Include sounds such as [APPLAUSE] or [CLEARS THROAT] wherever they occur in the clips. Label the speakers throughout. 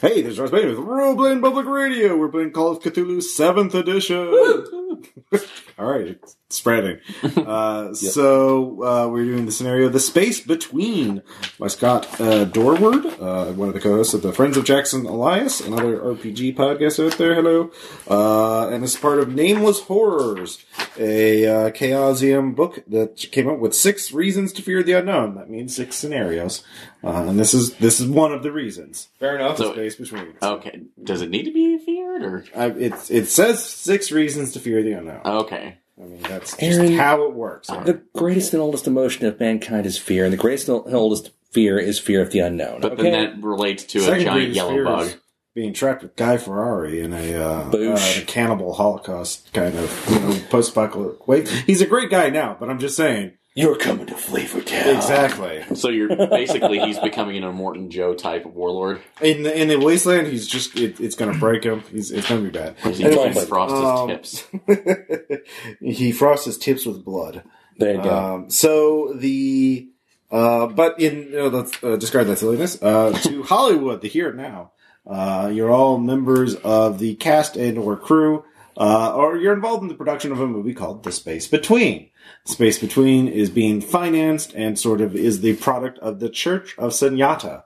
Speaker 1: Hey, this is Josh Bain with Roblin Public Radio. We're playing Call of Cthulhu 7th edition. All right, it's
Speaker 2: [LAUGHS]
Speaker 1: spreading. Uh, So uh, we're doing the scenario The Space Between by Scott uh, Dorward, uh, one of the co-hosts of the Friends of Jackson Elias, another RPG podcast out there. Hello. Uh, and it's part of Nameless Horrors, a uh, Chaosium book that came up with six reasons to fear the unknown. That means six scenarios. Uh, and this is this is one of the reasons.
Speaker 2: Fair enough.
Speaker 1: The
Speaker 3: So-
Speaker 1: Space Between.
Speaker 3: Okay. Does it need to be feared or
Speaker 1: I, it, it says six reasons to fear the unknown.
Speaker 3: okay?
Speaker 1: I mean, that's
Speaker 4: Aaron-
Speaker 1: just how it works.
Speaker 4: The greatest and oldest emotion of mankind is fear, and the greatest and oldest fear is fear of the unknown.
Speaker 3: But
Speaker 4: okay?
Speaker 3: then that relates to a
Speaker 1: Second
Speaker 3: giant
Speaker 1: greatest
Speaker 3: yellow
Speaker 1: fear
Speaker 3: bug.
Speaker 1: is Being trapped with Guy Ferrari in a, uh,
Speaker 4: Boosh.
Speaker 1: uh, cannibal holocaust kind of you know, post-apocalyptic way. He's a great guy now, but I'm just saying.
Speaker 4: you're coming to Flavor Town.
Speaker 1: Exactly. [LAUGHS]
Speaker 3: So you're basically he's becoming an Immortan Joe type of warlord.
Speaker 1: In the, in the wasteland, he's just it, it's going to break him. He's, it's going to be bad.
Speaker 3: He's
Speaker 4: Anyway,
Speaker 1: [LAUGHS]
Speaker 3: trying to frost
Speaker 1: um,
Speaker 3: his
Speaker 1: [LAUGHS]
Speaker 3: tips.
Speaker 1: he frosts his tips with blood.
Speaker 4: There you go.
Speaker 1: Um, so the uh, but in uh, let's uh, discard that silliness uh, to
Speaker 4: [LAUGHS]
Speaker 1: Hollywood, the here and now. Uh, you're all members of the cast and or crew, uh, or you're involved in the production of a movie called The Space Between. Space Between is being financed and sort of is the product of the Church of Sunyata.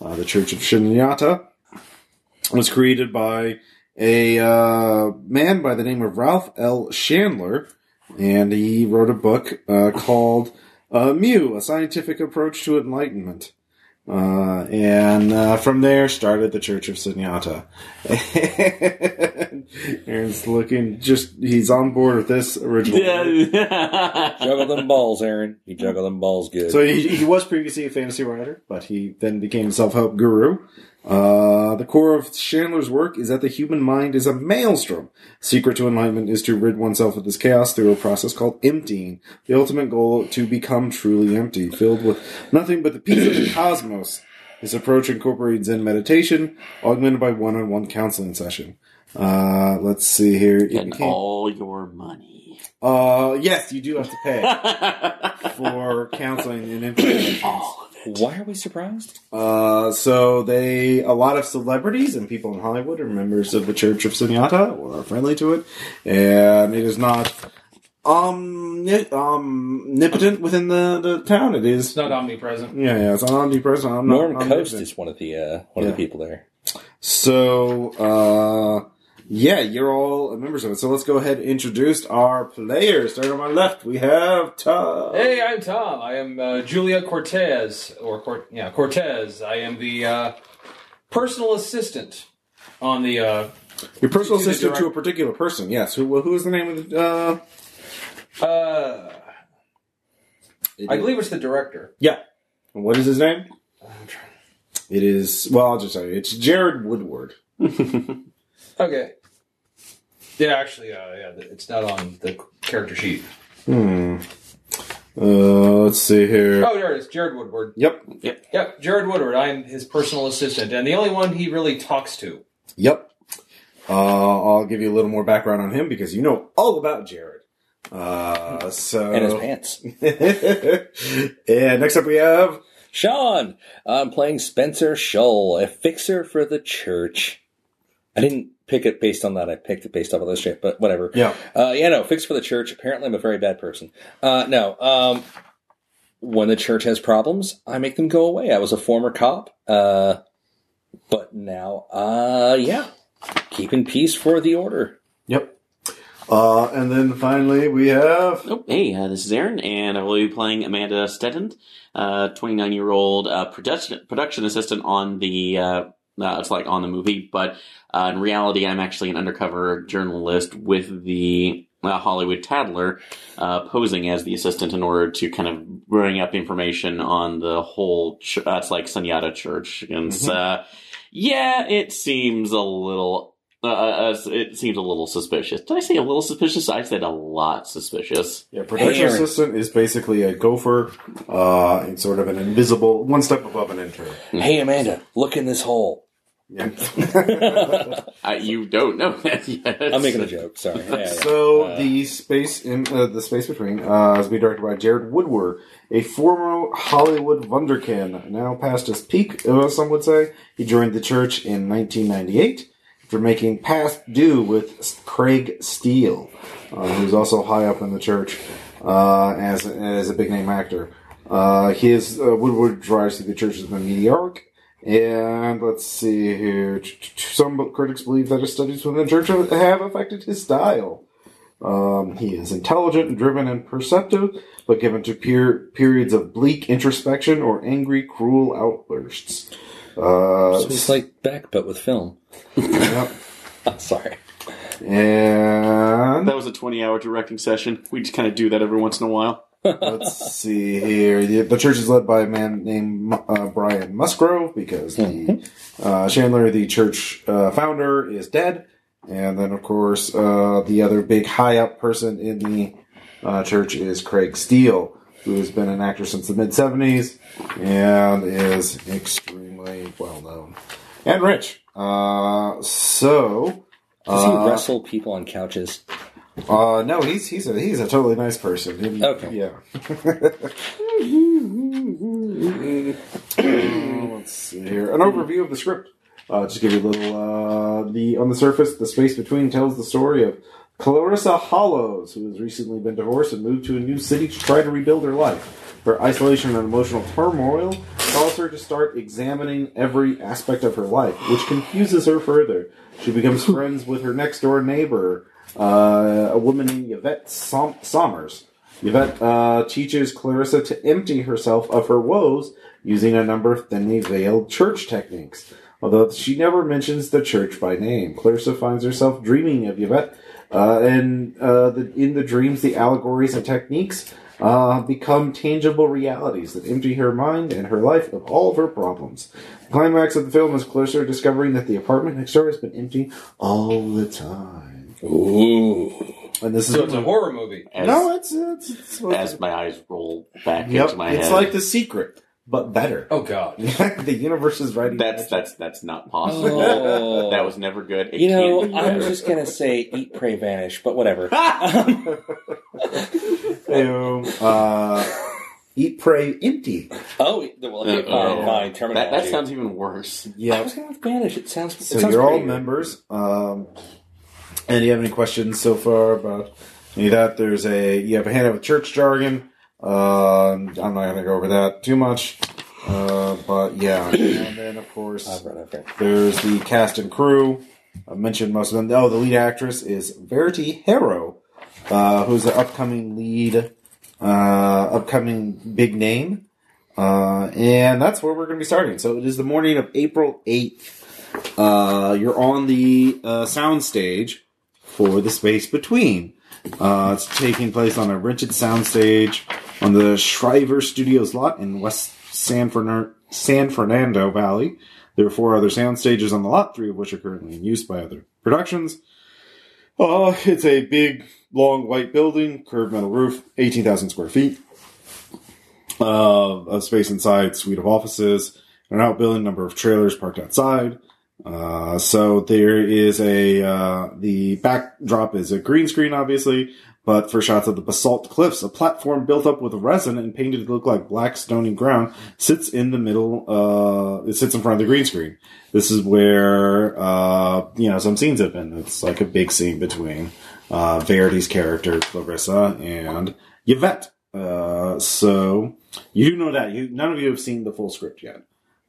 Speaker 1: Uh, the Church of Sunyata was created by a uh, man by the name of Ralph L. Chandler, and he wrote a book uh, called uh, Mew, A Scientific Approach to Enlightenment. Uh, and uh, from there started the Church of Sunyata. [LAUGHS] Aaron's looking just, he's on board with this original.
Speaker 4: juggle them balls, Aaron. You juggle them balls good.
Speaker 1: So he, he was previously a fantasy writer, but he then became a self-help guru. Uh, the core of Chandler's work is that the human mind is a maelstrom. Secret to enlightenment is to rid oneself of this chaos through a process called emptying. The ultimate goal to become truly empty, filled with nothing but the peace of the cosmos. This approach incorporates Zen meditation, augmented by one-on-one counseling session. Uh, let's see here. It
Speaker 3: [LAUGHS] and
Speaker 1: became-
Speaker 3: all your money. [LAUGHS]
Speaker 1: uh, yes, you do have to pay
Speaker 3: all
Speaker 1: for counseling and information.
Speaker 3: of it.
Speaker 4: Why are we surprised?
Speaker 1: Uh, so they, a lot of celebrities and people in Hollywood are members of the Church of Sunyata or are friendly to it, and it is not omni- omnipotent within the, the town. It is
Speaker 2: It's not omnipresent.
Speaker 1: yeah, yeah, it's not omnipresent. I'm
Speaker 4: Norm
Speaker 1: not,
Speaker 4: Coast
Speaker 1: omnipotent.
Speaker 4: is one of the uh, one of
Speaker 1: Yeah.
Speaker 4: the people there.
Speaker 1: So, uh, yeah, you're all members of it. So let's go ahead and introduce our players. Starting on my left, we have Todd.
Speaker 2: Hey, I'm Tom. I am uh, Julia Cortez, or Cort- yeah, Cortez. I am the uh, personal assistant on the. Uh,
Speaker 1: Your personal
Speaker 2: To the
Speaker 1: assistant to a
Speaker 2: direct-
Speaker 1: particular person. Yes. Who, who is the name of the, uh,
Speaker 2: uh, I believe it's the director.
Speaker 1: Yeah. And what is his name? It is well. I'll just tell you. It's Jared Woodward.
Speaker 2: Okay. Yeah, actually, uh, yeah, it's not on the character sheet.
Speaker 1: Hmm. Uh, let's see here.
Speaker 2: Oh, there it is, Jared Woodward.
Speaker 1: Yep.
Speaker 2: Yep, Jared Woodward. I am his personal assistant, and the only one he really talks to.
Speaker 1: Yep. Uh, I'll give you a little more background on him because you know all about Jared. Uh, so
Speaker 4: And his pants.
Speaker 1: [LAUGHS] and next up we have
Speaker 4: Sean, I'm playing Spencer Shull, a fixer for the church. I didn't pick it based on that. I picked it based off of this shit, but whatever.
Speaker 1: yeah.
Speaker 4: Uh, yeah, no, fix for the church. Apparently, I'm a very bad person. Uh, no, um, when the church has problems, I make them go away. I was a former cop, uh, but now, uh, yeah, keeping peace for the order.
Speaker 1: Yep. Uh, and then finally we have
Speaker 3: Oh, hey, uh, this is Aaron, and I will be playing Amanda Stetton, uh, 29 year old uh, production production assistant on the uh, uh, it's like on the movie, but uh, in reality, I'm actually an undercover journalist with the uh, Hollywood Tattler, uh, posing as the assistant in order to kind of bring up information on the whole. Ch- uh, it's like Sunyata Church, and uh, yeah, it seems a little. Uh, uh, uh, it seems a little suspicious. Did I say a little suspicious? I said a lot suspicious.
Speaker 1: yeah. Production
Speaker 4: Aaron.
Speaker 1: assistant is basically a gopher, uh, and sort of an invisible, one step above an intern.
Speaker 4: Hey, Amanda, look in this hole. [LAUGHS]
Speaker 1: Yeah.
Speaker 3: Uh, you don't know [LAUGHS] that yet.
Speaker 4: I'm making a joke. Sorry. Yeah, yeah.
Speaker 1: So
Speaker 4: Uh,
Speaker 1: the space in uh, the space between uh, is being directed by Jared Woodward, a former Hollywood wunderkind, now past his peak. uh, Some would say he joined the church in 1998 after making past due with Craig Steele, uh, who's also high up in the church uh, as as a big name actor. Uh, his uh, Woodward drives through the church has been meteoric. And let's see here. Some critics believe that his studies within the church have affected his style. Um, he is intelligent, driven, and perceptive, but given to peer- periods of bleak introspection or angry, cruel outbursts. Uh,
Speaker 4: so it's like back, but with film.
Speaker 1: yep.
Speaker 4: Oh, Sorry.
Speaker 1: And
Speaker 3: That was a 20 hour directing session. We just kind of do that every once in a while.
Speaker 1: let's see here. The, the church is led by a man named uh, Brian Musgrove because the uh, Chandler, the church uh, founder, is dead, and then of course uh, the other big high up person in the uh, church is Craig Steele, who has been an actor since the mid '70s and is extremely well known and rich. Uh, so.
Speaker 4: Does
Speaker 1: uh,
Speaker 4: he wrestle people on couches?
Speaker 1: uh, no, he's he's a he's a totally nice person. He-
Speaker 4: Okay.
Speaker 1: Yeah. [LAUGHS] Uh, let's see here. An overview of the script. Uh, just give you a little. Uh, the on the surface, the space between tells the story of Clarissa Hollows, who has recently been divorced and moved to a new city to try to rebuild her life. Her isolation and emotional turmoil cause her to start examining every aspect of her life, which confuses her further. She becomes friends with her next door neighbor, uh, a woman named Yvette Som- Sommers. Yvette uh, teaches Clarissa to empty herself of her woes using a number of thinly veiled church techniques. Although she never mentions the church by name, Clarissa finds herself dreaming of Yvette, uh, and uh, the, in the dreams, the allegories and techniques uh, become tangible realities that empty her mind and her life of all of her problems. The climax of the film is Clarissa discovering that the apartment next door has been empty all the time.
Speaker 4: Ooh.
Speaker 1: And this is
Speaker 2: So it's a horror movie.
Speaker 3: As,
Speaker 1: no, it's it's, it's,
Speaker 3: as my eyes roll back
Speaker 1: Yep,
Speaker 3: into my
Speaker 1: it's
Speaker 3: head.
Speaker 1: like The Secret, but [LAUGHS] better.
Speaker 2: Oh God.
Speaker 1: the universe is writing.
Speaker 3: that's that's that's not possible.
Speaker 4: [LAUGHS] Oh.
Speaker 3: That was never good. It
Speaker 4: You
Speaker 3: can't
Speaker 4: know,
Speaker 3: be
Speaker 4: I
Speaker 3: better.
Speaker 4: was just gonna say eat, pray, vanish, but [LAUGHS] whatever. Oh,
Speaker 1: Ew. [LAUGHS] Uh, eat, pray, empty.
Speaker 4: oh, well, okay,
Speaker 3: Uh,
Speaker 4: fine,
Speaker 3: oh.
Speaker 4: fine.
Speaker 3: that,
Speaker 4: Terminology.
Speaker 3: that sounds even worse.
Speaker 4: I was gonna have vanish. It sounds. it
Speaker 1: So
Speaker 4: sounds
Speaker 1: you're all
Speaker 4: pretty-
Speaker 1: members. Um, and do you have any questions so far about any of that? There's a you have a handout with church jargon. Um, I'm not going to go over that too much. Uh, but
Speaker 3: [COUGHS]
Speaker 1: yeah, and then of course.
Speaker 3: Uh,
Speaker 4: I've read it, okay.
Speaker 1: There's the cast and crew. I mentioned most of them. Oh, the lead actress is Verity Harrow, uh, who's the upcoming lead, uh, upcoming big name. Uh, and that's where we're going to be starting. So it is the morning of April 8th. Uh, you're on the uh, soundstage for The Space Between. Uh, it's taking place on a rented soundstage on the Shriver Studios lot in West San, Fernan- San Fernando Valley. There are four other sound stages on the lot, three of which are currently in use by other productions. Uh, it's a big, long white building, curved metal roof, 18,000 square feet uh, of space inside, suite of offices, an outbuilding, number of trailers parked outside. Uh, so there is a, uh, the backdrop is a green screen, obviously, but for shots of the basalt cliffs, a platform built up with resin and painted to look like black stony ground sits in the middle, uh, it sits in front of the green screen. This is where, uh, you know, some scenes have been. It's like a big scene between, uh, Verity's character, Clarissa, and Yvette. Uh, so you do know that you, none of you have seen the full script yet.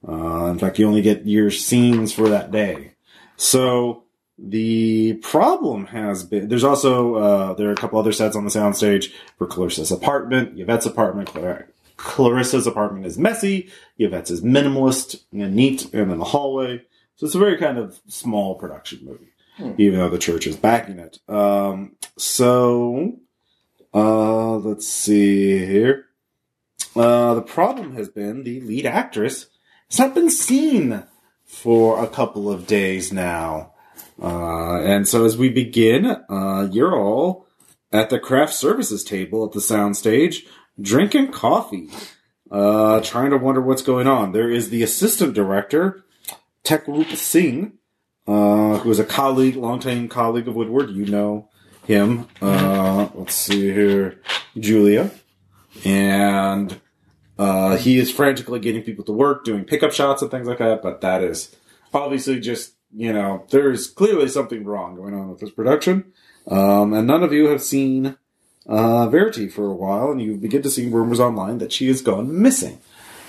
Speaker 1: Uh, in fact, you only get your scenes for that day. So the problem has been there's also uh, there are a couple other sets on the soundstage for Clarissa's apartment, Yvette's apartment. Clar- Clarissa's apartment is messy. Yvette's is minimalist and neat, and in the hallway. So it's a very kind of small production movie, even though the church is backing it. Um, so uh, let's see here. Uh, the problem has been the lead actress has not been seen for a couple of days now. Uh, and so as we begin, uh, you're all at the craft services table at the soundstage, drinking coffee, uh, trying to wonder what's going on. There is the assistant director, Tekrup Singh, uh, who is a colleague, longtime colleague of Woodward. You know him. Uh, let's see here, Julia, and uh, he is frantically getting people to work, doing pickup shots and things like that. But that is obviously just you know there's clearly something wrong going on with this production, um, and none of you have seen uh, Verity for a while, and you begin to see rumors online that she has gone missing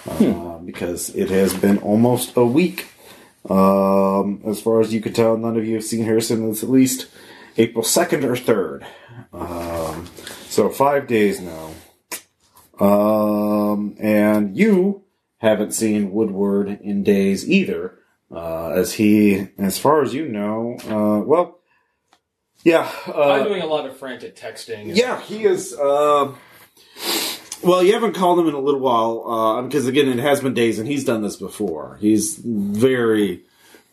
Speaker 1: uh, because it has been almost a week. Um, as far as you could tell, none of you have seen her since at least April 2nd or 3rd. Um, so five days now. Um, and you haven't seen Woodward in days either, uh, as he, as far as you know, uh, well, yeah. Uh,
Speaker 2: I'm doing a lot of frantic texting. and-
Speaker 1: yeah, he is. Uh, well, you haven't called him in a little while because again, it has been days, and he's done this before. He's very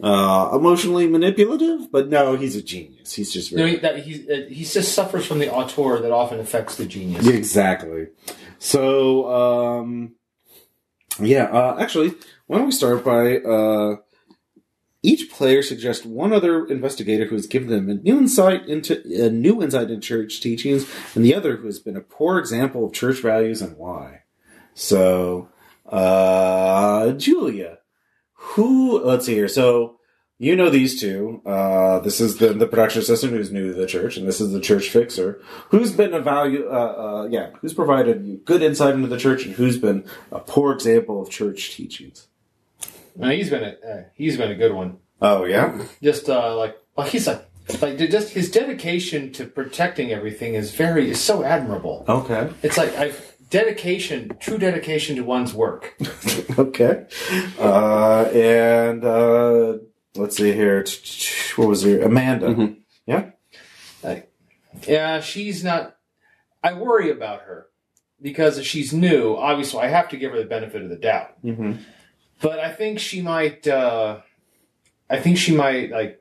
Speaker 1: uh, emotionally manipulative, but no, he's a genius. He's just
Speaker 2: No,
Speaker 1: very,
Speaker 2: he, that he, uh, he just suffers from the auteur that often affects the genius.
Speaker 1: Yeah, exactly. So, um, yeah. Uh, actually, why don't we start by uh, each player suggest one other investigator who has given them a new insight into a new insight into church teachings, and the other who has been a poor example of church values and why. So, uh, Julia, who? Let's see here. So. You know these two. Uh, this is the, the production assistant who's new to the church, and this is the church fixer, who's been a value, uh, uh, yeah, who's provided you good insight into the church, and who's been a poor example of church teachings.
Speaker 2: Now, he's been a uh, he's been a good one.
Speaker 1: Oh yeah,
Speaker 2: Just uh, like like he's like like dude, just his dedication to protecting everything is very is so admirable.
Speaker 1: okay,
Speaker 2: It's like I've dedication, true dedication to one's work.
Speaker 1: [LAUGHS] okay. Uh, and uh, let's see here. What was her Amanda? Yeah.
Speaker 2: Yeah, she's not. I worry about her because she's new. Obviously, I have to give her the benefit of the doubt.
Speaker 1: Mm-hmm.
Speaker 2: But I think she might. Uh, I think she might like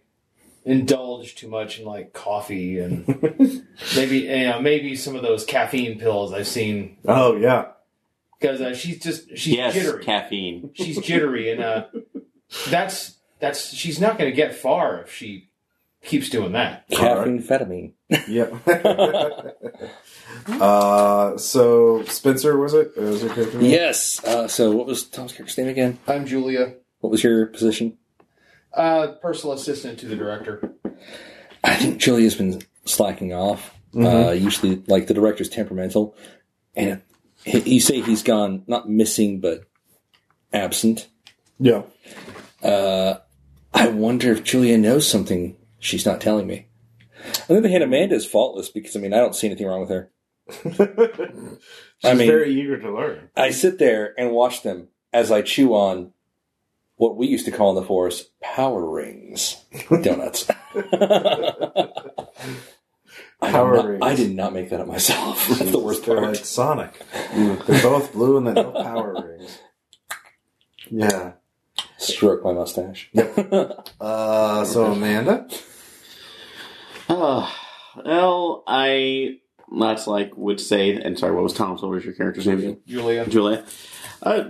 Speaker 2: indulge too much in like coffee and [LAUGHS] maybe you know, maybe some of those caffeine pills I've seen
Speaker 1: Oh yeah.
Speaker 2: because uh, she's just she's
Speaker 3: Yes,
Speaker 2: jittery.
Speaker 3: caffeine.
Speaker 2: she's jittery and uh, that's that's she's not going to get far if she keeps doing that.
Speaker 4: Caffeine Ketamine.
Speaker 1: Yeah. uh, so Spencer was it? Was it character name?
Speaker 4: Yes. Uh, so, what was Tom's character's name again?
Speaker 2: I'm Julia.
Speaker 4: What was your position?
Speaker 2: Uh, personal assistant to the director.
Speaker 4: I think Julia's been slacking off.
Speaker 1: Mm-hmm.
Speaker 4: Uh, usually, like the director's temperamental, and he, you say he's gone, not missing, but absent.
Speaker 1: [LAUGHS]
Speaker 4: Uh,
Speaker 1: Yeah.
Speaker 4: I wonder if Julia knows something she's not telling me. On the other hand, Amanda is faultless because I mean I don't see anything wrong with her.
Speaker 1: She's
Speaker 4: I mean,
Speaker 1: very eager to learn.
Speaker 4: I sit there and watch them as I chew on what we used to call in the forest power rings donuts. [LAUGHS] I,
Speaker 1: Power
Speaker 4: did not,
Speaker 1: rings.
Speaker 4: I did not make that up myself. [LAUGHS] That's the worst
Speaker 1: They're
Speaker 4: part.
Speaker 1: like Sonic. They're both blue and they both
Speaker 4: [LAUGHS]
Speaker 1: power rings. Yeah.
Speaker 4: Stroke my mustache.
Speaker 1: Uh, so Amanda.
Speaker 3: Oh, well, I that's like would say. And sorry, what was Tom's? What was your character's name again?
Speaker 2: Julia.
Speaker 3: Julia. Uh,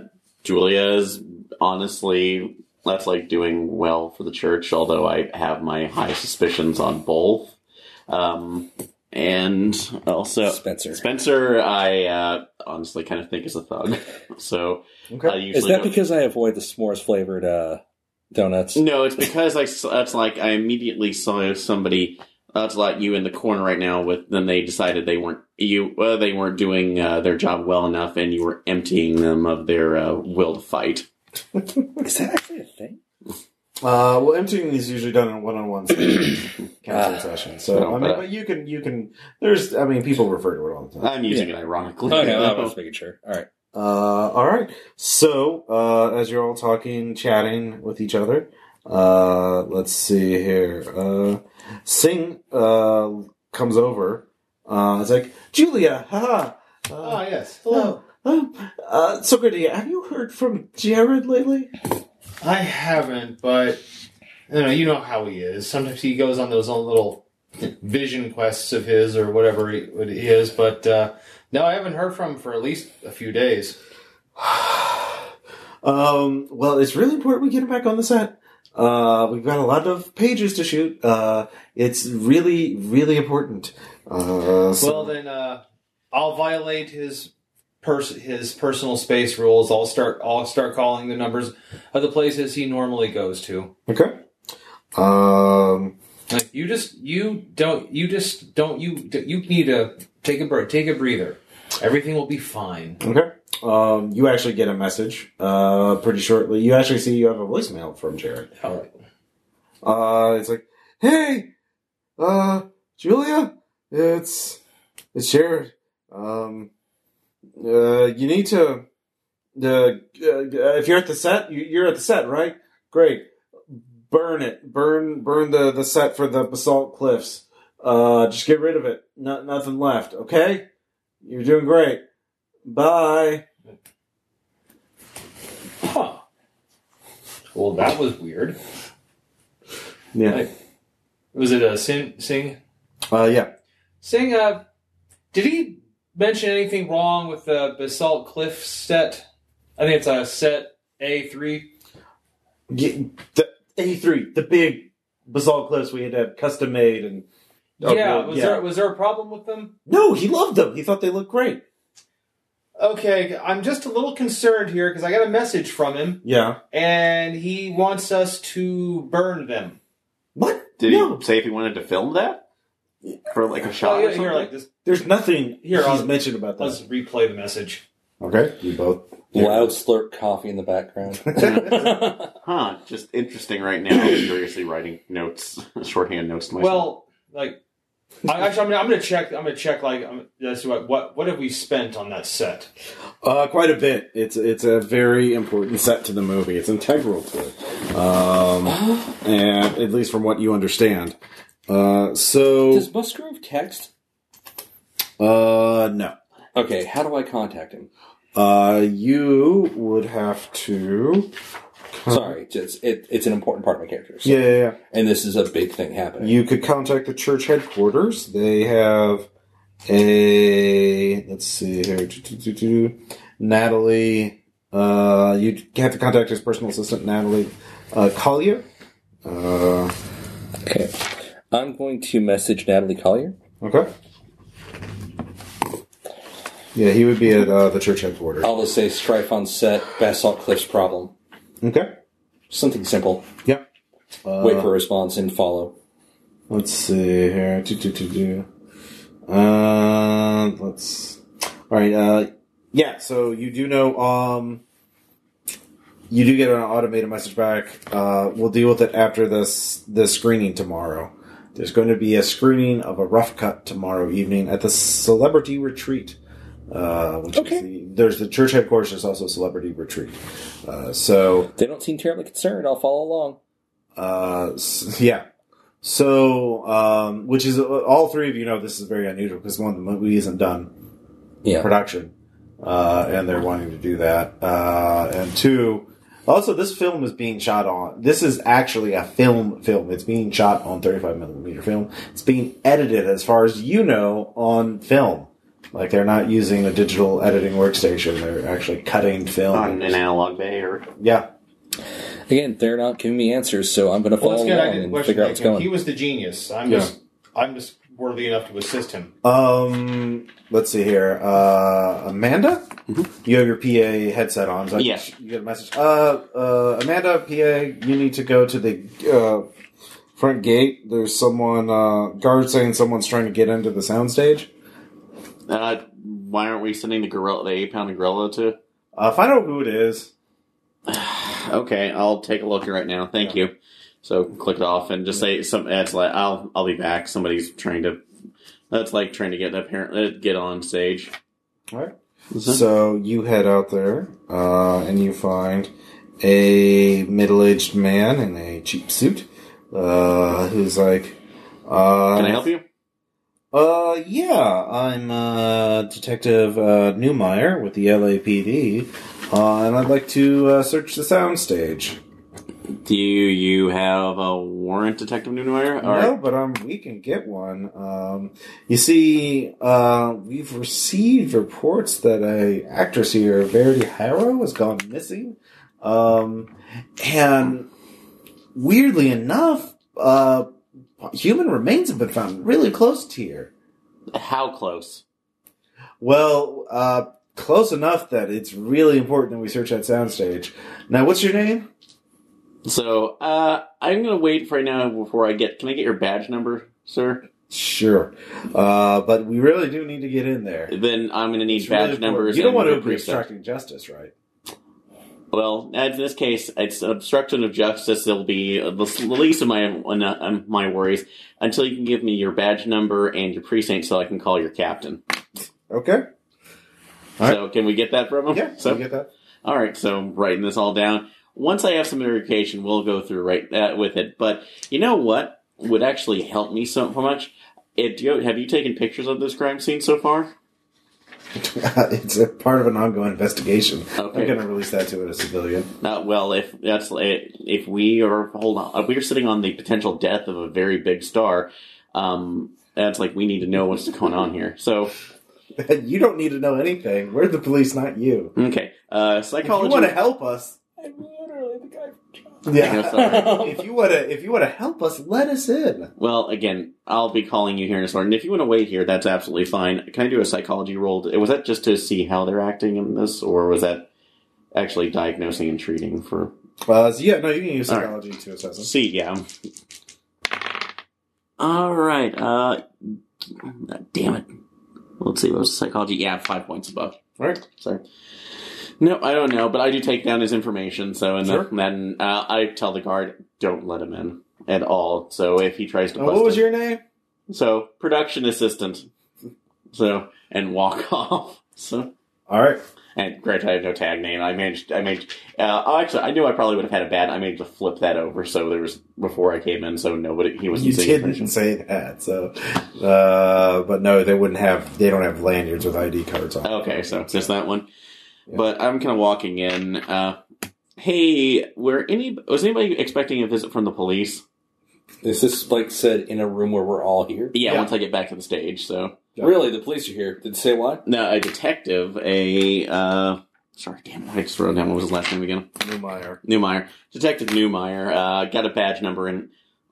Speaker 3: Julia is honestly that's like doing well for the church, although I have my high suspicions on both. Um, and also
Speaker 4: Spencer.
Speaker 3: Spencer, I uh, honestly kind of think is a thug. [LAUGHS] So I
Speaker 1: Okay.
Speaker 3: usually
Speaker 4: Is that
Speaker 3: don't-
Speaker 4: because I avoid the s'mores flavored uh, donuts?
Speaker 1: Mm.
Speaker 3: no, it's because I. s- That's like I immediately saw somebody. That's like you in the corner right now. With then they decided they weren't you. Well, they weren't doing uh, their job well enough, and you were emptying them of their uh, will to fight.
Speaker 4: Is that actually a thing?
Speaker 1: Uh, well, emptying is usually done in one-on-one
Speaker 4: [COUGHS]
Speaker 1: session,
Speaker 4: Ah,
Speaker 1: counseling session. So
Speaker 3: No,
Speaker 1: I mean,
Speaker 3: but-
Speaker 1: but you can you can. There's I mean, people refer to it all the time.
Speaker 3: I'm using it ironically.
Speaker 4: Okay, I Oh, was making sure. All right.
Speaker 1: Uh, all right. So uh, as you're all talking, chatting with each other, uh, let's see here. Uh, Singh uh, comes over. Uh, it's like Julia, haha. Uh,
Speaker 2: Ah, yes.
Speaker 1: Hello. Uh, so good to hear. Have you heard from Jared lately?
Speaker 2: I haven't, but you know, you know how he is. Sometimes he goes on those own little vision quests of his or whatever he- what he is. But uh, no, I haven't heard from him for at least a few days.
Speaker 1: Um, well, it's really important we get him back on the set. Uh, we've got a lot of pages to shoot. Uh, it's really, really important. Uh, so-
Speaker 2: Well, then uh, I'll violate his pers- his personal space rules. I'll start I'll start calling the numbers of the places he normally goes to.
Speaker 1: okay. Um,
Speaker 2: Like you just you don't you just don't you you need to take a break, take a breather. Everything will be fine.
Speaker 1: okay. Um, you actually get a message uh, pretty shortly. You actually see you have a voicemail from Jared.
Speaker 2: All right.
Speaker 1: Uh, it's like, hey, uh, Julia, it's it's Jared. Um, uh, you need to, uh, if you're at the set, you- you're at the set, right? Great, burn it, burn, burn the the set for the basalt cliffs. Uh, just get rid of it. Not nothing left. Okay, you're doing great. Bye.
Speaker 2: Huh. Well, that was weird.
Speaker 1: Yeah.
Speaker 2: Was it a sing sing
Speaker 1: Uh, yeah.
Speaker 2: sing? Uh, did he mention anything wrong with the basalt cliff set? I think it's a set A three.
Speaker 1: Ye- The A three, the big basalt cliffs we had to have custom made and. Oh,
Speaker 2: yeah.
Speaker 1: really?
Speaker 2: Was there was there a problem with them?
Speaker 1: No, he loved them. He thought they looked great.
Speaker 2: Okay, I'm just a little concerned here because I got a message from him,
Speaker 1: Yeah.
Speaker 2: and he wants us to burn them.
Speaker 1: What?
Speaker 3: [LAUGHS] Did
Speaker 1: no.
Speaker 3: he say if he wanted to film that for like a shot?
Speaker 2: Oh,
Speaker 3: or
Speaker 2: yeah,
Speaker 3: something?
Speaker 2: here, like this.
Speaker 1: There's nothing
Speaker 2: Here,
Speaker 1: he's
Speaker 2: I'll-
Speaker 1: mentioned about
Speaker 2: Let's
Speaker 1: that.
Speaker 2: replay the message.
Speaker 1: Okay, you both.
Speaker 4: Loud slurp coffee in
Speaker 1: [LAUGHS]
Speaker 4: the background.
Speaker 3: huh? Just interesting right now. I'm Seriously, writing notes, [LAUGHS] shorthand notes to myself.
Speaker 2: Well, like, I, actually, I'm gonna, I'm gonna check. I'm gonna check. Like, I'm, that's what what what have we spent on that set?
Speaker 1: Uh, quite a bit. It's it's a very important set to the movie. It's integral to it, [GASPS] um, and at least from what you understand. Uh, so,
Speaker 4: Does Musgrove text?
Speaker 1: uh, no.
Speaker 4: Okay, how do I contact him?
Speaker 1: Uh, you would have to.
Speaker 4: Sorry, just it, it's an important part of my character. so-
Speaker 1: Yeah, yeah, yeah.
Speaker 4: And this is a big thing happening.
Speaker 1: You could contact the church headquarters. They have a let's see here, do, do, do, do. Natalie. Uh, you have to contact his personal assistant, Natalie uh, Collier. Uh,
Speaker 4: Okay. I'm going to message Natalie Collier.
Speaker 1: okay. Yeah, he would be at uh, the church headquarters.
Speaker 4: I'll just say strife on set, basalt cliffs problem.
Speaker 1: Okay.
Speaker 4: Something simple.
Speaker 1: Yeah. Uh,
Speaker 4: Wait for a response and follow.
Speaker 1: Let's see here. Do, do, do, do. Uh, let's. All right. Uh, yeah. So you do know. Um, you do get an automated message back. Uh, we'll deal with it after this this screening tomorrow. There's going to be a screening of a rough cut tomorrow evening at the Celebrity Retreat. Uh, which
Speaker 4: Okay.
Speaker 1: is the, there's the church headquarters. There's also Celebrity Retreat. Uh, so
Speaker 4: They don't seem terribly concerned. I'll follow along.
Speaker 1: uh, s- yeah. So, um, which is all three of you know this is very unusual because one, the movie isn't done
Speaker 4: Yeah.
Speaker 1: production, uh, and they're wanting to do that, uh, and two, also this film is being shot on. This is actually a film film. It's being shot on 35 millimeter film. It's being edited, as far as you know, on film. Like they're not using a digital editing workstation. They're actually cutting film.
Speaker 3: on an analog bay or
Speaker 1: yeah.
Speaker 4: Again, they're not giving me answers, so I'm going to
Speaker 2: Well,
Speaker 4: follow
Speaker 2: that's good. I
Speaker 4: along
Speaker 2: didn't
Speaker 4: and
Speaker 2: question
Speaker 4: figure out what's
Speaker 2: him. He
Speaker 4: going.
Speaker 2: was the genius. I'm
Speaker 1: Yeah.
Speaker 2: just I'm just worthy enough to assist him.
Speaker 1: Um, let's see here. Uh, Amanda, you have your PA headset on. So I can-
Speaker 3: Mm-hmm. Yes.
Speaker 1: you get a message. Uh, uh, Amanda, PA, you need to go to the uh, front gate. There's someone uh, guard saying someone's trying to get into the soundstage.
Speaker 3: uh, why aren't we sending the gorilla, the eight pound gorilla to?
Speaker 1: Uh, find out who it is.
Speaker 3: Okay, I'll take a look right now. Thank you. So click it off and just say some. It's like I'll I'll be back. Somebody's trying to. That's like trying to get apparently get on stage.
Speaker 1: All right. So you head out there uh, and you find a middle aged man in a cheap suit uh, who's like, uh,
Speaker 3: Can I help you?
Speaker 1: Uh, yeah, I'm uh, Detective uh, Newmeyer with the LAPD, uh, and I'd like to uh, search the soundstage.
Speaker 3: Do you have a warrant, Detective Newmeyer? All
Speaker 1: no,
Speaker 3: right.
Speaker 1: but um, we can get one. Um, you see, uh, we've received reports that a actress here, Verity Harrow, has gone missing, um, and weirdly enough, uh, human remains have been found really close to here.
Speaker 3: How close?
Speaker 1: Well, uh, close enough that it's really important that we search that soundstage. Now, what's your name?
Speaker 3: So uh, I'm gonna wait for right now before I get. Can I get your badge number, sir?
Speaker 1: Sure, uh, but we really do need to get in there.
Speaker 3: Then I'm gonna need
Speaker 1: It's really
Speaker 3: badge
Speaker 1: important.
Speaker 3: numbers.
Speaker 1: You don't
Speaker 3: and
Speaker 1: want to
Speaker 3: the
Speaker 1: be
Speaker 3: precept.
Speaker 1: obstructing justice, right?
Speaker 3: Well, in this case, it's obstruction of justice. It'll be the least of my um, my worries until you can give me your badge number and your precinct, so I can call your captain.
Speaker 1: Okay. All
Speaker 3: So can we get that from him?
Speaker 1: Yeah. So
Speaker 3: So
Speaker 1: you get that. [LAUGHS]
Speaker 3: All right, so writing this all down. Once I have some verification, we'll go through right uh, with it. But you know what would actually help me so much? It, do you- have you taken pictures of this crime scene so far?
Speaker 1: it's a part of an ongoing investigation.
Speaker 3: Okay.
Speaker 1: I'm going to release that to it as a civilian. [LAUGHS]
Speaker 3: Not Uh, well. If that's if we are hold on, if we are sitting on the potential death of a very big star, um, that's like we need to know what's going on here. So
Speaker 1: you don't need to know anything. We're the police, not you.
Speaker 3: okay, uh,
Speaker 1: If you want to
Speaker 3: psychology.
Speaker 1: help us,
Speaker 4: I'm literally the guy from
Speaker 3: No,
Speaker 1: yeah. [LAUGHS]
Speaker 3: sorry.
Speaker 1: if you want to, if you want to help us, let us in.
Speaker 3: Well, again, I'll be calling you here in a second. If you want to wait here, that's absolutely fine. Can I do a psychology roll? Was that just to see how they're acting in this, or was that actually diagnosing and treating for?
Speaker 1: Uh, so yeah, no, you can use
Speaker 3: All right.
Speaker 1: psychology to assess them.
Speaker 3: See, yeah. All right. Uh, damn it. Let's see. What was psychology? Yeah, five points above.
Speaker 1: Right.
Speaker 3: Sorry. No, I don't know, but I do take down his information. So, and
Speaker 1: Sure.
Speaker 3: then uh, I tell the guard, don't let him in at all. So, if he tries to,
Speaker 1: And
Speaker 3: bust
Speaker 1: Uh, what was
Speaker 3: in-
Speaker 1: your name?
Speaker 3: so production assistant. So and walk [LAUGHS] off. So
Speaker 1: All right.
Speaker 3: and granted, I have no tag name. I managed. I managed. Uh, oh, actually, I knew I probably would have had a bad. I managed to flip that over. So there was before I came in. So nobody. He was
Speaker 1: You
Speaker 3: using
Speaker 1: didn't
Speaker 3: information.
Speaker 1: say that, so. Uh, but no, they wouldn't have. They don't have lanyards with ID cards on.
Speaker 3: Okay, so it's just that one.
Speaker 1: Yeah.
Speaker 3: But I'm kind of walking in. Uh, hey, were any was anybody expecting a visit from the police?
Speaker 4: Is this like said in a room where we're all here?
Speaker 3: Yeah,
Speaker 1: Yeah.
Speaker 3: once I get back to the stage. So
Speaker 1: Yeah.
Speaker 4: Really, the police are here. Did it say why?
Speaker 3: no, a detective, a uh, sorry, damn, I just wrote down what was his last name again.
Speaker 1: Newmeyer.
Speaker 3: Newmeyer, Detective Newmeyer, uh, got a badge number and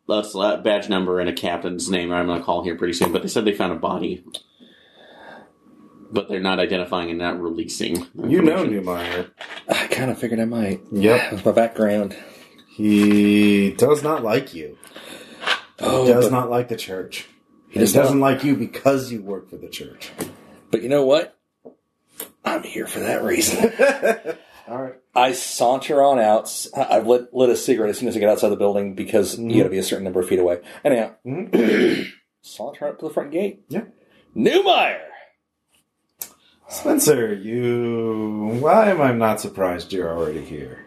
Speaker 3: that's a badge number and a captain's name. I'm going to call here pretty soon, but they said they found a body, but they're not identifying and not releasing.
Speaker 1: You know
Speaker 3: information.
Speaker 1: Newmeyer.
Speaker 4: I kind of figured I might.
Speaker 1: Yep.
Speaker 4: With my background.
Speaker 1: He does not like you.
Speaker 4: Oh,
Speaker 1: He does
Speaker 4: but,
Speaker 1: not like the church. He
Speaker 4: does
Speaker 1: doesn't like you because you work for the church. [LAUGHS]
Speaker 4: but you know what? I'm here for that reason.
Speaker 1: All right.
Speaker 4: I saunter on out. I- I've lit, lit a cigarette as soon as I get outside the building because
Speaker 1: Mm-hmm.
Speaker 4: you got to be a certain number of feet away. Anyhow, saunter up to the front gate.
Speaker 1: Yeah.
Speaker 4: Newmeyer.
Speaker 1: Spencer, you. Why am I not surprised you're already here?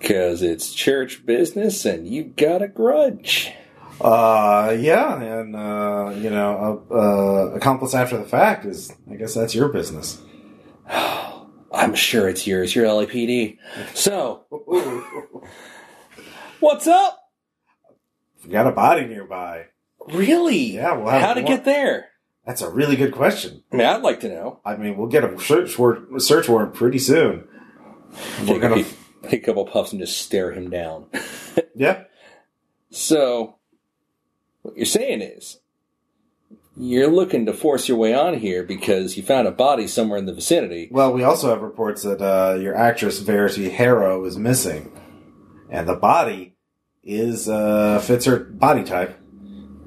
Speaker 4: Because it's church business and you got a grudge.
Speaker 1: Uh, yeah, and, uh, you know, uh, uh, accomplice after the fact is, I guess that's your business.
Speaker 4: I'm sure it's yours. You're LAPD. So, what's up?
Speaker 1: We got a body nearby.
Speaker 4: Really?
Speaker 1: Yeah, well,
Speaker 4: How to get there?
Speaker 1: That's a really good question.
Speaker 4: I mean, I'd like to know.
Speaker 1: I mean, we'll get a search warrant, search warrant pretty soon. We're
Speaker 4: Take, a [LAUGHS]
Speaker 1: gonna,
Speaker 4: pe- take a couple puffs and just stare him down.
Speaker 1: yeah.
Speaker 4: So, what you're saying is, you're looking to force your way on here because you found a body somewhere in the vicinity.
Speaker 1: Well, we also have reports that uh, your actress Verity Harrow is missing, and the body is uh, fits her body type.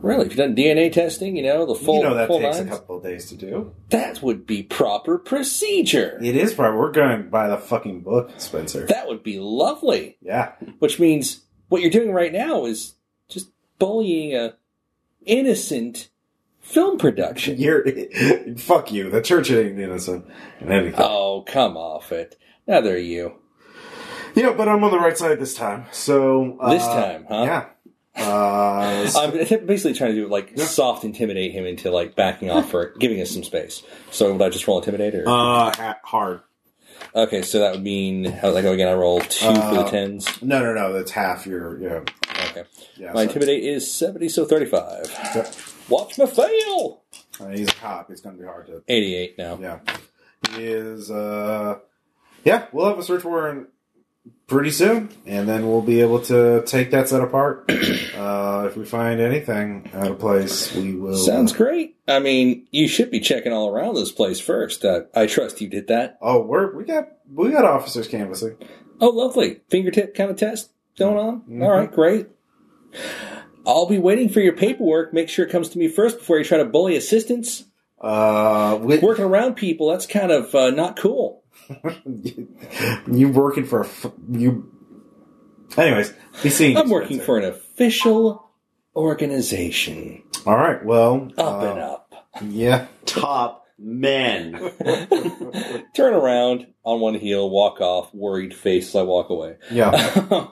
Speaker 4: Really? If you've done DNA testing, you know, the full,
Speaker 1: you know that
Speaker 4: full
Speaker 1: takes a
Speaker 4: nines,
Speaker 1: couple of days to do.
Speaker 4: that would be proper procedure.
Speaker 1: It is probably we're going by the fucking book, Spencer.
Speaker 4: That would be lovely.
Speaker 1: yeah,
Speaker 4: Which means what you're doing right now is just bullying a innocent film production.
Speaker 1: you're [LAUGHS] fuck you. The church ain't innocent in anything.
Speaker 4: Oh, come off it. Neither are you.
Speaker 1: yeah, but I'm on the right side this time. So uh,
Speaker 4: This time, huh?
Speaker 1: yeah. Uh, so-
Speaker 4: I'm basically trying to do like
Speaker 1: Yeah.
Speaker 4: soft intimidate him into like backing off or giving us some space. So would I just roll intimidate or
Speaker 1: uh, ha- hard.
Speaker 4: okay? So that would mean how would I go again? I roll two for the
Speaker 1: Uh,
Speaker 4: tens.
Speaker 1: No, no, no. That's half your. Yeah,
Speaker 4: Okay,
Speaker 1: yeah.
Speaker 4: my
Speaker 1: so-
Speaker 4: intimidate is seventy, so thirty-five.
Speaker 1: Yeah.
Speaker 4: Watch me fail.
Speaker 1: uh, he's a cop. It's going to be hard to
Speaker 4: Eighty-eight now.
Speaker 1: Yeah. He is, uh, yeah, we'll have a search warrant pretty soon, and then we'll be able to take that set apart. [CLEARS THROAT] uh, if we find anything out of place, we will.
Speaker 4: Sounds great. I mean, you should be checking all around this place first. Uh, I trust you did that.
Speaker 1: Oh, we're we got we got officers canvassing.
Speaker 4: Oh, lovely. Fingertip kind of test going on.
Speaker 1: Mm-hmm.
Speaker 4: All right, great. I'll be waiting for your paperwork. Make sure it comes to me first before you try to bully assistants.
Speaker 1: Uh, we,
Speaker 4: Working around people, that's kind of uh, not cool.
Speaker 1: [LAUGHS] you working for a f- you? Anyways, be seen.
Speaker 4: I'm working for an official organization.
Speaker 1: All right. Well,
Speaker 4: Up
Speaker 1: uh,
Speaker 4: and up.
Speaker 1: Yeah.
Speaker 3: Top [LAUGHS] men.
Speaker 4: Turn around on one heel, walk off, worried face as I walk away. [LAUGHS]
Speaker 1: Yeah.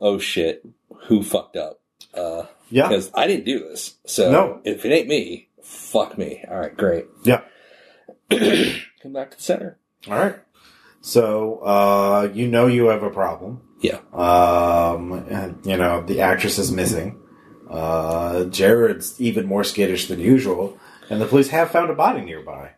Speaker 4: oh shit, who fucked up? Uh,
Speaker 1: Yeah.
Speaker 4: because I didn't do this. So
Speaker 1: No.
Speaker 4: if it ain't me, fuck me. All right, great.
Speaker 1: Yeah.
Speaker 4: [CLEARS THROAT] Come back to the center.
Speaker 1: All right. So uh, you know you have a problem.
Speaker 4: Yeah.
Speaker 1: Um, and, you know the actress is missing. Uh, Jared's even more skittish than usual, and the police have found a body nearby.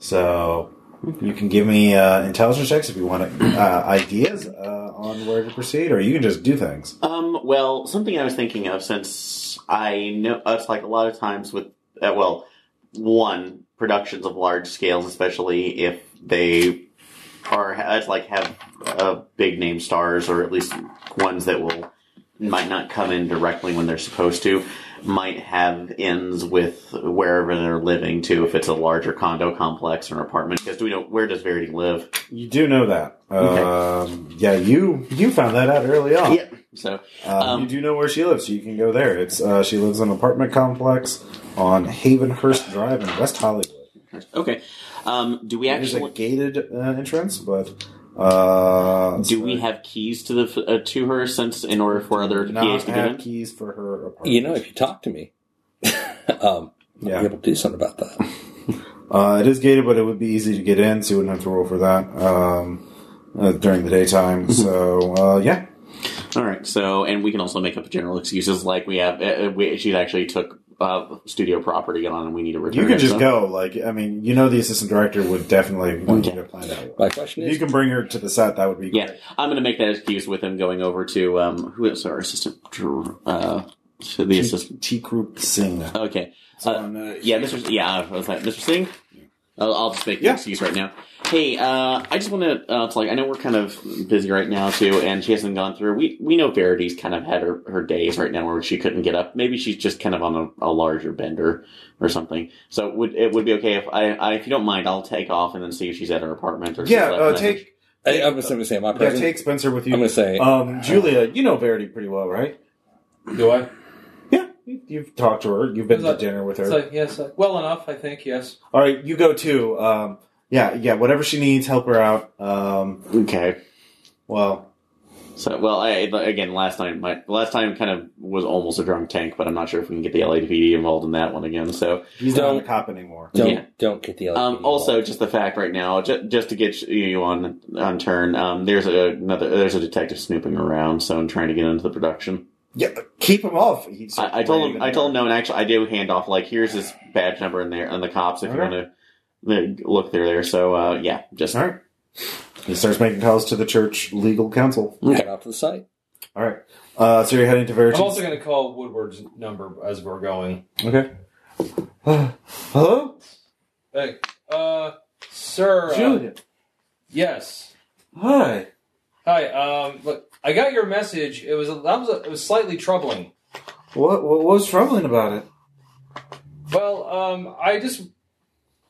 Speaker 1: So you can give me uh, intelligence checks if you want uh, ideas uh, on where to proceed, or you can just do things.
Speaker 3: Um, well, something I was thinking of since I know it's like a lot of times with uh, well, one productions of large scales, especially if they are it's like have uh, big name stars or at least ones that will might not come in directly when they're supposed to might have ends with wherever they're living too if it's a larger condo complex or apartment because do we know where does Verity live
Speaker 1: You do know that. Um, yeah, you you found that out early on.
Speaker 3: Yeah. so
Speaker 1: Um,
Speaker 3: Um,
Speaker 1: you do know where she lives, so you can go there. It's uh, she lives in an apartment complex on Havenhurst Drive in West Hollywood.
Speaker 3: okay um, do we
Speaker 1: There's a
Speaker 3: actually
Speaker 1: gated uh, entrance, but uh,
Speaker 3: Do we have keys to the uh, to her since in order for other
Speaker 1: not
Speaker 3: PAs to
Speaker 1: have
Speaker 3: get in?
Speaker 1: keys for her apartment?
Speaker 4: You know, if you talk to me, um, I'll
Speaker 1: yeah,
Speaker 4: be able to do something about that.
Speaker 1: uh, it is gated, but it would be easy to get in, so you wouldn't have to roll for that um, uh, during the
Speaker 3: Mm-hmm.
Speaker 1: daytime. so uh, yeah,
Speaker 3: All right. So, and we can also make up general excuses like we have. Uh, uh, we, she actually took uh, studio property on, and we need to return.
Speaker 1: you can
Speaker 3: it,
Speaker 1: just
Speaker 3: so-
Speaker 1: go. Like I mean, you know, the assistant director would definitely want you to plan out.
Speaker 4: My question
Speaker 1: If you
Speaker 4: is,
Speaker 1: can bring her to the set, that would be
Speaker 3: Yeah, I'm going to make that excuse with him going over to um, who is our assistant? dr- Uh, to the assistant.
Speaker 1: T group sing.
Speaker 3: Okay. Uh, yeah, Mr. S- Yeah, I was like, Mr. Singh. I'll, I'll just make an
Speaker 1: Yeah.
Speaker 3: excuse right now. Hey, uh, I just want to. Uh, it's like I know we're kind of busy right now too, and she hasn't gone through. We we know Verity's kind of had her, her days right now where she couldn't get up. Maybe she's just kind of on a, a larger bender or something. So would it would be okay if I, I if you don't mind, I'll take off and then see if she's at her apartment or if she's
Speaker 1: Yeah,
Speaker 3: left
Speaker 1: uh,
Speaker 3: message.
Speaker 1: take
Speaker 4: I, I'm just going to say my
Speaker 1: yeah,
Speaker 4: person.
Speaker 1: take Spencer with
Speaker 4: I'm going
Speaker 1: you.
Speaker 4: to say,
Speaker 1: Um, Julia, you know Verity pretty well, right?
Speaker 2: Do I?
Speaker 1: Yeah, you- you've talked to her. You've been
Speaker 2: It's
Speaker 1: to
Speaker 2: like-
Speaker 1: dinner with her.
Speaker 2: It's like yes, like, well enough, I think. Yes.
Speaker 1: All right, you go too. Um, yeah, yeah. Whatever she needs, help her out. Um,
Speaker 3: okay.
Speaker 1: well,
Speaker 3: So well, I again last night my last time kind of was almost a drunk tank, but I'm not sure if we can get the LAPD involved in that one again. So
Speaker 1: he's not
Speaker 4: Don't-
Speaker 1: a cop anymore.
Speaker 4: don't
Speaker 3: yeah.
Speaker 4: don't get the other
Speaker 3: um,
Speaker 4: people
Speaker 3: also
Speaker 4: involved.
Speaker 3: just the fact right now, just, just to get you on on turn, um, there's a, another there's a detective snooping around, so I'm trying to get into the production.
Speaker 1: Yeah, keep him off. He's
Speaker 3: I, I told him I told him no, and actually I do hand off like here's this badge number in there and the cops if you
Speaker 1: Okay.
Speaker 3: want to look they're there. So uh, yeah, just
Speaker 1: All right. He starts making calls to the church legal counsel.
Speaker 4: head off to the site.
Speaker 1: All right. Uh, so you're heading to Verity's.
Speaker 2: I'm also going to call Woodward's number as we're going.
Speaker 1: okay. [SIGHS] hello,
Speaker 2: Hey, uh, sir. uh,
Speaker 1: Julia.
Speaker 2: yes.
Speaker 1: Hi.
Speaker 2: Hi. Um, look, I got your message. It was that was, it was slightly troubling.
Speaker 1: What, what was troubling about it?
Speaker 2: Well, um, I just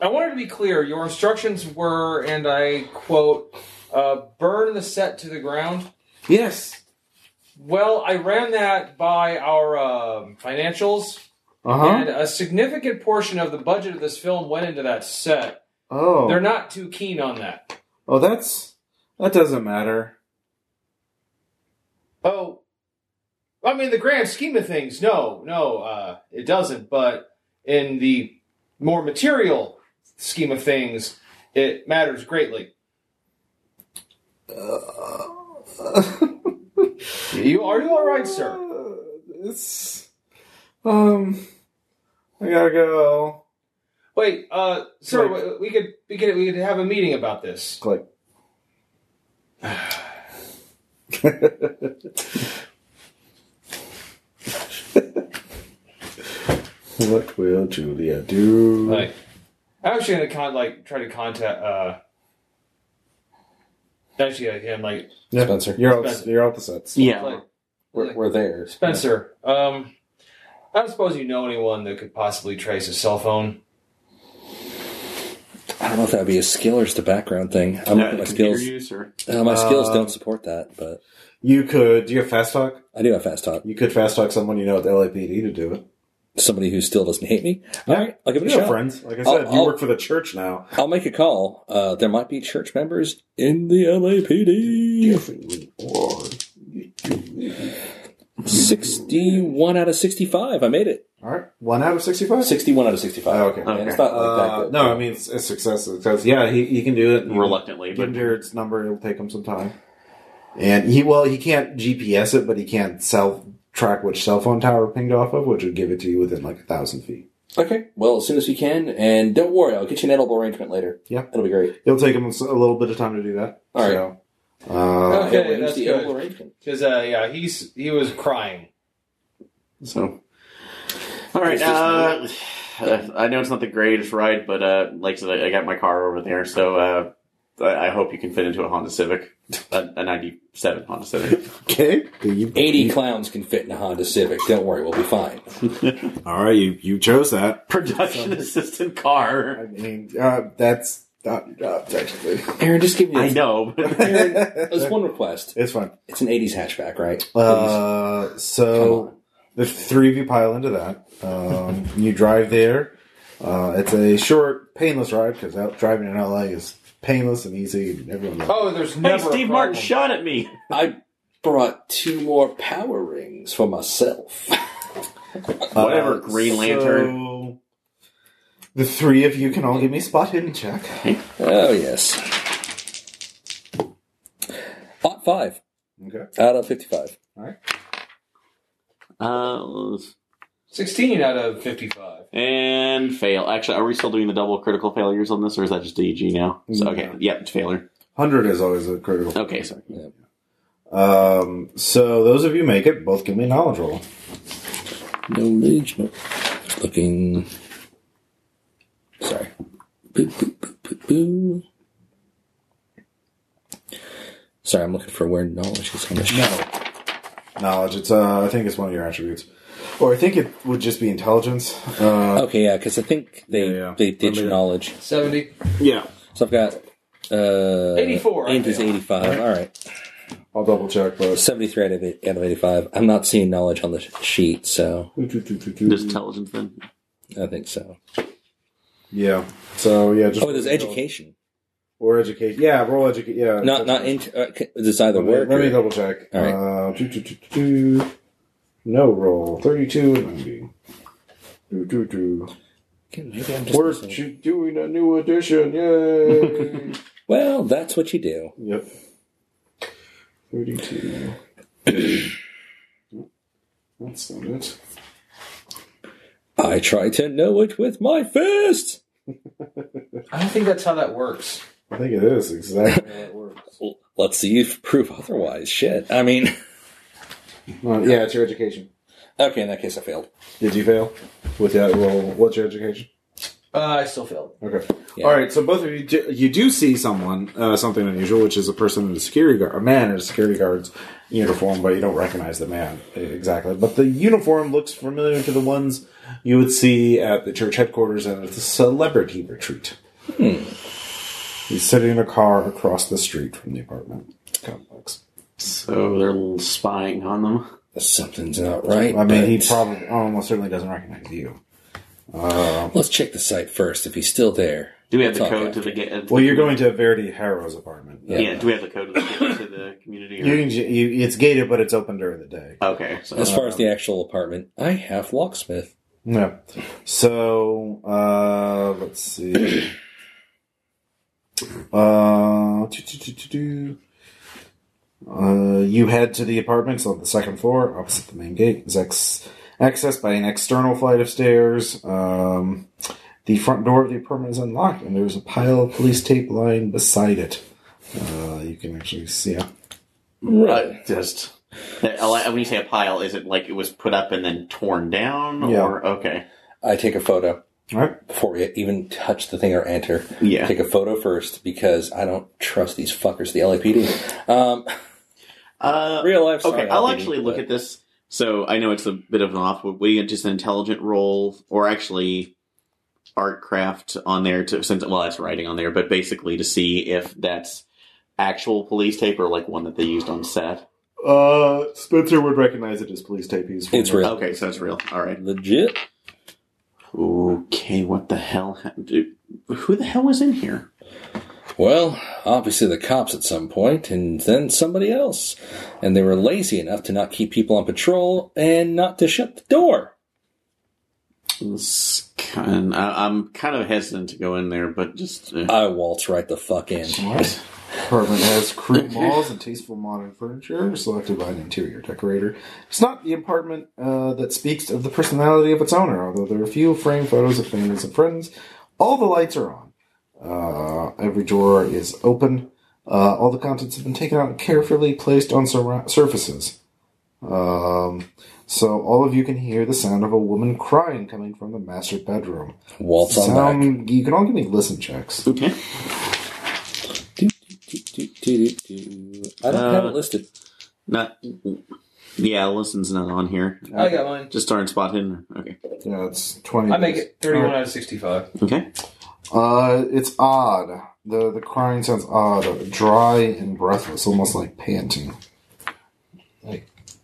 Speaker 2: I wanted to be clear. Your instructions were, and I quote, uh, "Burn the set to the ground."
Speaker 1: Yes.
Speaker 2: Well, I ran that by our um, financials,
Speaker 1: Uh huh.
Speaker 2: and a significant portion of the budget of this film went into that set.
Speaker 1: Oh.
Speaker 2: They're not too keen on that.
Speaker 1: Oh, that's that doesn't matter.
Speaker 2: Oh, I mean, the grand scheme of things, no, no, uh, it doesn't. But in the more material scheme of things, it matters greatly. you are you all right, sir?
Speaker 1: Uh, [LAUGHS] it's um, I gotta go.
Speaker 2: Wait, uh, sir,
Speaker 1: Right.
Speaker 2: we- we could we could we could have a meeting about this.
Speaker 1: Click. [LAUGHS] What will Julia do?
Speaker 2: Like, I'm actually gonna con- like try to contact. uh Actually, uh, him like
Speaker 1: Yeah,
Speaker 4: Spencer.
Speaker 1: You're all,
Speaker 2: Spencer.
Speaker 1: you're all the sets.
Speaker 3: Yeah.
Speaker 2: like,
Speaker 4: We're, we're there.
Speaker 2: Spencer. Um, I don't suppose you know anyone that could possibly trace a cell phone.
Speaker 4: I don't know if that would be a skill or just a background thing. I'm
Speaker 3: Uh,
Speaker 4: my
Speaker 3: computer
Speaker 4: skills.
Speaker 3: use or-
Speaker 4: Uh, my skills
Speaker 1: Uh,
Speaker 4: don't support that, but
Speaker 1: You could. Do you have fast talk?
Speaker 4: I do have fast talk.
Speaker 1: You could fast talk someone you know at the LAPD to do it.
Speaker 4: Somebody who still doesn't hate me. All right, I'll give it a
Speaker 1: You have
Speaker 4: shot.
Speaker 1: friends. Like I
Speaker 4: I'll-
Speaker 1: said, you
Speaker 4: I'll-
Speaker 1: work for the church now.
Speaker 4: I'll make a call. Uh, there might be church members in the LAPD. Sixty-one out of sixty-five. I made it.
Speaker 1: All right, one out of sixty-five.
Speaker 4: Sixty-one out of sixty-five.
Speaker 1: Oh, okay.
Speaker 4: And it's not like that
Speaker 1: Uh,
Speaker 4: good.
Speaker 1: no, I mean it's a success. Success. Yeah, he, he can do it.
Speaker 3: reluctantly, but
Speaker 1: Ginger's number. It'll take him some time. And he well, he can't GPS it, but he can self track which cell phone tower it pinged off of, which would give it to you within like a thousand feet.
Speaker 4: Okay. Well, as soon as we can, and don't worry, I'll get you an edible arrangement later.
Speaker 1: Yeah.
Speaker 4: it'll be great.
Speaker 1: It'll take him a little bit of time to do that.
Speaker 4: All right.
Speaker 1: So,
Speaker 4: [LAUGHS]
Speaker 1: uh,
Speaker 2: Okay,
Speaker 4: Arrange
Speaker 2: that's
Speaker 4: the
Speaker 2: good.
Speaker 4: edible arrangement.
Speaker 2: Because uh, yeah, he's he was crying.
Speaker 3: so. All right.
Speaker 4: Is this
Speaker 3: Uh, uh, I know it's not the greatest ride, but uh, like I said, I I got my car over there, so uh, I, I hope you can fit into a Honda Civic, a, a '97 Honda Civic.
Speaker 1: okay. Do you-
Speaker 4: Eighty clowns can fit in a Honda Civic. Don't worry, we'll be fine.
Speaker 1: All right, you you chose that.
Speaker 3: Production assistant car.
Speaker 1: I mean, uh, that's not uh, technically.
Speaker 4: Aaron, just give me.
Speaker 3: I
Speaker 4: A,
Speaker 3: know. But
Speaker 4: There's one request.
Speaker 1: [LAUGHS] it's fine.
Speaker 4: It's an '80s hatchback, right?
Speaker 1: Uh,
Speaker 4: Come
Speaker 1: so
Speaker 4: on.
Speaker 1: the three of you pile into that. Um, you drive there. Uh, it's a short, painless ride because out driving in LA is painless and easy, and everyone.
Speaker 2: Oh,
Speaker 3: [LAUGHS]
Speaker 2: there's
Speaker 3: hey,
Speaker 2: never
Speaker 3: Steve
Speaker 2: a
Speaker 3: Martin
Speaker 2: problem.
Speaker 3: shot at me.
Speaker 4: I brought two more power rings for myself.
Speaker 1: Uh,
Speaker 3: whatever, Green Lantern.
Speaker 1: so the three of you can all give me a spot hidden check.
Speaker 4: [LAUGHS] Oh yes. Hot five
Speaker 1: Okay.
Speaker 4: out of fifty-five.
Speaker 3: Uh,
Speaker 2: Sixteen out of fifty-five.
Speaker 3: and fail. Actually, are we still doing the double critical failures on this, or is that just DG now? So, okay.
Speaker 1: No.
Speaker 3: Yep. Failure.
Speaker 1: Hundred is always a critical.
Speaker 3: Okay. Sorry.
Speaker 1: Um, so those of you make it, both give me a knowledge roll.
Speaker 4: No ledge. No. Looking. Sorry. Boo, boo, boo, boo, boo. Sorry, I'm looking for where knowledge is on the sheet.
Speaker 1: No. Knowledge. It's uh, I think it's one of your attributes, or I think it would just be intelligence. Uh,
Speaker 4: Okay, yeah, because I think they
Speaker 1: Yeah, yeah.
Speaker 4: they ditch
Speaker 1: Let me-
Speaker 4: knowledge.
Speaker 2: Seventy.
Speaker 1: yeah,
Speaker 4: So I've got uh,
Speaker 2: 84, I
Speaker 4: Int is
Speaker 2: feel.
Speaker 4: 85. All right.
Speaker 1: I'll double check, but
Speaker 4: 73 out of, eight, out of 85. I'm not seeing knowledge on the sh- sheet, so
Speaker 3: Just intelligence then.
Speaker 4: I think so.
Speaker 1: yeah. So yeah, just
Speaker 4: Oh, there's education.
Speaker 1: or educate. Yeah, roll educate. Yeah,
Speaker 4: Not not int. Uh, c- does either
Speaker 1: Let me,
Speaker 4: work?
Speaker 1: let me
Speaker 4: or-
Speaker 1: double check.
Speaker 4: All
Speaker 1: Uh, do, do, do, do, do. No roll thirty-two and ninety. Do, do, do.
Speaker 4: Okay, Maybe I'm just
Speaker 1: We're
Speaker 4: missing-
Speaker 1: ju- doing a new edition.
Speaker 4: [LAUGHS]
Speaker 1: Yay!
Speaker 4: well, that's what you do.
Speaker 1: yep. Thirty-two.
Speaker 4: [COUGHS]
Speaker 1: That's not it.
Speaker 4: I try to know it with my fist.
Speaker 2: I don't think that's how that works.
Speaker 1: I think it is
Speaker 4: [LAUGHS]
Speaker 1: exactly how it works.
Speaker 4: Well, Let's see if you prove otherwise. Shit. I mean, [LAUGHS]
Speaker 1: Uh, yeah, it's your education.
Speaker 4: okay, in that case, I failed.
Speaker 1: Did you fail with that roll? What's your education?
Speaker 2: Uh, I still failed.
Speaker 1: Okay.
Speaker 4: Yeah.
Speaker 1: All right. So both of you, do, you do see someone, uh, something unusual, which is a person in a security guard, a man in a security guard's uniform, but you don't recognize the man uh, exactly. But the uniform looks familiar to the ones you would see at the church headquarters and at the celebrity retreat. He's sitting in a car across the street from the apartment complex.
Speaker 3: So they're spying on them.
Speaker 4: Something's not right.
Speaker 1: I mean, he
Speaker 4: but-
Speaker 1: probably almost certainly doesn't recognize you.
Speaker 4: Let's check the site first. If he's still there,
Speaker 3: Do we have the
Speaker 4: Talk
Speaker 3: code
Speaker 4: after.
Speaker 3: to the get?
Speaker 1: Well, you're going to Verity Harrow's apartment.
Speaker 3: Yeah. Do we have the code to the, to the community?
Speaker 1: You
Speaker 3: Or?
Speaker 1: can, you, it's gated, but it's open during the day.
Speaker 3: Okay. So
Speaker 4: As far
Speaker 1: Uh,
Speaker 4: as the actual apartment, I have locksmith.
Speaker 1: Yeah. So uh, let's see. Uh, do, do, do, do, do. Uh, you head to the apartments on the second floor, opposite the main gate. Is ex- accessed by an external flight of stairs. Um, the front door of the apartment is unlocked, and there's a pile of police tape lying beside it. Uh, you can actually see it.
Speaker 4: Right.
Speaker 5: Uh, just
Speaker 3: That- When you say a pile, is it like it was put up and then torn down?
Speaker 1: Yeah.
Speaker 3: Or okay,
Speaker 4: I take a photo
Speaker 1: All right.
Speaker 4: before we even touch the thing or enter.
Speaker 3: yeah.
Speaker 4: Take a photo first because I don't trust these fuckers, the LAPD.
Speaker 3: [LAUGHS]
Speaker 4: Um,
Speaker 3: Uh,
Speaker 4: real life.
Speaker 3: okay,
Speaker 4: sorry,
Speaker 3: I'll
Speaker 4: LAPD,
Speaker 3: actually look
Speaker 4: but-
Speaker 3: at this. So I know it's a bit of an off, but we get just an intelligent role, or actually art craft on there to since well that's writing on there, but basically to see if that's actual police tape or like one that they used on set.
Speaker 1: Uh, Spencer would recognize it as police tape. He's from-
Speaker 4: It's real.
Speaker 3: Okay, so it's real. All right.
Speaker 4: Legit.
Speaker 3: Okay, what the hell? hap- dude, Who the hell was in here?
Speaker 4: Well, obviously the cops at some point, and then somebody else. And they were lazy enough to not keep people on patrol and not to shut the door.
Speaker 3: It's kind I, I'm kind of hesitant to go in there, but just uh,
Speaker 4: I waltz right the fuck in.
Speaker 1: All right. Apartment has crude walls and tasteful modern furniture selected by an interior decorator. It's not the apartment uh, that speaks of the personality of its owner, although there are few framed photos of families and friends. All the lights are on. Uh, every drawer is open. Uh, all the contents have been taken out and carefully placed on surra- surfaces. Um, so all of you can hear the sound of a woman crying coming from the master bedroom.
Speaker 4: Waltz on back.
Speaker 1: Sound, you can all give me listen checks.
Speaker 3: okay.
Speaker 4: Do, do, do, do, do, do. I don't have
Speaker 3: Uh,
Speaker 4: it listed.
Speaker 3: Not yeah, listen's not on here.
Speaker 2: I got mine.
Speaker 3: Just starting spot hidden. Okay.
Speaker 1: Yeah, it's twenty.
Speaker 2: I make
Speaker 1: days.
Speaker 2: it 31 out of 65.
Speaker 3: Okay.
Speaker 1: Uh, it's odd. The the crying sounds odd, dry and breathless, almost like panting.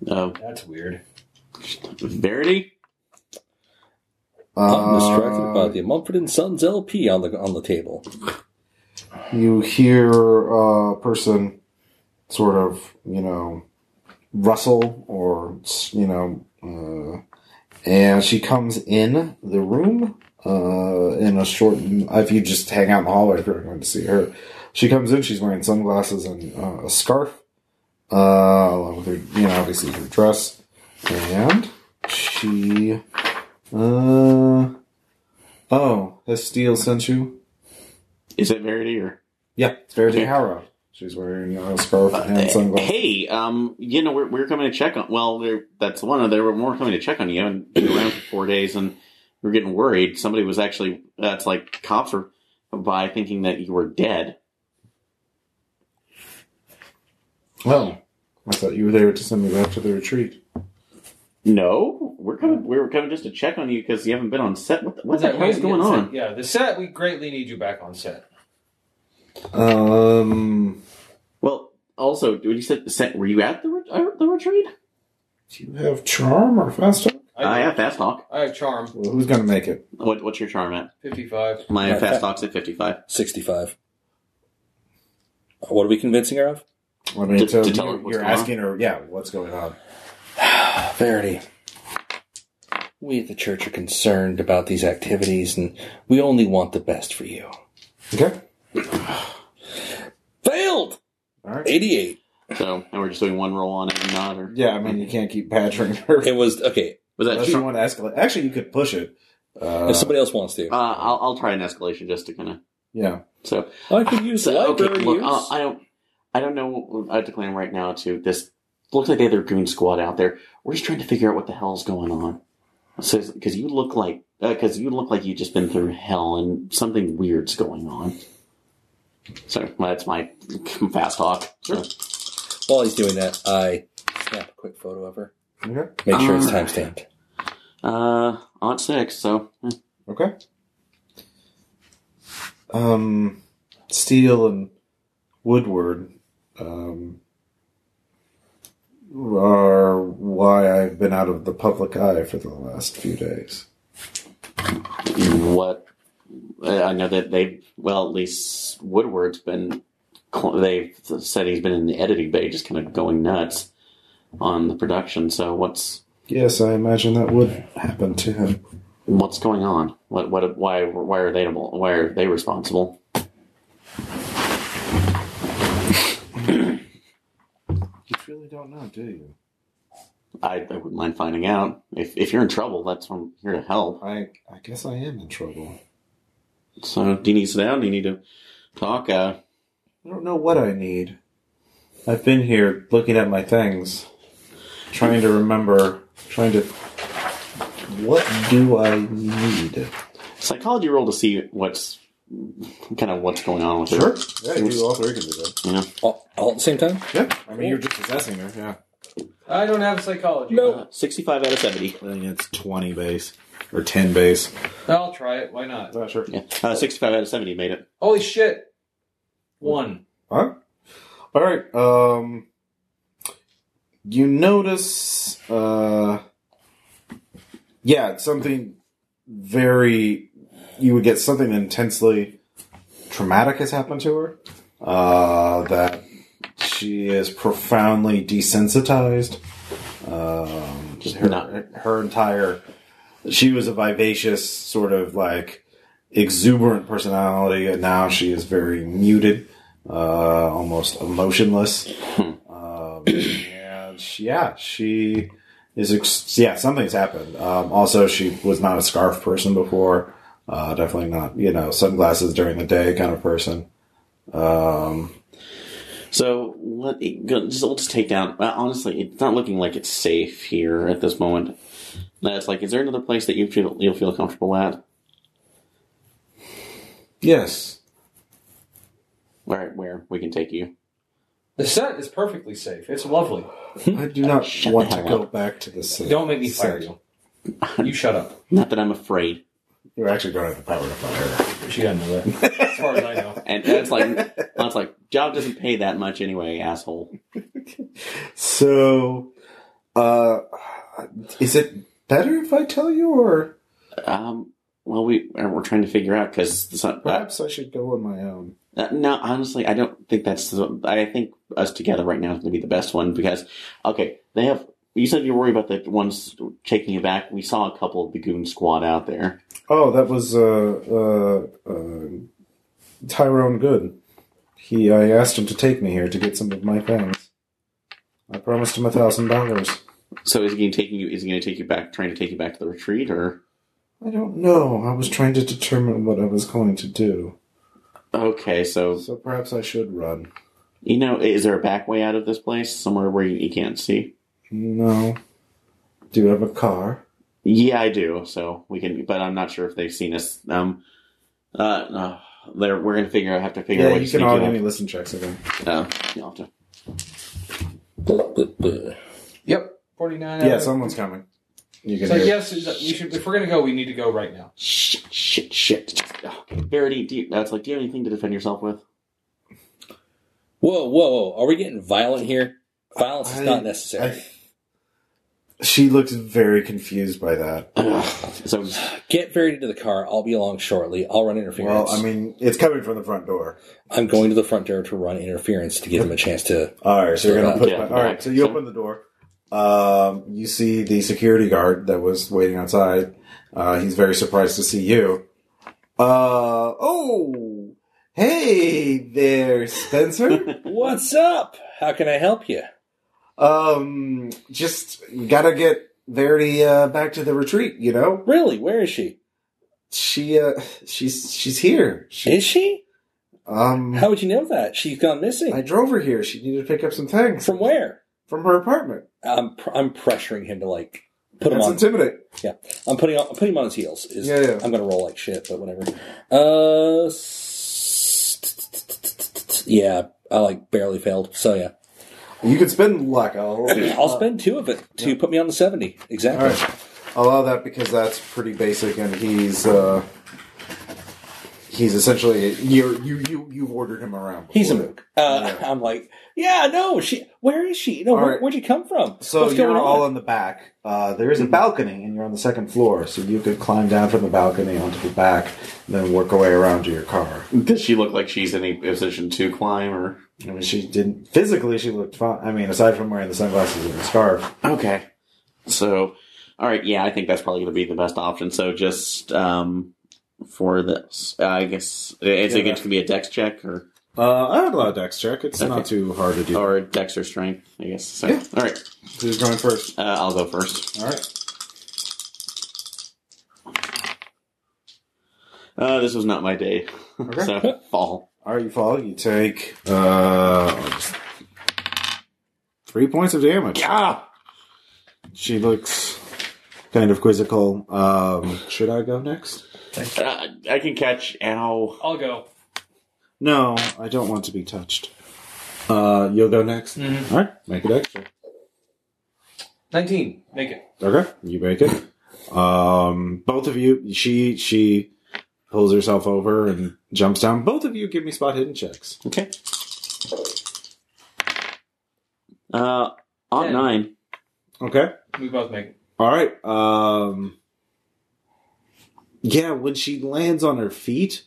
Speaker 3: Uh,
Speaker 2: That's weird.
Speaker 3: Verity.
Speaker 4: I'm distracted
Speaker 1: Uh,
Speaker 4: by the Mumford and Sons LP on the on the table.
Speaker 1: You hear a person sort of, you know, rustle or, you know, uh, and she comes in the room uh, in a short. If you just hang out in the hallway, if you're going to see her, she comes in. She's wearing sunglasses and uh, a scarf, uh, along with her, you know, obviously her dress, and she. Uh, oh, has Steele sent you?
Speaker 3: Is it Verity or?
Speaker 1: Yeah, it's Verity
Speaker 3: Okay.
Speaker 1: Harrow. She's wearing a scarf and
Speaker 3: Uh,
Speaker 1: sunglasses.
Speaker 3: hey, um, you know we're we're coming to check on. Well, there- that's one. of There were more coming to check on you. And been around for four days, and we were getting worried. Somebody was actually that's like cops were by thinking that you were dead.
Speaker 1: Oh, I thought you were there to send me back to the retreat.
Speaker 3: No, we're coming. We were coming just to check on you because you haven't been on set. What the, what the
Speaker 2: that
Speaker 3: hell is going on?
Speaker 2: Yeah, the set, we greatly need you back on set.
Speaker 1: Um,
Speaker 3: Well, also, when you said set, were you at the re- uh, the retreat?
Speaker 1: do you have charm or fast talk?
Speaker 3: I,
Speaker 2: I,
Speaker 3: have fast talk.
Speaker 2: I have charm.
Speaker 1: Well, who's gonna make it?
Speaker 3: What, what's your charm at?
Speaker 2: 55.
Speaker 3: My
Speaker 4: Uh,
Speaker 3: fast
Speaker 4: fa-
Speaker 3: talk's at fifty five.
Speaker 4: 65. What are we convincing her of?
Speaker 1: I mean,
Speaker 3: To-
Speaker 1: so
Speaker 3: to tell
Speaker 1: you-
Speaker 3: her what's
Speaker 1: you're
Speaker 3: going on?
Speaker 1: asking her, yeah, what's going on?
Speaker 4: Verity. We at the church are concerned about these activities and we only want the best for you.
Speaker 1: Okay,
Speaker 4: Failed!
Speaker 1: all right.
Speaker 4: 88.
Speaker 3: So, and we're just doing one roll on it and not, or
Speaker 1: Yeah, I mean, you can't keep badgering her.
Speaker 4: It was, okay,
Speaker 3: was that?
Speaker 1: Unless you want to escalate. Actually, you could push it. Uh,
Speaker 4: if somebody else wants to.
Speaker 3: Uh, I'll, I'll try an escalation just to kind of.
Speaker 1: yeah.
Speaker 3: So,
Speaker 4: I could use
Speaker 3: so, okay,
Speaker 4: library
Speaker 3: look,
Speaker 4: use.
Speaker 3: uh, I don't, I don't know. I declare right now to this. Looks like they have their goon squad out there. We're just trying to figure out what the hell's going on. So, because you look like, because you look like you've just been through hell and something weird's going on. So that's my fast talk. So,
Speaker 4: While he's doing that, I snap a quick photo of her.
Speaker 1: Okay.
Speaker 4: Make sure it's
Speaker 3: All right.
Speaker 4: time stamped.
Speaker 3: uh, on six. So, eh,
Speaker 1: Okay. Um, Steele and Woodward um, are why I've been out of the public eye for the last few days.
Speaker 3: what I I know that they well at least Woodward's been cl- they've said he's been in the editing bay just kind of going nuts on the production so what's
Speaker 1: Yes, I imagine that would happen to him.
Speaker 3: what's going on what what why why are they able- why are they responsible
Speaker 1: You really don't know, do you?
Speaker 3: I, I wouldn't mind finding out if if you're in trouble that's I'm here to help
Speaker 1: I I guess I am in trouble.
Speaker 3: so do you need to sit down do you need to talk uh
Speaker 1: I don't know what I need. I've been here looking at my things, trying to remember, trying to. What do I need?
Speaker 3: Psychology roll to see what's kind of what's going on with it.
Speaker 1: Yeah, you all three can do that.
Speaker 3: Yeah.
Speaker 4: All, all at the same time?
Speaker 1: Yeah, I mean you're just assessing her. Yeah,
Speaker 2: I don't have psychology.
Speaker 4: No.
Speaker 3: 65 out of 70.
Speaker 1: I think it's twenty base or ten base.
Speaker 2: Uh, I'll try it. Why not?
Speaker 1: Not sure.
Speaker 3: Yeah. Uh, 65 out of 70 made it.
Speaker 2: Holy shit! One.
Speaker 1: Huh? All right. Um, you notice, uh, yeah, it's something very. You would get something intensely traumatic has happened to her. Uh, that she is profoundly desensitized. Um,
Speaker 3: Just
Speaker 1: her,
Speaker 3: not-
Speaker 1: her entire. She was a vivacious sort of like exuberant personality, and now she is very muted, uh, almost emotionless.
Speaker 2: Hmm.
Speaker 1: um, and she, yeah, she is. Ex- yeah, something's happened. Um, also, she was not a scarf person before. Uh, definitely not, you know, sunglasses during the day kind of person. Um,
Speaker 3: So let it go. Just, we'll just take down. Well, honestly, it's not looking like it's safe here at this moment. That's like, is there another place that you feel you'll feel comfortable at?
Speaker 1: yes.
Speaker 3: Where where we can take you?
Speaker 2: The set is perfectly safe. It's lovely.
Speaker 1: I do not
Speaker 3: Shut
Speaker 1: want
Speaker 3: the
Speaker 1: to
Speaker 3: hell
Speaker 1: go back to this. city.
Speaker 2: Don't make me fire you. You shut up.
Speaker 3: Not that I'm afraid.
Speaker 1: You actually don't have the power to fire.
Speaker 2: She doesn't know that. As far as
Speaker 3: [LAUGHS]
Speaker 2: I know.
Speaker 3: And that's like that's like job doesn't pay that much anyway, asshole.
Speaker 1: So, uh, is it better if I tell you, or
Speaker 3: Um. Well, we we're trying to figure out because uh,
Speaker 1: Perhaps I should go on my own.
Speaker 3: Uh, no, honestly, I don't think that's. The, I think us together right now is going to be the best one because, okay, they have. You said you worry about the ones taking you back. We saw a couple of the goon squad out there.
Speaker 1: Oh, that was uh, uh, uh, Tyrone Good. He, I asked him to take me here to get some of my things. I promised him a thousand dollars.
Speaker 3: So is he going to taking you? Is he going to take you back? Trying to take you back to the retreat, or
Speaker 1: I don't know. I was trying to determine what I was going to do.
Speaker 3: okay? So
Speaker 1: So perhaps I should run.
Speaker 3: you know, is there a back way out of this place? Somewhere where you, you can't see?
Speaker 1: No. Do you have a car?
Speaker 3: Yeah, I do. So we can, but I'm not sure if they've seen us. Um, uh, uh they're, we're going to figure. out have to figure out
Speaker 1: Yeah,
Speaker 3: what
Speaker 1: you can all give me
Speaker 3: to
Speaker 1: listen checks again.
Speaker 3: Uh, you'll have to
Speaker 4: Blah, blah, blah.
Speaker 2: Yep. Forty nine.
Speaker 1: Yeah, someone's coming. You can
Speaker 2: So
Speaker 1: hear.
Speaker 2: yes, is that- we should. If we're gonna go, we need to go right now.
Speaker 3: Shit, shit, shit. Okay, Verity, do you, that's like, do you have anything to defend yourself with?
Speaker 4: Whoa, whoa, whoa. Are we getting violent here? Violence is
Speaker 1: I-
Speaker 4: not necessary.
Speaker 1: I- she looks very confused by that.
Speaker 3: So,
Speaker 4: Get Verity to the car. I'll be along shortly. I'll run interference.
Speaker 1: Well, I mean, it's coming from the front door.
Speaker 4: I'm going to the front door to run interference to give him a chance to.
Speaker 1: All right, so you're gonna put.
Speaker 3: Yeah.
Speaker 1: all right, so you
Speaker 3: So-
Speaker 1: open the door. Um, you see the security guard that was waiting outside. Uh, he's very surprised to see you. Uh oh, hey there,
Speaker 4: [LAUGHS]
Speaker 1: Spencer.
Speaker 4: What's up? How can I help you?
Speaker 1: um, just gotta get Verity uh, back to the retreat. You know,
Speaker 4: Really? Where is she?
Speaker 1: she uh, she's she's here. She,
Speaker 4: Is she?
Speaker 1: um,
Speaker 4: How would you know that? She's gone
Speaker 1: I
Speaker 4: missing.
Speaker 1: drove her here. She needed to pick up some things
Speaker 4: From where?
Speaker 1: from her apartment.
Speaker 4: I'm pr- I'm pressuring him to like put him
Speaker 1: That's
Speaker 4: on.
Speaker 1: intimidate.
Speaker 4: I'm putting on, I'm putting him on his heels. Is,
Speaker 1: Yeah, yeah.
Speaker 4: I'm gonna roll like shit, but whatever. Uh, s- yeah, I like barely failed. So
Speaker 1: [CLEARS THROAT]
Speaker 4: yeah,
Speaker 1: You could spend luck. I'll,
Speaker 4: I'll spend two of it to put me on the seventy.
Speaker 1: All
Speaker 4: Exactly.
Speaker 1: right, allow that because that's pretty basic, and he's uh, he's essentially you're, you you you've ordered him around.
Speaker 4: He's a
Speaker 1: before.
Speaker 4: mook. Uh,
Speaker 1: Yeah.
Speaker 4: I'm like, yeah, no, she. Where is she? No,
Speaker 1: All
Speaker 4: where,
Speaker 1: right.
Speaker 4: would you come from?
Speaker 1: So you're all on the back. Uh, there
Speaker 4: Mm-hmm.
Speaker 1: is a balcony, and you're on the second floor, so you could climb down from the balcony onto the back, and then work away around to your car.
Speaker 3: does she look like she's in a position to climb, or?
Speaker 1: I mean, she didn't physically. She looked fine. I mean, aside from wearing the sunglasses and the scarf.
Speaker 3: Okay. So, all right, yeah, I think that's probably going to be the best option. So, just um, for this, I guess, is
Speaker 1: Yeah,
Speaker 3: it going to be a dex check or,
Speaker 1: Uh, I would allow a dex check. It's
Speaker 3: Okay.
Speaker 1: not too hard to do.
Speaker 3: or dex or strength, I guess? So,
Speaker 1: Yeah.
Speaker 3: All right,
Speaker 1: Who's going first?
Speaker 3: uh, I'll go first.
Speaker 1: All right.
Speaker 3: Uh, this was not my day.
Speaker 1: Okay.
Speaker 3: [LAUGHS] so, fall.
Speaker 1: All right, you follow. You take. Uh, Three points of damage.
Speaker 3: Yeah.
Speaker 1: She looks kind of quizzical. Um, should I go next?
Speaker 3: Uh, I can catch. Ow.
Speaker 2: I'll go.
Speaker 1: No, I don't want to be touched. Uh, you'll go
Speaker 3: Mm.
Speaker 1: next.
Speaker 2: Mhm.
Speaker 1: All right, make it extra.
Speaker 2: 19. Make it.
Speaker 1: Okay, you make it. Um, both of you. She she pulls herself over and jumps down. Both of you give me spot hidden checks.
Speaker 3: Okay. Uh, on
Speaker 2: Yeah.
Speaker 3: nine.
Speaker 1: Okay.
Speaker 2: We both make it.
Speaker 1: All right. Um, yeah, when she lands on her feet,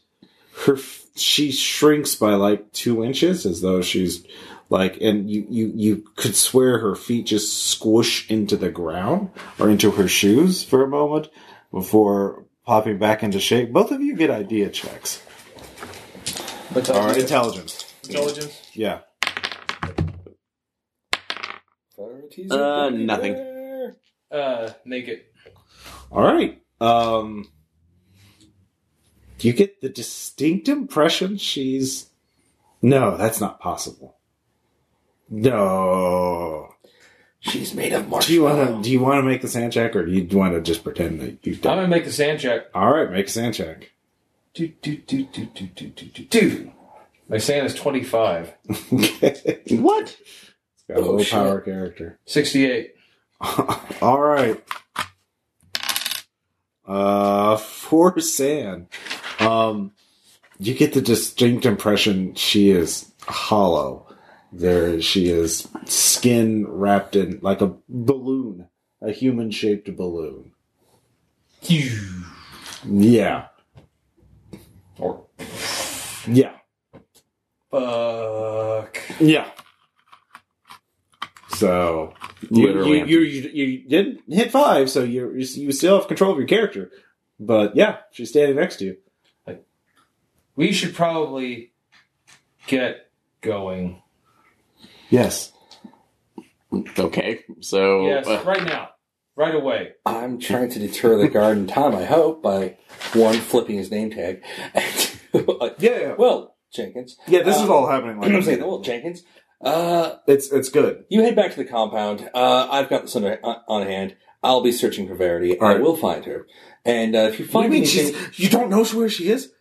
Speaker 1: her f- she shrinks by like two inches, as though she's like, and you you you could swear her feet just squish into the ground or into her shoes for a moment before popping back into shape. Both of you get idea checks.
Speaker 2: But
Speaker 1: All right, intelligence.
Speaker 2: Intelligence.
Speaker 1: Yeah.
Speaker 3: Uh, nothing.
Speaker 2: Uh, make it.
Speaker 1: All right. Um, you get the distinct impression she's. No, that's not possible. No.
Speaker 4: She's made of
Speaker 1: Do you want to? Do you want to make the sand check, or do you want to just pretend that you
Speaker 2: I'm
Speaker 1: don't?
Speaker 2: gonna make a sand check.
Speaker 1: All right, make a sand check. [LAUGHS]
Speaker 2: Do, do, do, do, do, do, do, do, do. My sand is 25.
Speaker 1: Okay.
Speaker 3: What?
Speaker 1: Got a
Speaker 4: Oh,
Speaker 1: low
Speaker 4: shit.
Speaker 1: power character.
Speaker 2: 68.
Speaker 1: [LAUGHS] All right. Uh, for sand, um, you get the distinct impression she is hollow. There, she is skin wrapped in like a balloon, a human shaped balloon. Yeah,
Speaker 2: Or
Speaker 1: yeah,
Speaker 2: fuck.
Speaker 1: yeah. So you,
Speaker 3: Literally.
Speaker 1: you, you, you, you didn't hit five, so you you still have control of your character. But yeah, she's standing next to you.
Speaker 2: We should probably get going.
Speaker 1: Yes.
Speaker 3: Okay.
Speaker 1: Oh,
Speaker 3: So.
Speaker 2: Yes,
Speaker 3: uh,
Speaker 2: right now. Right away.
Speaker 4: I'm trying to deter the guard in time, I hope, by one, flipping his name tag, and two, [LAUGHS] like,
Speaker 1: Yeah, yeah.
Speaker 4: well, Jenkins.
Speaker 1: Yeah, this is
Speaker 4: Uh,
Speaker 1: all happening. [CLEARS THROAT] Like
Speaker 4: I'm saying, well, Jenkins, uh,
Speaker 1: it's it's good.
Speaker 4: you head back to the compound. Uh, I've got this on, on hand. I'll be searching for Verity.
Speaker 1: All right.
Speaker 4: I will find her. And uh, if you
Speaker 1: What do
Speaker 4: find
Speaker 1: you mean?
Speaker 4: anything,
Speaker 1: She's, you don't know where she is?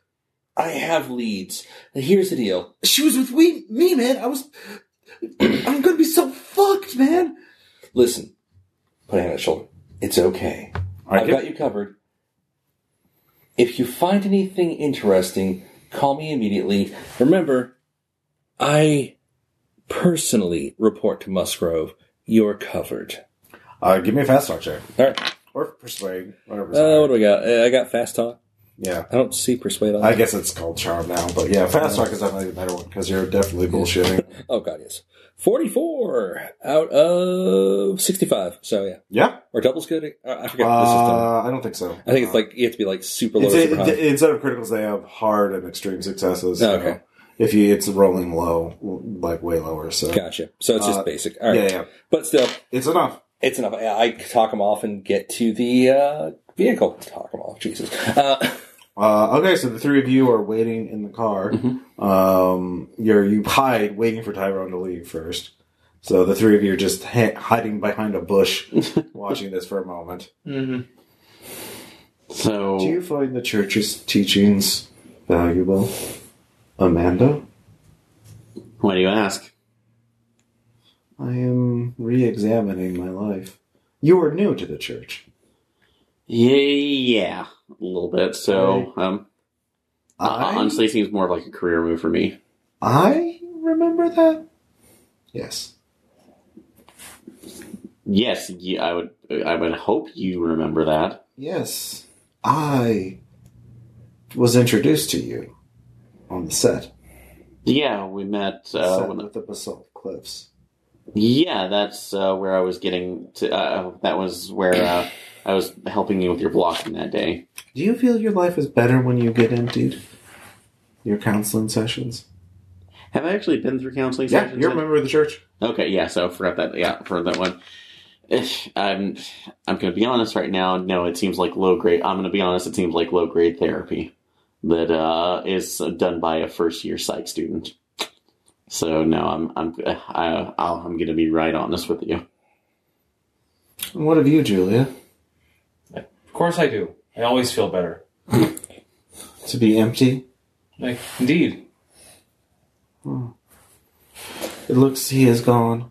Speaker 4: I have leads. And here's the deal.
Speaker 1: She was with we, me, man. I was. [CLEARS THROAT] I'm gonna be so fucked, man.
Speaker 4: Listen, put a hand on his shoulder. It's okay.
Speaker 1: All
Speaker 4: I've got you covered. If you find anything interesting, call me immediately. Remember, I personally report to Musgrove. You're covered.
Speaker 1: uh, give me a fast talk check
Speaker 4: All right.
Speaker 1: or persuade, whatever.
Speaker 4: Uh, what do we got? Uh, I got fast talk.
Speaker 1: yeah,
Speaker 4: I don't see persuade on.
Speaker 1: I
Speaker 4: that.
Speaker 1: guess it's called charm now, but yeah, fast talk is definitely the better one because you're definitely bullshitting. [LAUGHS]
Speaker 4: Oh God, yes. Forty-four out of sixty-five. So yeah,
Speaker 1: yeah,
Speaker 4: or double's good. Uh, I forget. what this is done.
Speaker 1: uh, I don't think so.
Speaker 4: I think it's like you have to be like super low.
Speaker 1: It's
Speaker 4: or super high.
Speaker 1: it- instead of criticals, they have hard and extreme successes.
Speaker 4: Oh,
Speaker 1: so
Speaker 4: okay.
Speaker 1: If you, it's rolling low, like way lower. So
Speaker 4: Gotcha. So it's just
Speaker 1: Uh,
Speaker 4: basic. All right.
Speaker 1: yeah, yeah,
Speaker 4: But still,
Speaker 1: it's enough.
Speaker 4: it's enough. I, I talk them off and get to the uh, vehicle. Talk them off. Jesus. [LAUGHS] Uh,
Speaker 1: Uh, okay, so the three of you are waiting in the car. Um, you're you hide, waiting for Tyrone to leave first. So the three of you are just ha- hiding behind a bush, watching this for a moment.
Speaker 2: Mm-hmm.
Speaker 3: so. Oh.
Speaker 1: Do you find the church's teachings valuable, Amanda?
Speaker 3: Why do you ask?
Speaker 1: I am re-examining my life. You are new to the church.
Speaker 3: Yeah, yeah, a little bit. So, um,
Speaker 1: I
Speaker 3: honestly, it seems more of like a career move for me.
Speaker 1: I remember that. Yes.
Speaker 3: Yes, ye- I would. I would hope you remember that.
Speaker 1: Yes, I was introduced to you on the set.
Speaker 3: Yeah, we met. Uh,
Speaker 1: set
Speaker 3: when
Speaker 1: with the basalt cliffs.
Speaker 3: yeah, that's uh, where I was getting to. Uh, that was where uh, I was helping you with your blocking that day.
Speaker 1: Do you feel your life is better when you get emptied? Your counseling sessions.
Speaker 3: Have I actually been through counseling
Speaker 1: Yeah,
Speaker 3: sessions?
Speaker 1: you're a member of the church.
Speaker 3: Okay, yeah, so I forgot that. Yeah, for that one. Ish, I'm I'm going to be honest right now. No, it seems like low grade. I'm going to be honest. It seems like low grade therapy that uh, is done by a first year psych student. So no, I'm I'm I, I'll, I'm going to be right honest with you.
Speaker 1: What of you, Julia?
Speaker 2: Of course I do. I always feel better.
Speaker 1: To be empty?
Speaker 2: Like, indeed.
Speaker 1: It looks he is gone.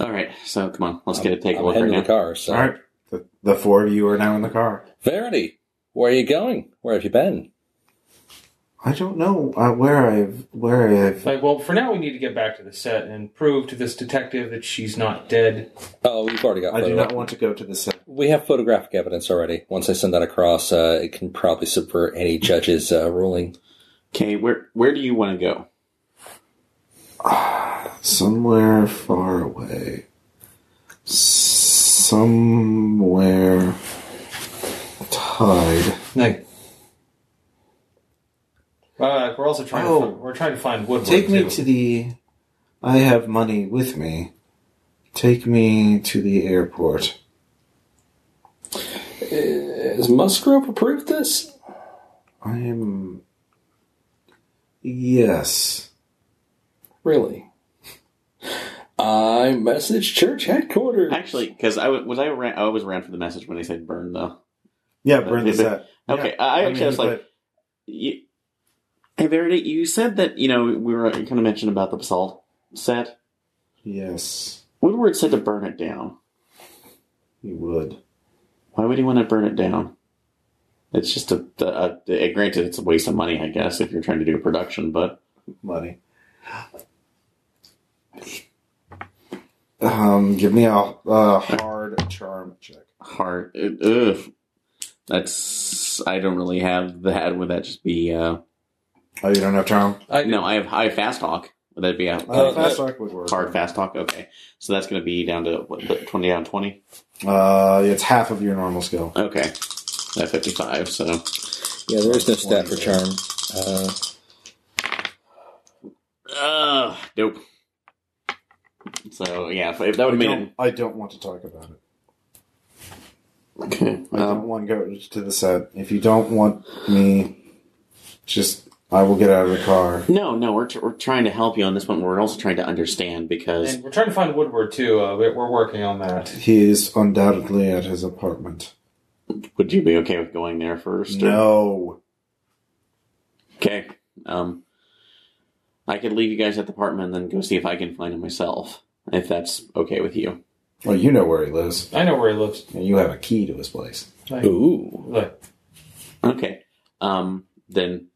Speaker 3: All right, so come on, let's get a take a
Speaker 4: I'm
Speaker 3: look
Speaker 4: heading
Speaker 3: right now.
Speaker 4: to the car. So.
Speaker 1: All right. The, the four of you are now in the car.
Speaker 4: Verity, where are you going? Where have you been?
Speaker 1: I don't know uh, where I've where I've.
Speaker 2: Like, well, for now we need to get back to the set and prove to this detective that she's not dead.
Speaker 4: Oh, we've already got.
Speaker 1: I do
Speaker 4: photo-
Speaker 1: not want to go to the set.
Speaker 4: We have photographic evidence already. Once I send that across, uh, it can probably subvert any judge's uh, ruling.
Speaker 3: Okay, where where do you want to go?
Speaker 1: Somewhere far away. Somewhere tied.
Speaker 2: Like, uh, we're also trying
Speaker 1: Oh.
Speaker 2: to find, we're trying to find Woodward.
Speaker 1: Take me
Speaker 2: too.
Speaker 1: to the. I have money with me. Take me to the airport.
Speaker 4: Is Musgrove approved this?
Speaker 1: I am. Yes.
Speaker 4: Really? I message church headquarters.
Speaker 3: Actually, because I wa- was I ran, I was around for the message when they said burn though.
Speaker 1: Yeah, burn the
Speaker 3: Okay,
Speaker 1: set.
Speaker 3: Okay,
Speaker 1: Yeah.
Speaker 3: I
Speaker 1: mean,
Speaker 3: actually was
Speaker 1: but-
Speaker 3: like, you, hey Verity, you said that you know we were kind of mentioned about the basalt set.
Speaker 1: Yes,
Speaker 3: Woodward said to burn it down.
Speaker 1: he would.
Speaker 3: Why would he want to burn it down? It's just a, a, a granted, it's a waste of money, I guess, if you're trying to do a production. But
Speaker 1: Money. Um, give me a, a hard charm check.
Speaker 3: hard, ugh, that's I don't really have that. Would that just be? uh
Speaker 1: Oh, you don't have charm?
Speaker 3: No, I have I have fast talk. Would that be a
Speaker 1: Uh,
Speaker 4: Uh,
Speaker 1: fast talk would work.
Speaker 3: hard fast talk? Okay, so that's going to be down to what, twenty down twenty.
Speaker 1: Uh, it's half of your normal skill.
Speaker 3: Okay, at fifty-five. So
Speaker 4: Yeah, there is no stat for charm. Uh,
Speaker 3: uh, nope. So yeah, if, if that would have
Speaker 1: I
Speaker 3: made it
Speaker 1: don't, I don't want to talk about it.
Speaker 3: okay. [LAUGHS]
Speaker 1: I don't want to go to the set. If you don't want me, just I will get out of the car.
Speaker 3: no, no, we're, tr- we're trying to help you on this one. We're also trying to understand because
Speaker 2: And we're trying to find Woodward too. Uh, we- we're working on that.
Speaker 1: He is undoubtedly at his apartment.
Speaker 3: would you be okay with going there first? or-
Speaker 1: No.
Speaker 3: Okay. Um, I could leave you guys at the apartment and then go see if I can find him myself, if that's okay with you.
Speaker 1: Well, you know where he lives,
Speaker 2: I know where he lives.
Speaker 1: and you have a key to his place.
Speaker 2: Like,
Speaker 4: ooh.
Speaker 2: look,
Speaker 3: Okay. Um, then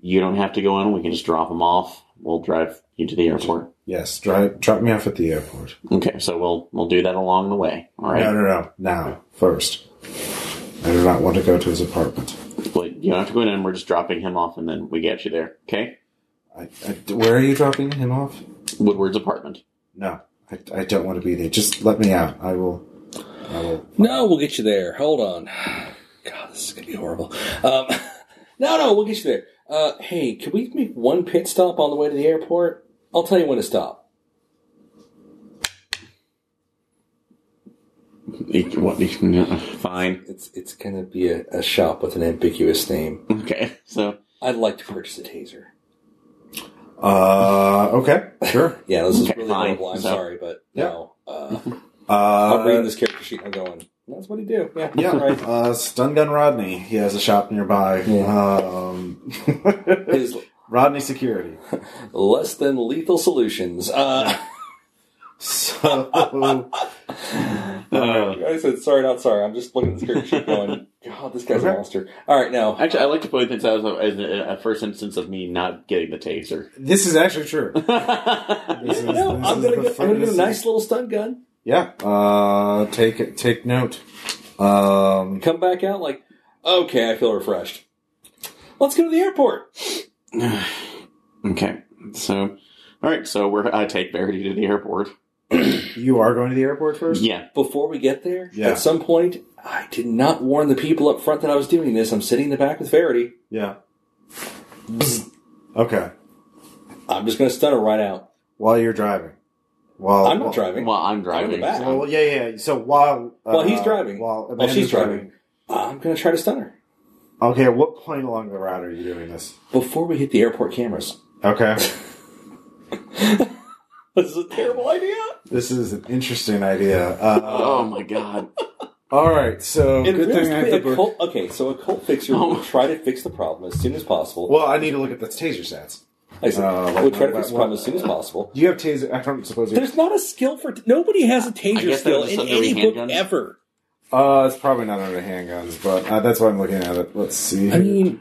Speaker 3: you don't have to go in. We can just drop him off. We'll drive you to the airport.
Speaker 1: Yes, drive, drop me off at the airport.
Speaker 3: Okay. So we'll we'll do that along the way. All right.
Speaker 1: No, no, no. Now, first. I do not want to go to his apartment.
Speaker 3: But you don't have to go in. We're just dropping him off, and then we get you there. Okay.
Speaker 1: I, I- where are you dropping him off?
Speaker 3: Woodward's apartment.
Speaker 1: No, I, I don't want to be there. Just let me out. I will. I will.
Speaker 4: No, we'll get you there. Hold on. [SIGHS] God, this is gonna be horrible. Um, [LAUGHS] no, no, we'll get you there. Uh, hey, can we make one pit stop on the way to the airport? I'll tell you when to stop.
Speaker 3: Fine.
Speaker 4: It's it's gonna be a, a shop with an ambiguous name.
Speaker 3: Okay. [LAUGHS] So
Speaker 4: I'd like to purchase a taser.
Speaker 1: Uh, okay,
Speaker 4: [LAUGHS]
Speaker 1: sure.
Speaker 4: Yeah, this is
Speaker 3: Okay,
Speaker 4: really
Speaker 3: fine.
Speaker 4: horrible. I'm
Speaker 3: So-
Speaker 4: sorry, but no. Uh, I'm reading
Speaker 1: Uh,
Speaker 4: this character sheet. and I'm going. That's what he do. Yeah.
Speaker 1: yeah,
Speaker 4: [LAUGHS] Right.
Speaker 1: uh, Stun Gun Rodney. He has a shop nearby. Um, [LAUGHS]
Speaker 4: His
Speaker 1: Rodney Security.
Speaker 4: less than lethal solutions. Uh, [LAUGHS]
Speaker 1: So, [LAUGHS]
Speaker 3: uh,
Speaker 4: I said sorry, not sorry. I'm just looking at this character sheet going. [LAUGHS] God, this guy's a
Speaker 1: Okay.
Speaker 4: monster. All right, now.
Speaker 3: actually, I like to point this out as a, as a first instance of me not getting the taser. [LAUGHS]
Speaker 1: this is actually true. This is-
Speaker 4: You
Speaker 1: this is the
Speaker 4: know, I'm gonna go, I'm gonna do a
Speaker 1: furthest-
Speaker 4: nice little stun gun.
Speaker 1: Yeah. Uh, take take note. Um,
Speaker 4: Come back out like, okay, I feel refreshed. Let's go to the airport.
Speaker 3: Okay. So, all right. So we're I take Verity to the airport.
Speaker 1: you are going to the airport first.
Speaker 3: Yeah.
Speaker 4: Before we get there,
Speaker 1: Yeah.
Speaker 4: at some point, I did not warn the people up front that I was doing this. I'm sitting in the back with Verity.
Speaker 1: Yeah. Okay.
Speaker 4: I'm just gonna stun her right out.
Speaker 1: While you're driving. While
Speaker 4: I'm
Speaker 1: while-
Speaker 4: not driving.
Speaker 3: Well, I'm
Speaker 4: I'm in
Speaker 3: driving.
Speaker 4: the back.
Speaker 3: so-
Speaker 1: Well, yeah, yeah. So while uh,
Speaker 4: While he's driving.
Speaker 1: while,
Speaker 4: While
Speaker 1: Amanda's
Speaker 4: she's driving. I'm gonna try to stun her
Speaker 1: Okay. At what point along the route are you doing this?
Speaker 4: before we hit the airport cameras. [LAUGHS]
Speaker 1: Okay.
Speaker 4: This is a terrible idea.
Speaker 1: This is an interesting idea. Uh,
Speaker 3: Oh my god.
Speaker 1: all right. So
Speaker 4: And
Speaker 1: good thing I have the
Speaker 4: realistically, a
Speaker 1: book.
Speaker 4: cult, okay, so a cult fixer
Speaker 3: Oh.
Speaker 1: [LAUGHS]
Speaker 4: would try to fix the problem as soon as possible.
Speaker 1: Well, I need to look at the taser stats.
Speaker 4: I said,
Speaker 1: uh,
Speaker 4: would try to
Speaker 1: what-
Speaker 4: fix the problem
Speaker 1: what-
Speaker 4: as soon as possible.
Speaker 1: Do you have taser? I don't suppose you.
Speaker 4: There's not a skill for nobody has a
Speaker 3: I
Speaker 4: taser
Speaker 3: guess that
Speaker 4: skill
Speaker 3: was
Speaker 4: in
Speaker 3: under
Speaker 4: any book
Speaker 3: handguns.
Speaker 4: ever.
Speaker 1: Uh, it's probably not under handguns, but uh, that's why I'm looking at it. Let's see.
Speaker 4: I mean,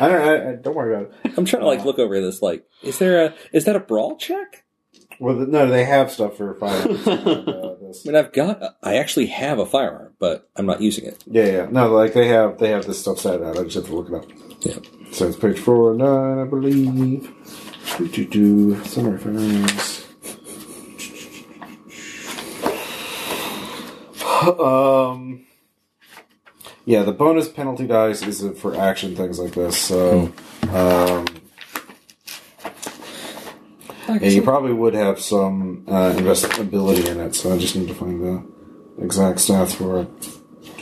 Speaker 1: I don't. I, I, don't worry about it.
Speaker 4: I'm trying to like look over this. Like, is there a is that a brawl check?
Speaker 1: Well, th- no, they have stuff for firearms.
Speaker 4: [LAUGHS]
Speaker 1: uh, this.
Speaker 4: I mean, I've got I actually have a firearm, but I'm not using it.
Speaker 1: Yeah, yeah. No, like they have they have this stuff set out. I just have to look it up.
Speaker 4: Yeah.
Speaker 1: So it's page four oh nine, I believe. Do do do summary firearms. Um. Yeah, the bonus penalty dice is for action things like this. So, um, yeah, you probably would have some uh, invest ability in it. So I just need to find the exact stats for it.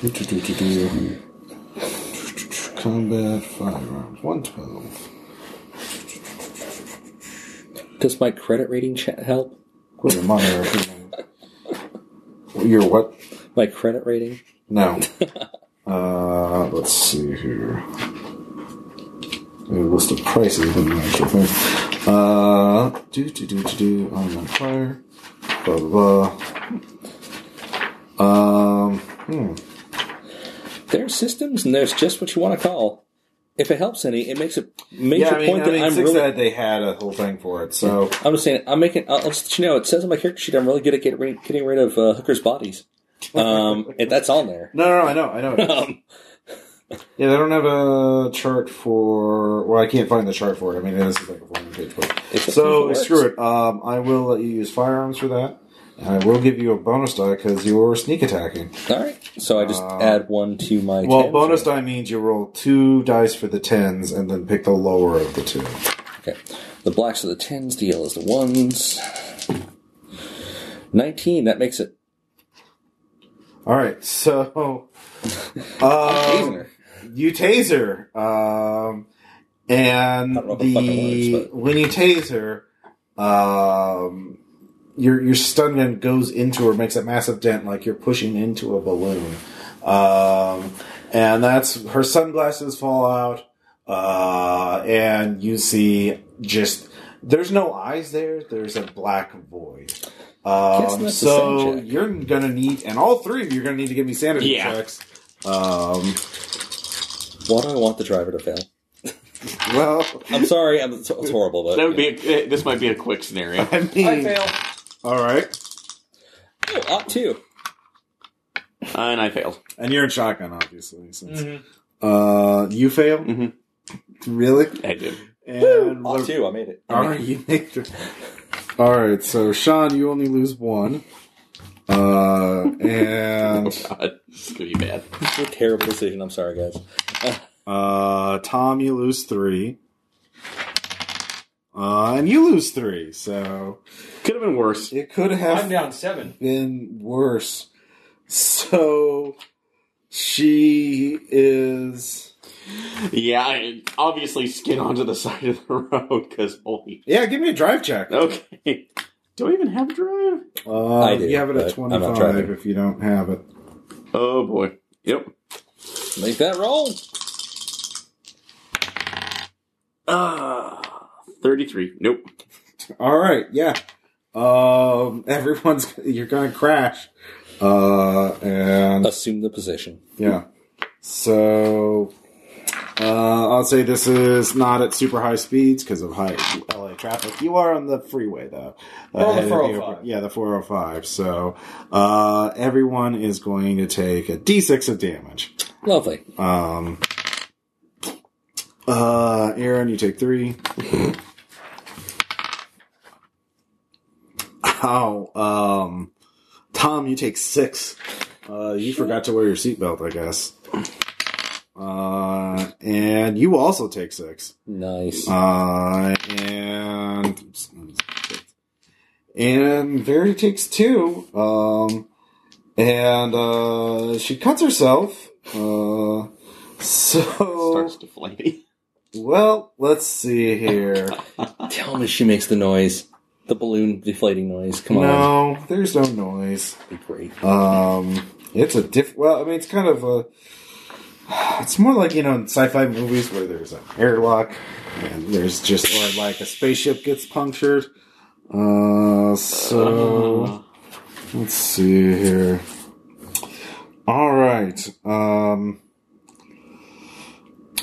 Speaker 1: Do, do, do, do, do. Combat firearms one twelve.
Speaker 4: Does my credit rating check help?
Speaker 1: Quit your monitor. Your what?
Speaker 4: My credit rating. [LAUGHS]
Speaker 1: No. uh, let's see here. A list of prices in the actual thing. Uh, do do do do do online fire. Blah blah blah. Um. Hmm.
Speaker 4: There's systems, and there's just what you want to call. If it helps any, it makes a major
Speaker 1: Yeah, I mean,
Speaker 4: point
Speaker 1: I
Speaker 4: that
Speaker 1: mean,
Speaker 4: I'm
Speaker 1: Six
Speaker 4: really.
Speaker 1: Ed, they had a whole thing for it. So
Speaker 4: I'm just saying. I'm making. I'll I'll just let you know. It says on my character sheet I'm really good at getting rid, getting rid of uh, hookers' bodies. Um, and that's on there.
Speaker 1: no, no, no, I know,
Speaker 4: [LAUGHS]
Speaker 1: I know. it is.
Speaker 4: Um,
Speaker 1: Yeah, they don't have a chart for. Well, I can't find the chart for it. I mean, this is like a 400 page book.
Speaker 4: It's-
Speaker 1: So
Speaker 4: it works.
Speaker 1: screw it. Um, I will let you use firearms for that, and I will give you a bonus die because you're sneak attacking.
Speaker 4: all right. So I just
Speaker 1: Uh,
Speaker 4: add one to my.
Speaker 1: Well,
Speaker 4: ten.
Speaker 1: bonus die means you roll two dice for the tens and then pick the lower of the two.
Speaker 4: Okay. The blacks are the tens. The yellows the ones. Nineteen. That makes it.
Speaker 1: All right,
Speaker 4: [LAUGHS]
Speaker 1: so um, you taser, um, and
Speaker 4: I don't know if I fucking
Speaker 1: the
Speaker 4: works, but-
Speaker 1: when you taser, um, your your stun gun goes into or makes a massive dent, like you're pushing into a balloon, um, and that's her sunglasses fall out, uh, and you see just there's no eyes there. There's a black void. Um,
Speaker 4: Guess that's the same
Speaker 1: so
Speaker 4: check.
Speaker 1: you're gonna need, and all three of you are gonna need to give me sanity
Speaker 3: Yeah.
Speaker 1: checks. Um,
Speaker 4: Why do I want the driver to fail?
Speaker 1: well, [LAUGHS]
Speaker 4: I'm sorry. I'm, it's, it's horrible, but
Speaker 3: That would be a, eh, this might be a quick [LAUGHS] scenario.
Speaker 1: I mean, all right,
Speaker 4: be oh, ought to.
Speaker 3: and I failed.
Speaker 1: and you're in shotgun, obviously. Since,
Speaker 2: Mm-hmm.
Speaker 1: Uh, you fail,
Speaker 3: Mhm.
Speaker 1: really,
Speaker 3: I did.
Speaker 1: and
Speaker 4: Ought
Speaker 1: Le-
Speaker 4: to. I made it.
Speaker 1: all right, you make the- All right, so Sean, you only lose one, uh,
Speaker 3: Oh
Speaker 1: and
Speaker 3: god, this is gonna be bad.
Speaker 4: This is a terrible decision. I'm sorry, guys.
Speaker 1: uh, Tom, you lose three. Uh, and you lose three, so
Speaker 3: Could have been worse.
Speaker 1: it could have
Speaker 2: I'm down seven.
Speaker 1: been worse. So she is.
Speaker 3: Yeah, I obviously skid onto the [LAUGHS] side of the road because holy.
Speaker 1: Yeah, give me a drive check.
Speaker 3: Okay. Do I even have drive?
Speaker 1: Uh,
Speaker 4: I do,
Speaker 1: you have it at
Speaker 4: but I'm
Speaker 1: 25
Speaker 4: not driving.
Speaker 1: if you don't have it.
Speaker 3: Oh boy. Yep.
Speaker 4: Make that roll.
Speaker 3: Uh, 33. Nope.
Speaker 1: All right, yeah. Um, [LAUGHS] everyone's. You're going to crash. Uh, and.
Speaker 4: Assume the position.
Speaker 1: Yeah. So uh, I'll say this is not at super high speeds because of high LA traffic. You are on the freeway though.
Speaker 2: We're on the
Speaker 1: Headed to
Speaker 2: 405.
Speaker 1: airport. Yeah, the 405. So uh, everyone is going to take a d6 of damage.
Speaker 4: Lovely.
Speaker 1: Um, uh, Aaron, you take three. [LAUGHS] Ow. Um, Tom, you take six. Uh, you forgot to wear your seatbelt, I guess. Uh, and you also take six.
Speaker 4: Nice.
Speaker 1: Uh, and and Barry takes two. Um, and uh, she cuts herself. Uh, so
Speaker 3: [LAUGHS] Starts deflating.
Speaker 1: Well, let's see here.
Speaker 4: Tell me she makes the noise. The balloon deflating noise. Come on.
Speaker 1: No, there's no noise.
Speaker 4: That'd be great.
Speaker 1: Um, it's a diff. Well, I mean, it's kind of a. It's more like you know in sci-fi movies where there's an airlock and there's just or like a spaceship gets punctured. Uh, so
Speaker 3: Uh,
Speaker 1: let's see here. All right. Um.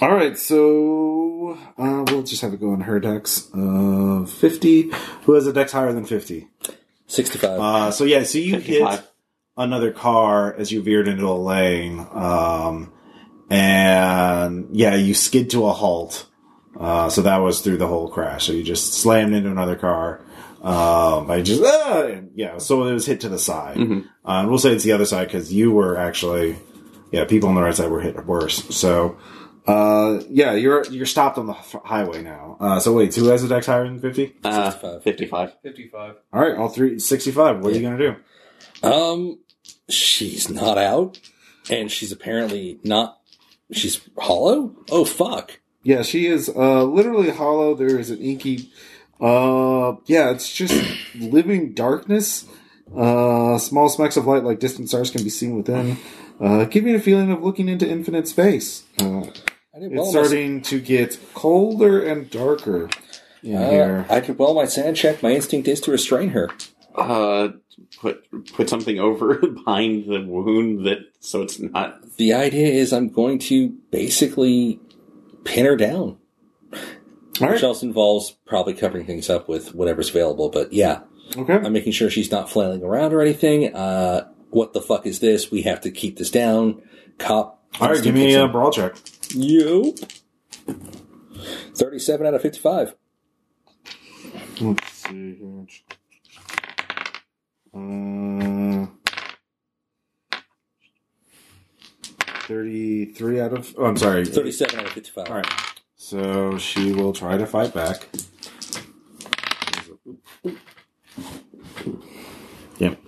Speaker 1: All right, so uh, we'll just have to go on her dex of fifty. Who has a dex higher than fifty?
Speaker 4: 65.
Speaker 1: Uh, so yeah, so you hit
Speaker 3: 55.
Speaker 1: another car as you veered into a lane, um, and yeah, you skid to a halt. Uh, so that was through the whole crash. So you just slammed into another car. Um, I just ah! and, yeah. So it was hit to the side.
Speaker 3: Mhm.
Speaker 1: Uh, and we'll say it's the other side because you were actually yeah. People on the right side were hit worse. So uh, yeah, you're you're stopped on the h- highway now. Uh, so wait, who has a dex higher than fifty?
Speaker 3: Uh,
Speaker 4: 65.
Speaker 3: 55.
Speaker 2: 55.
Speaker 1: All right, all three sixty-five. What are you gonna do?
Speaker 4: Um, she's not out, and she's apparently not. She's hollow. Oh fuck!
Speaker 1: Yeah, she is uh, literally hollow. There is an inky. Uh, yeah, it's just [COUGHS] living darkness. Uh, small smacks of light, like distant stars, can be seen within, uh, giving a feeling of looking into infinite space. Uh,
Speaker 4: I
Speaker 1: it's
Speaker 4: did in my-
Speaker 1: starting to get colder and darker in
Speaker 4: uh,
Speaker 1: here.
Speaker 4: I did well. in My sand check. My instinct is to restrain her.
Speaker 3: Uh, put put something over [LAUGHS] behind the wound that so it's not.
Speaker 4: The idea is I'm going to basically pin her down,
Speaker 1: All
Speaker 4: which
Speaker 1: right,
Speaker 4: else involves probably covering things up with whatever's available. But yeah,
Speaker 1: okay.
Speaker 4: I'm making sure she's not flailing around or anything. Uh, what the fuck is this? We have to keep this down. Cop.
Speaker 1: All right, give me um, a brawl check.
Speaker 4: You. Thirty-seven out of fifty-five.
Speaker 1: Let's see here. Uh, 33 out of. Oh, I'm sorry.
Speaker 4: 37 out of 55.
Speaker 1: All right. So she will try to fight back. Yep.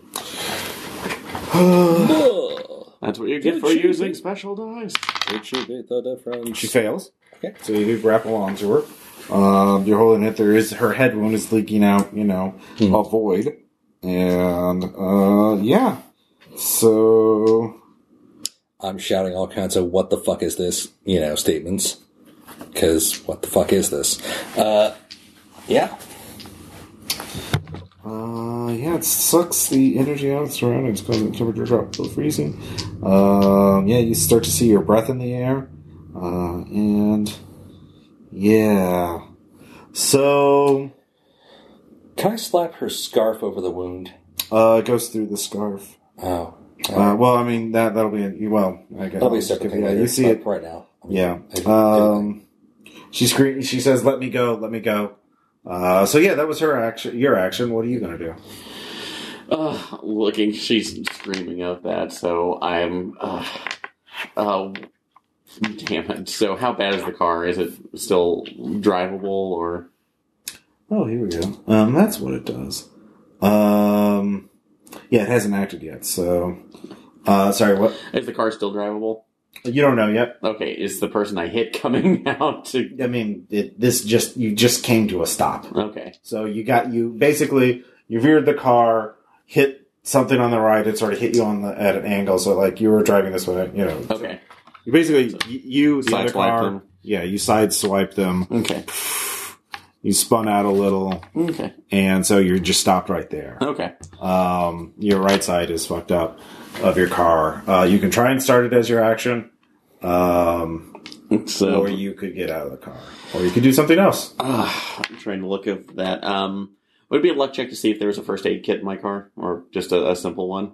Speaker 4: Ugh.
Speaker 3: That's what you get for using special dice.
Speaker 4: It should be the difference.
Speaker 1: She fails.
Speaker 4: Okay.
Speaker 1: So you do grapple onto her. Um, you're holding it. There is her head wound is leaking out. You know, a void. And uh, yeah. So
Speaker 4: I'm shouting all kinds of what the fuck is this, you know, statements. Because what the fuck is this? Uh, yeah.
Speaker 1: Uh, yeah, it sucks the energy out of the surroundings, causing temperature drop below freezing. Um, yeah, you start to see your breath in the air, uh, and yeah. So,
Speaker 4: Can I slap her scarf over the wound?
Speaker 1: uh, it goes through the scarf.
Speaker 4: Oh.
Speaker 1: Uh, well, I mean that that'll be a, well. I guess
Speaker 4: That'll
Speaker 1: I'll
Speaker 4: be a
Speaker 1: just
Speaker 4: separate
Speaker 1: give-
Speaker 4: thing.
Speaker 1: Yeah,
Speaker 4: later,
Speaker 1: you see
Speaker 4: but
Speaker 1: it.
Speaker 4: right now. I mean,
Speaker 1: Yeah.
Speaker 4: I didn't do
Speaker 1: Um, she screams. She says, "Let me go! Let me go!" Uh, so yeah, that was her action. Your action. What are you gonna do?
Speaker 3: Uh, looking, she's screaming out that, so I'm. Uh, uh, damn it. So, how bad is the car? Is it still drivable or.
Speaker 1: Oh, here we go. Um, that's what it does. Um, yeah, it hasn't acted yet. So, uh, sorry, what?
Speaker 3: Is the car still drivable?
Speaker 1: You don't know yet.
Speaker 3: Okay, is the person I hit [LAUGHS] coming out to.
Speaker 1: I mean, it, this just you just came to a stop.
Speaker 3: Okay.
Speaker 1: So you got you basically you veered the car, hit something on the right. It sort of hit you on the at an angle. So like you were driving this way, you know.
Speaker 3: Okay.
Speaker 1: You basically y- you the other
Speaker 3: Sideswipe
Speaker 1: car.
Speaker 3: them.
Speaker 1: Yeah, you sideswiped them.
Speaker 3: Okay.
Speaker 1: You spun out a little,
Speaker 3: Okay.
Speaker 1: and so you're just stopped right there.
Speaker 3: Okay.
Speaker 1: Um, your right side is fucked up of your car. Uh, you can try and start it as your action, um,
Speaker 3: So.
Speaker 1: or you could get out of the car, or you could do something else.
Speaker 3: Ah, I'm trying to look at that. Um, would it be a luck check to see if there was a first aid kit in my car, or just a, a simple one?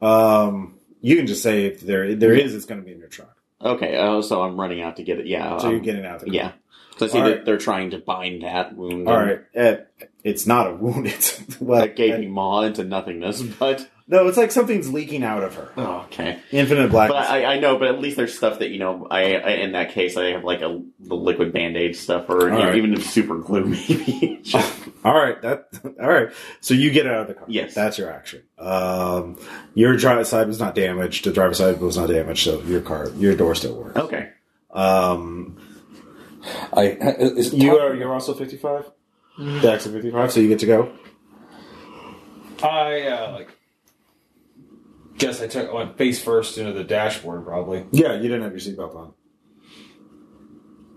Speaker 1: Um, you can just say if there there is, it's going to be in your truck.
Speaker 3: Okay. Oh, so I'm running out to get it. Yeah.
Speaker 1: So you're
Speaker 3: um,
Speaker 1: getting out of the car.
Speaker 3: Yeah. So I see
Speaker 1: All
Speaker 3: that
Speaker 1: right.
Speaker 3: they're trying to bind that wound.
Speaker 1: All
Speaker 3: and
Speaker 1: right. Uh, it's not a wound. [LAUGHS] It's well,
Speaker 3: That gaping maw into nothingness, [LAUGHS] but
Speaker 1: no, it's like something's leaking out of her.
Speaker 3: oh, okay.
Speaker 1: Infinite
Speaker 3: But
Speaker 1: blackness.
Speaker 3: I, I know, but at least there's stuff that you know. I, I in that case, I have like a the liquid band aid stuff, or you know,
Speaker 1: Alright.
Speaker 3: even if super glue, [LAUGHS] maybe. Just-
Speaker 1: [LAUGHS] all right. That. All right. So you get out of the car.
Speaker 3: Yes.
Speaker 1: That's your action. Um, your driver's side was not damaged. The driver's side was not damaged. So your car, your door still works.
Speaker 3: okay.
Speaker 1: Um,
Speaker 4: anything. I [LAUGHS] is it
Speaker 1: You
Speaker 4: Tom-
Speaker 1: are you're also fifty five. Jackson fifty five, so you get to go.
Speaker 2: I uh, like guess I took went face first into the dashboard probably.
Speaker 1: Yeah, you didn't have your seatbelt on.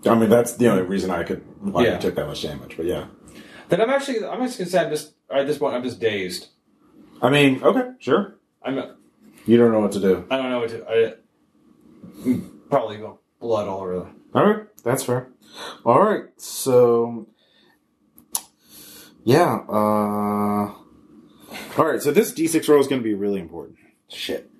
Speaker 1: I mean, that's the only reason I could why
Speaker 2: Yeah.
Speaker 1: you took that much damage. But yeah,
Speaker 2: Then I'm actually I'm just gonna say I'm just at this point I'm just dazed.
Speaker 1: I mean, okay, sure.
Speaker 2: I'm
Speaker 1: You don't know what to do.
Speaker 2: I don't know what to I mm, probably go blood all over. the-
Speaker 1: All right, that's fair. All right, so yeah. Uh, all right, so this d six roll is going to be really important.
Speaker 4: shit.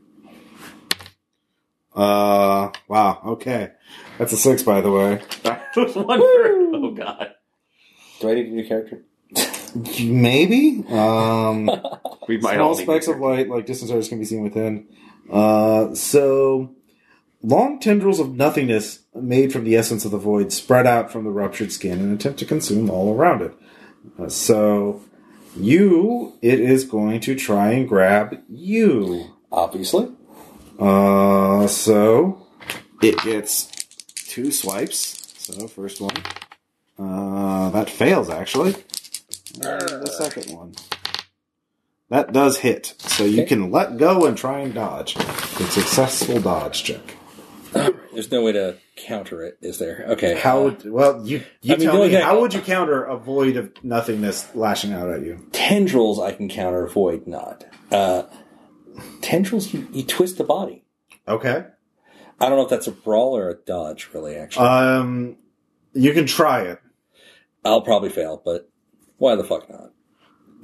Speaker 1: Uh, wow. Okay, that's a six, by the way.
Speaker 3: I was wondering. Oh god,
Speaker 4: Do I need a new character?
Speaker 1: Maybe. Um.
Speaker 3: we might
Speaker 1: small
Speaker 3: all need
Speaker 1: specks
Speaker 3: to-
Speaker 1: of light, like distant stars, can be seen within. Uh, so, long tendrils of nothingness made from the essence of the void spread out from the ruptured skin and attempt to consume all around it. Uh, so, you, it is going to try and grab you.
Speaker 4: Obviously.
Speaker 1: Uh, so, it gets two swipes. So, first one. Uh, that fails, actually. And the second one. That does hit. So you
Speaker 4: Okay.
Speaker 1: can let go and try and dodge. It's successful dodge check.
Speaker 4: There's no way to counter it, is there? Okay.
Speaker 1: How would, well, you, you
Speaker 4: I mean, the
Speaker 1: tell
Speaker 4: only
Speaker 1: me,
Speaker 4: thing-
Speaker 1: how would you counter a void of nothingness lashing out at you?
Speaker 4: tendrils I can counter, avoid not. Uh, tendrils, you, you twist the body.
Speaker 1: Okay.
Speaker 4: I don't know if that's a brawl or a dodge, really. Actually,
Speaker 1: Um, you can try it.
Speaker 4: I'll probably fail, but why the fuck not?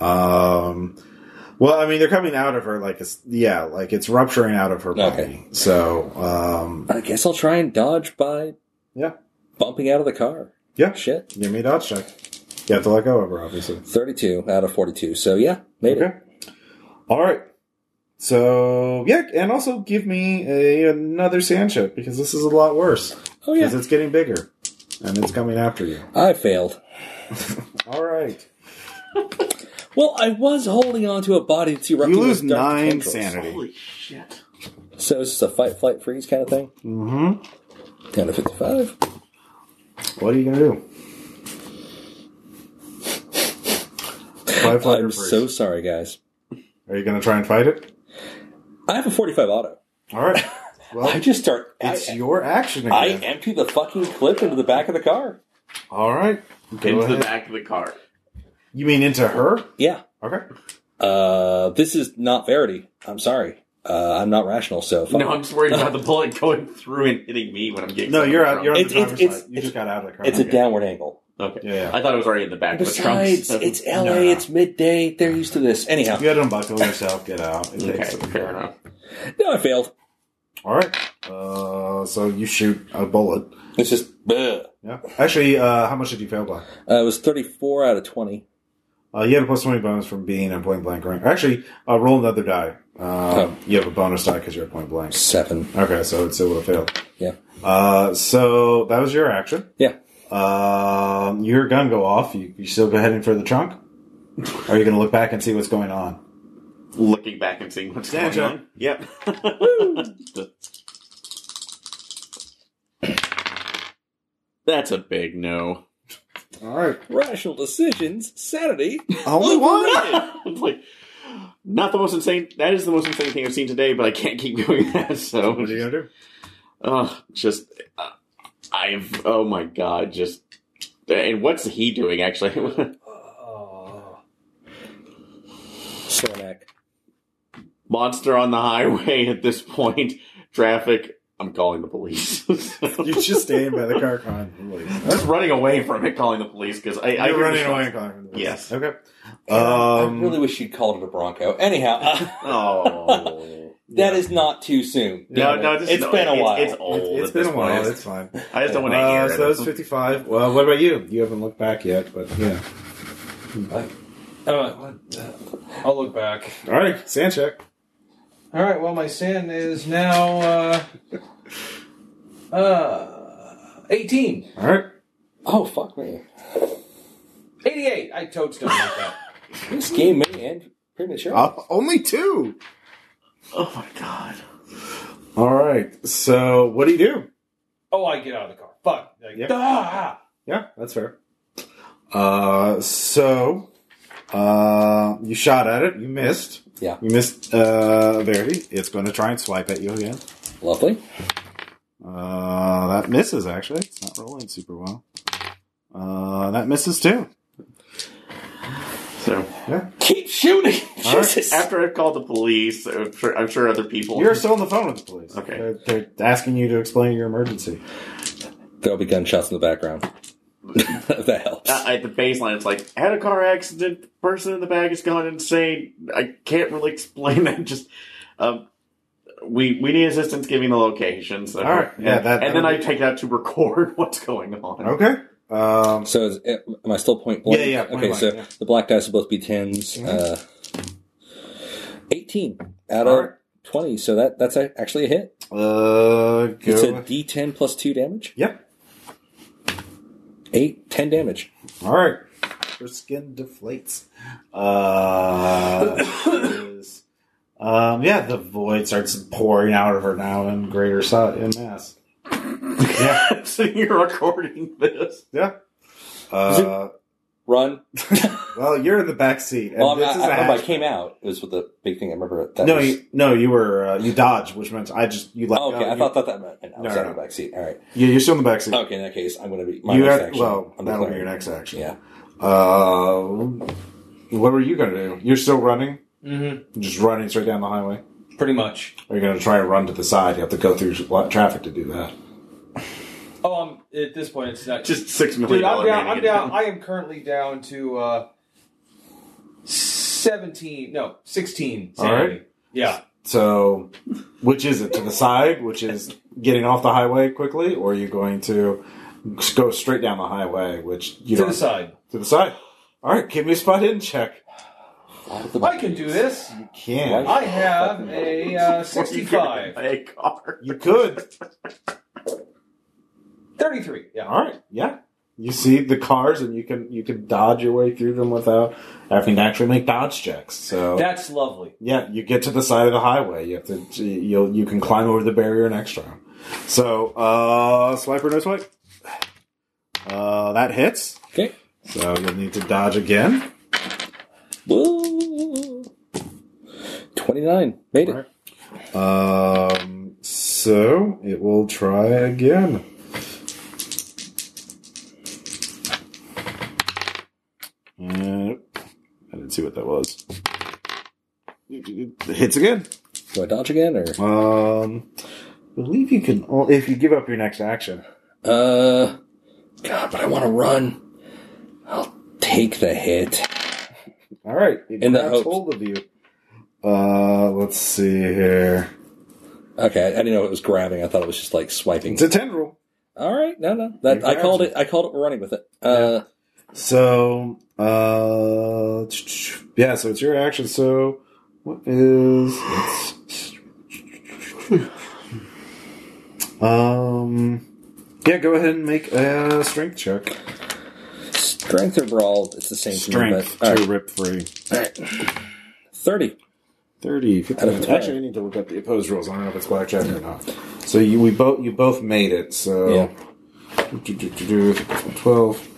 Speaker 1: Um, well, I mean, they're coming out of her like it's yeah, like it's rupturing out of her body.
Speaker 4: Okay.
Speaker 1: So, um,
Speaker 4: I guess I'll try and dodge by
Speaker 1: Yeah.
Speaker 4: bumping out of the car.
Speaker 1: Yeah.
Speaker 4: shit.
Speaker 1: give me a dodge check. You have to let go of her, obviously.
Speaker 4: Thirty-two out of forty-two. So yeah, made it.
Speaker 1: Okay. All right. So yeah, and also give me a, another sand chip because this is a lot worse
Speaker 4: Oh
Speaker 1: because
Speaker 4: yeah,
Speaker 1: it's getting bigger and it's coming after you.
Speaker 4: I failed.
Speaker 1: All right,
Speaker 4: Well, I was holding on to a body that's erupting.
Speaker 1: you lose
Speaker 4: with dark
Speaker 1: nine
Speaker 4: tendrils.
Speaker 1: sanity.
Speaker 3: Holy shit!
Speaker 4: So it's just a fight, flight, freeze kind of thing.
Speaker 1: hmm
Speaker 4: Down to fifty-five.
Speaker 1: What are you gonna do? Fly, fly, or
Speaker 4: I'm
Speaker 1: freeze?
Speaker 4: so sorry, guys.
Speaker 1: Are you gonna try and fight it?
Speaker 4: I have a forty-five auto.
Speaker 1: All right. [LAUGHS] Well,
Speaker 4: I just start.
Speaker 1: It's
Speaker 4: I,
Speaker 1: your action
Speaker 4: I
Speaker 1: again.
Speaker 4: empty the fucking clip into the back of the car.
Speaker 1: All right. Go
Speaker 3: Into
Speaker 1: ahead.
Speaker 3: the back of the car.
Speaker 1: You mean into her?
Speaker 4: Yeah.
Speaker 1: Okay.
Speaker 4: Uh, this is not verity. I'm sorry. Uh, I'm not rational. So fuck.
Speaker 3: No, I'm just worried about the bullet going through and hitting me when I'm getting.
Speaker 1: No, you're out. You're on
Speaker 4: It's-
Speaker 1: the driver's
Speaker 4: it's- it's-
Speaker 1: side. You just got out of the car.
Speaker 4: it's a
Speaker 1: Okay.
Speaker 4: downward angle.
Speaker 3: Okay.
Speaker 1: Yeah, yeah.
Speaker 3: I thought it was already in the back of the trunk.
Speaker 4: Besides,
Speaker 3: so-
Speaker 4: it's LA.
Speaker 1: No.
Speaker 4: It's midday. They're used to this. Anyhow,
Speaker 1: You had to unbuckle yourself. Get out. It
Speaker 3: [LAUGHS] okay.
Speaker 1: takes a-
Speaker 3: Fair enough.
Speaker 4: no, I failed.
Speaker 1: All right. Uh, so you shoot a bullet.
Speaker 4: It's just. bleh.
Speaker 1: Yeah. Actually, uh, how much did you fail by?
Speaker 4: Uh, it was 34 out of 20.
Speaker 1: Uh, you had a plus twenty bonus from being on point blank range. Actually, uh, roll another die. Um,
Speaker 4: Oh.
Speaker 1: You have a bonus die because you're at point blank.
Speaker 4: Seven.
Speaker 1: Okay, so it still would have failed.
Speaker 4: Yeah.
Speaker 1: Uh, so that was your action.
Speaker 4: Yeah.
Speaker 1: Um, your gun go off. You, you still go heading for the trunk? Or are you going to look back and see what's going on?
Speaker 3: Looking back and seeing what's
Speaker 1: Stand
Speaker 3: going
Speaker 1: up.
Speaker 3: on. Yep. That's a big no.
Speaker 1: All right,
Speaker 4: Rational decisions. Sanity. [LAUGHS]
Speaker 1: only one.
Speaker 3: it's like not the most insane. That is the most insane thing I've seen today, but I can't keep doing that.
Speaker 1: What are you
Speaker 3: So,
Speaker 1: going to do?
Speaker 3: oh, just uh, I've. Oh my god, just. And what's he doing? Actually, [LAUGHS]
Speaker 2: Oh.
Speaker 4: Sornak.
Speaker 3: monster on the highway at this point. Traffic. I'm calling the police. [LAUGHS]
Speaker 1: You're just staying by the car, Con. You're
Speaker 3: I was running away from it, calling the police because I. I
Speaker 1: running away, Con.
Speaker 3: Yes.
Speaker 1: Okay.
Speaker 4: I
Speaker 1: Um,
Speaker 4: really wish you'd called it a Bronco. Anyhow, uh,
Speaker 3: [LAUGHS] Oh.
Speaker 4: that is not too soon.
Speaker 3: No, no, this,
Speaker 4: It's
Speaker 3: no,
Speaker 4: been a
Speaker 3: it's-
Speaker 4: while.
Speaker 3: It's, old.
Speaker 1: It, has
Speaker 3: at
Speaker 1: been
Speaker 3: this
Speaker 1: a while.
Speaker 3: point.
Speaker 1: It's fine.
Speaker 3: I just don't want to
Speaker 1: Uh,
Speaker 3: hear
Speaker 1: so
Speaker 3: it.
Speaker 1: it's 55. Well, what about you? You haven't looked back yet, but yeah.
Speaker 2: Uh, what- uh, I'll look back.
Speaker 1: All right, sand check.
Speaker 2: All right. Well, my sin is now uh, uh, 18.
Speaker 1: All right.
Speaker 4: Oh, fuck me.
Speaker 2: 88. I totes don't like [LAUGHS] that.
Speaker 4: This game may end premature.
Speaker 1: Uh, only two.
Speaker 3: Oh my god.
Speaker 1: All right. So what do you do?
Speaker 2: Oh, I get out of the car. Fuck. Like,
Speaker 1: Yep.
Speaker 2: ah!
Speaker 1: Yeah, that's fair. Uh, so uh, you shot at it. You missed.
Speaker 4: Yeah.
Speaker 1: You missed uh, Verity. It's going to try and swipe at you again.
Speaker 4: Lovely.
Speaker 1: Uh, that misses, actually. It's not rolling super well. Uh, that misses too.
Speaker 3: So
Speaker 1: Yeah.
Speaker 3: keep shooting.
Speaker 1: All right.
Speaker 3: Jesus. After I called the police, I'm sure, I'm sure other people.
Speaker 1: You're still on the phone with the police.
Speaker 3: Okay.
Speaker 1: They're, they're asking you to explain your emergency.
Speaker 4: There'll be gunshots in the background. [LAUGHS] if that helps.
Speaker 3: Uh, at the baseline, it's like had a car accident. Person in the back has gone insane. I can't really [LAUGHS] explain that. Just um, we we need assistance giving the location. So
Speaker 1: All right. Yeah, that-
Speaker 3: and then I take that to record [LAUGHS] what's going on.
Speaker 1: Okay. Um,
Speaker 4: so is, eh, am I still point blank?
Speaker 1: Yeah, yeah, point
Speaker 4: Okay,
Speaker 1: blank,
Speaker 4: so
Speaker 1: yeah. Mm-hmm.
Speaker 4: the black dice will both be 10s Uh, Eighteen out of
Speaker 1: All right.
Speaker 4: twenty. So that that's a- actually a hit.
Speaker 1: uh, go.
Speaker 4: It's a
Speaker 1: with-
Speaker 4: D10 plus two damage.
Speaker 1: yep.
Speaker 4: Eight, ten damage.
Speaker 1: All right. Her skin deflates. Uh, [COUGHS] is- um, yeah, the void starts pouring out of her now in greater size in mass. Yeah.
Speaker 3: [LAUGHS] so you're recording this.
Speaker 1: Yeah. Uh,
Speaker 4: Run.
Speaker 1: well, you're in the back seat. and
Speaker 4: Well, Oh, I'm-
Speaker 1: this is
Speaker 4: I,
Speaker 1: a
Speaker 4: I, I,
Speaker 1: hatch-
Speaker 4: came out. It was with the big thing. I remember that.
Speaker 1: No,
Speaker 4: was-
Speaker 1: you, no, you were uh, you dodged, which meant I just you let
Speaker 4: Oh, okay,
Speaker 1: go.
Speaker 4: I
Speaker 1: You-
Speaker 4: thought that that meant I was
Speaker 1: No,
Speaker 4: out
Speaker 1: no,
Speaker 4: of the back seat. All right.
Speaker 1: Yeah, you're still in the back seat.
Speaker 4: Okay, in that case, I'm going to be my
Speaker 1: you
Speaker 4: next
Speaker 1: had-
Speaker 4: action.
Speaker 1: well,
Speaker 4: I'm
Speaker 1: that'll be your
Speaker 4: declaring.
Speaker 1: next action.
Speaker 4: Yeah.
Speaker 1: Uh, what were you going to do? You're still running,
Speaker 2: Mm-hmm.
Speaker 1: just running straight down the highway.
Speaker 2: Pretty much.
Speaker 1: Or you're going to try and run to the side. You have to go through lot- traffic to do that.
Speaker 2: Oh, I'm, at this point, it's not.
Speaker 3: Just six million.
Speaker 2: Dude, I'm
Speaker 3: dollar
Speaker 2: down.
Speaker 3: man
Speaker 2: I'm
Speaker 3: again. [LAUGHS]
Speaker 2: down. I am currently down to uh, seventeen. No, sixteen.
Speaker 1: All right.
Speaker 2: sanity. Yeah.
Speaker 1: So, which is it? To the side, which is getting off the highway quickly, or are you going to go straight down the highway, which you
Speaker 2: to
Speaker 1: don't-
Speaker 2: the side.
Speaker 1: To the side. All right, give me a spot hidden check.
Speaker 2: I can do this.
Speaker 1: You can.
Speaker 2: I have a
Speaker 1: [LAUGHS]
Speaker 2: uh,
Speaker 3: Or you could
Speaker 2: 65.
Speaker 3: buy a car.
Speaker 1: You could.
Speaker 2: 33. Yeah.
Speaker 1: All right. Yeah. You see the cars, and you can you can dodge your way through them without having to actually make dodge checks. So
Speaker 2: That's lovely.
Speaker 1: yeah, you get to the side of the highway. You have to you you can climb over the barrier next round. So uh, swipe or no swipe. Uh, that hits.
Speaker 4: Okay.
Speaker 1: So you'll Uh, need to dodge again.
Speaker 4: Woo. Twenty-nine. Made it.
Speaker 1: All right. Um, so it will try again. Uh, I didn't see what that was. It hits again.
Speaker 4: Do I dodge again or?
Speaker 1: Um, I believe you can o- if you give up your next action.
Speaker 4: Uh, God, but I want to run. I'll take the hit.
Speaker 1: All right, it
Speaker 4: In the
Speaker 1: grabs
Speaker 4: hopes.
Speaker 1: hold of you. Uh, let's see here.
Speaker 4: Okay, I, I didn't know it was grabbing. I thought it was just like swiping.
Speaker 1: It's a tendril.
Speaker 4: All right, no, no,
Speaker 1: It
Speaker 4: that I
Speaker 1: grabs
Speaker 4: called
Speaker 1: it.
Speaker 4: it. I called it. We're running with it. Uh,
Speaker 1: So, uh, yeah, so it's your action. So, what is. um, yeah, go ahead and make a strength check.
Speaker 4: strength or brawl? It's the same. to me, but- all
Speaker 1: to
Speaker 4: right,
Speaker 1: rip free.
Speaker 4: Thirty.
Speaker 1: 30, 50.
Speaker 4: Out of
Speaker 1: Actually, I need to look up the opposed rules. I don't know if it's blackjack or not. So, you, we both, you both made it, so. Do, do, do, do, 12.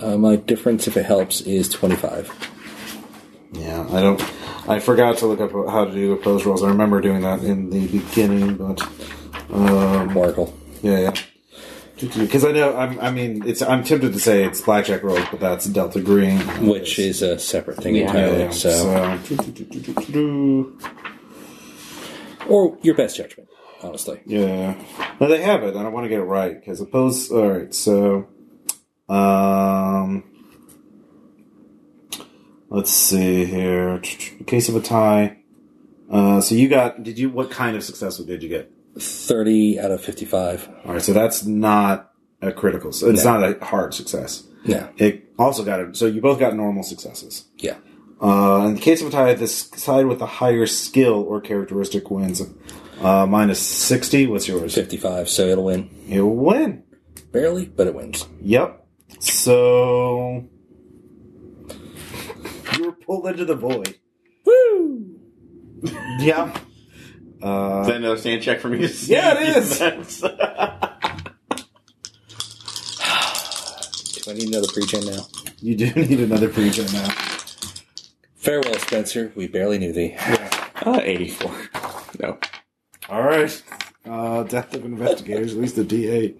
Speaker 4: Uh, my difference, if it helps, is twenty-five.
Speaker 1: Yeah, I don't. I forgot to look up how to do opposed rolls. I remember doing that in the beginning, but um,
Speaker 4: Oracle.
Speaker 1: yeah, yeah. Because I know, I'm, I mean, it's. I'm tempted to say it's blackjack rolls, but that's Delta Green,
Speaker 4: which is a separate thing
Speaker 3: Yeah.
Speaker 1: yeah,
Speaker 4: entirely.
Speaker 1: yeah.
Speaker 4: So.
Speaker 1: So,
Speaker 4: or your best judgment, honestly.
Speaker 1: yeah. No, they have it, and I want to get it right because opposed. All right, so um, let's see here. In case of a tie. Uh, so you got? Did you? What kind of success did you get?
Speaker 4: Thirty out of fifty-five.
Speaker 1: All right, so that's not a critical. So it's not a hard success.
Speaker 4: Yeah,
Speaker 1: It also got a, so you both got normal successes.
Speaker 4: yeah.
Speaker 1: Uh, in the case of a tie, the s- side with the higher skill or characteristic wins. Uh, mine is sixty. What's yours?
Speaker 4: Fifty-five. So it'll win.
Speaker 1: It'll win.
Speaker 4: Barely, but it wins.
Speaker 1: Yep. So you were pulled into the void.
Speaker 4: Woo!
Speaker 1: Yeah. Uh,
Speaker 3: Is
Speaker 1: [LAUGHS]
Speaker 3: that [LAUGHS] another stand check for me? To see
Speaker 1: Yeah, it is.
Speaker 3: That's-
Speaker 4: I need another pre-gen now.
Speaker 1: You do need another pregen now.
Speaker 4: Farewell, Spencer. We barely knew thee.
Speaker 3: Uh, 84. No.
Speaker 1: All right. Uh, death of investigators, at least a D8.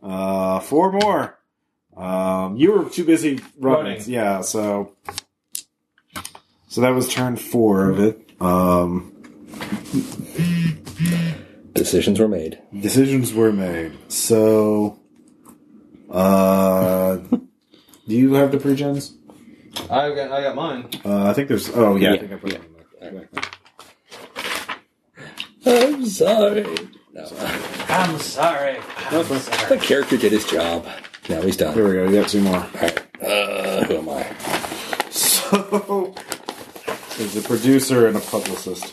Speaker 1: Uh, four more. Um, you were too busy running.
Speaker 2: Running.
Speaker 1: Yeah, so. So that was turn four of it. Um,
Speaker 4: [LAUGHS] Decisions were made.
Speaker 1: decisions were made. So. Uh, [LAUGHS] do you have the pregens?
Speaker 2: I got I got mine.
Speaker 1: Uh, I think there's. Oh, yeah, I
Speaker 3: Yeah.
Speaker 1: think I put them in there.
Speaker 4: I'm sorry. No, uh,
Speaker 2: I'm sorry. I'm
Speaker 4: the [LAUGHS]
Speaker 2: sorry.
Speaker 4: character did his job. Now he's done.
Speaker 1: Here we go. You got two more.
Speaker 4: All right. Uh, who am I?
Speaker 1: So there's a producer and a publicist.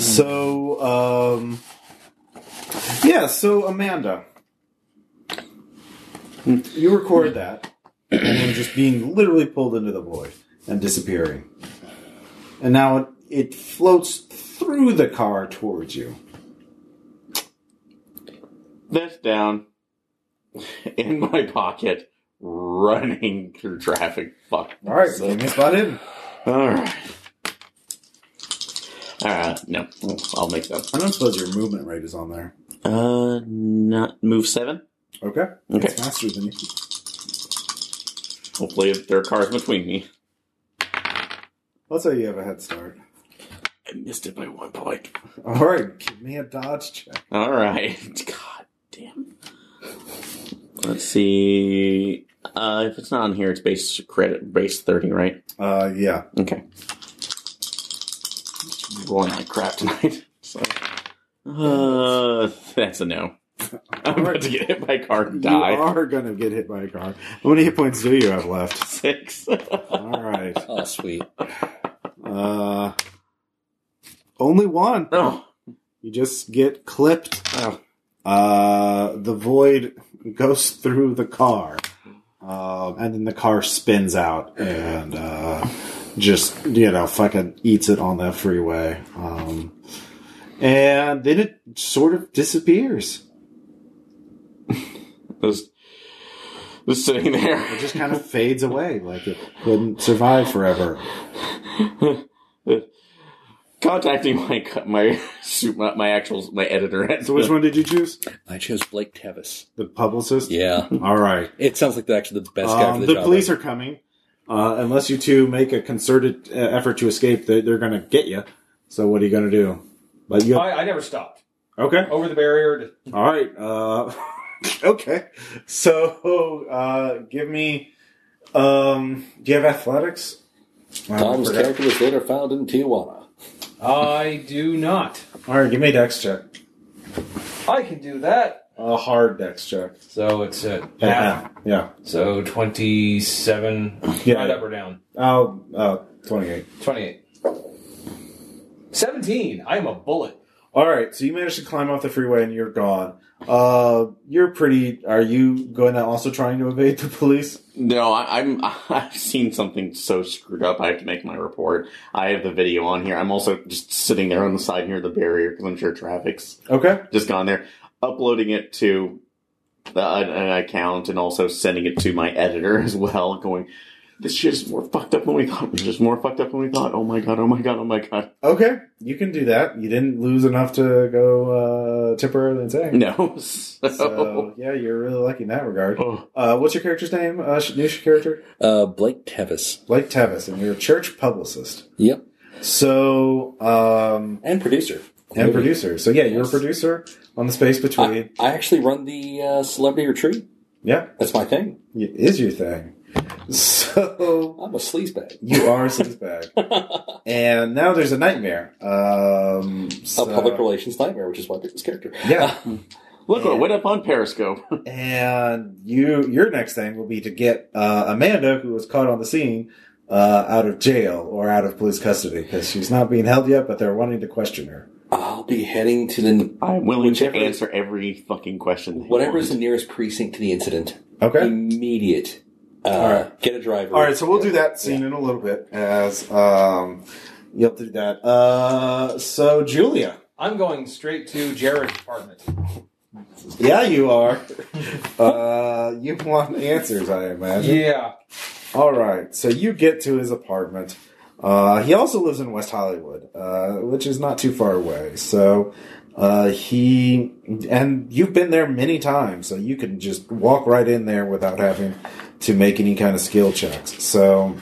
Speaker 1: So um yeah, so Amanda. You record that and then just being literally pulled into the void and disappearing. And now it, it floats through the car towards you.
Speaker 3: That's down in my pocket, running through traffic. Fuck.
Speaker 1: Alright, so give me a spot in.
Speaker 3: All right. All right. No, I'll make that.
Speaker 1: I don't suppose your movement rate is on there.
Speaker 3: Uh, not move seven.
Speaker 1: Okay.
Speaker 3: Okay.
Speaker 1: It's faster than you.
Speaker 3: Hopefully, there are cars between me.
Speaker 1: Let's say you have a head start.
Speaker 3: I missed it by one point.
Speaker 1: Alright, give me a dodge check.
Speaker 3: All right. God damn. Let's see. Uh, if it's not on here, it's base credit, base thirty, right?
Speaker 1: Uh yeah.
Speaker 3: Okay. Rolling like crap tonight. So, uh, that's a no. I'm about to get hit by a car and die.
Speaker 1: You are gonna get hit by a car. How many hit points do you have left?
Speaker 3: Six. [LAUGHS]
Speaker 1: All right.
Speaker 4: Oh, sweet.
Speaker 1: Uh, only one.
Speaker 3: no.
Speaker 1: You just get clipped.
Speaker 3: Oh.
Speaker 1: Uh, the void goes through the car, um, and then the car spins out and uh, just you know fucking eats it on that freeway. Um, and then it sort of
Speaker 3: [LAUGHS]
Speaker 1: disappears.
Speaker 3: Just, just sitting there.
Speaker 1: It just kind of fades away, like it couldn't survive forever.
Speaker 3: Contacting my co- my shoot, my, my actual my editor. At
Speaker 1: So, which one did you choose?
Speaker 4: I chose Blake Tevis.
Speaker 1: The publicist.
Speaker 4: Yeah.
Speaker 1: All right.
Speaker 4: It sounds like they're actually the best guy
Speaker 1: Um,
Speaker 4: for
Speaker 1: the
Speaker 4: the, job.
Speaker 1: police are coming. Uh, unless you two make a concerted uh, effort to escape, they're, they're going to get you. So what are you going to do? But you
Speaker 2: I, I never stopped.
Speaker 1: okay?
Speaker 2: Over the barrier to
Speaker 1: All right. Uh, [LAUGHS] okay. So uh, give me. Um, do you have athletics? Wow, I
Speaker 4: Tom's
Speaker 1: forgot.
Speaker 4: character was later found in Tijuana.
Speaker 2: I do not.
Speaker 1: All right, give me a dex check.
Speaker 2: I can do that.
Speaker 1: A hard dex check.
Speaker 2: So it's a
Speaker 1: Yeah.
Speaker 2: half.
Speaker 1: Yeah.
Speaker 2: So 27.
Speaker 1: Yeah.
Speaker 2: Right up or down?
Speaker 1: Oh, uh, 28.
Speaker 2: 28. 17. I am a bullet.
Speaker 1: All right, so you managed to climb off the freeway and you're gone. Uh, you're pretty. Are you going to also trying to evade the police?
Speaker 3: [LAUGHS] No, I, I'm. [LAUGHS] I've seen something so screwed up. I have to make my report. I have the video on here. I'm also just sitting there on the side near the barrier because I'm sure traffic's
Speaker 1: Okay.
Speaker 3: just gone there. Uploading it to the, an, an account and also sending it to my editor as well. Going, this shit is more fucked up than we thought. It's just more fucked up than we thought. Oh my god. Oh my god. Oh my god. [LAUGHS]
Speaker 1: Okay, you can do that. You didn't lose enough to go uh, temporarily insane.
Speaker 3: No. So,
Speaker 1: So yeah, you're really lucky in that regard.
Speaker 3: Oh.
Speaker 1: Uh, what's your character's name? Uh, sh- new sh- character,
Speaker 4: Uh, Blake Tevis.
Speaker 1: Blake Tevis, and you're a church publicist.
Speaker 4: Yep.
Speaker 1: So um,
Speaker 4: And producer.
Speaker 1: and producer. So yeah, you're a producer on the space
Speaker 4: I,
Speaker 3: Ah.
Speaker 1: between.
Speaker 4: I actually run the uh, celebrity retreat.
Speaker 1: Yeah,
Speaker 4: That's my thing.
Speaker 1: it is your thing. [LAUGHS] So
Speaker 4: I'm a sleazebag.
Speaker 1: you are a
Speaker 4: [LAUGHS]
Speaker 1: sleazebag, and now there's a nightmare. Um,
Speaker 4: A
Speaker 1: so-
Speaker 4: public relations nightmare, which is why I picked this character. [LAUGHS]
Speaker 1: Yeah.
Speaker 3: Look what went up on
Speaker 1: [LAUGHS]
Speaker 3: Periscope.
Speaker 1: And you, your next thing will be to get uh, Amanda, who was caught on the scene, uh, out of jail or out of police custody because she's not being held yet, but they're wanting to question her.
Speaker 4: I'll be heading to the
Speaker 3: I'm willing to
Speaker 4: Whichever-
Speaker 3: answer every fucking question. they
Speaker 4: whatever
Speaker 3: want.
Speaker 4: is the nearest precinct to the incident.
Speaker 1: Okay.
Speaker 4: Immediate. Uh,
Speaker 1: All right.
Speaker 4: Get a driver.
Speaker 1: All right, so we'll do that scene in a little bit as um, you'll do that. Uh, so Julia,
Speaker 2: I'm going straight to Jared's apartment.
Speaker 4: [LAUGHS]
Speaker 1: yeah, you are. Uh, you want answers, I imagine.
Speaker 2: Yeah.
Speaker 1: All right. So you get to his apartment. Uh, he also lives in West Hollywood, uh, which is not too far away. So uh, he and you've been there many times, so you can just walk right in there without having to make any kind of skill checks. So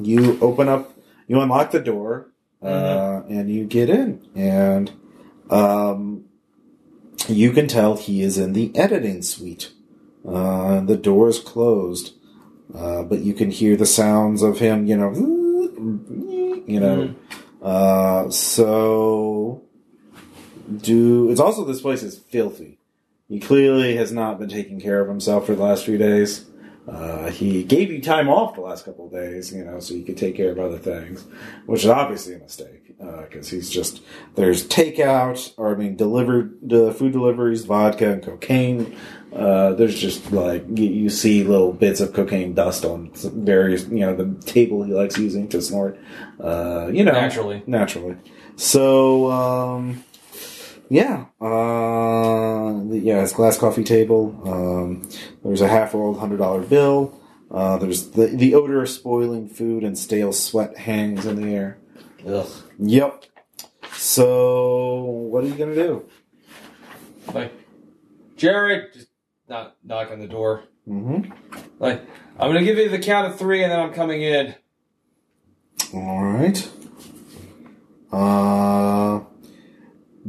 Speaker 1: you open up, you unlock the door, uh, and you get in, and um, you can tell he is in the editing suite. Uh, the door is closed. Uh, but you can hear the sounds of him, you know, you know. Uh, so do it's also this place is filthy. He clearly has not been taking care of himself for the last few days. Uh, he gave you time off the last couple of days, you know, so you could take care of other things, which is obviously a mistake because he's just there's takeout or I mean delivered uh, food deliveries, vodka and cocaine. Uh, there's just like you, you see little bits of cocaine dust on various, you know, the table he likes using to snort. Uh, you know,
Speaker 2: Naturally.
Speaker 1: naturally. So, um, yeah, uh, yeah, it's glass coffee table. Um, there's a half-rolled hundred-dollar bill. Uh, there's the the odor of spoiling food and stale sweat hangs in the air.
Speaker 2: Ugh.
Speaker 1: Yep. So, what are you gonna do?
Speaker 2: Like, Jared, just not knock on the door.
Speaker 1: Mm-hmm.
Speaker 2: Like, I'm gonna give you the count of three, and then I'm coming in.
Speaker 1: All right. Uh,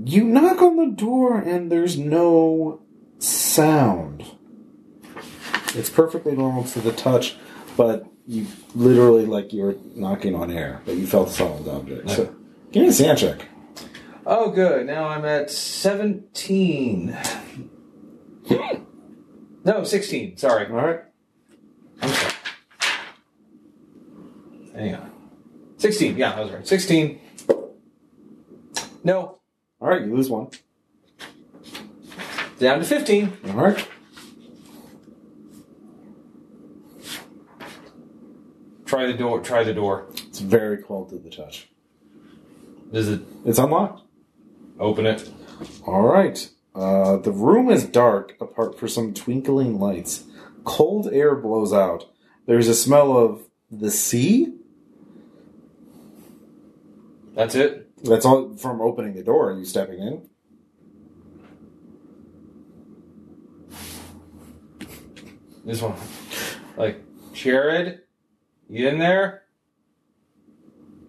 Speaker 1: you knock on the door and there's no sound. It's perfectly normal to the touch, but you literally like you're knocking on air, but you felt a solid object. So, give me a sound check.
Speaker 2: Oh, good. Now I'm at 17. no, 16. Sorry.
Speaker 1: All right.
Speaker 2: I'm sorry. Hang on. 16. Yeah, I was right. 16. No,
Speaker 1: All right. You lose one.
Speaker 2: down to 15.
Speaker 1: All right.
Speaker 2: Try the door. Try the door.
Speaker 1: It's very cold to the touch.
Speaker 2: Does it
Speaker 1: It's unlocked.
Speaker 2: open it?
Speaker 1: All right. Uh, the room is dark, apart for some twinkling lights. Cold air blows out. There's a smell of the sea.
Speaker 2: That's it?
Speaker 1: That's all from opening the door. Are you stepping in?
Speaker 2: This one. Like, Jared, you in there?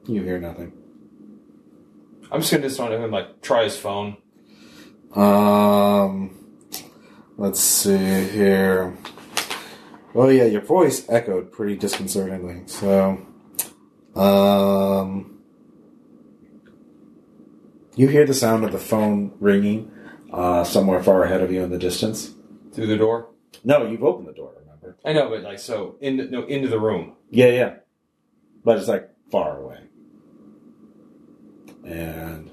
Speaker 1: You hear nothing.
Speaker 2: I'm just gonna disown him and like try his phone.
Speaker 1: Um, let's see here. Oh yeah, your voice echoed pretty disconcertingly. So, um, you hear the sound of the phone ringing uh, somewhere far ahead of you in the distance.
Speaker 2: Through the door?
Speaker 1: No, you've opened the door. Remember?
Speaker 2: I know, but like so into no into the room.
Speaker 1: Yeah, yeah. But it's like far away. And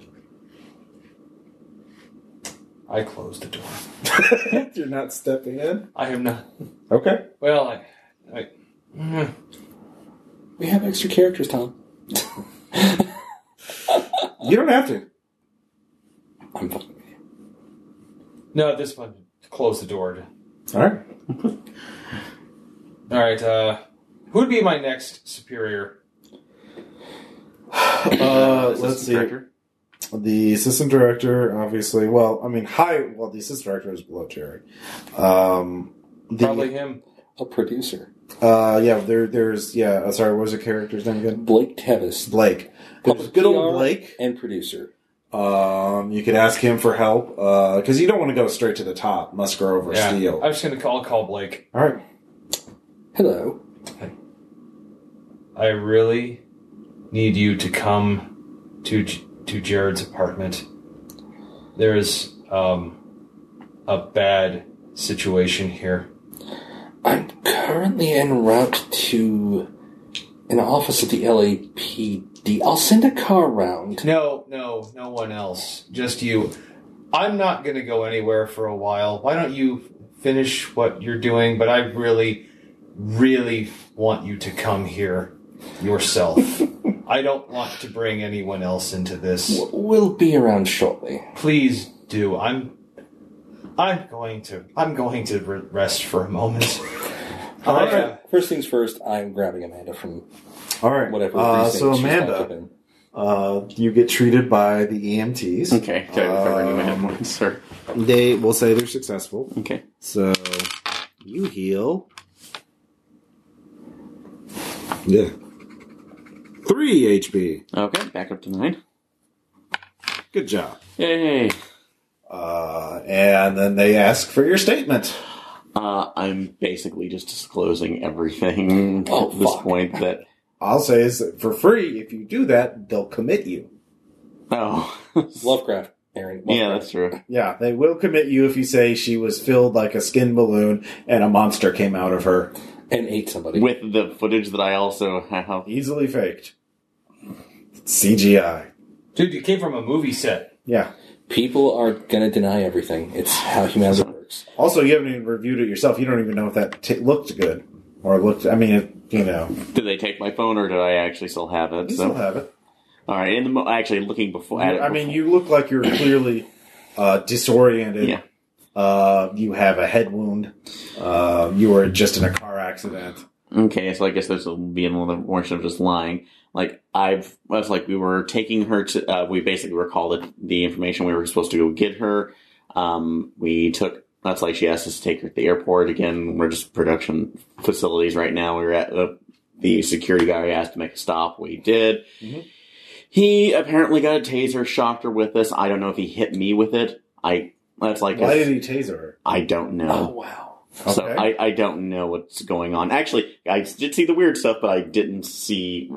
Speaker 2: I closed the door.
Speaker 1: [LAUGHS] you're not stepping in.
Speaker 2: I am not
Speaker 1: Okay.
Speaker 2: well I, I mm,
Speaker 4: We have extra characters, Tom.
Speaker 1: You don't have to.
Speaker 4: I'm fucking with you.
Speaker 2: No, this one close the door.
Speaker 1: All right.
Speaker 2: Alright, uh who would be my next superior?
Speaker 1: Uh,
Speaker 3: Assistant
Speaker 1: let's see.
Speaker 3: director.
Speaker 1: The assistant director, obviously. Well, I mean, high. Well, the assistant director is below Jerry. Um, the,
Speaker 2: Probably him.
Speaker 4: A producer.
Speaker 1: Uh, yeah. There. There's. Yeah. uh, sorry. What was the character's name again?
Speaker 4: Blake Tevis.
Speaker 1: Blake. There's good old Blake.
Speaker 4: And producer.
Speaker 1: Um, you could ask him for help because you don't want to go straight to the top, Musker over
Speaker 2: Yeah.
Speaker 1: Steel.
Speaker 2: I'm just gonna call call Blake.
Speaker 1: All right.
Speaker 4: Hello.
Speaker 2: I really need you to come to J- to Jared's apartment. There is um a bad situation here.
Speaker 4: I'm currently en route to an office at the LAPD. I'll send a car round.
Speaker 2: No, no, no one else. Just you. I'm not going to go anywhere for a while. Why don't you finish what you're doing? But I really, really want you to come here yourself. [LAUGHS] I don't want to bring anyone else into this.
Speaker 4: We'll be around shortly.
Speaker 2: Please do. I'm. I'm going to. I'm going to re- rest for a moment.
Speaker 1: All
Speaker 2: I,
Speaker 1: right.
Speaker 2: uh,
Speaker 4: First things first, I'm grabbing Amanda from
Speaker 1: All right.
Speaker 4: whatever.
Speaker 1: Uh,
Speaker 4: precinct
Speaker 1: so
Speaker 4: she's
Speaker 1: Amanda,
Speaker 4: occupying.
Speaker 1: Uh, you get treated by the E EMTs.
Speaker 3: Okay. Okay. I've already knew I had one, sir.
Speaker 1: Um, They will say they're successful.
Speaker 3: Okay.
Speaker 1: So you heal. Yeah. Three HP.
Speaker 3: Okay. Back up to nine.
Speaker 1: Good job.
Speaker 3: Yay.
Speaker 1: Uh, and then they ask for your statement.
Speaker 3: Uh, I'm basically just disclosing everything
Speaker 4: Oh,
Speaker 3: at this
Speaker 4: fuck.
Speaker 3: point. That
Speaker 1: I'll say is that for free. If you do that, they'll commit you.
Speaker 3: oh, [LAUGHS]
Speaker 4: Lovecraft, Aaron. Lovecraft.
Speaker 3: yeah, that's true.
Speaker 1: Yeah, they will commit you if you say she was filled like a skin balloon and a monster came out of her.
Speaker 4: and ate somebody.
Speaker 3: With the footage that I also have.
Speaker 1: Easily faked. CGI.
Speaker 2: dude, you came from a movie set.
Speaker 1: Yeah.
Speaker 4: People are gonna deny everything. It's how humanity works.
Speaker 1: Also, you haven't even reviewed it yourself. You don't even know if that t- looked good or looked. I mean, it, you know,
Speaker 3: Did they take my phone, or did I actually still have it?
Speaker 1: you
Speaker 3: So-
Speaker 1: still have it.
Speaker 3: all right. In the mo- actually looking before. At it
Speaker 1: I mean,
Speaker 3: before-
Speaker 1: you look like you're clearly uh, disoriented.
Speaker 3: Yeah.
Speaker 1: Uh, you have a head wound. Uh, you were just in a car accident.
Speaker 3: Okay, so I guess this will be another portion of just lying. Like I've, I was like we were taking her to. Uh, we basically recalled it, the information we were supposed to go get her. Um, we took. That's like she asked us to take her to the airport again. We're just production facilities right now. We were at uh, the security guy asked to make a stop. We did.
Speaker 1: Mhm.
Speaker 3: He apparently got a taser, shocked her with this. I don't know if he hit me with it. I that's like
Speaker 1: Why
Speaker 3: a-
Speaker 1: did he taser her?
Speaker 3: I don't know.
Speaker 4: Oh wow.
Speaker 3: So
Speaker 1: Okay.
Speaker 3: I, I don't know what's going on. Actually, I did see the weird stuff, but I didn't see.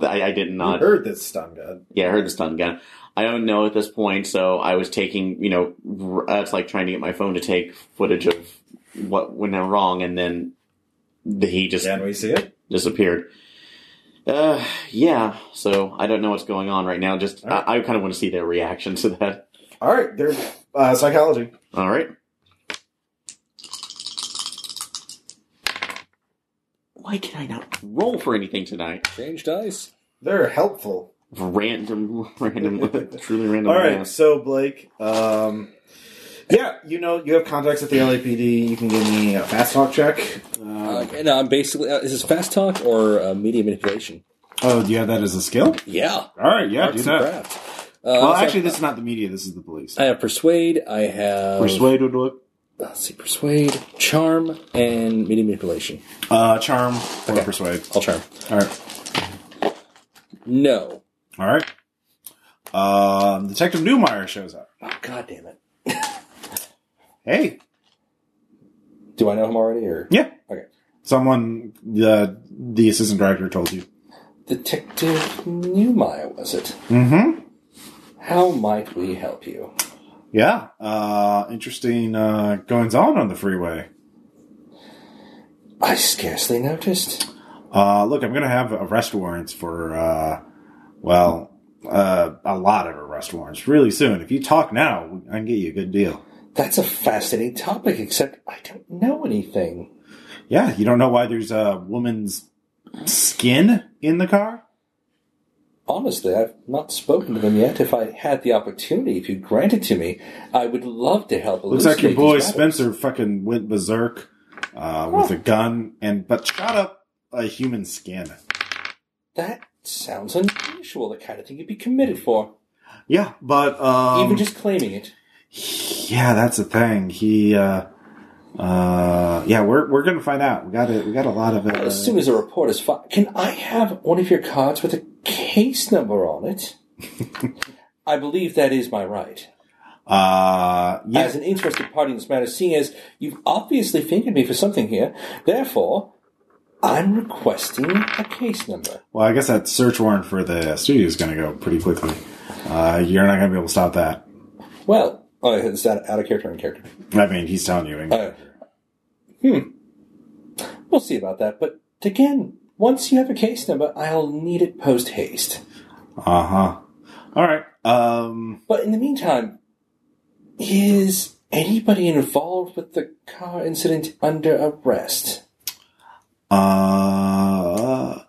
Speaker 3: I, I did
Speaker 1: You
Speaker 3: not.
Speaker 1: heard this stun gun.
Speaker 3: Yeah, I heard the stun gun. I don't know at this point, so I was taking. You know, r- uh, it's like trying to get my phone to take footage of what went wrong, and then the, he just
Speaker 1: Can we see it?
Speaker 3: disappeared. Uh, yeah. So I don't know what's going on right now. Just
Speaker 1: Alright.
Speaker 3: I, I kind of want to see their reaction to that.
Speaker 1: All right, they're uh, psychology.
Speaker 3: All right. Why can I not roll for anything tonight?
Speaker 4: Change dice.
Speaker 1: They're helpful.
Speaker 3: random, [LAUGHS]
Speaker 1: [LAUGHS]
Speaker 3: random, truly random.
Speaker 1: All right,
Speaker 3: rounds.
Speaker 1: so Blake, um, yeah, you know, you have contacts at the LAPD. You can give me a fast talk check.
Speaker 4: Uh,
Speaker 1: Uh,
Speaker 4: no, I'm basically. Uh, is this fast talk or uh, media manipulation?
Speaker 1: oh, do you have that as a skill?
Speaker 4: Yeah.
Speaker 1: All right, yeah,
Speaker 4: Arts
Speaker 1: do
Speaker 4: and
Speaker 1: that.
Speaker 4: craft. Uh,
Speaker 1: Well,
Speaker 4: so
Speaker 1: actually, this is not the media. This is the police.
Speaker 4: I have persuade. I have uh,
Speaker 1: Persuade would look.
Speaker 4: Let's see, persuade, charm, and media manipulation.
Speaker 1: Uh, charm or persuade.
Speaker 4: I'll charm.
Speaker 1: All right,
Speaker 4: No.
Speaker 1: all right. Um, Detective Newmeyer shows up.
Speaker 4: Oh, God damn it.
Speaker 1: Hey,
Speaker 4: Do I know him already? Or
Speaker 1: yeah.
Speaker 4: Okay.
Speaker 1: Someone, the the assistant director told you.
Speaker 4: Detective Newmeyer was it?
Speaker 1: Mm-hmm.
Speaker 4: How might we help you?
Speaker 1: Yeah. Uh, interesting uh, goings on on the freeway.
Speaker 4: I scarcely noticed.
Speaker 1: Uh, look, I'm going to have arrest warrants for, uh, well, uh, a lot of arrest warrants really soon. If you talk now, I can get you a good deal.
Speaker 4: That's a fascinating topic, except I don't know anything.
Speaker 1: Yeah, you don't know why there's a woman's skin in the car?
Speaker 4: Honestly, I've not spoken to them yet. If I had the opportunity, if you grant it to me, I would love to help.
Speaker 1: Looks like your
Speaker 4: elucidate
Speaker 1: boy
Speaker 4: these matters.
Speaker 1: Spencer fucking went berserk uh, with a gun and but shot up a human skin.
Speaker 4: That sounds unusual. The kind of thing you'd be committed for,
Speaker 1: Yeah, but um,
Speaker 4: even just claiming it.
Speaker 1: Yeah, that's the thing. He, uh, uh, yeah, we're we're gonna find out. We got it. We got a lot of. Uh,
Speaker 4: As soon as a report is filed, can I have one of your cards with a case number
Speaker 1: [LAUGHS]
Speaker 4: on it? I believe that is my right.
Speaker 1: uh, yeah,
Speaker 4: As an interested party in this matter, seeing as you've obviously fingered me for something here, therefore, I'm requesting a case number.
Speaker 1: well, I guess that search warrant for the studio is gonna go pretty quickly. Uh, you're not gonna be able to stop that.
Speaker 4: Well, oh, is that out of character or in character?
Speaker 1: I mean, he's telling you.
Speaker 4: Uh, hmm. We'll see about that, but again, once you have a case number, I'll need it post haste.
Speaker 1: Uh huh. All right. Um,
Speaker 4: But in the meantime, is anybody involved with the car incident under arrest?
Speaker 1: uh,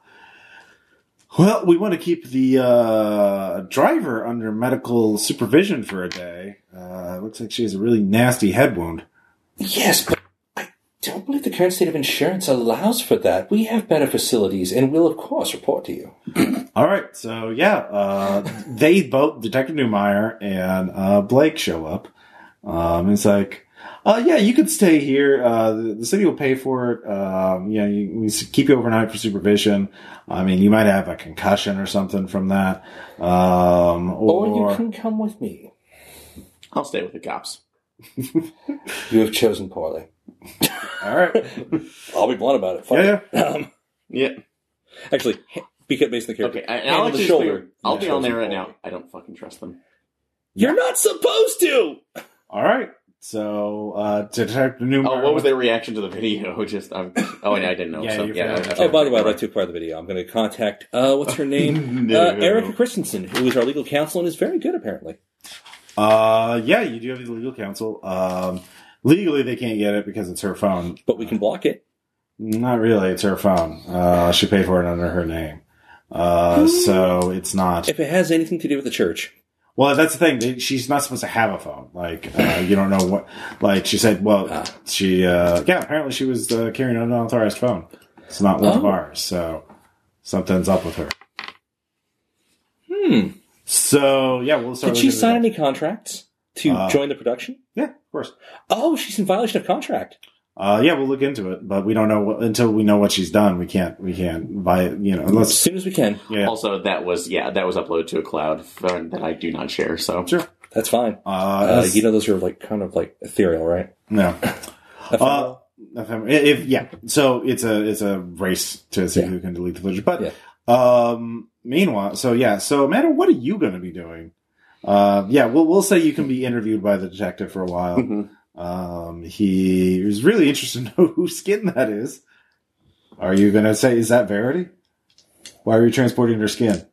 Speaker 1: Well, we want to keep the uh, driver under medical supervision for a day. Uh, looks like she has a really nasty head wound.
Speaker 4: Yes, but I don't believe the current state of insurance allows for that. We have better facilities and will, of course, report to you.
Speaker 1: All right, so yeah, uh, [LAUGHS] they both Detective Newmeyer and uh, Blake show up. Um, it's like, uh, yeah, you could stay here. Uh, the, the city will pay for it. Um, yeah, you, we s- keep you overnight for supervision. I mean, you might have a concussion or something from that. Um,
Speaker 4: Or
Speaker 1: or,
Speaker 4: you can come with me.
Speaker 3: I'll stay with the cops.
Speaker 4: You have chosen poorly.
Speaker 1: all right,
Speaker 4: I'll be blunt about it. Fuck
Speaker 1: yeah,
Speaker 4: it. [LAUGHS] Um,
Speaker 3: Yeah.
Speaker 4: actually, h- because based on the character,
Speaker 3: Okay. I, and
Speaker 4: hand on
Speaker 3: I'll
Speaker 4: the
Speaker 3: actually just
Speaker 4: shoulder.
Speaker 3: clear- I'll be
Speaker 4: Yeah.
Speaker 3: on there right now. I don't fucking trust them.
Speaker 4: You're not supposed to.
Speaker 1: all right. So uh, Detective Newmeyer.
Speaker 3: Oh, what was their reaction to the video? [LAUGHS] Just I'm, oh, and I didn't know.
Speaker 1: Yeah,
Speaker 3: so,
Speaker 1: you're
Speaker 3: yeah,
Speaker 1: fine.
Speaker 3: I- I-
Speaker 4: Oh, by the way, I like to part of the video. I'm going to contact uh, what's
Speaker 1: [LAUGHS]
Speaker 3: [LAUGHS]
Speaker 4: her name,
Speaker 3: No.
Speaker 4: uh, Erica Christensen, who is our legal counsel and is very good apparently.
Speaker 1: Uh, yeah, you do have the legal counsel. Um, legally, they can't get it because it's her phone.
Speaker 4: But we can block it.
Speaker 1: Not really. It's her phone. Uh, she paid for it under her name. Uh, so it's not.
Speaker 4: If it has anything to do with the church,
Speaker 1: Well, that's the thing. They- She's not supposed to have a phone. Like, uh, you don't know what. Like, she said, well,
Speaker 4: Ah.
Speaker 1: she, uh, yeah, apparently she was uh, carrying an unauthorized phone. It's not one of
Speaker 4: Oh.
Speaker 1: ours. So something's up with her.
Speaker 4: hmm.
Speaker 1: So, yeah, we'll start
Speaker 4: Did she
Speaker 1: looking
Speaker 4: sign
Speaker 1: into
Speaker 4: any contracts to
Speaker 1: Uh,
Speaker 4: join the production?
Speaker 1: that. Yeah, of course.
Speaker 4: Oh, she's in violation of contract.
Speaker 1: Uh, yeah, we'll look into it, but we don't know what, until we know what she's done. We can't, we can't buy, you know,
Speaker 4: As
Speaker 1: unless,
Speaker 4: soon as we can,
Speaker 1: yeah,
Speaker 3: Also, that was yeah, that was uploaded to a cloud phone that I do not share. So
Speaker 1: Sure.
Speaker 4: that's fine.
Speaker 1: uh,
Speaker 4: Uh,
Speaker 1: unless-
Speaker 4: you know, those are like kind of like ethereal, right?
Speaker 1: no.
Speaker 4: Ephemeral?
Speaker 1: Ephem- if yeah, so it's a it's a race to see
Speaker 4: Yeah.
Speaker 1: who can delete the footage. But
Speaker 4: Yeah.
Speaker 1: um, meanwhile, so yeah, so Amanda, what are you going to be doing? Uh, yeah, we'll we'll say you can be interviewed by the detective for a while.
Speaker 3: Mhm.
Speaker 4: Mm-hmm.
Speaker 1: um, he was really interested to know [LAUGHS] whose skin that is. Are you going to say is that Verity? Why are you transporting her skin?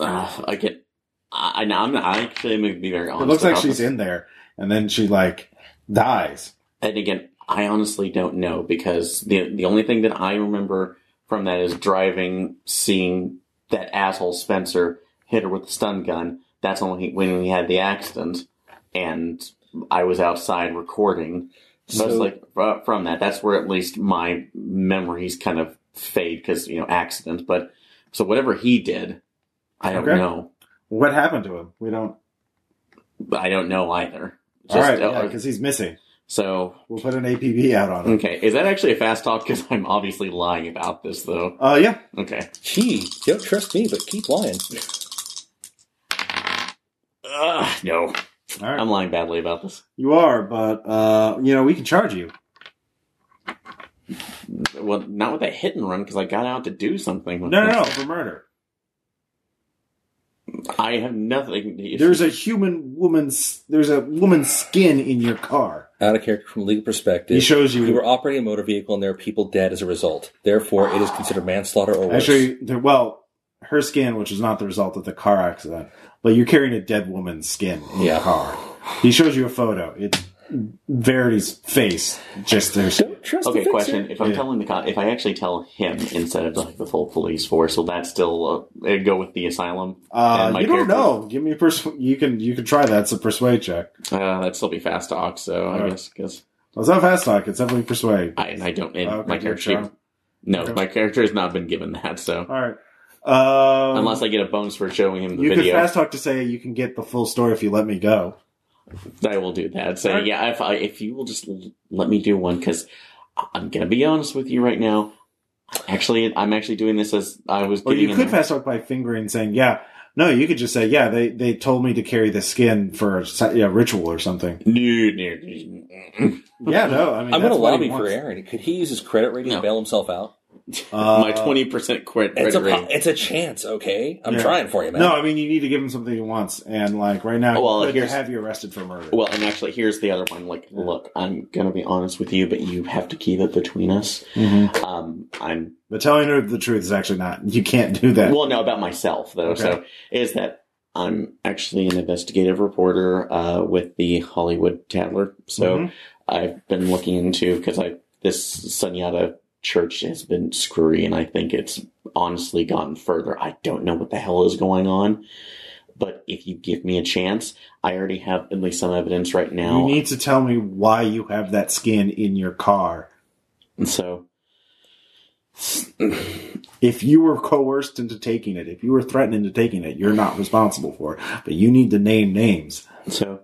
Speaker 3: Ah, I get. I, I- no, I'm not. I actually am gonna be very honest.
Speaker 1: It looks like
Speaker 3: about
Speaker 1: she's
Speaker 3: this.
Speaker 1: in there, and then she like dies.
Speaker 3: And again, I honestly don't know because the the only thing that I remember from that is driving, seeing that asshole Spencer hit her with the stun gun. That's only when we had the accident, and I was outside recording. So, it's
Speaker 4: So-
Speaker 3: like fr- from that, that's where at least my memories kind of fade because you know accident. But so whatever he did, I don't
Speaker 1: Okay.
Speaker 3: know.
Speaker 1: What happened to him? We don't.
Speaker 3: I don't know either.
Speaker 1: all right,
Speaker 3: uh,
Speaker 1: yeah, because he's missing.
Speaker 3: so
Speaker 1: We'll put an APB out on him.
Speaker 3: okay, is that actually a fast talk? Because I'm obviously lying about this though.
Speaker 1: Uh, yeah.
Speaker 3: Okay,
Speaker 4: Gee, don't trust me, but keep lying.
Speaker 3: Ugh, no,
Speaker 1: All right.
Speaker 3: I'm lying badly about this.
Speaker 1: you are, but uh, you know we can charge you.
Speaker 3: Well, not with a hit and run because I got out to do something.
Speaker 1: No, no, no, for murder.
Speaker 3: I have nothing.
Speaker 1: There's a human woman's. There's a woman's skin in your car.
Speaker 4: Out of character from a legal perspective.
Speaker 1: He shows
Speaker 4: you were
Speaker 1: you.
Speaker 4: operating a motor vehicle and there are people dead as a result. Therefore, it is considered manslaughter or worse.
Speaker 1: Actually, there, well, her skin, which is not the result of the car accident, but you're carrying a dead woman's skin in your
Speaker 4: Yeah.
Speaker 1: car. He shows you a photo. It's Verity's face, just their skin.
Speaker 4: Don't trust
Speaker 3: Okay,
Speaker 4: the fixer.
Speaker 3: question. If I'm
Speaker 1: Yeah.
Speaker 3: telling the cop, if I actually tell him instead of like the full police force, will that still uh, go with the asylum?
Speaker 1: Uh,
Speaker 3: And my
Speaker 1: you don't
Speaker 3: character-
Speaker 1: know. Give me a persu- You can you can try that. It's a persuade check.
Speaker 3: Uh, that'd still be fast talk, so I
Speaker 1: Alright.
Speaker 3: guess because
Speaker 1: Well, it's not fast talk. It's definitely persuade.
Speaker 3: I and I don't and
Speaker 1: Okay,
Speaker 3: my
Speaker 1: do it,
Speaker 3: character
Speaker 1: Sean.
Speaker 3: no
Speaker 1: Okay.
Speaker 3: my character has not been given that so
Speaker 1: All right. Um,
Speaker 3: unless I get a bonus for showing him the
Speaker 1: you
Speaker 3: video
Speaker 1: could fast talk to say you can get the full story if you let me go.
Speaker 3: I will do that so
Speaker 1: Alright.
Speaker 3: yeah if I if you will just l- let me do one because I'm gonna be honest with you right now actually I'm actually doing this as I was
Speaker 1: Or
Speaker 3: getting
Speaker 1: you
Speaker 3: in
Speaker 1: could
Speaker 3: there.
Speaker 1: fast talk by fingering, saying, "Yeah, no." You could just say, "Yeah, they they told me to carry the skin for a sa- yeah, ritual or something."
Speaker 3: no no, no.
Speaker 1: Yeah, no. I mean,
Speaker 4: I'm going to
Speaker 1: that's what
Speaker 4: lobby
Speaker 1: he
Speaker 4: for
Speaker 1: wants.
Speaker 4: Aaron. Could he use his credit rating
Speaker 3: No.
Speaker 4: to bail himself out?
Speaker 1: Uh,
Speaker 3: my twenty percent credit
Speaker 4: It's a po-
Speaker 3: rating.
Speaker 4: it's a chance, okay? I'm
Speaker 1: Yeah.
Speaker 4: trying for you, man.
Speaker 1: No, I mean you need to give him something he wants, and like right now,
Speaker 3: Oh, Well,
Speaker 1: well, could
Speaker 3: here's-
Speaker 1: have you arrested for murder.
Speaker 3: Well, and actually, here's the other one. Like, look, I'm gonna be honest with you, but you have to keep it between us.
Speaker 1: Mhm.
Speaker 3: Um, I'm
Speaker 1: But telling her the truth is actually not. You can't do that.
Speaker 3: well, no, about myself though.
Speaker 1: Okay.
Speaker 3: So is that I'm actually an investigative reporter uh, with the Hollywood Tatler. So
Speaker 1: Mhm.
Speaker 3: I've been looking into because I this Sunyata church has been screwy, and I think it's honestly gotten further. I don't know what the hell is going on, but if you give me a chance, I already have at least some evidence right now.
Speaker 1: You need to tell me why you have that skin in your car. Mm-hmm.
Speaker 3: And so,
Speaker 1: If you were coerced into taking it, if you were threatened into taking it, you're not responsible for it. But you need to name names.
Speaker 3: so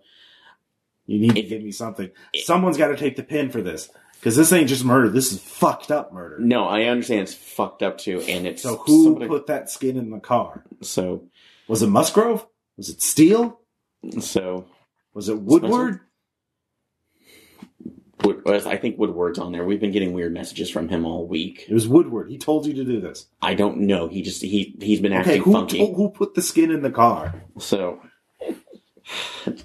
Speaker 1: You need to
Speaker 3: It-
Speaker 1: give me something. Someone's got to take the pin for this because this ain't just murder. This is fucked up murder.
Speaker 3: no, I understand it's fucked up too, and it's
Speaker 1: So who
Speaker 3: somebody-
Speaker 1: put that skin in the car?
Speaker 3: so
Speaker 1: Was it Musgrove? Was it Steele?
Speaker 3: so.
Speaker 1: Was it Woodward?
Speaker 3: Wood- I think Woodward's on there. We've been getting weird messages from him all week.
Speaker 1: It was Woodward. He told you to do this.
Speaker 3: I don't know. He just he he's been acting
Speaker 1: Okay, who,
Speaker 3: funky.
Speaker 1: who put the skin in the car?
Speaker 3: So,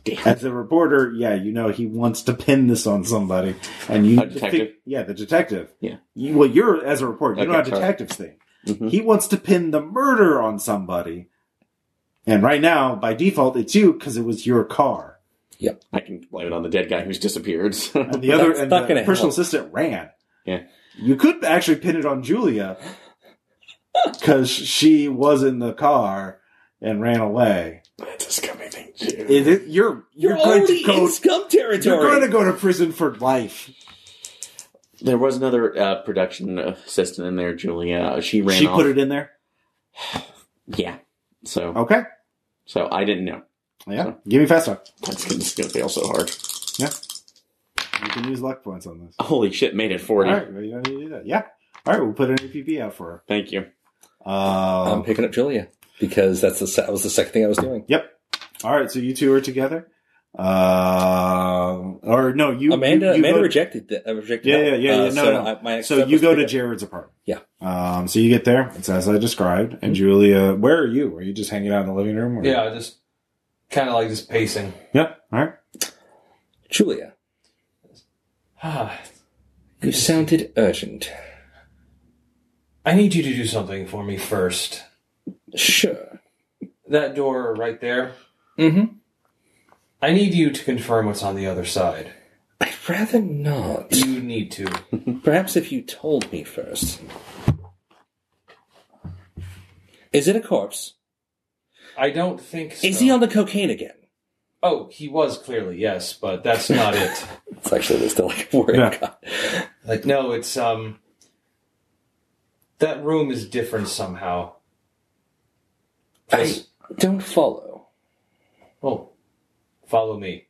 Speaker 3: damn.
Speaker 1: As a reporter, yeah, you know he wants to pin this on somebody, and you
Speaker 3: A
Speaker 1: need to fig-
Speaker 3: detective?
Speaker 1: yeah, the detective.
Speaker 3: Yeah.
Speaker 1: You- well, you're as a reporter, you know
Speaker 3: Okay,
Speaker 1: how
Speaker 3: sorry.
Speaker 1: detectives think.
Speaker 3: Mhm.
Speaker 1: He wants to pin the murder on somebody, and right now, by default, it's you because it was your car.
Speaker 3: I can blame it on the dead guy who's disappeared. [LAUGHS] so.
Speaker 1: And the other
Speaker 4: That's
Speaker 1: and
Speaker 4: not
Speaker 1: the
Speaker 4: gonna
Speaker 1: personal
Speaker 4: help.
Speaker 1: assistant ran.
Speaker 3: Yeah.
Speaker 1: You could actually pin it on Julia because she was in the car and ran away.
Speaker 3: That's disgusting. too.
Speaker 1: It, it- you're you're,
Speaker 4: You're,
Speaker 1: going
Speaker 4: already
Speaker 1: to go.
Speaker 4: in scum territory.
Speaker 1: You're going to go to prison for life.
Speaker 3: There was another uh, production assistant in there, Julia. She ran
Speaker 1: She
Speaker 3: off.
Speaker 1: put it in there.
Speaker 3: yeah. So
Speaker 1: Okay.
Speaker 3: so I didn't know.
Speaker 1: Yeah. Give me fast talk.
Speaker 3: That's gonna, it's gonna fail so hard.
Speaker 1: You can use luck points on this.
Speaker 3: Holy shit! Made it
Speaker 1: All
Speaker 3: forty.
Speaker 1: right. Well, you don't need to do that. Yeah. All right. We'll put an APB out for
Speaker 3: Thank you.
Speaker 1: her. Um,
Speaker 4: I'm picking up Julia because that's the se- that was the second thing I was doing.
Speaker 1: all right. So you two are together. Um or no, you
Speaker 4: Amanda,
Speaker 1: you, you
Speaker 4: Amanda
Speaker 1: go-
Speaker 4: rejected that. I rejected.
Speaker 1: Yeah, yeah,
Speaker 4: that.
Speaker 1: yeah, yeah.
Speaker 4: Uh,
Speaker 1: No,
Speaker 4: so
Speaker 1: no.
Speaker 4: I, my next
Speaker 1: So
Speaker 4: step
Speaker 1: you
Speaker 4: was
Speaker 1: go to
Speaker 4: pick up-
Speaker 1: Jared's apartment.
Speaker 4: Yeah.
Speaker 1: Um, so you get there. It's as I described. And Julia, where are you? Are you just hanging out in the living room? Or?
Speaker 2: Yeah, just kind of like just pacing. [SIGHS]
Speaker 1: Yeah. All right.
Speaker 4: Julia.
Speaker 2: Ah,
Speaker 4: You sounded urgent.
Speaker 2: I need you to do something for me first.
Speaker 4: Sure.
Speaker 2: That door right there.
Speaker 4: Mm-hmm.
Speaker 2: I need you to confirm what's on the other side.
Speaker 4: I'd rather not.
Speaker 2: You need to.
Speaker 4: Perhaps if you told me first. Is it a corpse?
Speaker 2: I don't think so.
Speaker 4: Is he on the cocaine again?
Speaker 2: Oh, he was clearly, yes, but that's
Speaker 4: [LAUGHS]
Speaker 2: not it.
Speaker 4: It's actually there's still like [LAUGHS] a word.
Speaker 1: Yeah.
Speaker 2: Like, no, it's, um. That room is different somehow.
Speaker 4: I
Speaker 2: Just,
Speaker 4: don't follow.
Speaker 2: oh, follow me.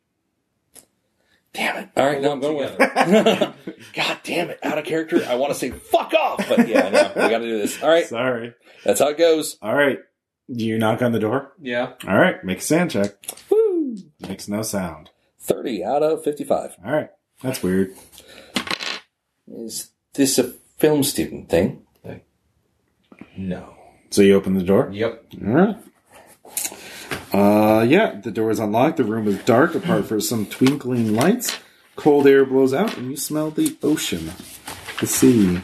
Speaker 4: Damn it! All right, now I'm going with.
Speaker 2: Together.
Speaker 4: it. [LAUGHS] God damn it! Out of character. I want to say fuck off, but yeah, I know. we got to do this. All right,
Speaker 1: Sorry.
Speaker 4: that's how it goes.
Speaker 1: All right. You knock on the door.
Speaker 2: Yeah.
Speaker 1: All right. Make a sand check.
Speaker 4: Woo!
Speaker 1: Makes no sound.
Speaker 4: Thirty out of fifty-five.
Speaker 1: All right. That's weird.
Speaker 4: Is this a film student thing?
Speaker 2: No.
Speaker 1: So you open the door.
Speaker 2: Yep.
Speaker 1: All right. Uh, yeah. The door is unlocked. The room is dark, apart for some twinkling lights. Cold air blows out, and you smell the ocean, the sea.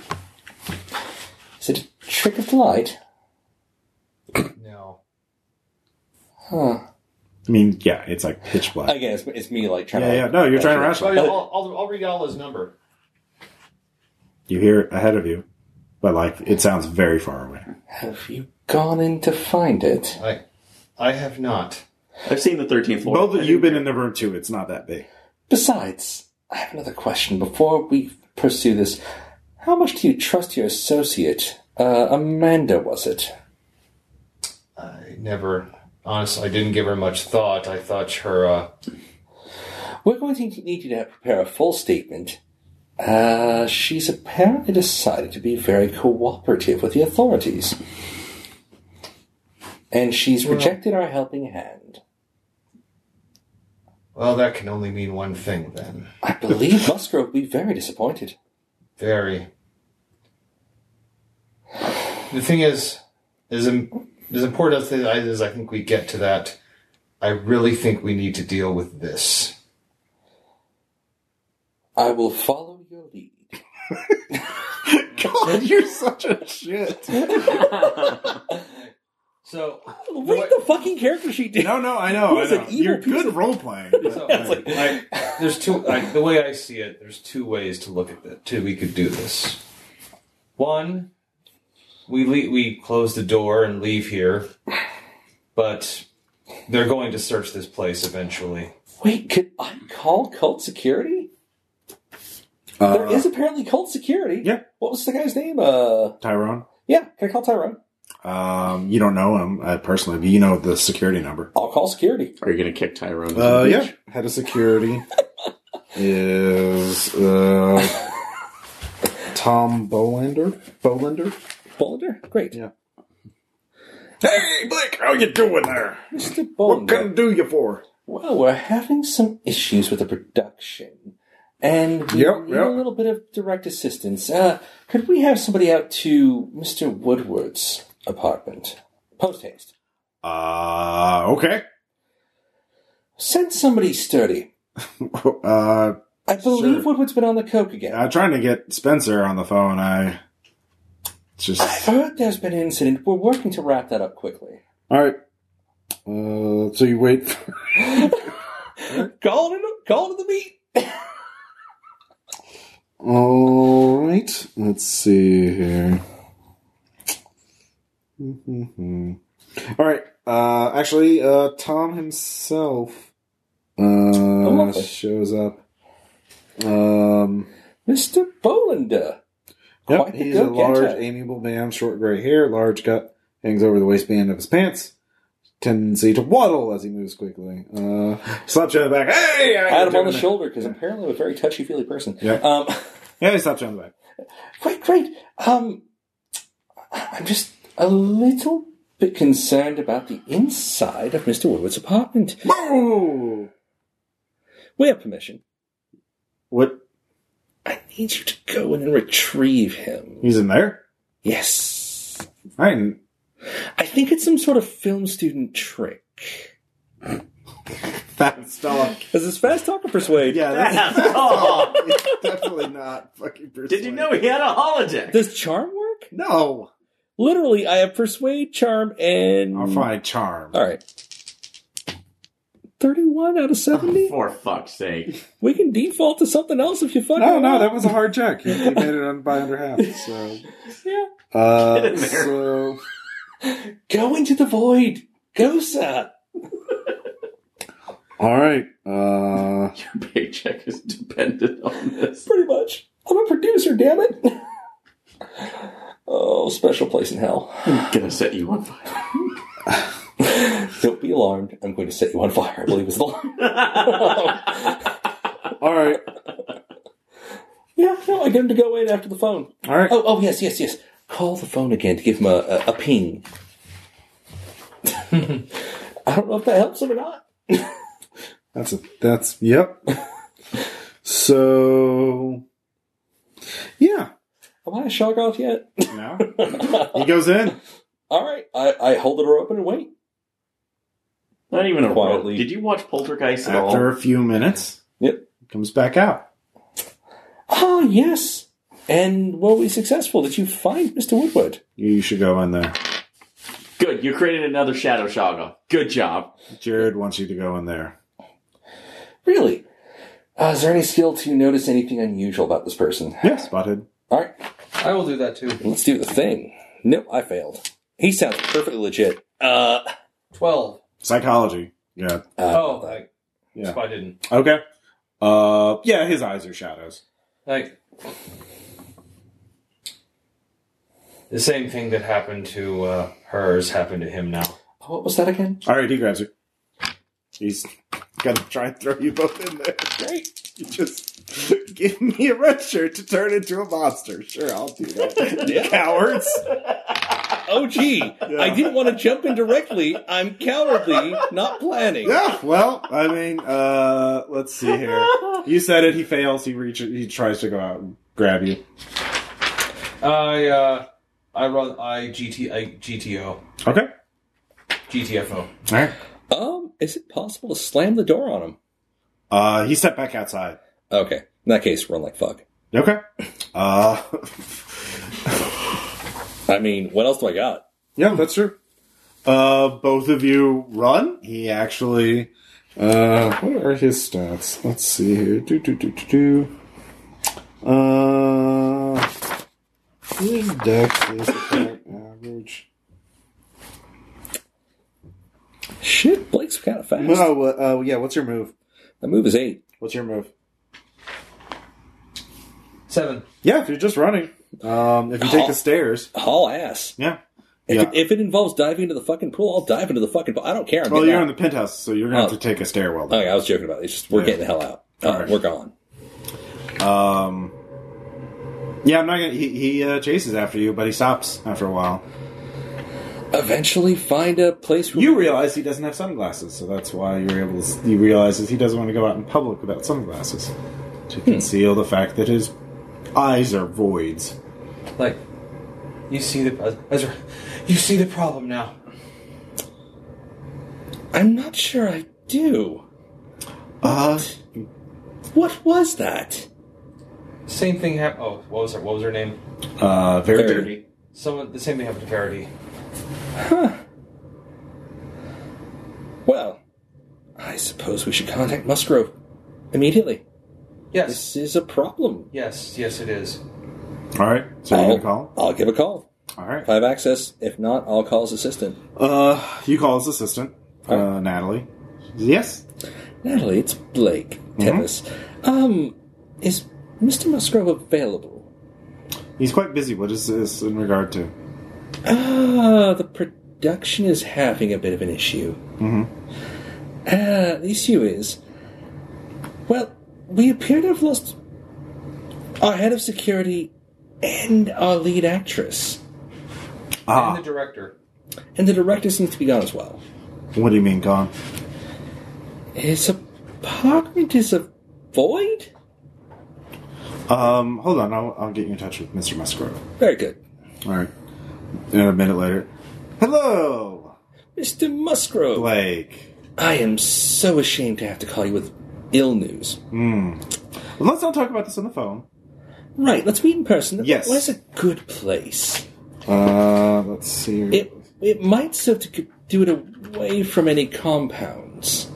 Speaker 4: Is it a trick of the light?
Speaker 2: No.
Speaker 4: Huh.
Speaker 1: I mean, yeah, it's like pitch black.
Speaker 4: Again, it's, it's me like trying
Speaker 1: yeah,
Speaker 4: to.
Speaker 1: yeah. No, you're trying to rationalize.
Speaker 2: Oh, yeah, I'll, I'll, I'll read all his number.
Speaker 1: You hear it ahead of you, but like it sounds very far away.
Speaker 4: Have you gone in to find it?
Speaker 2: I, I have not.
Speaker 3: I've seen the thirteenth floor.
Speaker 1: Both of you've been in the room too. It's not that
Speaker 4: [LAUGHS]
Speaker 1: big.
Speaker 4: Besides, I have another question before we pursue this. How much do you trust your associate? Uh, Amanda, was it?
Speaker 2: I never, honestly, I didn't give her much thought. I thought her, uh,
Speaker 4: We're going to need you to prepare a full statement. Uh, she's apparently decided to be very cooperative with the authorities. And she's rejected our helping hand.
Speaker 2: well, that can only mean one thing then.
Speaker 4: I [LAUGHS] believe Musgrove will be very disappointed.
Speaker 2: Very. The thing is, as, im- as important as I- as I think we get to that, I really think we need to deal with this.
Speaker 4: I will follow your lead.
Speaker 1: God, you're such a shit.
Speaker 2: So,
Speaker 4: Read the fucking character sheet, dude.
Speaker 1: No, no, I know. I
Speaker 4: Who's an
Speaker 1: know.
Speaker 4: evil
Speaker 1: You're
Speaker 4: piece
Speaker 1: good
Speaker 4: of-
Speaker 1: role playing.
Speaker 2: so
Speaker 4: [LAUGHS] It's like-
Speaker 2: like, there's two. Like, the way I see it, there's two ways to look at that. Two, we could do this. One, we le- we close the door and leave here, but they're going to search this place eventually.
Speaker 4: Wait, could I call cult security? there
Speaker 1: Uh,
Speaker 4: is apparently cult security.
Speaker 1: yeah.
Speaker 4: What was the guy's name? Uh,
Speaker 1: Tyrone.
Speaker 4: yeah. Can I call Tyrone?
Speaker 1: Um, you don't know him uh, personally, but you know the security number.
Speaker 4: I'll call security.
Speaker 3: Are you going to kick Tyrone?
Speaker 1: Uh, yeah. Head of security is uh, Tom Bolander. Bolander.
Speaker 4: Boulder. Great.
Speaker 1: Yeah. Hey, Blake, how you doing there?
Speaker 4: Mr.
Speaker 1: What
Speaker 4: Boulder.
Speaker 1: can I do you for?
Speaker 4: Well, we're having some issues with the production, and we
Speaker 1: Yep,
Speaker 4: need
Speaker 1: yep.
Speaker 4: a little bit of direct assistance. Uh, could we have somebody out to Mister Woodward's apartment post haste?
Speaker 1: Uh, okay. [LAUGHS]
Speaker 4: Send somebody sturdy.
Speaker 1: Uh,
Speaker 4: I believe
Speaker 1: Sure.
Speaker 4: Woodward's been on the coke again.
Speaker 1: I'm trying to get Spencer on the phone. I it's
Speaker 4: I've
Speaker 1: just
Speaker 4: heard there's been an incident. We're working to wrap that up quickly.
Speaker 1: all right. Uh, so you wait. For,
Speaker 4: Call to the, call to the meet.
Speaker 1: all right. Let's see here. Mhm. All right. Uh, actually, uh, Tom himself uh,
Speaker 4: Oh, lovely.
Speaker 1: shows up. Um,
Speaker 4: Mr. Bolander.
Speaker 1: yep,
Speaker 4: Quite the
Speaker 1: he's a
Speaker 4: go-getter.
Speaker 1: large, amiable man, short gray hair, large gut, hangs over the waistband of his pants. Tendency to waddle as he moves quickly. Uh, slaps you on the back. Hey, I
Speaker 4: Pat him on the
Speaker 1: shoulder.
Speaker 4: shoulder because apparently I'm a very touchy feely person.
Speaker 1: Yeah.
Speaker 4: Um, [LAUGHS]
Speaker 1: Yeah, he slaps you on the back.
Speaker 4: great, great. Um, I'm just a little bit concerned about the inside of Mr. Woodward's apartment.
Speaker 1: Whoa!
Speaker 4: We have permission.
Speaker 1: What?
Speaker 4: I need you to go in and retrieve him.
Speaker 1: He's in there?
Speaker 4: Yes.
Speaker 1: I didn't.
Speaker 4: I think it's some sort of film student trick.
Speaker 3: [COUGHS]
Speaker 1: That's not.
Speaker 4: Is this fast talk or
Speaker 1: [LAUGHS]
Speaker 4: persuade?
Speaker 1: Yeah, that's,
Speaker 3: [LAUGHS] That's
Speaker 1: that's
Speaker 3: all.
Speaker 1: all. It's definitely not fucking
Speaker 3: Did you
Speaker 1: persuade.
Speaker 3: know he had a holodeck?
Speaker 4: Does charm work?
Speaker 1: No.
Speaker 4: Literally, I have persuade, charm, and
Speaker 3: Hmm.
Speaker 1: I'll find charm.
Speaker 4: All right. 31 out of 70?
Speaker 3: For fuck's sake.
Speaker 4: We can default to something else if you fuck
Speaker 1: No,
Speaker 4: it
Speaker 1: no,
Speaker 4: up.
Speaker 1: that was a hard check. He, he made it on by under
Speaker 3: [LAUGHS]
Speaker 1: half. So,
Speaker 4: Yeah.
Speaker 3: Get in
Speaker 1: uh,
Speaker 3: there.
Speaker 1: so
Speaker 4: Go into the void. Go, sir.
Speaker 1: all right. Uh,
Speaker 3: Your paycheck is dependent on this.
Speaker 4: Pretty much. I'm a producer, damn it. [LAUGHS] oh, special place in hell.
Speaker 3: I'm going to set you on fire.
Speaker 4: Don't be alarmed. I'm going to set you on fire, I believe is the line.
Speaker 1: all right,
Speaker 4: yeah, no, I get him to go in after the phone.
Speaker 1: all right.
Speaker 4: Oh, oh, yes, yes, yes. Call the phone again to give him a, a, a ping. [LAUGHS] I don't know if that helps him or not.
Speaker 1: That's a that's yep. so yeah.
Speaker 4: Am I a shock off yet?
Speaker 1: No. he goes in.
Speaker 4: All right, I, I hold the door open and wait.
Speaker 3: Not even a
Speaker 4: Quietly.
Speaker 3: rope. Did you watch Poltergeist at
Speaker 1: After
Speaker 3: all?
Speaker 1: a few minutes.
Speaker 4: Yep.
Speaker 1: Comes back out.
Speaker 4: Ah, yes. And were we successful? Did you find Mr. Woodward?
Speaker 1: You should go in there.
Speaker 3: Good. You created another Shadow Shaga. Good job.
Speaker 1: Jared wants you to go in there.
Speaker 4: Really? Uh, is there any skill to notice anything unusual about this person?
Speaker 1: Yeah, spotted.
Speaker 4: All right,
Speaker 2: I will do that too.
Speaker 4: let's do the thing. Nope, I failed. He sounds perfectly legit. Uh,
Speaker 2: Twelve.
Speaker 1: Psychology. Yeah.
Speaker 2: Oh,
Speaker 4: uh,
Speaker 2: I,
Speaker 1: Yeah.
Speaker 2: so I didn't.
Speaker 1: Okay. Uh yeah, his eyes are shadows.
Speaker 2: Like the same thing that happened to uh, hers happened to him now.
Speaker 4: what was that again?
Speaker 1: Alright, he grabs you. He's gonna try and throw you both in there. [LAUGHS]
Speaker 4: Great.
Speaker 1: You just give me a red shirt to turn into a monster. Sure, I'll do [LAUGHS] that.
Speaker 4: Yeah.
Speaker 1: Cowards.
Speaker 4: Oh, gee, I didn't want to jump in directly. I'm cowardly, not planning.
Speaker 1: Yeah, well, I mean, uh, let's see here. [LAUGHS] You said it. He fails. He reaches. He tries to go out and grab you.
Speaker 2: I uh, I run I GT I GTO
Speaker 1: Okay.
Speaker 2: GTFO.
Speaker 1: All right.
Speaker 4: Um, is it possible to slam the door on him?
Speaker 1: Uh, he stepped back outside.
Speaker 4: Okay, in that case, run like fuck.
Speaker 1: Okay. Uh,
Speaker 4: I mean, what else do I got?
Speaker 1: yeah, that's true. Uh, both of you run. He actually. Uh, what are his stats? Let's see here. Do do do do do. Uh, he Dex is the average.
Speaker 4: Shit, Blake's kind of fast.
Speaker 1: No, uh, uh, yeah. What's your move?
Speaker 4: The move is eight.
Speaker 1: What's your move?
Speaker 2: Seven.
Speaker 1: Yeah, if you're just running, um, if you take the stairs,
Speaker 4: Haul ass.
Speaker 1: yeah.
Speaker 4: If,
Speaker 1: Yeah.
Speaker 4: it, if it involves diving into the fucking pool, I'll dive into the fucking pool. I don't care. I'm
Speaker 1: Well,
Speaker 4: getting
Speaker 1: you're in
Speaker 4: out.
Speaker 1: the penthouse, so you're gonna have to
Speaker 4: Oh.
Speaker 1: take a stairwell.
Speaker 4: Okay, I was joking about it. It's just we're
Speaker 1: Yeah.
Speaker 4: getting the hell out. Uh,
Speaker 1: All right.
Speaker 4: We're gone.
Speaker 1: Um,
Speaker 4: Oh.
Speaker 1: yeah, I'm not gonna. He, he uh, chases after you, but he stops after a while.
Speaker 4: Eventually, find a place. Where
Speaker 1: You realize he doesn't have sunglasses, so that's why you're able to. He realizes he doesn't want to go out in public without sunglasses to conceal the fact that his eyes are voids.
Speaker 2: Like, you see the Ezra, you see the problem now.
Speaker 4: I'm not sure I do.
Speaker 1: Uh,
Speaker 4: What was that?
Speaker 2: Same thing happened. Oh, what was her? What was her name?
Speaker 1: uh, very
Speaker 4: Very.
Speaker 1: dirty.
Speaker 2: Someone. The same thing happened to Verity.
Speaker 4: Well, I suppose we should contact Musgrove immediately.
Speaker 2: Yes.
Speaker 4: This is a problem.
Speaker 2: Yes. Yes, it is.
Speaker 1: All right, so
Speaker 4: I'll,
Speaker 1: you're gonna call.
Speaker 4: I'll give a call.
Speaker 1: him? All right.
Speaker 4: If I have access, if not, I'll call his assistant.
Speaker 1: Uh, you call his assistant,
Speaker 4: All
Speaker 1: uh, Natalie. Yes.
Speaker 4: Natalie, it's Blake Tennis. Um, is Mr. Musgrove available?
Speaker 1: He's quite busy. What is this in regard to?
Speaker 4: Ah, the production is having a bit of an issue.
Speaker 1: hmm
Speaker 4: Uh, the issue is, well, we appear to have lost our head of security and our lead actress,
Speaker 1: Ah,
Speaker 2: And the director.
Speaker 4: and the director seems to be gone as well.
Speaker 1: what do you mean gone?
Speaker 4: His apartment is a void.
Speaker 1: Um, hold on. I'll, I'll get you in touch with Mr. Musgrove.
Speaker 4: Very good,
Speaker 1: All right. And a minute later, hello,
Speaker 4: Mr. Musgrove.
Speaker 1: Blake.
Speaker 4: I am so ashamed to have to call you with ill news.
Speaker 1: Hmm. Well, let's not talk about this on the phone.
Speaker 4: Right, let's meet in person.
Speaker 1: Yes.
Speaker 4: Where's a good place?
Speaker 1: Uh, let's see.
Speaker 4: It it might serve to c- do it away from any compounds.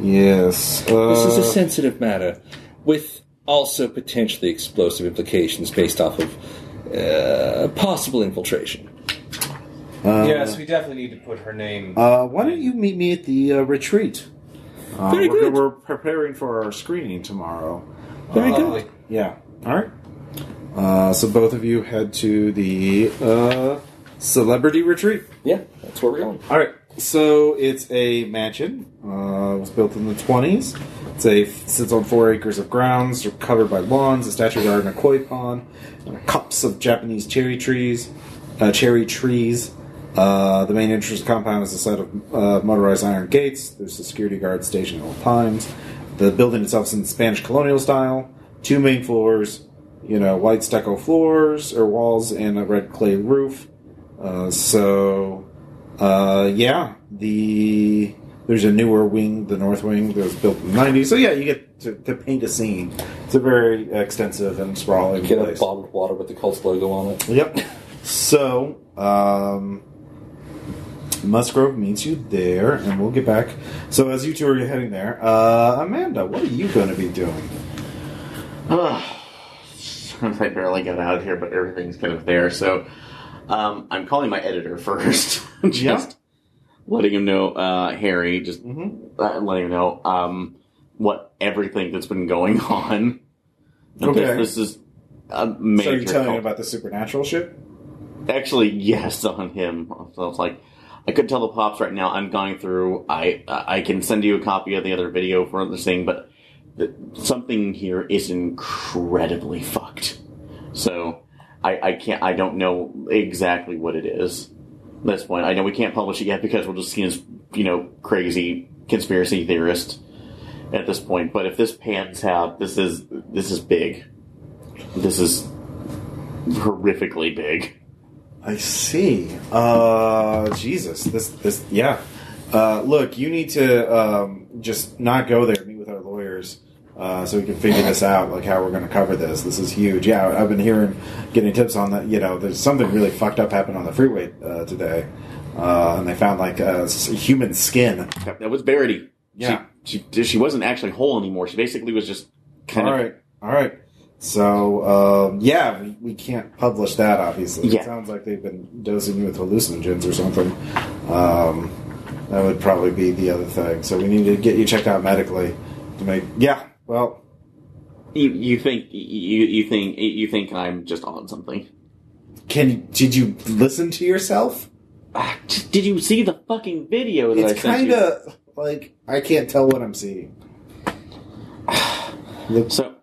Speaker 1: yes. Uh,
Speaker 4: This is a sensitive matter, with also potentially explosive implications based off of uh, possible infiltration.
Speaker 1: uh,
Speaker 2: yes, we definitely need to put her name.
Speaker 1: Uh, why don't you meet me at the uh, retreat? Uh,
Speaker 4: Very
Speaker 1: we're,
Speaker 4: good.
Speaker 1: We're preparing for our screening tomorrow.
Speaker 4: Very
Speaker 1: Uh,
Speaker 2: Lovely.
Speaker 4: good.
Speaker 1: Yeah. All right. Uh, so both of you head to the uh, celebrity retreat.
Speaker 4: Yeah, that's where we're going.
Speaker 1: All right. So it's a mansion. Uh, it was built in the twenties. It's a sits on four acres of grounds. They're covered by lawns, a statue garden, a koi pond, and Uh, cups of Japanese cherry trees. Uh, cherry trees. Uh, the main entrance to the compound is a set of uh, motorized iron gates. There's a security guard stationed at all times. The building itself is in Spanish colonial style. Two main floors. You know, white stucco floors or walls and a red clay roof. Uh, so uh, yeah, the there's a newer wing, the North Wing, that was built in the '90s. So yeah, you get to, to paint a scene. It's a very extensive and sprawling
Speaker 4: Get a
Speaker 1: place.
Speaker 4: bottled water with the Colts logo on it.
Speaker 1: Yep. So, um, Musgrove meets you there, and we'll get back. So as you two are heading there, uh, Amanda, what are you going to be doing?
Speaker 3: [LAUGHS] I barely got out of here, but everything's kind of there. So um, I'm calling my editor [LAUGHS] first. just
Speaker 1: Yeah.
Speaker 3: letting him know, uh, Harry, just
Speaker 1: Mm-hmm.
Speaker 3: uh, letting him know um, what everything that's been going [LAUGHS] on.
Speaker 1: Okay.
Speaker 3: This, this is a
Speaker 1: So
Speaker 3: major.
Speaker 1: you're telling him
Speaker 3: cul-
Speaker 1: about the supernatural shit?
Speaker 3: Actually, yes, [LAUGHS] on him. So I was like, I could tell the pops right now. I'm going through. I I can send you a copy of the other video for this thing, but th- something here is incredibly fucked. So I I can't. I don't know exactly what it is. At this point, I know we can't publish it yet because we'll just seen as you know crazy conspiracy theorist at this point. But if this pans out, this is this is big. This is horrifically big.
Speaker 1: I see. Uh, Jesus, this this yeah. Uh, look, you need to um, just not go there. Meet with our lawyers uh, so we can figure this out, like how we're going to cover this. This is huge. Yeah, I've been hearing, getting tips on that. You know, there's something really fucked up happened on the freeway uh, today, uh, and they found like uh, s- human skin.
Speaker 3: That that was Verity.
Speaker 1: Yeah.
Speaker 3: She, she she wasn't actually whole anymore. She basically was just
Speaker 1: All
Speaker 3: kind of
Speaker 1: right, all right. So um, yeah, we, we can't publish that. Obviously,
Speaker 3: Yeah.
Speaker 1: it sounds like they've been dosing you with hallucinogens or something. Um, that would probably be the other thing. So we need to get you checked out medically to make. Yeah, well,
Speaker 3: You, you think you you think you think I'm just on something?
Speaker 1: can did you listen to yourself?
Speaker 3: Ah, t- Did you see the fucking video that I
Speaker 1: It's
Speaker 3: sent
Speaker 1: kind
Speaker 3: you?
Speaker 1: of like I can't tell what I'm seeing.
Speaker 3: So,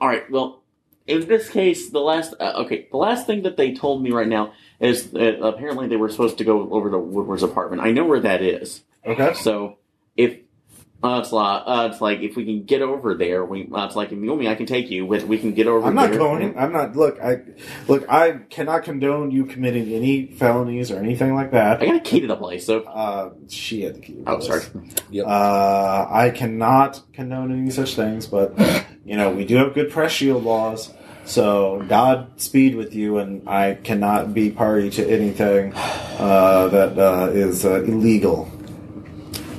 Speaker 3: all right. Well, in this case, the last uh, okay, the last thing that they told me right now is that apparently they were supposed to go over to Woodward's apartment. I know where that is.
Speaker 1: Okay.
Speaker 3: So if uh, it's like uh, it's like if we can get over there, we uh, it's like if you want me, I can take you. We, we can get over.
Speaker 1: I'm not
Speaker 3: there.
Speaker 1: going. I'm not. Look, I look. I cannot condone you committing any felonies or anything like that.
Speaker 3: I got a key to the place, so
Speaker 1: Uh, she had the key.
Speaker 3: oh sorry.
Speaker 4: Yep.
Speaker 1: Uh, I cannot condone any such things, but you know we do have good press shield laws. So God speed with you, and I cannot be party to anything uh, that uh, is uh, illegal.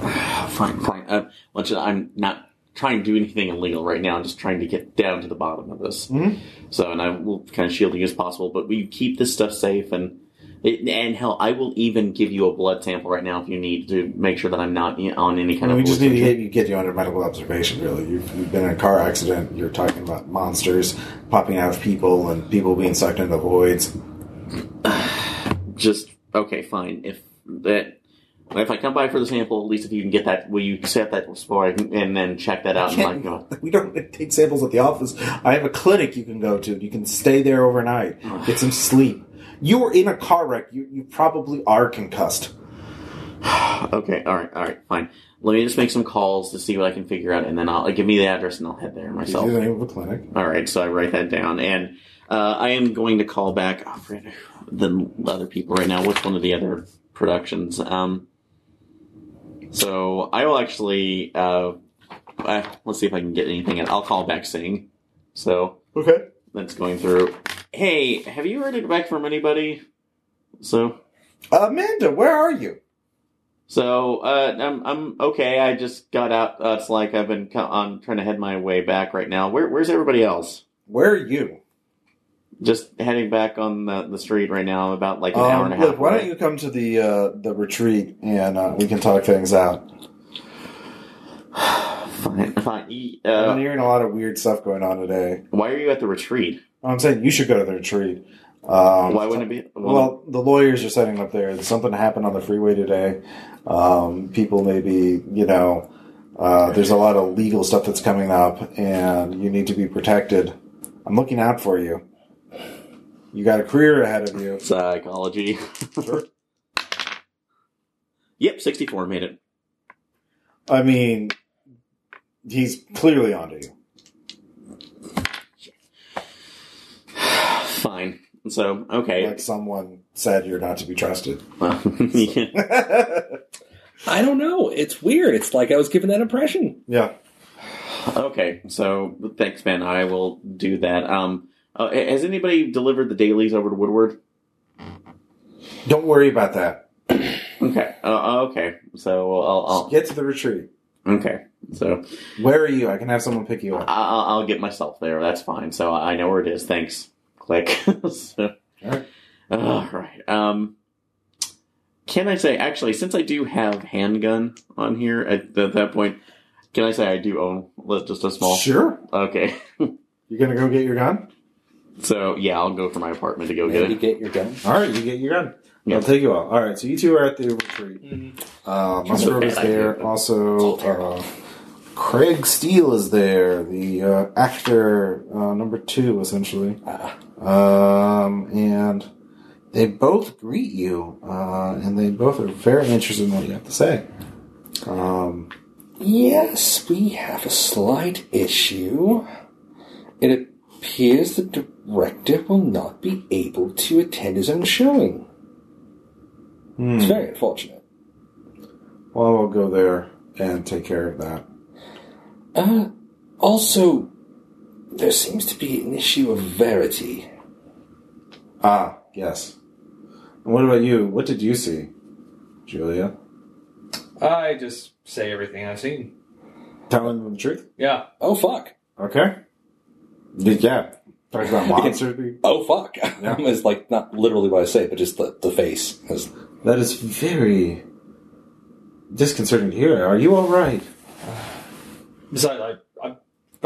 Speaker 3: Oh, fine, fine. Uh, let's- I'm not trying to do anything illegal right now. I'm just trying to get down to the bottom of this.
Speaker 1: Mhm.
Speaker 3: So, and I will kind of shield you as possible, but we keep this stuff safe and. It, and hell, I will even give you a blood sample right now if you need to make sure that I'm not you know, on any kind
Speaker 1: And
Speaker 3: of.
Speaker 1: we just need to
Speaker 3: hallucinogen.
Speaker 1: get you, get you under medical observation. Really, you've, you've been in a car accident. You're talking about monsters popping out of people and people being sucked into voids.
Speaker 3: just okay, fine. If that, if I come by for the sample, at least if you can get that, will you accept that spore and and then check that out? And like, no.
Speaker 1: We don't [LAUGHS] take samples at the office. I have a clinic you can go to. You can stay there overnight, get some sleep. You were in a car wreck. You, you probably are concussed.
Speaker 3: okay, all right, all right, fine. Let me just make some calls to see what I can figure out, and then I'll give me the address and I'll head there
Speaker 1: Is you
Speaker 3: myself.
Speaker 1: the name of a clinic?
Speaker 3: All right, so I write that down, and uh, I am going to call back oh, I forget who- the other people right now. Which one of the other productions? Um, so I will actually uh, uh, let's see if I can get anything. I'll call back Singh. So
Speaker 1: Okay.
Speaker 3: that's going through. Hey, have you heard it back from anybody? So,
Speaker 1: Amanda, where are you?
Speaker 3: so uh, I'm I'm okay. I just got out. Uh, it's like I've been co- on trying to head my way back right now. Where where's everybody else?
Speaker 1: Where are you?
Speaker 3: Just heading back on the, the street right now. I'm about like an hour and a
Speaker 1: Um,
Speaker 3: half.
Speaker 1: look, why don't
Speaker 3: away.
Speaker 1: you come to the uh, the retreat and uh, we can talk things out?
Speaker 3: Fine, fine. E-
Speaker 1: I've been
Speaker 3: Uh,
Speaker 1: hearing a lot of weird stuff going on today.
Speaker 3: why are you at the retreat?
Speaker 1: I'm saying you should go to the retreat. Um,
Speaker 3: Why wouldn't it be?
Speaker 1: Well, the lawyers are setting up there. Something happened on the freeway today. Um, people may be, you know, uh, there's a lot of legal stuff that's coming up, and you need to be protected. I'm looking out for you. You got a career ahead of you.
Speaker 3: psychology. yep, 64 made it. [LAUGHS]
Speaker 1: I mean, he's clearly onto you.
Speaker 3: [SIGHS] Fine. So okay.
Speaker 1: Like someone said, you're not to be trusted.
Speaker 3: Well, yeah.
Speaker 4: I don't know. It's weird. It's like I was given that impression.
Speaker 1: yeah.
Speaker 3: Okay, so thanks, Ben. I will do that. Um, uh, has anybody delivered the dailies over to Woodward?
Speaker 1: Don't worry about that.
Speaker 3: Okay. Uh, okay. So uh, I'll.
Speaker 1: Get to the retreat.
Speaker 3: I'll Oh. okay. So
Speaker 1: Where are you? I can have someone pick you
Speaker 3: I-
Speaker 1: up.
Speaker 3: I'll, I'll get myself there. That's fine. So I know where it is. Thanks. Click. so,
Speaker 1: Alright.
Speaker 3: all right. Um, can I say actually, since I do have handgun on here at, at that point, can I say I do own li- just a small?
Speaker 1: Sure.
Speaker 3: Uh, Okay. [LAUGHS]
Speaker 1: You're going to go get your gun?
Speaker 3: So yeah, I'll go for my apartment to go get
Speaker 4: Maybe
Speaker 3: it.
Speaker 4: get your gun.
Speaker 1: All right, you get your gun.
Speaker 3: Yeah.
Speaker 1: I'll take you all. All right, so you two are at the retreat. Uh,
Speaker 3: That's Mm-hmm. a
Speaker 1: Musgrove is
Speaker 3: bad idea,
Speaker 1: there.
Speaker 3: but-
Speaker 1: Also, uh, Craig Steele is there, the uh, actor uh, number two, essentially.
Speaker 4: Ah.
Speaker 1: Um, and they both greet you, uh, and they both are very interested in what you have to say. Um,
Speaker 4: Yes, we have a slight issue. It appears the director will not be able to attend his own showing.
Speaker 1: hmm.
Speaker 4: It's very unfortunate.
Speaker 1: Well, we'll go there and take care of that.
Speaker 4: Uh, also, there seems to be an issue of verity.
Speaker 1: Ah, yes. And what about you? What did you see, Julia?
Speaker 2: I just say everything I've seen.
Speaker 1: Telling them the truth?
Speaker 2: Yeah.
Speaker 4: Oh, fuck.
Speaker 1: Okay.
Speaker 6: Yeah. Talks [LAUGHS] about monsters.
Speaker 4: Oh fuck! [LAUGHS]
Speaker 6: Yeah.
Speaker 4: it's like not literally what I say, but just the, the face. It's-
Speaker 6: that is very disconcerting to hear. Are you all right?
Speaker 2: Besides, I, I,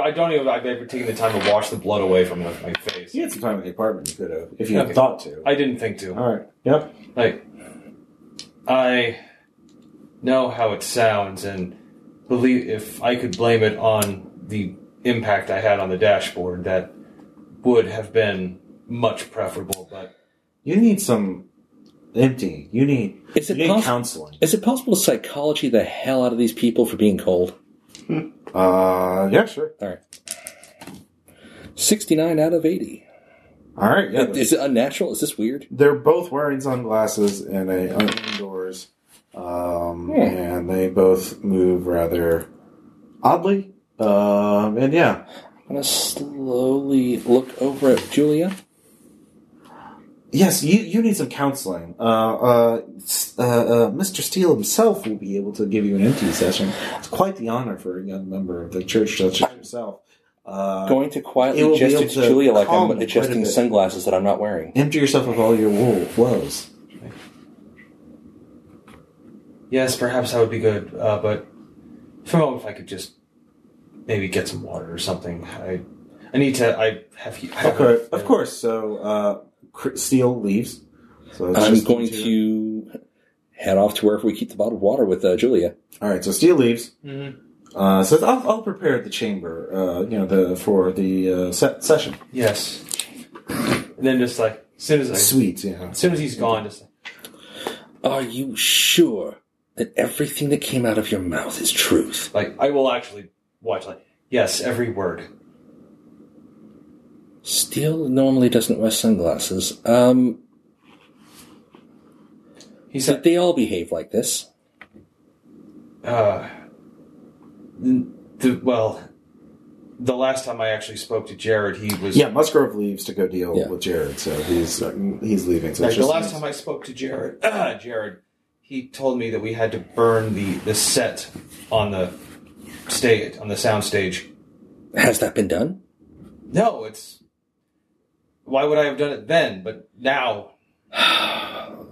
Speaker 2: I don't even. I've ever taken the time to wash the blood away from my, my face.
Speaker 6: You had some time in the apartment. You could have, if you had
Speaker 2: Okay.
Speaker 6: thought to.
Speaker 2: I didn't think to.
Speaker 6: all right. Yep.
Speaker 2: Like, I know how it sounds, and believe if I could blame it on the impact I had on the dashboard, that would have been much preferable. But
Speaker 6: You need some emptying. You need.
Speaker 4: Is it
Speaker 6: you need
Speaker 4: poss-
Speaker 6: counseling?
Speaker 4: Is it possible to psychology the hell out of these people for being cold?
Speaker 6: Uh, yeah, sure.
Speaker 4: All right, sixty-nine out of eighty.
Speaker 6: All right. Yeah.
Speaker 4: Is it unnatural? Is this weird?
Speaker 6: they're both wearing sunglasses and they are indoors, um, and they both move rather oddly. Um, and yeah,
Speaker 4: I'm gonna slowly look over at Julia.
Speaker 6: yes, you you need some counseling. Uh, uh, s- uh, uh, Mr. Steele himself will be able to give you an empty session. It's quite the honor for a young member of the church such as yourself. Uh,
Speaker 4: Going to
Speaker 6: It will
Speaker 4: quietly
Speaker 6: be
Speaker 4: gesture
Speaker 6: able
Speaker 4: to
Speaker 6: to
Speaker 4: Julia like
Speaker 6: calm
Speaker 4: I'm
Speaker 6: quite a
Speaker 4: adjusting
Speaker 6: bit.
Speaker 4: sunglasses that I'm not wearing.
Speaker 6: empty yourself of all your wo- woes.
Speaker 2: yes, perhaps that would be good. Uh, but for a moment, if I could just maybe get some water or something, I I need to. I have. I have
Speaker 6: Okay, of course. So uh, Cr- Steele leaves. So it's
Speaker 4: I'm
Speaker 6: just the
Speaker 4: going
Speaker 6: two.
Speaker 4: to head off to wherever we keep the bottled water with uh, Julia.
Speaker 6: All right, so Steele leaves.
Speaker 2: Mhm.
Speaker 6: Uh, so I'll, I'll prepare the chamber, uh, you know, the for the uh, se- session.
Speaker 2: Yes. And then just like as soon as I, as
Speaker 6: Sweet, yeah.
Speaker 2: soon as he's gone, just like,
Speaker 4: Are you sure that everything that came out of your mouth is truth?
Speaker 2: like I will actually watch like yes every word.
Speaker 4: Steele normally doesn't wear sunglasses. Um,
Speaker 2: He said
Speaker 4: did they all behave like this?
Speaker 2: Uh, n- the, well, the last time I actually spoke to Jared, he was
Speaker 6: Yeah, Musgrove leaves to go deal
Speaker 4: Yeah.
Speaker 6: with Jared, so he's uh, he's leaving. So
Speaker 2: Like,
Speaker 6: it's
Speaker 2: the
Speaker 6: just,
Speaker 2: last time I spoke to Jared, [CLEARS THROAT] uh, Jared, he told me that we had to burn the the set on the stage on the sound stage.
Speaker 4: Has that been done?
Speaker 2: No, it's why would I have done it then? But now,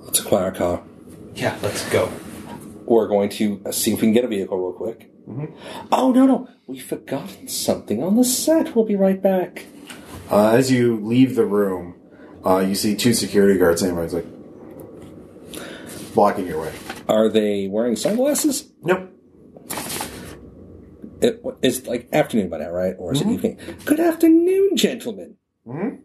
Speaker 4: Let's acquire a car.
Speaker 2: yeah, let's go.
Speaker 4: We're going to uh, see if we can get a vehicle real quick. Oh, no, no. We've forgotten something on the set. We'll be right back.
Speaker 6: uh, as you leave the room, uh, you see two security guards. Anyways, like blocking your way.
Speaker 4: Are they wearing sunglasses?
Speaker 6: Nope.
Speaker 4: It, it's like afternoon by now, right? Or is it evening? Good afternoon, gentlemen.
Speaker 6: Mhm.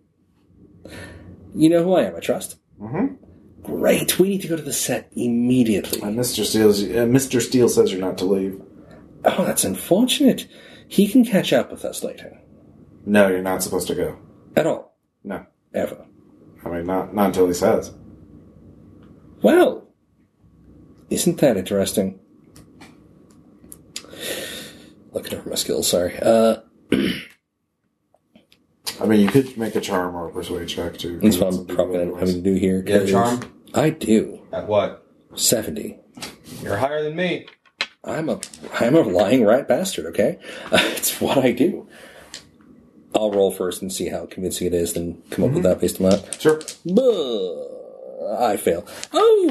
Speaker 4: You know who I am, I trust.
Speaker 6: Mhm.
Speaker 4: Great. We need to go to the set immediately.
Speaker 6: And Mr. Steele's, uh, Mr. Steele says you're not to leave.
Speaker 4: Oh, that's unfortunate. He can catch up with us later.
Speaker 6: No, you're not supposed to go.
Speaker 4: At all.
Speaker 6: No,
Speaker 4: Ever.
Speaker 6: I mean not not until he says.
Speaker 4: Well, isn't that interesting? Looking over my skills, sorry. Uh,
Speaker 6: I mean, you could make a charm or a persuade check to.
Speaker 4: that's what I'm
Speaker 6: convince him to
Speaker 4: probably
Speaker 6: go
Speaker 4: gonna-
Speaker 6: anyways.
Speaker 4: having to do here.
Speaker 2: You have
Speaker 4: 'cause
Speaker 2: charm?
Speaker 4: I do.
Speaker 2: At what?
Speaker 4: 70.
Speaker 2: You're higher than me.
Speaker 4: I'm a I'm a lying rat bastard. Okay, [LAUGHS] it's what I do. I'll roll first and see how convincing it is, then come up with that based on that.
Speaker 6: Sure. [LAUGHS]
Speaker 4: Buh, I fail. Oh,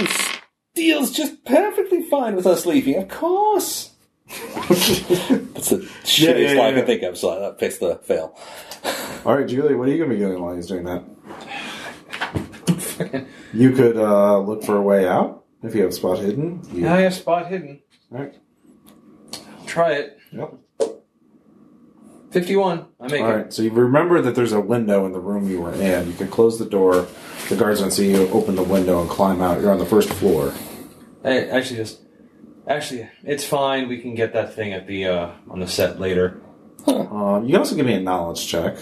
Speaker 4: Steele's just perfectly fine with us leaving. Of course. That's the shittiest
Speaker 6: Yeah, yeah,
Speaker 4: lie I
Speaker 6: yeah.
Speaker 4: can think of, so that fixed the fail.
Speaker 6: All right, Julie, what are you going to be doing while he's
Speaker 4: [LAUGHS]
Speaker 6: doing that? you could uh, look for a way out if you have spot hidden. You-
Speaker 2: Now I have spot hidden.
Speaker 6: All right.
Speaker 2: Try it.
Speaker 6: Yep.
Speaker 2: Fifty-one. I make
Speaker 6: All
Speaker 2: it.
Speaker 6: right. So you remember that there's a window in the room you were in. You can close the door. The guards don't see you. Open the window and climb out. You're on the first floor.
Speaker 2: Hey, actually, just actually, it's fine. We can get that thing at the uh, on the set later.
Speaker 6: Um, you can also give me a knowledge check,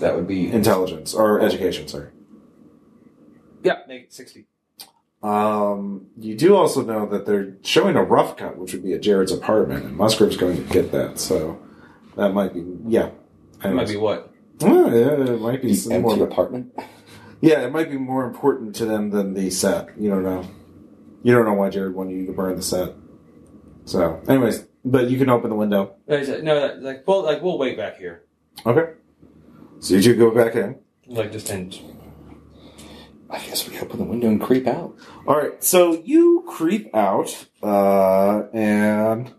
Speaker 2: That would be
Speaker 6: intelligence or education. Sorry.
Speaker 2: yeah, make it sixty.
Speaker 6: Um, you do also know that they're showing a rough cut, which would be at Jared's apartment, and Musgrove's going to get that. So that might be yeah.
Speaker 2: That might be what
Speaker 6: Oh, yeah, it might be some more
Speaker 4: Empty
Speaker 6: of a
Speaker 4: apartment.
Speaker 6: Yeah, it might be more important to them than the set. You don't know. You don't know why Jared wanted you to burn the set. So, anyways, but you can open the window.
Speaker 2: no, he's like- no, that, like well, like we'll wait back here.
Speaker 6: Okay.
Speaker 1: So you two go back in.
Speaker 2: Like just and
Speaker 4: I guess we open the window and creep out.
Speaker 1: All right, so you creep out, uh, and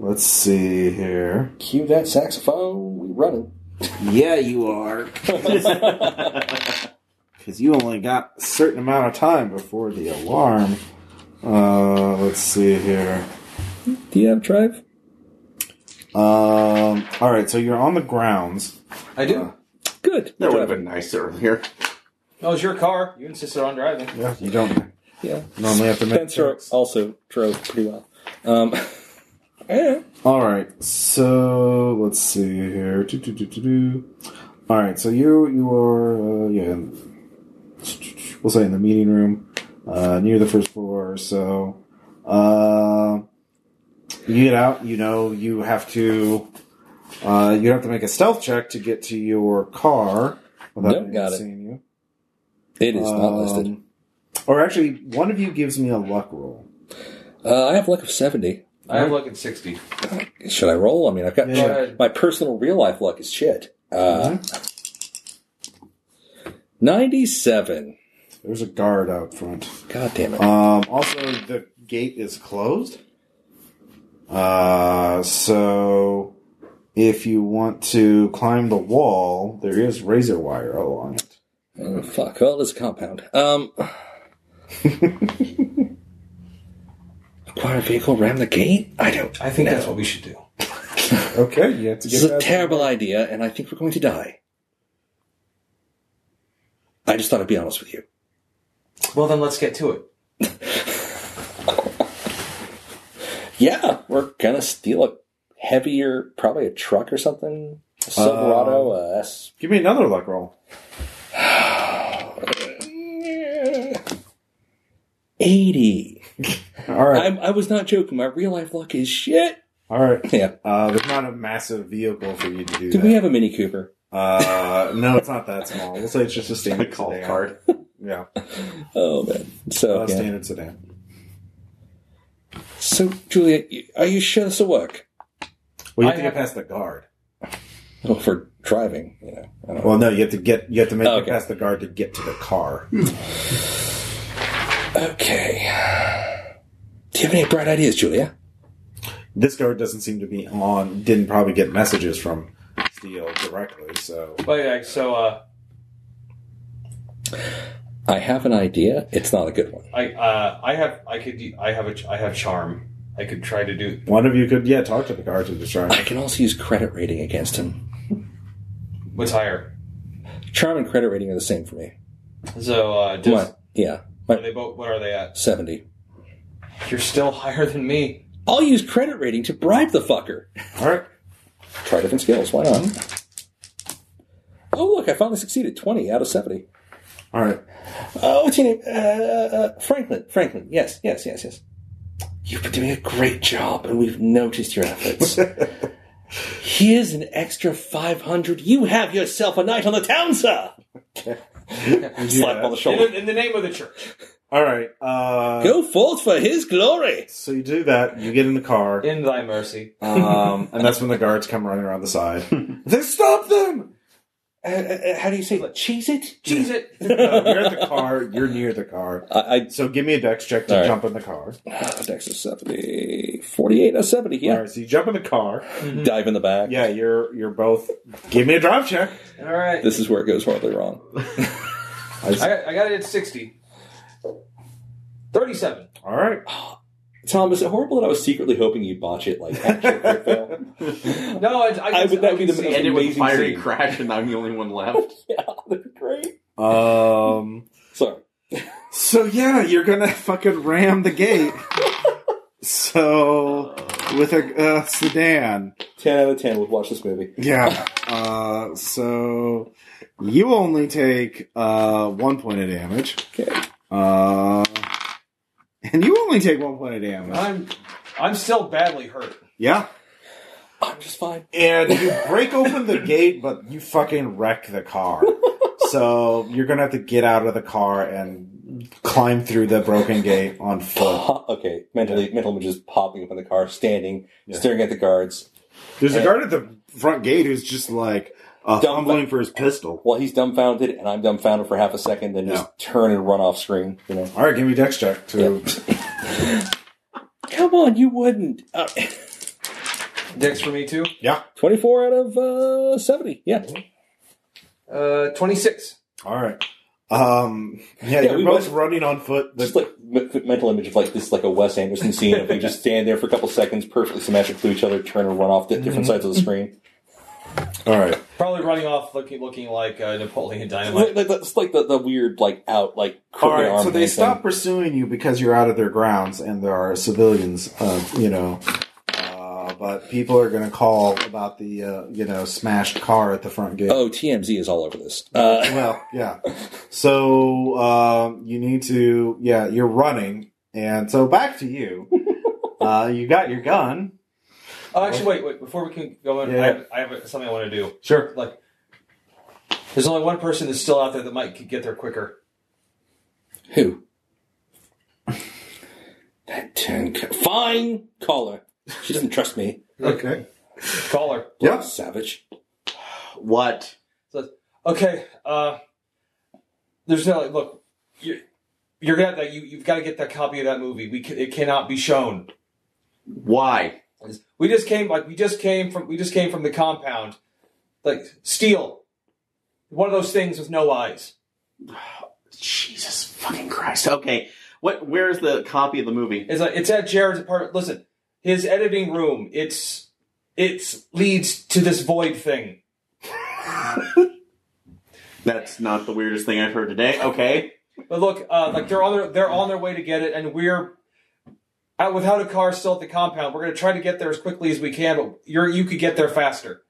Speaker 1: let's see here.
Speaker 4: Cue that saxophone. We running.
Speaker 1: Yeah, you are, because you only got a certain amount of time before the alarm. Uh, let's see here.
Speaker 4: Do you have drive?
Speaker 1: Um, all right, so you're on the grounds.
Speaker 4: I do. Good.
Speaker 3: That would have been
Speaker 1: [LAUGHS]
Speaker 3: nice earlier.
Speaker 2: No, Oh, it's your car. You insisted on driving.
Speaker 1: Yeah, you don't
Speaker 4: Yeah.
Speaker 1: normally have to make.
Speaker 4: Spencer
Speaker 1: checks.
Speaker 4: also drove pretty well. Um, [LAUGHS] eh. yeah.
Speaker 1: All right, so let's see here. Do, do, do, do, do. All right, so you you are uh, yeah, in- we'll say in the meeting room uh, near the first floor. So uh, you get out. You know you have to uh, you have to make a stealth check to get to your car without
Speaker 4: Nope,
Speaker 1: anyone
Speaker 4: got it.
Speaker 1: seeing you.
Speaker 4: It is not listed.
Speaker 1: Um, Or actually, one of you gives me a luck roll.
Speaker 4: Uh, I have luck of 70.
Speaker 2: I have luck at sixty.
Speaker 4: Should I roll? I mean, I've got
Speaker 1: Yeah.
Speaker 2: Go ahead.
Speaker 4: my personal real life luck is shit. Uh, Mm-hmm. 97.
Speaker 1: There's a guard out front.
Speaker 4: God damn it.
Speaker 1: Um, also, the gate is closed. Uh, so if you want to climb the wall, there is razor wire along it.
Speaker 4: Oh, fuck. Well, it's a compound. Um, [LAUGHS] acquire a vehicle, ram the gate? I don't.
Speaker 2: I think that's what we should do.
Speaker 1: Okay, you have to get
Speaker 4: This is a
Speaker 1: that.
Speaker 4: terrible idea, and I think we're going to die. I just thought I'd be honest with you.
Speaker 2: Well, then let's get to it.
Speaker 4: Yeah, we're gonna steal a heavier, probably a truck or something. A Silverado. uh, that's-
Speaker 1: Give me another luck roll.
Speaker 4: Eighty.
Speaker 1: All right,
Speaker 4: I'm, I was not joking. My real life luck is shit.
Speaker 1: all right.
Speaker 4: Yeah.
Speaker 1: Uh, there's not a massive vehicle for you to do,
Speaker 4: Do
Speaker 1: that.
Speaker 4: we have a Mini Cooper?
Speaker 1: uh, no, it's not that small. We'll say it's just a [LAUGHS]
Speaker 3: A
Speaker 1: standard
Speaker 3: call
Speaker 1: sedan.
Speaker 3: card.
Speaker 1: Yeah,
Speaker 4: Oh man. So
Speaker 1: uh,
Speaker 4: yeah.
Speaker 1: standard sedan.
Speaker 4: So Juliet, y- are you sure this will work?
Speaker 1: Well, you
Speaker 2: I
Speaker 1: have to get
Speaker 2: have-
Speaker 1: past the guard.
Speaker 4: Well, for driving, you know. I don't know.
Speaker 1: Well, no, you have to get you have to make it
Speaker 4: Oh, Okay.
Speaker 1: past the guard to get to the car.
Speaker 4: Okay. Do you have any bright ideas, Julia?
Speaker 1: this guard doesn't seem to be on didn't probably get messages from Steele directly so
Speaker 2: But yeah, so uh,
Speaker 4: I have an idea. It's not a good one.
Speaker 2: I uh, I have I could I have a ch- I have charm. I could try to do.
Speaker 1: one of you could yeah talk to the guard to distract
Speaker 4: I
Speaker 1: him.
Speaker 4: can also use credit rating against him.
Speaker 2: What's higher?
Speaker 4: Charm and credit rating are the same for me.
Speaker 2: So uh, just
Speaker 4: What? Yeah,
Speaker 2: are they both? What are they at?
Speaker 4: seventy.
Speaker 2: You're still [LAUGHS] higher than me.
Speaker 4: I'll use credit rating to bribe the fucker.
Speaker 1: all right
Speaker 4: Try different skills. Why not? Oh look, I finally succeeded. Twenty out of seventy.
Speaker 1: all right
Speaker 4: Oh, what's your name? Uh, uh, Franklin. Franklin. Yes, yes, yes, yes. You've been doing a great job, and we've noticed your [LAUGHS] efforts. Here's an extra 500. You have yourself a night on the town, sir! Slap him on the
Speaker 2: In
Speaker 4: shoulder.
Speaker 2: the, in the name of the church.
Speaker 1: all right uh
Speaker 4: Go forth for his [LAUGHS] glory!
Speaker 1: so you do that you get in the car
Speaker 2: In thy mercy.
Speaker 1: um and that's when the guards come running around the side [LAUGHS] they stop them
Speaker 4: Uh, uh, how do you say that? Cheese it?
Speaker 2: Jeez it.
Speaker 1: no, you're at the car you're near the car
Speaker 4: I,
Speaker 1: so give me a dex check to
Speaker 4: All right.
Speaker 1: jump in the car
Speaker 4: I Dex is 70. 48 or 70, yeah.
Speaker 1: all right so you jump in the car
Speaker 4: Dive in the back.
Speaker 1: yeah you're you're both give me a drive check
Speaker 2: [LAUGHS] All right.
Speaker 4: This is where it goes horribly wrong.
Speaker 2: I got, I got it at sixty. Thirty-seven.
Speaker 1: all right
Speaker 4: Tom, is it horrible that I was secretly hoping you'd botch it [LAUGHS] like actual quick fail?
Speaker 2: No, I, I, can-
Speaker 4: I would- that would be
Speaker 2: can
Speaker 4: the
Speaker 2: see
Speaker 4: most-
Speaker 2: it.
Speaker 3: And it was a
Speaker 4: Amazing
Speaker 3: fiery
Speaker 4: scene.
Speaker 3: crash, and I'm the only
Speaker 1: [LAUGHS]
Speaker 3: one left.
Speaker 4: yeah, that'd be great.
Speaker 1: um
Speaker 4: Sorry.
Speaker 1: So yeah, you're gonna fucking ram the
Speaker 4: [LAUGHS]
Speaker 1: gate. so with a uh, sedan,
Speaker 4: 10 out of 10 would watch this movie.
Speaker 6: [LAUGHS]
Speaker 1: yeah. Uh, so you only take uh, one point of damage,
Speaker 4: Okay.
Speaker 1: uh, and you only take one point of damage.
Speaker 2: I'm I'm still badly hurt.
Speaker 1: yeah,
Speaker 4: I'm just fine.
Speaker 1: and you break open the gate, but you fucking wreck the
Speaker 4: [LAUGHS]
Speaker 1: car. so you're gonna have to get out of the car and climb through the broken gate on foot.
Speaker 4: Po- okay, mentally, mental images popping up in the car, standing,
Speaker 1: Yeah.
Speaker 4: staring at the guards.
Speaker 1: There's a
Speaker 4: Yeah.
Speaker 1: guard at the front gate who's just like,
Speaker 6: uh,
Speaker 4: Dumb-
Speaker 6: fumbling for his pistol.
Speaker 4: Well, he's dumbfounded, and I'm dumbfounded for half a second, then just turn and run off screen. You know,
Speaker 6: All right, give me dex check. To,
Speaker 4: come on, you wouldn't. Uh,
Speaker 2: Dex for me too.
Speaker 4: Twenty-four out of uh, seventy. Yeah,
Speaker 2: Uh, 26.
Speaker 6: All right. Um,
Speaker 4: Yeah,
Speaker 6: yeah, you're
Speaker 4: we
Speaker 6: both
Speaker 4: both-
Speaker 6: running on foot.
Speaker 4: just like m- mental image of like this, is like a Wes Anderson scene of they [LAUGHS] just stand there for a couple seconds, perfectly symmetric to each other, turn and run off the different sides of the screen.
Speaker 6: all right.
Speaker 2: Probably running off looking looking like uh, Napoleon
Speaker 4: Like, [LAUGHS] [LAUGHS]
Speaker 2: Dynamite.
Speaker 4: like, that's like the, the weird like out like
Speaker 6: All
Speaker 4: crooked
Speaker 6: right.
Speaker 4: arm
Speaker 6: So they
Speaker 4: hand
Speaker 6: stop
Speaker 4: thing.
Speaker 6: pursuing you because you're out of their grounds and there are civilians, uh, you know. Uh, but people are going to call about the, uh, you know, smashed car at the front gate.
Speaker 4: Oh, TMZ is all over this. Uh,
Speaker 6: Well, yeah. So um, you need to, yeah, you're running, and so back to you. uh, you got your gun.
Speaker 2: Oh, actually, wait, wait. Before we can go in, I, have, I have something I want to do.
Speaker 6: Sure.
Speaker 2: Like, there's only one person that's still out there that might get there quicker.
Speaker 4: who? That ten. Co- Fine, call her. She doesn't trust me.
Speaker 6: Okay.
Speaker 2: Call her.
Speaker 6: Yeah.
Speaker 4: Savage.
Speaker 3: What?
Speaker 2: Okay. Uh, there's no look. You're, you're gonna have that. You you've got to get that copy of that movie. We ca- it cannot be shown.
Speaker 3: Why?
Speaker 2: We just came like we just came from we just came from the compound. Like steel. One of those things with no eyes.
Speaker 3: Jesus fucking Christ. Okay. What? Where is the copy of the movie?
Speaker 2: It's like it's at Jared's apartment. Listen, his editing room. It's it's leads to this void thing.
Speaker 3: That's not the weirdest thing I've heard today. Okay.
Speaker 2: But look, uh, like they're on their they're on their way to get it, and we're out without a car still at the compound. We're gonna try to get there as quickly as we can, but you're you could get there faster.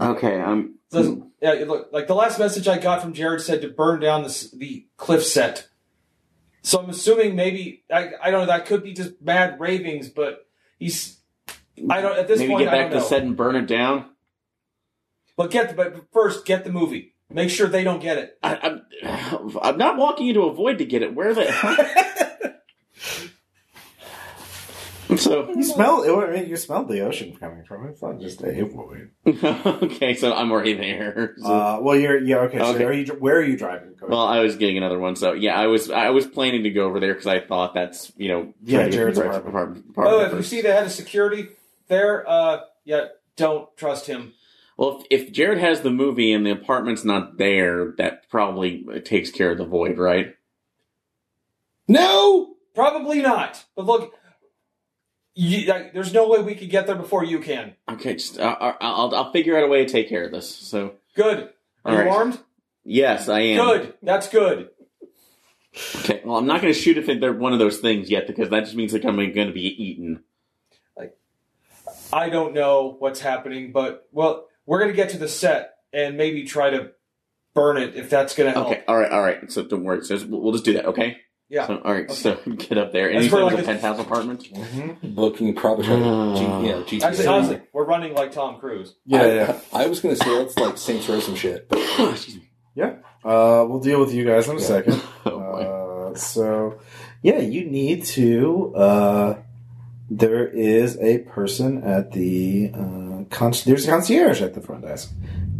Speaker 3: Okay. um, I'm.
Speaker 2: Listen, yeah, look, like the last message I got from Jared said to burn down this, the cliff set. So I'm assuming maybe I I don't know that could be just mad ravings, but he's I don't at this
Speaker 3: Maybe
Speaker 2: point
Speaker 3: get
Speaker 2: I
Speaker 3: back
Speaker 2: don't
Speaker 3: to
Speaker 2: know.
Speaker 3: set and burn it down.
Speaker 2: But get the, but first get the movie. Make sure they don't get it.
Speaker 3: I, I'm, I'm not walking into a void to get it. Where the so
Speaker 6: You smell. I mean, you smelled the ocean coming from it. It's not just a void.
Speaker 3: [LAUGHS] okay, so I'm already there. [LAUGHS] So-
Speaker 6: Uh, well, you're yeah okay. So
Speaker 3: Okay.
Speaker 6: are you? Where are you driving? Cody?
Speaker 3: well, I was getting another one, so yeah, I was I was planning to go over there because I thought that's you know
Speaker 6: Yeah,
Speaker 3: trying to get
Speaker 6: Jared's
Speaker 3: the right
Speaker 6: apartment.
Speaker 2: By
Speaker 6: Oh,
Speaker 2: the way, Oh, if you
Speaker 3: first.
Speaker 2: see the head of security there, uh, yeah, don't trust him.
Speaker 3: Well, if, if Jared has the movie and the apartment's not there, that probably takes care of the void, right?
Speaker 4: No.
Speaker 2: Probably not. But look, you, like, there's no way we could get there before you can.
Speaker 3: Okay, just I, I, I'll I'll figure out a way to take care of this. So
Speaker 2: Good.
Speaker 3: All
Speaker 2: Are you
Speaker 3: right.
Speaker 2: armed?
Speaker 3: yes, I am.
Speaker 2: Good. That's good.
Speaker 3: Okay, well, I'm not going to shoot if they're one of those things yet because that just means they're going to be eaten.
Speaker 2: I don't know what's happening, but well, we're gonna get to the set and maybe try to burn it if that's gonna help.
Speaker 3: Okay, all right, all right. So don't worry. So just- we'll just do that, okay?
Speaker 2: Yeah.
Speaker 3: So, all right. So [LAUGHS] get up there. And
Speaker 2: That's
Speaker 3: you said it
Speaker 2: where,
Speaker 3: was a
Speaker 2: like,
Speaker 3: penthouse
Speaker 2: [LAUGHS]
Speaker 3: apartment.
Speaker 4: Looking probably. G- yeah, GTA.
Speaker 2: Actually, honestly, we're running like Tom Cruise.
Speaker 6: Ah. yeah, yeah,
Speaker 4: I was gonna say let's like Saints Row some shit. but-
Speaker 2: Oh,
Speaker 6: yeah. Uh, we'll deal with you guys in a second.
Speaker 3: [LAUGHS] Oh boy.
Speaker 6: Uh, so, yeah, you need to. Uh, there is a person at the uh, con- there's a concierge at the front desk,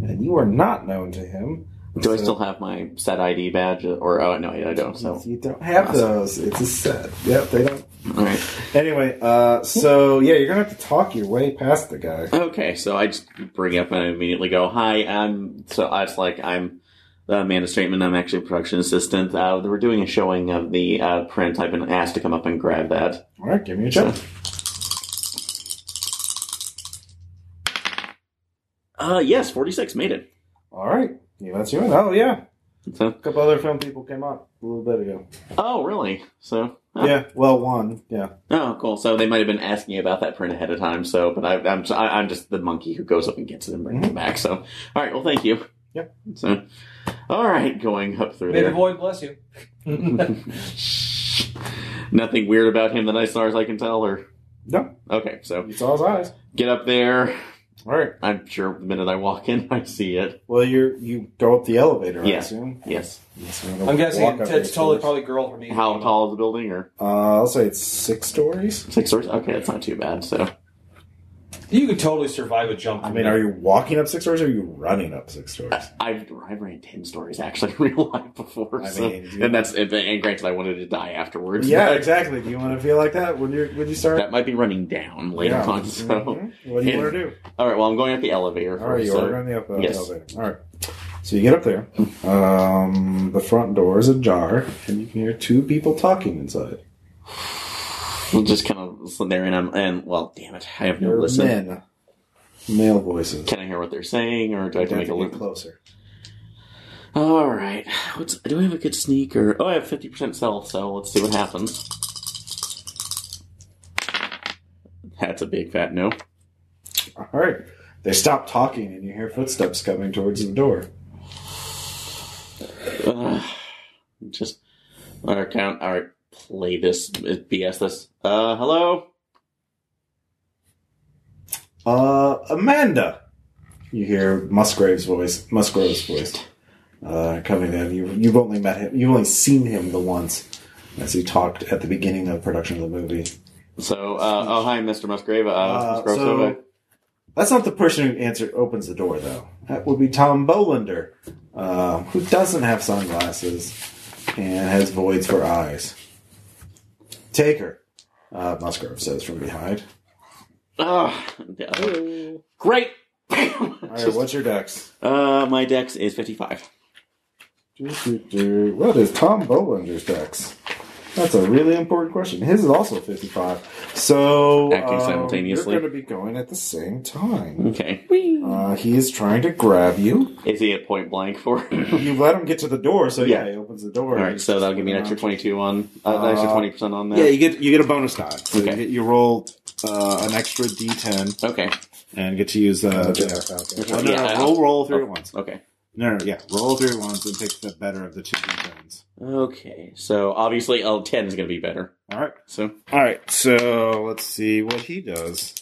Speaker 6: and you are not known to him.
Speaker 3: do I
Speaker 6: so-
Speaker 3: still have my set ID badge? Or oh no, I don't. So
Speaker 6: You don't have those. It's a set. Yep, they don't.
Speaker 3: all right.
Speaker 6: Anyway, uh, so yeah, you're gonna have to talk your way past the guy.
Speaker 3: Okay. So I just bring up and I immediately go, "Hi, I'm." So I just like I'm. Uh, Amanda Straitman, I'm actually a production assistant. Uh, we're doing a showing of the uh, print. I've been asked to come up and grab that.
Speaker 6: All right, give me a check.
Speaker 3: Uh, yes, 46 made it.
Speaker 6: All right, yeah, that's you. Oh yeah,
Speaker 3: So
Speaker 6: a couple other film people came up a little bit ago.
Speaker 3: Oh, really? So, oh.
Speaker 6: Yeah, well, one. Yeah.
Speaker 3: Oh, cool. So they might have been asking you about that print ahead of time. So, but I, I'm I, I'm just the monkey who goes up and gets it and brings it back. So, all right. Well, thank you.
Speaker 6: Yeah.
Speaker 3: So, all right, going up through
Speaker 2: May the
Speaker 3: there.
Speaker 2: void bless you.
Speaker 3: Nothing weird about him that I saw, as I can tell, or
Speaker 6: No,
Speaker 3: okay. So
Speaker 6: you saw his eyes.
Speaker 3: get up there.
Speaker 6: All right.
Speaker 3: I'm sure the minute I walk in, [LAUGHS] I see it.
Speaker 6: Well, you you go up the elevator, I
Speaker 3: Yeah.
Speaker 6: assume.
Speaker 3: Yes.
Speaker 2: I'm guessing it's, it's totally probably girl for me.
Speaker 3: How tall is the building? Or
Speaker 6: Uh, I'll say it's six stories.
Speaker 3: six stories? Okay, that's not too bad. So,
Speaker 5: You could totally survive a jump.
Speaker 1: I mean, are you walking up six stories or are you running up six stories?
Speaker 3: I've, I've ran 10 stories actually [LAUGHS] in real life before.
Speaker 1: I
Speaker 3: so-
Speaker 1: mean, you-
Speaker 3: and that's and, and granted, I wanted to die
Speaker 1: [LAUGHS]
Speaker 3: afterwards. [LAUGHS]
Speaker 1: Yeah,
Speaker 3: but
Speaker 1: exactly. Do you want to feel like that when you when you start?
Speaker 3: That might be running down later
Speaker 1: Yeah.
Speaker 3: on. [LAUGHS] So,
Speaker 1: Mhm. what do you
Speaker 3: And-
Speaker 1: want to do?
Speaker 3: all right. Well, I'm going up the elevator.
Speaker 1: All right,
Speaker 3: first,
Speaker 1: you
Speaker 3: so-
Speaker 1: are going up the
Speaker 3: yes.
Speaker 1: elevator. All right. So you get up there. Um, the front door is ajar, and you can hear two people talking inside.
Speaker 3: We'll just kind of sit there and I'm and well, damn it, I have no
Speaker 1: They're
Speaker 3: listen.
Speaker 1: men, male voices.
Speaker 3: Can I hear what they're saying, or do I have to make a
Speaker 1: Get
Speaker 3: look?
Speaker 1: closer.
Speaker 3: All right. What's, do I have a good sneaker? Oh, I have fifty percent self, so let's see what happens. That's a big fat no.
Speaker 1: All right. They stop talking, and you hear footsteps coming towards the door.
Speaker 3: Ugh. just all right, count. All right, play this BS. This. Uh, hello.
Speaker 1: Uh, Amanda. You hear Musgrave's voice. Musgrove's voice. Uh, coming in. You, you've only met him. You've only seen him the once, as he talked at the beginning of production of the movie.
Speaker 3: So, uh, oh hi, Mr. Musgrave. Uh,
Speaker 1: Uh,
Speaker 3: Mr. Grove,
Speaker 1: so-
Speaker 3: so, uh,
Speaker 1: That's not the person who answer opens the door, though. That would be Tom Bolander, uh, who doesn't have sunglasses and has voids for eyes. Take her, uh, Musgrove says from behind.
Speaker 3: ah, yeah. great. [LAUGHS]
Speaker 1: All right, what's your dex?
Speaker 3: Uh, my dex is fifty-five.
Speaker 1: Do, do, do. What is Tom Bolander's dex? That's a really important question. His is also 55. So, um,
Speaker 3: Acting simultaneously.
Speaker 1: You're going to be going at the same time.
Speaker 3: Okay.
Speaker 1: Uh, he is trying to grab you.
Speaker 3: Is he at point blank for? [LAUGHS]
Speaker 1: You let him get to the door, so yeah,
Speaker 3: Yeah.
Speaker 1: he opens the door.
Speaker 3: All right, so that'll give me an extra twenty-two on uh, an extra
Speaker 1: Uh,
Speaker 3: twenty percent on that.
Speaker 1: Yeah, you get you get a bonus die. So
Speaker 3: Okay.
Speaker 1: you, get- you roll uh, an extra d10
Speaker 3: okay.
Speaker 1: and get to use uh, the. Oh, no,
Speaker 3: Yeah,
Speaker 1: no,
Speaker 3: I'll-
Speaker 1: roll roll three
Speaker 3: oh.
Speaker 1: at once.
Speaker 3: Okay.
Speaker 1: No, no, yeah, roll three at once and pick the better of the two d10s.
Speaker 3: Okay. So obviously, oh, 10 is going to be better.
Speaker 1: All right,
Speaker 3: So
Speaker 1: all right. So let's see what he does.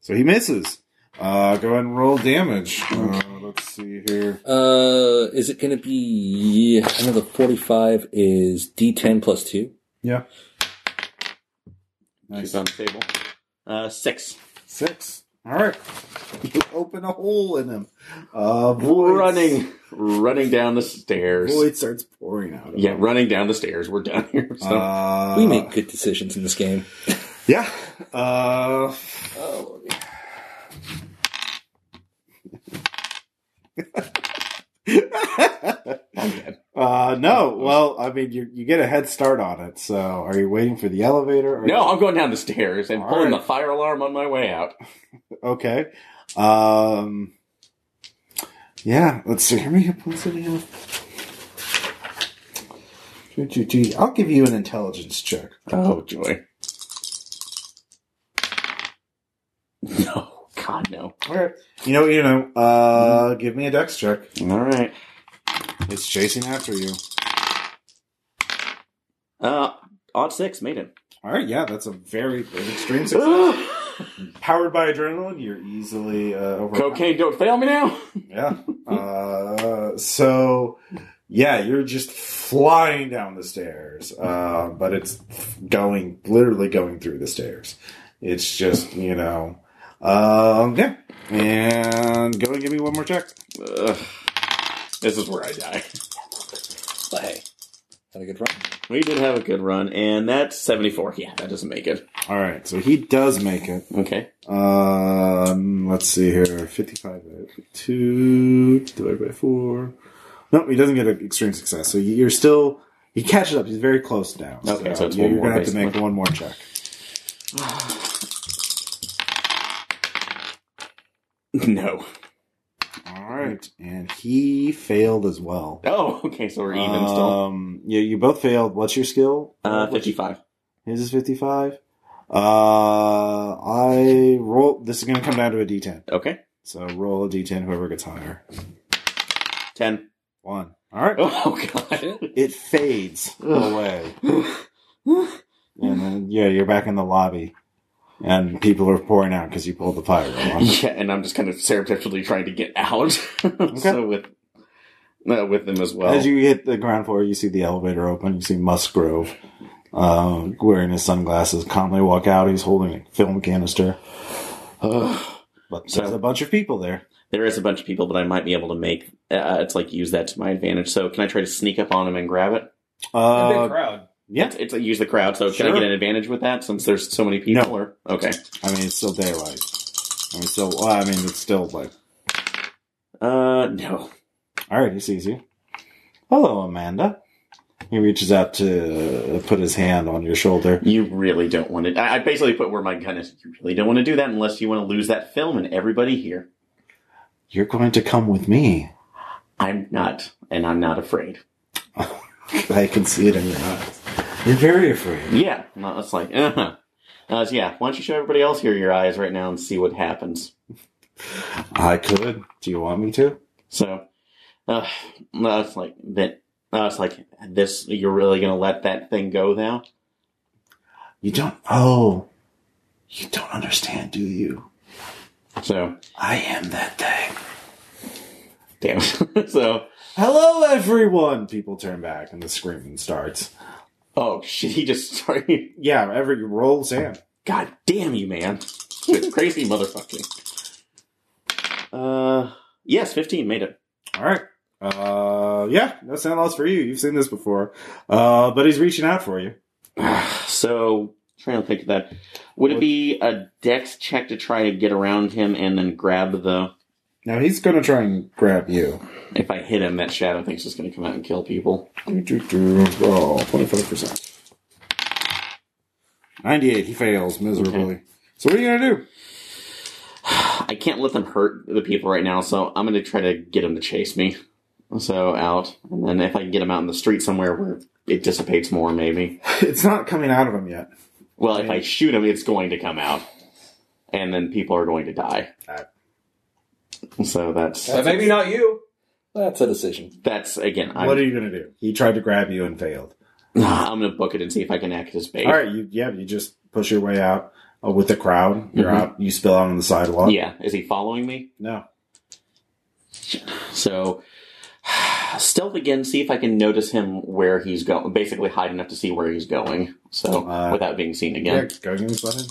Speaker 1: So he misses. Uh, go ahead and roll damage. Uh, let's see here.
Speaker 4: Uh, is it going to be? I know the forty-five is D10 plus two.
Speaker 1: Yeah,
Speaker 3: she's
Speaker 1: nice
Speaker 3: on the table. Uh, six.
Speaker 1: six. All right, [LAUGHS] you open a hole in him. Uh, voids-
Speaker 3: Running, running down the stairs.
Speaker 1: Void starts pouring out. Of him.
Speaker 3: Yeah, running down the stairs. We're down here. So
Speaker 1: Uh,
Speaker 4: we make good decisions in this game.
Speaker 1: Yeah. Uh,
Speaker 4: Oh,
Speaker 1: [LAUGHS] uh, no. Well, I mean, you you get a head start on it. So, are you waiting for the elevator? Or
Speaker 3: no, I'm going down the stairs and
Speaker 1: All
Speaker 3: pulling
Speaker 1: right.
Speaker 3: the fire alarm on my way out.
Speaker 1: Okay. Um. Yeah. Let's see. How many hit points did he have? Choo, choo, choo. I'll give you an intelligence check.
Speaker 3: Oh joy. No, God no.
Speaker 1: All right. You know. You know. Uh, give me a dex check.
Speaker 3: All right.
Speaker 1: It's chasing after you.
Speaker 3: Uh, odd six made it.
Speaker 1: All right. Yeah. That's a very an extreme success.
Speaker 3: [GASPS]
Speaker 1: Powered by adrenaline, you're easily uh, over.
Speaker 3: Cocaine, don't fail me now.
Speaker 1: Yeah. Uh, so, yeah, you're just flying down the stairs, uh, but it's going literally going through the stairs. It's just you know, um, yeah. And go and give me one more check.
Speaker 3: Ugh. This is where I die.
Speaker 4: but hey, had a good run.
Speaker 3: We did have a good run, and that's 74. Yeah, that doesn't make it.
Speaker 1: All right, so he does make it.
Speaker 3: Okay.
Speaker 1: Um, let's see here, fifty-five by two divided by four. Nope, he doesn't get an extreme success. So you're still he catches up. He's very close now.
Speaker 3: Okay, so it's
Speaker 1: you're
Speaker 3: one more,
Speaker 1: gonna have to make
Speaker 3: basically.
Speaker 1: one more check.
Speaker 3: [LAUGHS] No.
Speaker 1: All right, and he failed as well.
Speaker 3: Oh, okay, so we're even still.
Speaker 1: Um, yeah, you both failed. What's your skill?
Speaker 3: Uh,
Speaker 1: What's-
Speaker 3: 55.
Speaker 1: His is fifty-five. Uh, I roll. This is going to come down to a D10.
Speaker 3: Okay.
Speaker 1: So roll a D10. Whoever gets higher,
Speaker 3: 10.
Speaker 1: one. All right,
Speaker 3: [LAUGHS] Oh, God.
Speaker 1: it fades away, and then yeah, you're back in the lobby, and people are pouring out because you pulled the fire alarm.
Speaker 3: yeah, and I'm just kind of surreptitiously trying to get out. [LAUGHS] so with uh, with them as well.
Speaker 1: As you hit the ground floor, you see the elevator open. You see Musgrove. uh,
Speaker 6: um, wearing his sunglasses, calmly walk out. He's holding a film canister. [SIGHS] Ugh. but there's
Speaker 3: So-
Speaker 6: a bunch of people there.
Speaker 3: There is a bunch of people, but I might be able to make uh, it's like use that to my advantage. So can I try to sneak up on him and grab it?
Speaker 2: A big
Speaker 6: Uh,
Speaker 2: crowd.
Speaker 6: yeah,
Speaker 3: It's, it's like use the crowd. So can
Speaker 6: Sure.
Speaker 3: I get an advantage with that since there's so many people? Or okay,
Speaker 6: I mean it's still daylight. I mean, still. Well, I mean, it's still like.
Speaker 3: uh, no.
Speaker 6: All right, he sees you. Hello, Amanda. He reaches out to uh, put his hand on your shoulder.
Speaker 3: You really don't want to. I I basically put where my gun is. You really don't want to do that unless you want to lose that film and everybody here.
Speaker 6: You're going to come with me.
Speaker 3: I'm not, and I'm not afraid.
Speaker 6: I can see it in your eyes. You're very afraid.
Speaker 3: Yeah, no, it's like, uh huh. Uh, so yeah, why don't you show everybody else here your eyes right now and see what happens?
Speaker 6: I could. Do you want me to?
Speaker 3: So, uh, no, it's like that. No, it's like this. You're really gonna let that thing go now?
Speaker 6: You don't. Oh. You don't understand, do you?
Speaker 3: So,
Speaker 6: I am that thing.
Speaker 3: damn. [LAUGHS] so,
Speaker 6: Hello, everyone! People turn back and the screaming starts.
Speaker 3: oh shit, he just started.
Speaker 6: Yeah, every roll sand.
Speaker 3: God damn you, man! Good, crazy motherfucking. Uh, yes, fifteen made it.
Speaker 6: All right. Uh, yeah, no sound loss for you. You've seen this before. Uh, but he's reaching out for you.
Speaker 3: So, trying to think of that. Would it be a dex check to try to get around him and then grab the?
Speaker 6: Now he's gonna try and grab you.
Speaker 3: If I hit him, that shadow thing's just gonna come out and kill people.
Speaker 6: Do, do, do. Roll twenty-five percent. Ninety-eight. He fails miserably. So what are you gonna do?
Speaker 3: I can't let them hurt the people right now, so I'm gonna try to get him to chase me. So out, and then if I can get him out in the street somewhere where it dissipates more, maybe.
Speaker 6: [LAUGHS] It's not coming out of him yet.
Speaker 3: Well, if I shoot him, it's going to come out, and then people are going to die.
Speaker 6: Ah.
Speaker 3: So that's
Speaker 2: But maybe not you.
Speaker 4: That's a decision.
Speaker 3: that's again. I'm,
Speaker 6: what are you gonna do? He tried to grab you and failed.
Speaker 3: [SIGHS] I'm gonna book it and see if I can act as bait.
Speaker 6: All right. You yeah. You just push your way out uh, with the crowd. You're
Speaker 3: Mhm.
Speaker 6: out. You spill out on the sidewalk.
Speaker 3: Yeah, is he following me?
Speaker 6: No.
Speaker 3: So, [SIGHS] stealth again. See if I can notice him where he's going. Basically, hide enough to see where he's going. So
Speaker 6: Uh,
Speaker 3: without being seen
Speaker 6: Yeah.
Speaker 3: again.
Speaker 6: Go against button.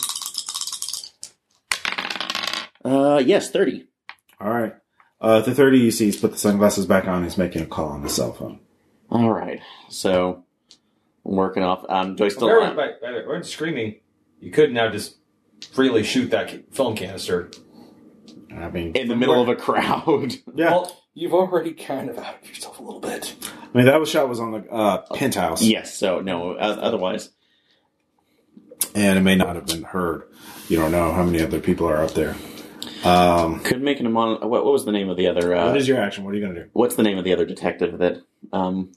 Speaker 3: Uh, yes, thirty.
Speaker 6: All right. Uh, the thirty you see, he's put the sunglasses back on. He's making a call on his cell phone.
Speaker 3: All right. So I'm working off. Um, do I still?
Speaker 2: Where was- wait, wait, wait, screaming. You could now just freely shoot that ca- film canister.
Speaker 6: I mean,
Speaker 3: in the middle of a crowd. [LAUGHS]
Speaker 6: yeah.
Speaker 4: Well, you've already kind of out of yourself a little bit.
Speaker 6: I mean, that was shot was on the uh, penthouse.
Speaker 3: yes. So no. Uh, otherwise,
Speaker 6: and it may not have been heard. You don't know how many other people are up there. Um,
Speaker 3: could make an amon. What, what was the name of the other? Uh,
Speaker 6: what is your action? What are you going to do?
Speaker 3: what's the name of the other detective that? Um,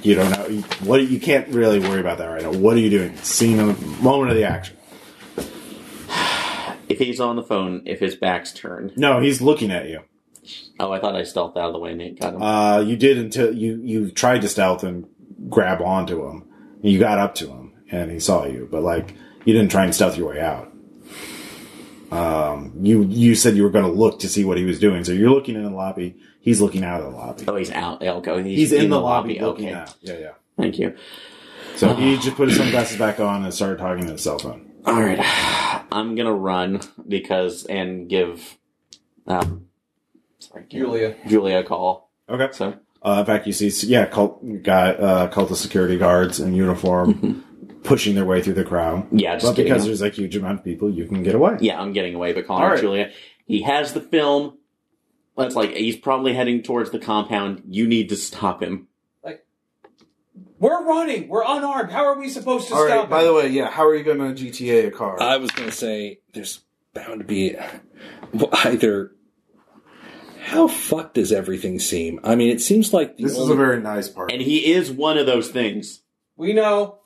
Speaker 6: You don't know. You, what you can't really worry about that right now. What are you doing? Scene of moment of the action.
Speaker 3: if he's on the phone, if his back's turned.
Speaker 6: No, he's looking at you.
Speaker 3: Oh, I thought I stealthed out of the way and it got him.
Speaker 6: Uh, you did until you you tried to stealth and grab onto him. You got up to him and he saw you, but like you didn't try and stealth your way out. Um, you you said you were going to look to see what he was doing, so you're looking in the lobby. He's looking out of the lobby.
Speaker 3: oh, he's out. He'll go.
Speaker 6: He's, in, the, lobby, looking out. Yeah, yeah.
Speaker 3: Thank you.
Speaker 6: So he just put his sunglasses back on and started talking to his cell phone.
Speaker 3: All right, [SIGHS] I'm gonna run because and give um, sorry,
Speaker 2: Julia.
Speaker 3: Julia a call.
Speaker 6: Okay.
Speaker 3: So
Speaker 6: Uh, in fact, you see, yeah, cult guy, uh, cult of security guards in uniform pushing their way through the crowd.
Speaker 3: yeah, just
Speaker 6: but
Speaker 3: getting
Speaker 6: because
Speaker 3: away.
Speaker 6: there's a huge amount of people, you can get away.
Speaker 3: yeah, I'm getting away. But calling
Speaker 6: All
Speaker 3: her
Speaker 6: right.
Speaker 3: Julia. He has the film. That's like he's probably heading towards the compound. You need to stop him.
Speaker 2: We're running. We're unarmed. How are we supposed to
Speaker 7: All
Speaker 2: stop
Speaker 7: right. By
Speaker 2: him?
Speaker 7: the way, yeah. How are you going to GTA a car?
Speaker 4: I was going to say there's bound to be well, either. How fucked does everything seem? I mean, it seems like the
Speaker 7: this is
Speaker 4: only-
Speaker 7: a very nice part.
Speaker 3: And he is one of those things.
Speaker 2: we know.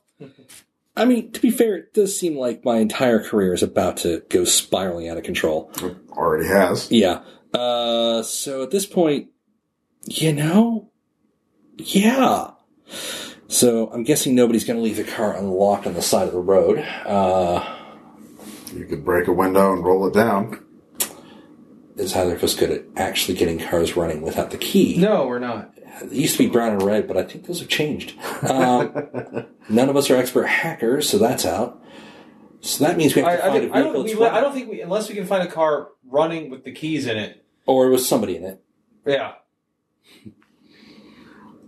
Speaker 4: I mean, to be fair, it does seem like my entire career is about to go spiraling out of control.
Speaker 7: Already has.
Speaker 4: Yeah. Uh, so at this point, you know, yeah. So I'm guessing nobody's going to leave the car unlocked on the side of the road. Uh,
Speaker 7: You could break a window and roll it down.
Speaker 4: is either of us good at actually getting cars running without the key.
Speaker 2: No, we're not.
Speaker 4: It used to be brown and red, but I think those have changed. Um,
Speaker 6: [LAUGHS]
Speaker 4: none of us are expert hackers, so that's out. So that means we have
Speaker 2: I,
Speaker 4: to
Speaker 2: I,
Speaker 4: find
Speaker 2: think,
Speaker 4: a
Speaker 2: I
Speaker 4: vehicle
Speaker 2: don't. We,
Speaker 4: that's
Speaker 2: I
Speaker 4: running.
Speaker 2: don't think we unless we can find a car running with the keys in it.
Speaker 4: or with somebody in it.
Speaker 2: Yeah.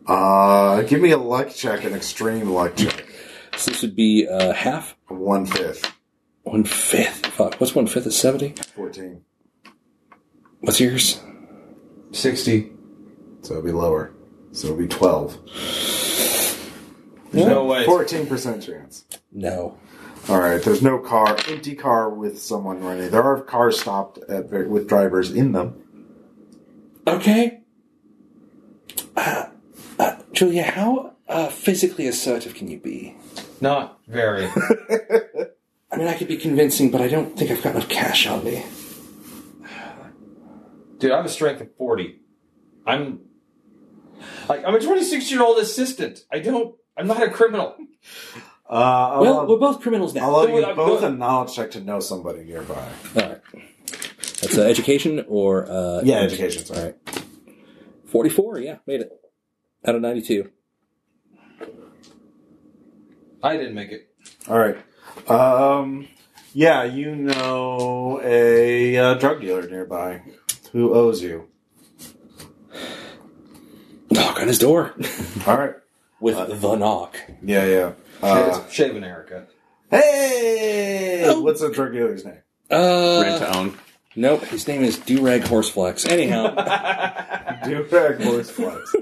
Speaker 8: Uh, give me a luck check, an extreme luck check.
Speaker 4: So this would be uh, half,
Speaker 8: One fifth.
Speaker 4: one fifth. Fuck, what's one fifth at seventy?
Speaker 8: 14.
Speaker 4: What's yours?
Speaker 2: Sixty.
Speaker 8: So it'll be lower. So it'll be 12.
Speaker 2: There's no way.
Speaker 8: 14% chance.
Speaker 4: No.
Speaker 8: All right. There's no car, empty car with someone running. There are cars stopped at, with drivers in them.
Speaker 4: Okay. Uh, uh, Julia, how uh, physically assertive can you be?
Speaker 2: Not [LAUGHS] very.
Speaker 4: I mean, I could be convincing, but I don't think I've got enough cash on me.
Speaker 2: Dude, I have a strength of forty. I'm like I'm a twenty six year old assistant. I don't. I'm not a criminal.
Speaker 6: Uh, I'll,
Speaker 4: Well, we're both criminals now.
Speaker 6: I'll allow you
Speaker 2: I'm
Speaker 6: both
Speaker 2: good.
Speaker 6: a knowledge check to know somebody nearby.
Speaker 4: All right. That's uh, education or uh,
Speaker 6: Yeah, education's
Speaker 4: All
Speaker 6: right.
Speaker 4: right. Forty-four. Yeah, made it out of ninety-two.
Speaker 2: I didn't make it.
Speaker 6: All right. Um, yeah, you know a uh, drug dealer nearby who owes you.
Speaker 4: Knock on his door
Speaker 6: All right.
Speaker 4: [LAUGHS] with
Speaker 6: Uh,
Speaker 4: the knock.
Speaker 6: Yeah, yeah. Uh,
Speaker 2: It's Shaven Erica.
Speaker 6: hey, what's the drug dealer's name?
Speaker 3: Rent
Speaker 4: Uh,
Speaker 3: to own.
Speaker 4: nope. His name is Durag Horseflex. Anyhow,
Speaker 6: Durag horse [LAUGHS] flex.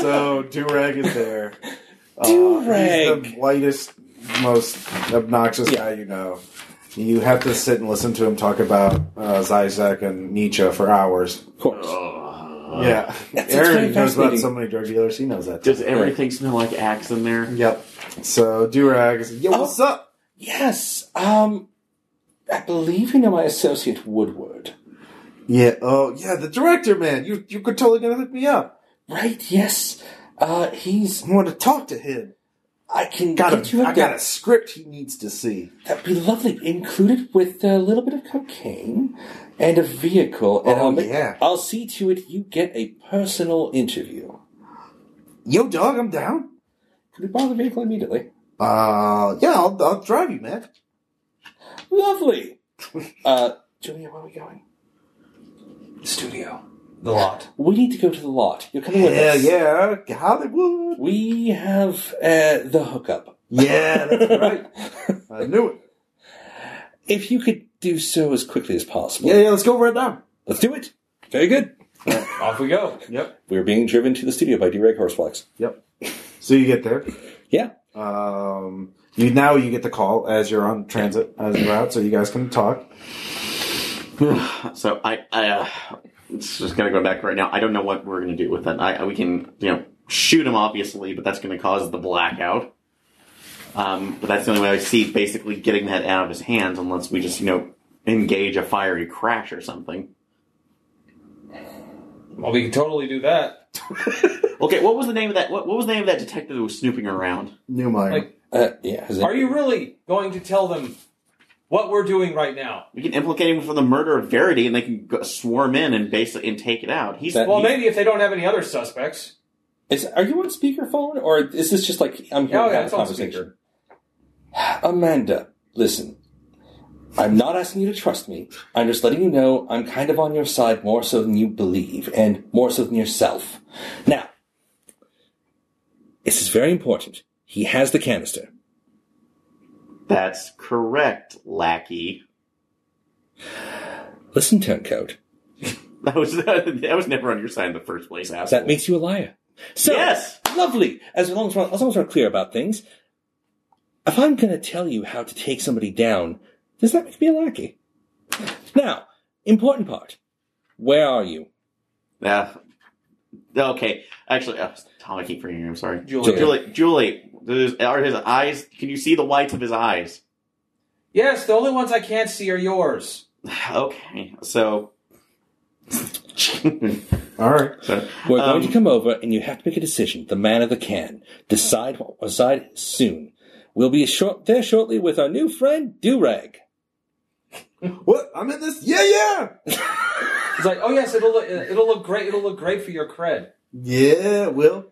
Speaker 6: so Durag is there. Uh, [LAUGHS] he's
Speaker 4: Durag.
Speaker 6: the lightest, most obnoxious
Speaker 4: Yeah.
Speaker 6: guy you know. You have to sit and listen to him talk about uh, Zizek and Nietzsche for hours.
Speaker 4: of course.
Speaker 6: Uh. yeah,
Speaker 4: That's- that's very
Speaker 6: Aaron knows about
Speaker 4: fascinating.
Speaker 6: so many drug dealers. He knows that.
Speaker 3: Does everything smell like axe in there?
Speaker 6: Yep. So Durag is yo,
Speaker 4: Oh.
Speaker 6: what's up?
Speaker 4: Yes. Um, I believe you know my associate Woodward.
Speaker 6: Yeah. Oh, yeah. The director, man. You you could totally gonna hook me up.
Speaker 4: Right. Yes. Uh, he's.
Speaker 6: I want to talk to him.
Speaker 4: I can
Speaker 6: Got
Speaker 4: get you
Speaker 6: a,
Speaker 4: a
Speaker 6: I got a script he needs to see.
Speaker 4: That'd be lovely. Included with a little bit of cocaine and a vehicle. And
Speaker 6: Oh,
Speaker 4: I'll, make-
Speaker 6: yeah.
Speaker 4: I'll see to it you get a personal interview.
Speaker 6: Yo, dog, I'm down.
Speaker 4: Could we borrow the vehicle immediately?
Speaker 6: Uh, yeah, I'll, I'll drive you, man. [LAUGHS]
Speaker 4: Lovely. uh, Julia, where are we going? The studio.
Speaker 2: The lot.
Speaker 4: We need to go to the lot. You're coming with
Speaker 6: Yeah,
Speaker 4: us.
Speaker 6: yeah, Hollywood.
Speaker 4: We have uh, the hookup.
Speaker 6: Yeah,
Speaker 4: [LAUGHS]
Speaker 6: that's right. I knew it.
Speaker 4: If you could do so as quickly as possible.
Speaker 6: Yeah, yeah, let's go right now.
Speaker 4: Let's do it. Very good.
Speaker 2: Off we go.
Speaker 6: Yep,
Speaker 4: We're being driven to the studio by D-Reg Horseflex.
Speaker 6: yep. So you get there.
Speaker 4: Yeah.
Speaker 6: Um, you now you get the call as you're on transit as you're out, so you guys can talk.
Speaker 3: So I, I uh, it's just gonna go back right now. I don't know what we're gonna do with that. I we can you know shoot him obviously, but that's gonna cause the blackout. Um, but that's the only way I see basically getting that out of his hands, unless we just you know engage a fiery crash or something.
Speaker 2: Well, we can totally do that.
Speaker 3: Okay, what was the name of that? What, what was the name of that detective that was snooping around?
Speaker 6: New mind.
Speaker 2: Like-
Speaker 4: Uh, yeah. his name-
Speaker 2: Are you really going to tell them what we're doing right now?
Speaker 3: We can implicate him for the murder of Verity, and they can go, swarm in and basically and take it out. He's
Speaker 4: That-
Speaker 2: Well,
Speaker 3: he's-
Speaker 2: maybe if they don't have any other suspects.
Speaker 4: Is are you on speakerphone or is this just like I'm here
Speaker 2: Oh,
Speaker 4: to
Speaker 2: yeah,
Speaker 4: have
Speaker 2: it's
Speaker 4: a
Speaker 2: on
Speaker 4: conversation? Amanda, listen. I'm not asking you to trust me. I'm just letting you know I'm kind of on your side more so than you believe and more so than yourself. Now, this is very important. He has the canister.
Speaker 3: that's correct, lackey.
Speaker 4: Listen, turncoat.
Speaker 3: That was [LAUGHS] that was never on your side in the first place, asshole.
Speaker 4: That makes you a liar. So,
Speaker 3: Yes!
Speaker 4: lovely. As long as we're, as long as we're clear about things, if I'm going to tell you how to take somebody down, does that make me a lackey? Now, important part. Where are you?
Speaker 3: Yeah. Okay. Actually, uh, Tom, I keep forgetting your name. Sorry,
Speaker 2: Julia.
Speaker 3: Julie. Julie. there's- Are his eyes? Can you see the whites of his eyes? [SIGHS]
Speaker 2: Yes, the only ones I can't see are yours.
Speaker 3: Okay. So.
Speaker 6: All right.
Speaker 3: so,
Speaker 4: We're
Speaker 3: um,
Speaker 4: going to come over, and you have to make a decision. The man of the can. Decide. Decide soon. We'll be short, there shortly with our new friend Durag.
Speaker 6: What? I'm in this. Yeah, yeah.
Speaker 5: It's like, oh yes, it'll look, it'll look great. It'll look great for your cred.
Speaker 1: Yeah, Will.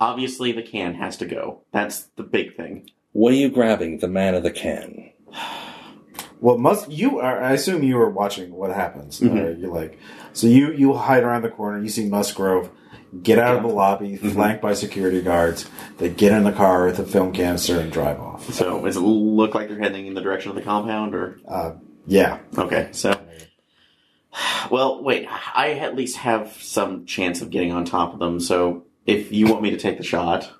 Speaker 3: Obviously, the can has to go. That's the big thing.
Speaker 4: What are you grabbing? The man of the can.
Speaker 6: Well, must you are? I assume you were watching what happens.
Speaker 4: Mm-hmm.
Speaker 3: Mhm.
Speaker 6: Uh, you're like, so you you hide around the corner. You see Musgrove get out of the lobby,
Speaker 4: Mm-hmm.
Speaker 6: flanked by security guards. They get in the car with a film canister and drive off.
Speaker 3: So, does it look like they're heading in the direction of the compound, or
Speaker 6: Yeah,
Speaker 3: okay? So, [SIGHS] well, wait. I at least have some chance of getting on top of them. So, if you want me to take the shot,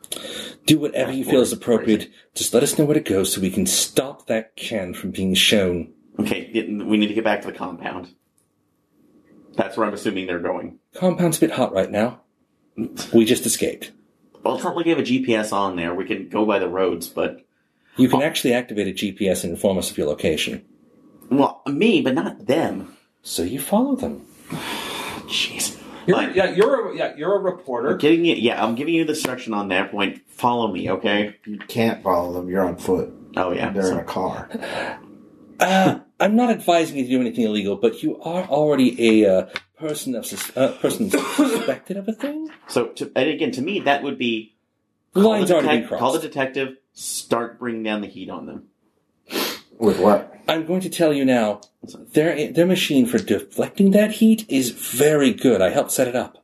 Speaker 4: Do whatever you feel is appropriate. Just let us know where to go so we can stop that can from being shown.
Speaker 3: okay. We need to get back to the compound. That's where I'm assuming they're going.
Speaker 4: Compound's a bit hot right now. We just escaped.
Speaker 3: Well, it's not like we have a GPS on there. We can go by the roads, but
Speaker 4: You can actually activate a GPS and inform us of your location.
Speaker 3: well, me, but not them.
Speaker 4: So you follow them.
Speaker 3: Jeez.
Speaker 5: You're,
Speaker 3: Like-
Speaker 5: yeah, you're a, yeah, you're a reporter.
Speaker 3: Getting it, yeah. I'm giving you the instruction on that point. Follow me, okay?
Speaker 6: you can't follow them. You're on foot.
Speaker 3: Oh yeah.
Speaker 6: They're in
Speaker 3: So-
Speaker 6: a car.
Speaker 4: Uh, I'm not advising you to do anything illegal, but you are already a uh, person of sus- uh, [COUGHS] person suspected of a thing.
Speaker 3: So, to, and again, to me, that would be
Speaker 4: The
Speaker 3: call
Speaker 4: line's
Speaker 3: the
Speaker 4: already been
Speaker 3: detec- Call the
Speaker 4: crossed.
Speaker 3: detective. Start bringing down the heat on them.
Speaker 6: With what?
Speaker 4: I'm going to tell you now. Their their machine for deflecting that heat is very good. I helped set it up.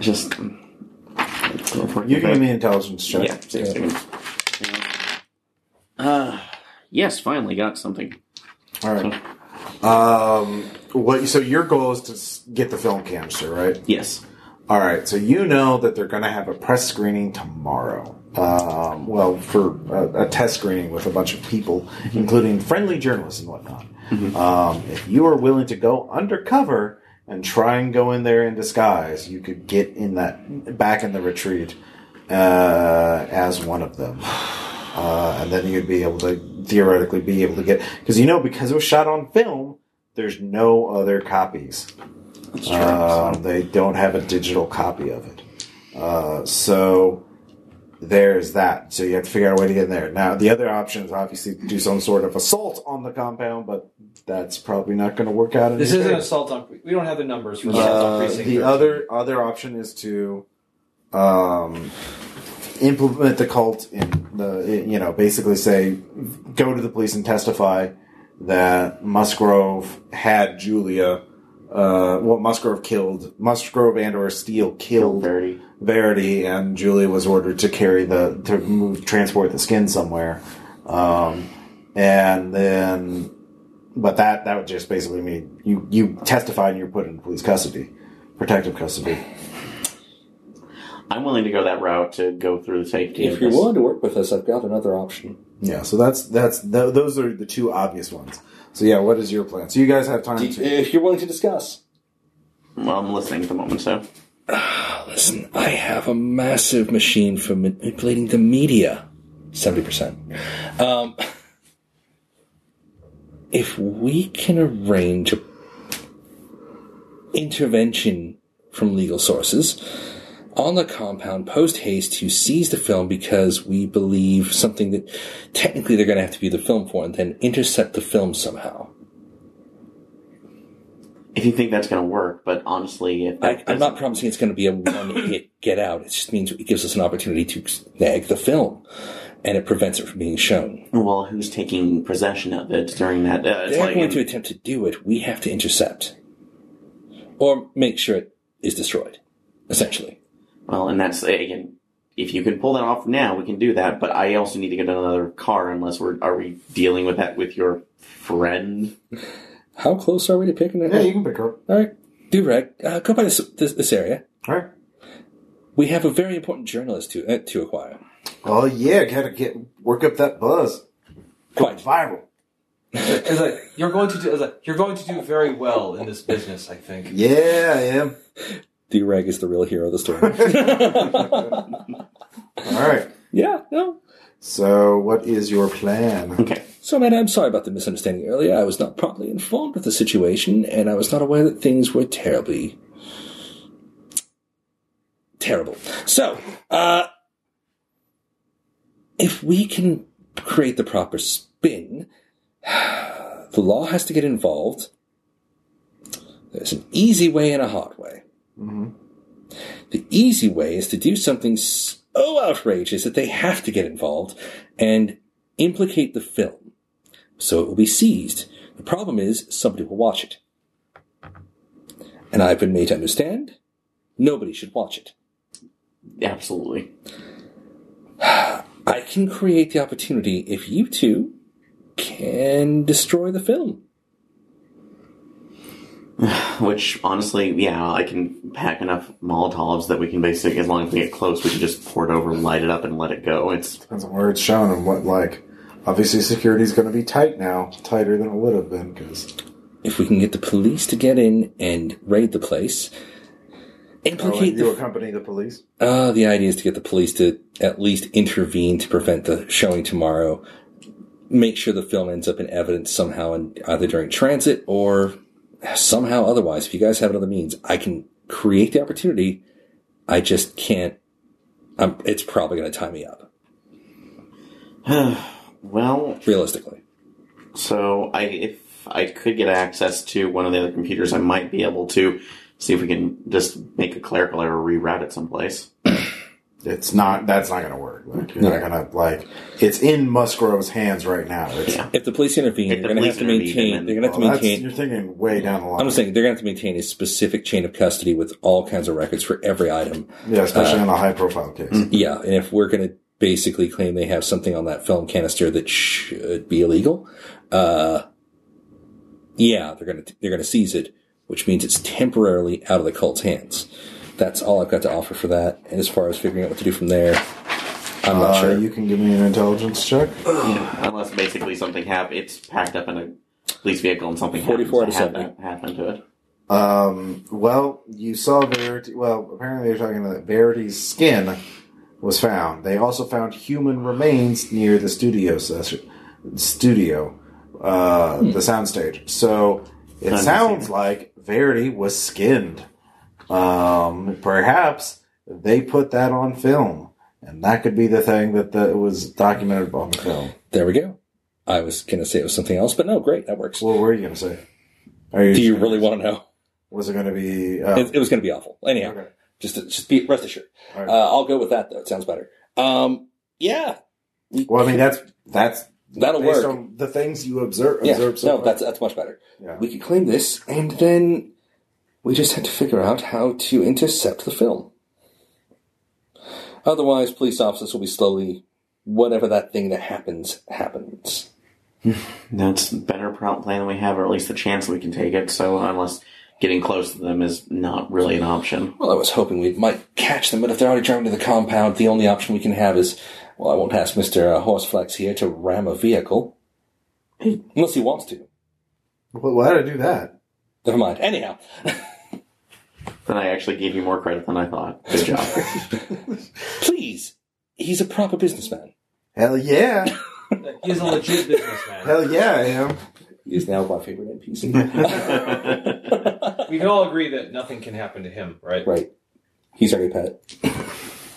Speaker 3: Just
Speaker 6: You give me an intelligence check.
Speaker 3: yeah. Six seconds. Uh, yes, finally got something.
Speaker 6: All right. Um, what? So your goal is to s- get the film canister, right?
Speaker 3: Yes.
Speaker 6: All right. So you know that they're going to have a press screening tomorrow. Um, well, for a, a test screening with a bunch of people, including friendly journalists and whatnot. Um, if you are willing to go undercover and try and go in there in disguise, you could get in that back in the retreat uh, as one of them. [SIGHS] Uh, and then you'd be able to theoretically be able to get because you know because it was shot on film. There's no other copies.
Speaker 3: That's true.
Speaker 6: Um, they don't have a digital copy of it. Uh, so there's that. So you have to figure out a way to get in there. Now, the other option is obviously to do some sort of assault on the compound, but that's probably not going to work out. in
Speaker 5: This
Speaker 6: your
Speaker 5: isn't
Speaker 6: favor.
Speaker 5: assault on. We don't have the numbers for
Speaker 3: Yeah.
Speaker 5: assault on
Speaker 6: Uh,
Speaker 5: precinct.
Speaker 6: the
Speaker 5: 13.
Speaker 6: other other option is to um, implement the cult in the you know basically say go to the police and testify that Musgrove had Julia. Uh, well, Musgrove killed Musgrove and or Steele killed
Speaker 3: Verity.
Speaker 6: Verity, and Julia was ordered to carry the to move transport the skin somewhere, um, and then but that that would just basically mean you you testify and you're put in police custody, protective custody.
Speaker 3: I'm willing to go that route to go through the safety. of this.
Speaker 4: to work with us, I've got another option.
Speaker 6: Yeah, so that's that's th- those are the two obvious ones. So yeah, what is your plan? So you guys have time to.
Speaker 4: If you're willing to discuss.
Speaker 3: Well, I'm listening at the moment, so
Speaker 4: Listen, I have a massive machine for manipulating the media. 70%. Um, if we can arrange a intervention from legal sources on the compound post haste to seize the film because we believe something that technically they're going to have to view the film for and then intercept the film somehow.
Speaker 3: if you think that's going to work, but honestly, if that
Speaker 4: I, I'm not promising it's going to be a one [COUGHS] hit get out. It just means it gives us an opportunity to snag the film, and it prevents it from being shown.
Speaker 3: doesn't- well, who's taking possession of it during that? Uh, it's
Speaker 4: They're
Speaker 3: like
Speaker 4: going to attempt to do it. We have to intercept, or make sure it is destroyed. Essentially,
Speaker 3: Well, and that's again, if you can pull that off now, we can do that. But I also need to get another car, unless we're are we dealing with that with your friend?
Speaker 4: how close are we to picking it?
Speaker 6: Yeah, you can pick her up.
Speaker 4: All right, Durag, uh, go by this, this this area.
Speaker 6: All right.
Speaker 4: We have a very important journalist to uh, to acquire.
Speaker 6: Oh yeah, gotta get work up that buzz.
Speaker 4: Quite.
Speaker 6: Viral.
Speaker 5: It's like you're going to do. It's like you're going to do very well in this business. I think.
Speaker 6: Yeah, I am.
Speaker 4: Durag is the real hero of the story.
Speaker 6: [LAUGHS] All right.
Speaker 4: yeah, no,
Speaker 6: So what is your plan?
Speaker 3: Okay,
Speaker 4: So, man, I'm sorry about the misunderstanding earlier. I was not properly informed of the situation, and I was not aware that things were terribly. terrible. So, uh. If we can [SIGHS] create the proper spin, the law has to get involved, There's an easy way and a hard way. The easy way is to do something so outrageous that they have to get involved and implicate the film. So it will be seized. The problem is somebody will watch it. And I've been made to understand nobody should watch it.
Speaker 3: Absolutely.
Speaker 4: I can create the opportunity if you two can destroy the film.
Speaker 3: Which honestly, yeah, I can pack enough Molotovs that we can basically, as long as we get close, we can just pour it over, light it up, and let it go. It's
Speaker 6: Depends on where it's shown and what, like, obviously security's going to be tight now, tighter than it would have been, because
Speaker 4: If we can get the police to get in and raid the place, implicate
Speaker 6: Oh, you
Speaker 4: the
Speaker 6: accompany the police.
Speaker 4: Uh, the idea is to get the police to at least intervene to prevent the showing tomorrow. Make sure the film ends up in evidence somehow, and either during transit or somehow otherwise. If you guys have another means, I can create the opportunity. I just can't. I'm, it's probably going to tie me up,
Speaker 3: well,
Speaker 4: realistically.
Speaker 3: So I, if I could get access to one of the other computers, I might be able to see if we can just make a clerical error, reroute it someplace.
Speaker 6: It's not, that's not going to work. Like, you're not going to, like, it's in Musgrove's hands right now. It's,
Speaker 3: Yeah.
Speaker 4: If the police intervene,
Speaker 3: If
Speaker 4: they're
Speaker 3: the
Speaker 4: going to
Speaker 3: police
Speaker 4: have to
Speaker 3: intervene,
Speaker 4: maintain.
Speaker 3: then-
Speaker 4: They're going to have to
Speaker 6: well, that's,
Speaker 4: maintain.
Speaker 6: you're thinking way down the line.
Speaker 4: I'm just saying they're going to have to maintain a specific chain of custody with all kinds of records for every item.
Speaker 6: yeah,
Speaker 4: uh,
Speaker 6: especially on a high profile case.
Speaker 4: Yeah, and if we're going to basically claim they have something on that film canister that should be illegal, uh, yeah, they're going to they're going to seize it, which means it's temporarily out of the cult's hands. That's all I've got to offer for that. And as far as figuring out what to do from there, I'm not
Speaker 6: Uh,
Speaker 4: sure.
Speaker 6: You can give me an intelligence check.
Speaker 3: Unless basically something hap it's packed up in a police vehicle and something
Speaker 4: 44
Speaker 3: happens
Speaker 4: to
Speaker 3: to hap- happen to it.
Speaker 6: Um, well, you saw Verity. Well, apparently they're talking that Verity's skin was found. They also found human remains near the studio session, studio, uh,
Speaker 4: Hmm.
Speaker 6: the soundstage. So it
Speaker 3: Understand.
Speaker 6: sounds like Verity was skinned. Um, perhaps they put that on film, and that could be the thing that the, was documented on the film.
Speaker 4: there we go. I was going to say it was something else, but no, great, that works.
Speaker 6: What were you going to say? Are
Speaker 4: do you really want to know?
Speaker 6: Was it going to be? Uh,
Speaker 4: It, it was going to be awful. Anyhow,
Speaker 6: Okay.
Speaker 4: just to, just be rest assured.
Speaker 6: All right.
Speaker 4: Uh, I'll go with that though. It sounds better. Um, yeah,
Speaker 6: well, I mean, that's that's
Speaker 4: that'll
Speaker 6: based
Speaker 4: work.
Speaker 6: on the things you observe.
Speaker 4: Yeah,
Speaker 6: observe so
Speaker 4: no,
Speaker 6: far.
Speaker 4: that's that's much better.
Speaker 6: Yeah.
Speaker 4: We could claim this, and then we just had to figure out how to intercept the film. Otherwise, police officers will be slowly, whatever that thing that happens happens.
Speaker 3: That's a better pro- plan than we have, or at least the chance we can take it. So unless getting close to them is not really an option.
Speaker 4: Well, I was hoping we might catch them, but if they're already driving to the compound, the only option we can have is, well, I won't ask Mister uh, Horseflex here to ram a vehicle, unless he wants to.
Speaker 6: Well, why did I do that?
Speaker 4: Never mind. Anyhow,
Speaker 3: Then I actually gave you more credit than I thought. Good job.
Speaker 4: please, he's a proper businessman.
Speaker 6: Hell yeah,
Speaker 5: He's a legit businessman.
Speaker 6: hell yeah, I am.
Speaker 4: He is now my favorite NPC. [LAUGHS]
Speaker 5: We can all agree that nothing can happen to him, right?
Speaker 4: Right. He's already a pet.
Speaker 3: this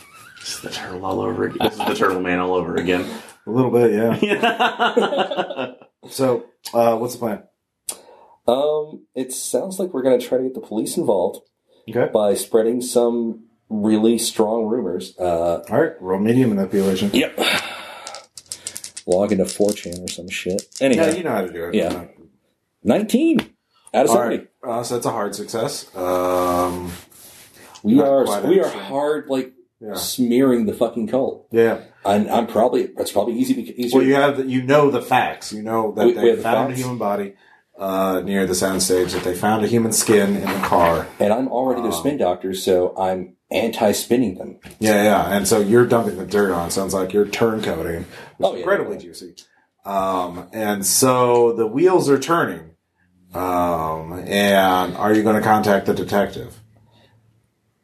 Speaker 3: is [LAUGHS] the turtle all over again. This is the turtle man all over [LAUGHS] again.
Speaker 6: A little bit, yeah. So, uh, what's the plan?
Speaker 4: Um, it sounds like we're going to try to get the police involved
Speaker 6: Okay,
Speaker 4: by spreading some really strong rumors. Uh,
Speaker 6: all right. Roll medium manipulation.
Speaker 4: yep. Log into 4chan or some shit.
Speaker 6: Yeah,
Speaker 4: Anyhow,
Speaker 6: you know how to do it.
Speaker 4: Yeah. 19 out of
Speaker 6: All
Speaker 4: 70.
Speaker 6: right. Uh, so that's a hard success. Um,
Speaker 4: We
Speaker 6: Not
Speaker 4: are
Speaker 6: quite
Speaker 4: we are
Speaker 6: actually.
Speaker 4: hard like
Speaker 6: yeah.
Speaker 4: smearing the fucking cult.
Speaker 6: Yeah.
Speaker 4: And I'm probably that's probably easy to easier.
Speaker 6: Well, you have the, you know the facts. You know that
Speaker 4: We- we
Speaker 6: they
Speaker 4: have the
Speaker 6: found
Speaker 4: facts.
Speaker 6: a human body uh, near the soundstage. That they found a human skin in the car.
Speaker 4: and I'm already
Speaker 6: Oh.
Speaker 4: their spin doctor, so I'm anti-spinning them.
Speaker 6: Yeah, yeah. And so you're dumping the dirt on. Sounds like you're turncoating, which
Speaker 4: Oh,
Speaker 6: is
Speaker 4: yeah.
Speaker 6: incredibly juicy. Um, and so the wheels are turning. Um, and are you going to contact the detective?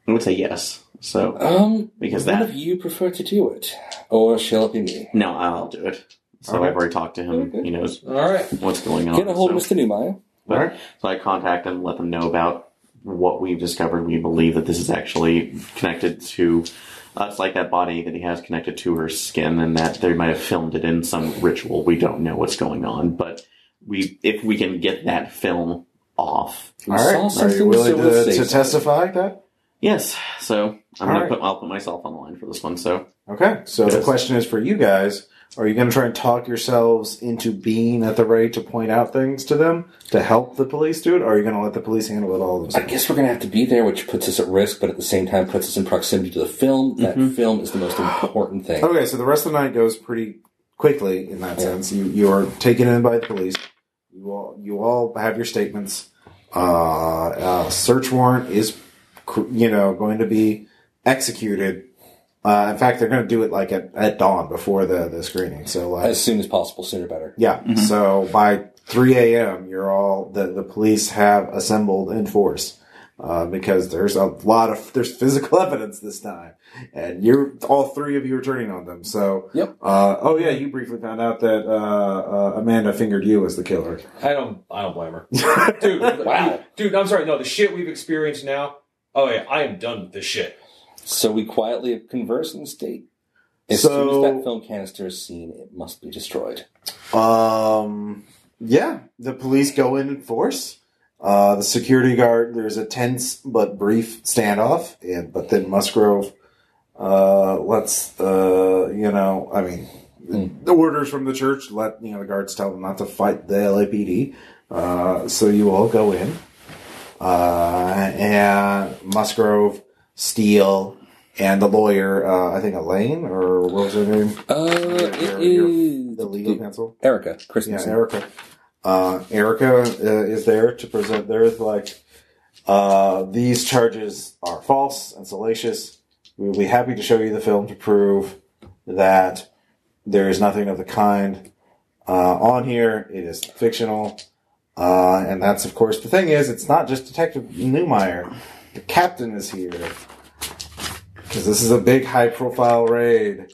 Speaker 3: I would say yes. So
Speaker 4: Um,
Speaker 3: Because
Speaker 4: one
Speaker 3: that-
Speaker 4: of you prefer to do it, or shall it be me?
Speaker 3: No, I'll do it. So
Speaker 6: Okay.
Speaker 3: I've already talked to him. He knows
Speaker 5: All right.
Speaker 3: what's going on.
Speaker 4: Get a hold of
Speaker 3: so,
Speaker 4: Mr. Newmeyer.
Speaker 3: but- so I contact him, let them know about what we've discovered. We believe that this is actually connected to us, like that body that he has connected to her skin, and that they might have filmed it in some ritual. We don't know what's going on, but we if we can get that film off.
Speaker 4: We
Speaker 6: All
Speaker 4: saw
Speaker 6: right. Are
Speaker 4: something,
Speaker 6: you willing
Speaker 4: so we'll
Speaker 6: to,
Speaker 4: say
Speaker 6: to
Speaker 4: something.
Speaker 6: testify that?
Speaker 3: Yes, so I'm gonna
Speaker 6: All right.
Speaker 3: put I'll put myself on the line for this one. So
Speaker 6: Okay. So the
Speaker 3: Yes.
Speaker 6: question is for you guys. Are you going to try and talk yourselves into being at the ready to point out things to them to help the police do it? Or are you going to let the police handle it all
Speaker 4: I
Speaker 6: themselves?
Speaker 4: guess we're going to have to be there, which puts us at risk, but at the same time puts us in proximity to the film. That
Speaker 6: Mm-hmm.
Speaker 4: film is the most important thing.
Speaker 6: Okay, so the rest of the night goes pretty quickly in that sense. You you are taken in by the police. You all you all have your statements. Uh, uh, search warrant is cr- you know going to be executed. Uh, in fact, they're going to do it like at, at dawn before the the screening. So like
Speaker 4: As soon as possible, sooner better.
Speaker 6: yeah, so by 3 a.m. you're all the the police have assembled in force. Uh, because there's a lot of there's physical [LAUGHS] evidence this time, and you're all three of you are turning on them. So,
Speaker 4: Yep.
Speaker 6: Uh, oh yeah, you briefly found out that uh, uh, Amanda fingered you as the killer.
Speaker 5: I don't. I don't blame her, dude. wow, dude, dude, I'm sorry. No, the shit we've experienced now. Oh yeah, I am done with this shit.
Speaker 4: So we quietly converse and state. As
Speaker 6: So-
Speaker 4: soon as that film canister is seen, it must be destroyed.
Speaker 6: Um, yeah, the police go in in force. Uh, the security guard, there's a tense but brief standoff, and but then Musgrove uh, lets uh, you know, I mean,
Speaker 4: Hmm.
Speaker 6: the orders from the church let you know the guards tell them not to fight the LAPD. Uh, so you all go in, uh, and Musgrove, Steele, and the lawyer, uh, I think Elaine or what was her name?
Speaker 4: Uh,
Speaker 6: Your-
Speaker 4: it
Speaker 6: your-
Speaker 4: is
Speaker 6: The legal counsel.
Speaker 4: Erica
Speaker 6: Yeah,
Speaker 4: Christensen.
Speaker 6: Erica. Uh, Erica uh, is there to present. There's like, uh, these charges are false and salacious. We will be happy to show you the film to prove that there is nothing of the kind uh, on here. It is fictional. Uh, and that's, of course, the thing is, it's not just Detective Neumeier. The captain is here. Because this is a big high profile raid.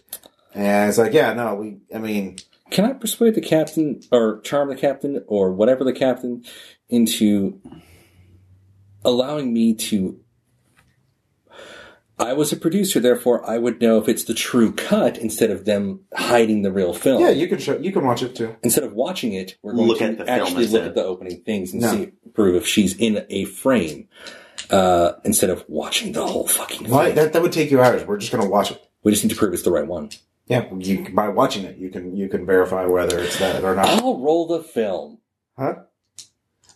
Speaker 6: And it's like, yeah, no, we, I mean,
Speaker 4: Can I persuade the captain, or charm the captain, or whatever the captain, into allowing me to? I was a producer, therefore I would know if it's the true cut instead of them hiding the real film.
Speaker 6: Yeah, you can show. You can watch it too.
Speaker 4: instead of watching it, we're going
Speaker 3: Look
Speaker 4: to
Speaker 3: at the film
Speaker 4: actually look
Speaker 3: instead.
Speaker 4: at the opening things and
Speaker 6: No.
Speaker 4: see prove if she's in a frame uh, instead of watching the whole fucking thing.
Speaker 6: Why? That, that would take you hours. We're just gonna watch it.
Speaker 4: We just need to prove it's the right one.
Speaker 6: Yeah, you, by watching it, you can you can verify whether it's that or not.
Speaker 4: I'll roll the film.
Speaker 6: Huh?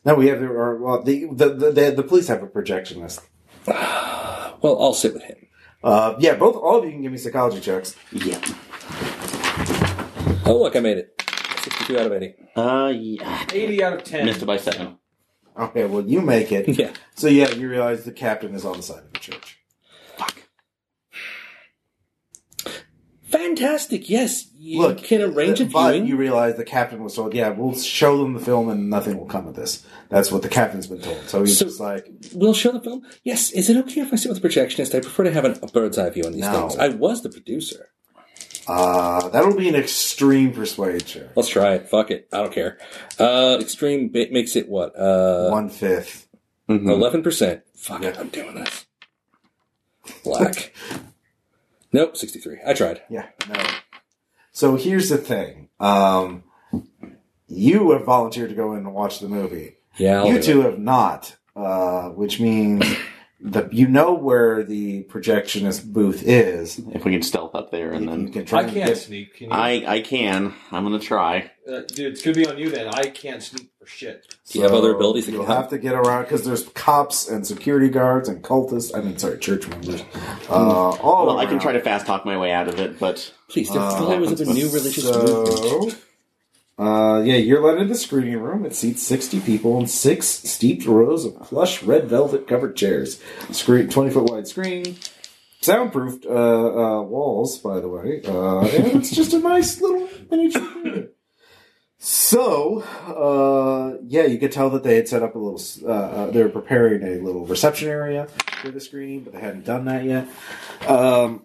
Speaker 6: No, we have the or, well the the, the the the police have a projectionist.
Speaker 4: Well, I'll sit with him.
Speaker 6: Uh, yeah, both all of you can give me psychology checks.
Speaker 3: yeah,
Speaker 4: Oh look, I made it. Sixty-two out of eighty. [LAUGHS]
Speaker 3: uh, yeah.
Speaker 5: 80 out of 10.
Speaker 3: missed it by seven.
Speaker 6: Okay, well you make it.
Speaker 4: Yeah.
Speaker 6: So yeah, you realize the captain is on the side of the church.
Speaker 4: Fantastic. Yes, you
Speaker 6: Look, uh,
Speaker 4: can arrange a
Speaker 6: but
Speaker 4: viewing.
Speaker 6: you realize the captain was told, yeah, we'll show them the film and nothing will come of this. That's what the captain's been told. So he's
Speaker 4: So-
Speaker 6: just like,
Speaker 4: We'll show the film. Yes. Is it okay if I sit with the projectionist? I prefer to have an, a bird's eye view on these
Speaker 6: No.
Speaker 4: things. I was the producer.
Speaker 6: uh, that'll be an extreme persuasion.
Speaker 4: Let's try it. Fuck it. I don't care. Uh, extreme bit makes it what? Uh,
Speaker 6: One fifth.
Speaker 4: 11%. Fuck
Speaker 6: Mm-hmm. Yeah.
Speaker 4: I'm doing this. Black. [LAUGHS] nope, 63. I tried.
Speaker 6: Yeah, no. So here's the thing. Um, you have volunteered to go in and watch the movie.
Speaker 4: Yeah, I'll
Speaker 6: you
Speaker 4: do
Speaker 6: two have not, uh, which means that you know where the projectionist booth is.
Speaker 3: If we can stealth up there and
Speaker 6: If you
Speaker 3: then
Speaker 6: can try
Speaker 5: I
Speaker 6: and
Speaker 5: can't
Speaker 6: get-
Speaker 5: sneak. Can you?
Speaker 3: I I can. I'm gonna try.
Speaker 5: uh, dude, it's gonna be on you then. I can't sneak for shit.
Speaker 4: Do you have other abilities that
Speaker 6: You'll
Speaker 4: can help?
Speaker 6: have to get around because there's cops and security guards and cultists. I mean, sorry, church members. Uh, all
Speaker 3: Well, I can
Speaker 6: around.
Speaker 3: try to fast talk my way out of it, but
Speaker 4: it. Please, the
Speaker 6: Uh,
Speaker 4: followers of a new religious movement.
Speaker 6: So, uh, yeah, you're led into the screening room. It seats 60 people in six steeped rows of plush red velvet covered chairs. Screen, 20 foot wide screen, soundproofed uh, uh, walls, by the way. Uh, and it's just a nice little miniature. theater. So, uh, yeah, you could tell that they had set up a little. s- Uh, uh, they were preparing a little reception area for the screening, but they hadn't done that yet. Um,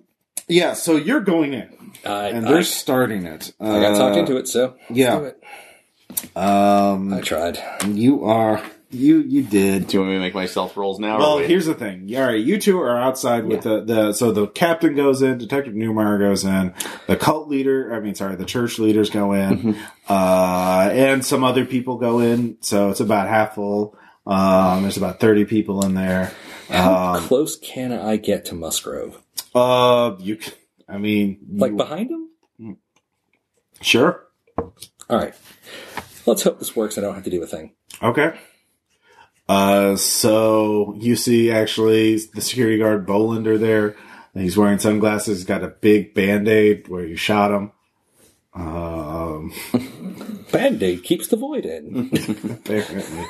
Speaker 6: yeah, so you're going in
Speaker 4: I,
Speaker 6: and
Speaker 4: I,
Speaker 6: they're starting it. Uh,
Speaker 4: I got talked into it, so let's
Speaker 6: yeah.
Speaker 4: do it. I
Speaker 6: Um,
Speaker 4: tried.
Speaker 6: you are you you did.
Speaker 3: do you want me to make myself rolls now?
Speaker 6: Well,
Speaker 3: or wait?
Speaker 6: here's the thing. All right, you two are outside with the, the so the captain goes in, Detective Newmeyer goes in, the cult leader. I mean, sorry, the church leaders
Speaker 4: Mm-hmm.
Speaker 6: go in, uh, and some other people go in. So it's about half full. Um, there's about 30 people in there.
Speaker 4: How
Speaker 6: Um,
Speaker 4: close can I get to Musgrove?
Speaker 6: uh, you, c- I mean,
Speaker 4: Like
Speaker 6: you-
Speaker 4: behind him?
Speaker 6: sure.
Speaker 4: All right. Let's hope this works. I don't have to do a thing.
Speaker 6: Okay. Uh, so you see actually the security guard Bolander there. He's wearing sunglasses. He's got a big band aid where you shot him. Um,
Speaker 4: Band aid keeps the void in. [LAUGHS]
Speaker 6: apparently.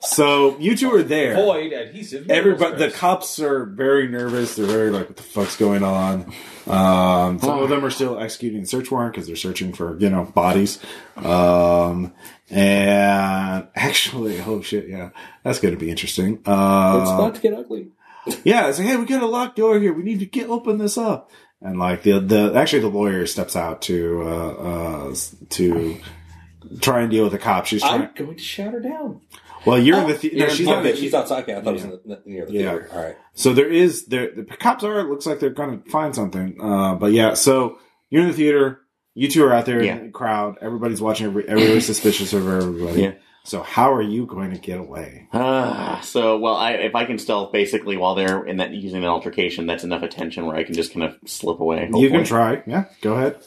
Speaker 6: so you two are there.
Speaker 2: Void adhesive.
Speaker 6: Everybody, the
Speaker 2: nostrils.
Speaker 6: cops are very nervous. They're very like, "What the fuck's going on?" Um, some of them are still executing a search warrant because they're searching for you know bodies. Um, and [LAUGHS] actually, oh shit, yeah, that's going to be interesting. Uh,
Speaker 4: it's about to get ugly.
Speaker 6: yeah, it's like, hey, we got a locked door here. We need to get open this up. And like the the actually the lawyer steps out to uh, uh to try and deal with the cops. She's trying.
Speaker 4: I'm going to shout her down.
Speaker 6: well, you're in the the. No, she's
Speaker 4: oh,
Speaker 6: not.
Speaker 4: okay, she's outside. Okay, I thought it was in the, near the
Speaker 6: Yeah.
Speaker 4: theater. All right.
Speaker 6: So there is there the cops are. It looks like they're going to find something. Uh, but yeah, so you're in the theater. You two are out there
Speaker 3: Yeah.
Speaker 6: in the crowd. Everybody's watching.
Speaker 3: [COUGHS]
Speaker 6: Every, everybody's suspicious of everybody.
Speaker 3: Yeah.
Speaker 6: So how are you going to get away?
Speaker 3: Ah, so well, I, if I can stealth basically while they're in that using that altercation, that's enough attention where I can just kind of slip away.
Speaker 6: You
Speaker 3: hopefully.
Speaker 6: can try. Yeah, go ahead.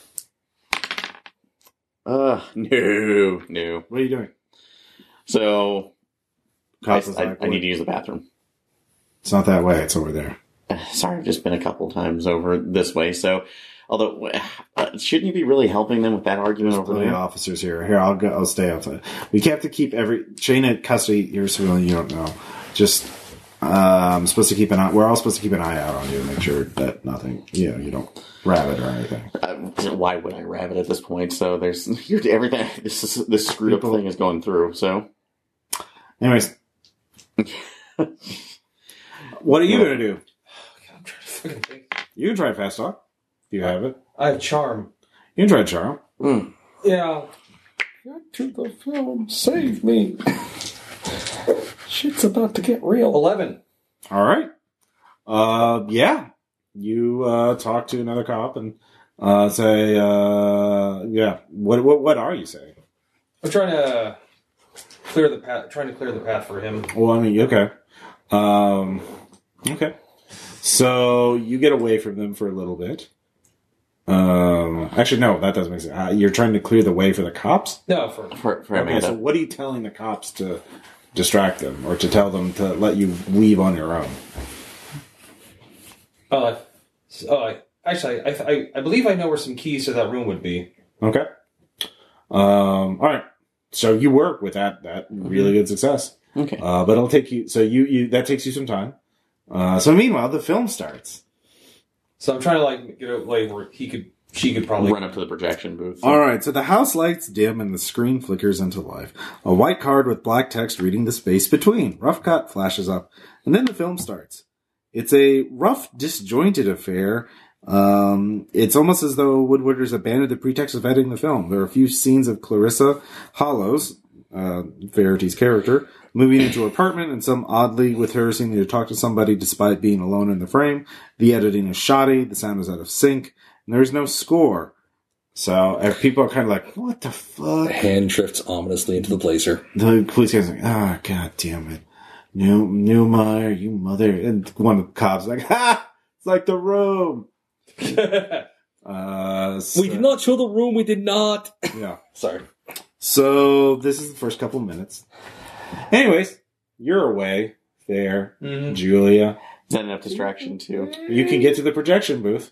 Speaker 3: Ugh, Ah, no, no.
Speaker 6: What are you doing?
Speaker 3: So I,
Speaker 6: Cops is
Speaker 3: I-
Speaker 6: like,
Speaker 3: I
Speaker 6: "Wait,
Speaker 3: need to use the bathroom. [SIGHS]
Speaker 6: It's not that way. It's over there.
Speaker 3: Uh, Sorry, I've just been a couple times over this way. So, although [SIGHS] uh, shouldn't you be really helping them with that argument over
Speaker 6: Plenty of
Speaker 3: there?
Speaker 6: officers here. Here, I'll go. I'll stay outside. We have to keep every chain of custody. You're a civilian. You don't know. Just um, supposed to keep an eye. We're all supposed to keep an eye out on you and make sure that nothing. You know, you don't rabbit or anything.
Speaker 3: Uh, why would I rabbit at this point? So there's [LAUGHS] you're, everything. This is, this screwed up
Speaker 6: People-
Speaker 3: thing is going through. So
Speaker 6: Anyways, [LAUGHS] what are you gonna do?
Speaker 2: [LAUGHS] I'm trying to fucking think.
Speaker 6: You can try fast talk. Do you have it?
Speaker 2: I have charm.
Speaker 6: You can try charm.
Speaker 2: Yeah.
Speaker 4: Get to the film. Save me. Shit's about to get real.
Speaker 2: Eleven.
Speaker 6: All right. Uh, yeah. You uh, talk to another cop and uh, say, uh, yeah. What, what what are you saying?
Speaker 2: I'm trying to clear the path. Trying to clear the path for him.
Speaker 6: Well, I mean, okay. Um, okay. So you get away from them for a little bit. Um, actually, no, that doesn't make sense. Uh, you're trying to clear the way for the cops.
Speaker 2: No, for
Speaker 3: for, for
Speaker 6: Okay,
Speaker 3: Amanda,
Speaker 6: so what are you telling the cops to distract them or to tell them to let you leave on your own?
Speaker 2: uh, s- oh, I, actually, I, I I believe I know where some keys to that room would be.
Speaker 6: Okay. Um, all right. So you work with that that really good success.
Speaker 3: okay.
Speaker 6: Uh, but it'll take you. So you you that takes you some time. Uh, so meanwhile, the film starts.
Speaker 2: So I'm trying to like get away where he could, she could probably.
Speaker 3: Run up to the projection booth.
Speaker 6: All right, so the house lights dim and the screen flickers into life. A white card with black text reading the space between. Rough cut flashes up, and then the film starts. It's a rough, disjointed affair. Um, it's almost as though Woodwarders abandoned the pretext of editing the film. There are a few scenes of Clarissa Hollows, uh, Verity's character, moving into an apartment and some oddly with her seeming to talk to somebody despite being alone in the frame. The editing is shoddy, the sound is out of sync, and there is no score. So and people are kind of like, "What the fuck?"
Speaker 4: Hand drifts ominously into the blazer.
Speaker 6: The police guy's like, "Ah, god damn it, new new Meyer, you mother!" And one of the cops like, [LAUGHS] "Ha! It's like the room."
Speaker 2: [LAUGHS]
Speaker 6: Uh, so,
Speaker 4: We did not show the room. We did not.
Speaker 6: Yeah.
Speaker 4: Sorry.
Speaker 6: So this is the first couple minutes. Anyways, you're away there,
Speaker 2: Mhm.
Speaker 6: Julia.
Speaker 3: Is that enough distraction too?
Speaker 6: You can get to the projection booth.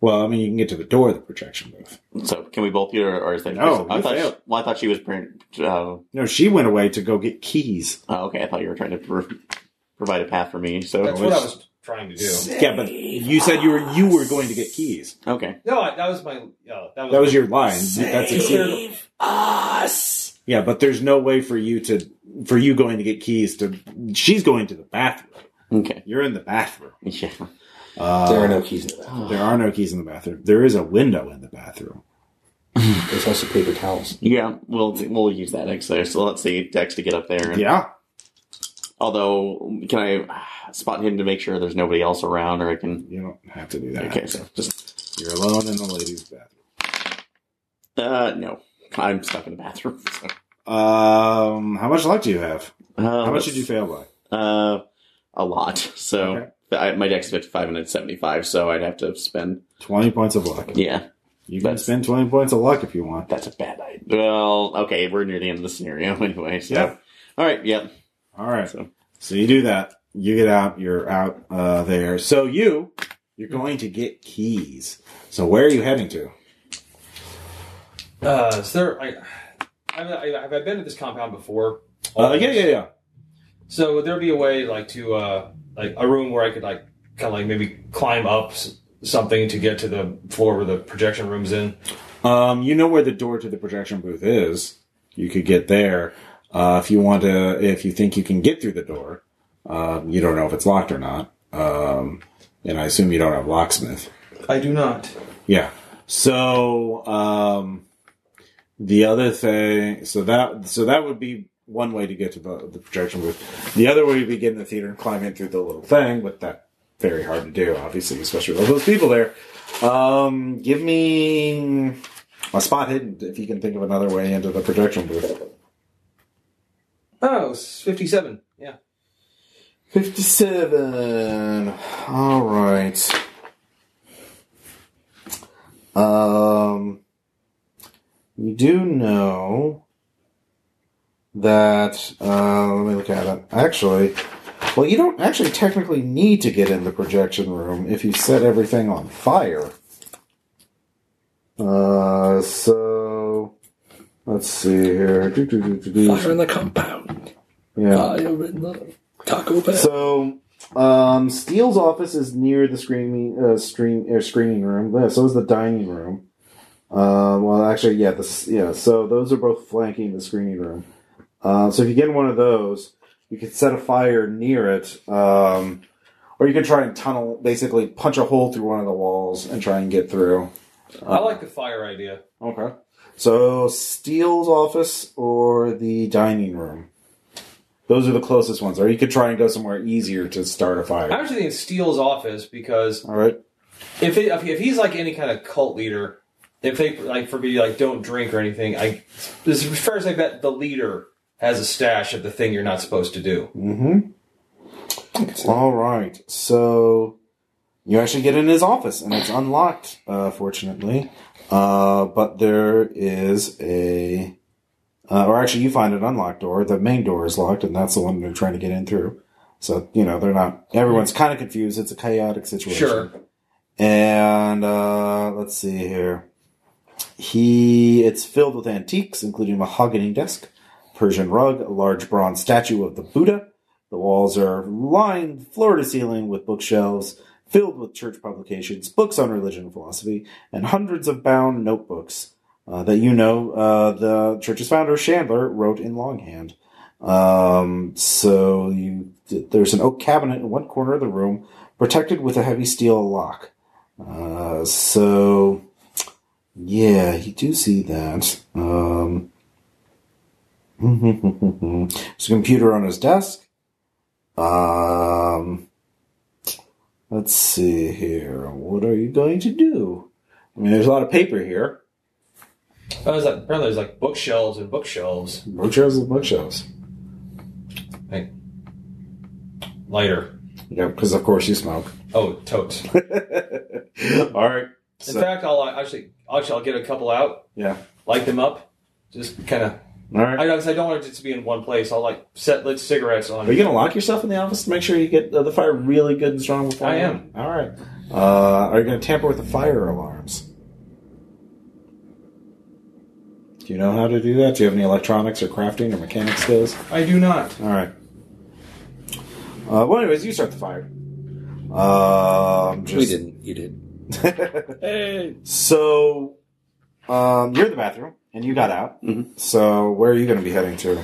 Speaker 6: Well, I mean, you can get to the door of the projection booth.
Speaker 3: So can we both get, her, or is that?
Speaker 6: No,
Speaker 3: I
Speaker 6: you
Speaker 3: thought. She,
Speaker 6: failed.
Speaker 3: well, I thought she was. Print, uh,
Speaker 6: No, she went away to go get keys.
Speaker 3: Oh, okay. I thought you were trying to pro- provide a path for me. So
Speaker 2: That's what I was trying to do.
Speaker 6: Yeah, but you said you were you were going to get keys.
Speaker 3: okay.
Speaker 2: No, I, that was my. Yeah, that was.
Speaker 6: That was your line. That's a
Speaker 4: us.
Speaker 6: yeah, but there's no way for you to for you going to get keys to. She's going to the bathroom.
Speaker 3: Okay.
Speaker 6: You're in the bathroom.
Speaker 3: Yeah.
Speaker 6: Uh,
Speaker 4: There are no keys in that.
Speaker 6: there are no keys in the bathroom. There is a window in the bathroom.
Speaker 4: There's also paper towels.
Speaker 3: Yeah. We'll we'll use that X there. So let's see Dex to get up there.
Speaker 6: Yeah,
Speaker 3: Although, can I ah, spot him to make sure there's nobody else around, or I can?
Speaker 6: you don't have to do that.
Speaker 3: Okay. So just
Speaker 6: You're alone in the ladies' bathroom.
Speaker 3: uh, no. I'm stuck in the bathroom. [LAUGHS] So.
Speaker 6: Um, how much luck do you have?
Speaker 3: Uh,
Speaker 6: How much did you fail by?
Speaker 3: Uh, a lot. So I, my deck's 55 and it's 75, so I'd have to spend.
Speaker 6: Twenty points of luck.
Speaker 3: Yeah,
Speaker 6: You can
Speaker 3: That's-
Speaker 6: spend twenty points of luck if you want.
Speaker 3: that's a bad idea. Well, okay, we're near the end of the scenario [LAUGHS] anyway. So.
Speaker 6: Yeah.
Speaker 3: All right, yep.
Speaker 6: All right.
Speaker 3: So-
Speaker 6: So. you do that. You get out. You're out uh, there. So you you're going to get keys. So where are you heading to?
Speaker 2: Uh, is there? I, I, I, have I been to this compound before?
Speaker 6: Uh, yeah, yeah, yeah.
Speaker 2: So would there be a way, like, to uh, like a room where I could, like, kind of like maybe climb up s- something to get to the floor where the projection room's in?
Speaker 6: Um, you know where the door to the projection booth is. You could get there uh, if you want to. If you think you can get through the door, um, you don't know if it's locked or not. Um, and I assume you don't have locksmith.
Speaker 2: I do not.
Speaker 6: Yeah. So um, the other thing, so that so that would be one way to get to the, the projection booth. The other way would be get in the theater and climb in through the little thing, but that very hard to do, obviously, especially with all those people there. Um, give me a spot hidden if you can think of another way into the projection booth.
Speaker 2: Oh, it's 57. Yeah.
Speaker 6: 57. All right. Um, you do know that, uh, let me look at it. Actually, well, you don't actually technically need to get in the projection room if you set everything on fire. Uh, so, let's see here. Do, do, do, do, do.
Speaker 4: Fire in the compound.
Speaker 6: Yeah.
Speaker 4: Fire in the Taco Bell.
Speaker 6: So, um, Steele's office is near the screening uh, screen uh, screening room. Yeah, so is the dining room. Um, well, actually, yeah, this yeah. So those are both flanking the screening room. Uh, so if you get in one of those, you can set a fire near it, um, or you can try and tunnel. Basically, punch a hole through one of the walls and try and get through.
Speaker 2: I like the fire idea.
Speaker 6: Okay. So Steele's office or the dining room. Those are the closest ones. Or you could try and go somewhere easier to start a fire.
Speaker 2: I'm actually thinking Steele's office because
Speaker 6: All right.
Speaker 2: if it, if he's like any kind of cult leader, if they like for me like don't drink or anything, I this is fair to say that the leader has a stash of the thing you're not supposed to do.
Speaker 6: All right. So you actually get in his office, and it's unlocked, uh, fortunately. Uh, but there is a, uh, or actually, you find an unlocked door. The main door is locked, and that's the one they're trying to get in through. So you know they're not. Everyone's kind of confused. It's a chaotic situation.
Speaker 2: Sure.
Speaker 6: And uh, let's see here. He it's filled with antiques, including a mahogany desk, Persian rug, a large bronze statue of the Buddha. The walls are lined floor to ceiling with bookshelves filled with church publications, books on religion and philosophy, and hundreds of bound notebooks uh, that you know uh, the church's founder Chandler wrote in longhand. Um, so you there's an oak cabinet in one corner of the room, protected with a heavy steel lock. Uh, so yeah, you do see that. Um, [LAUGHS] there's a computer on his desk. Um, let's see here. What are you going to do? I mean, there's a lot of paper here.
Speaker 2: I was like, apparently there's like bookshelves and bookshelves.
Speaker 6: Bookshelves and bookshelves.
Speaker 2: Lighter.
Speaker 6: Yeah, because of course you smoke. [LAUGHS]
Speaker 2: Oh, [LAUGHS] totes. In
Speaker 6: All right. So,
Speaker 2: fact, I'll uh, actually actually I'll get a couple out,
Speaker 6: yeah.
Speaker 2: light them up, just kind of.
Speaker 6: All right.
Speaker 2: I know 'cause I don't want it just to be in one place. I'll like set lit cigarettes on.
Speaker 6: Are you going to lock yourself in the office to make sure you get uh, the fire really good and strong before?
Speaker 2: I
Speaker 6: you-
Speaker 2: am.
Speaker 6: All right. Uh, are you going to tamper with the fire alarms? Do you know how to do that? Do you have any electronics or crafting or mechanic skills?
Speaker 2: I do not.
Speaker 6: All right. Uh, well, anyways, you start the fire. Um,
Speaker 4: we
Speaker 6: just-
Speaker 4: didn't. You did.
Speaker 6: [LAUGHS] So, um, you're in the bathroom and you got out. So, where are you going to be heading to?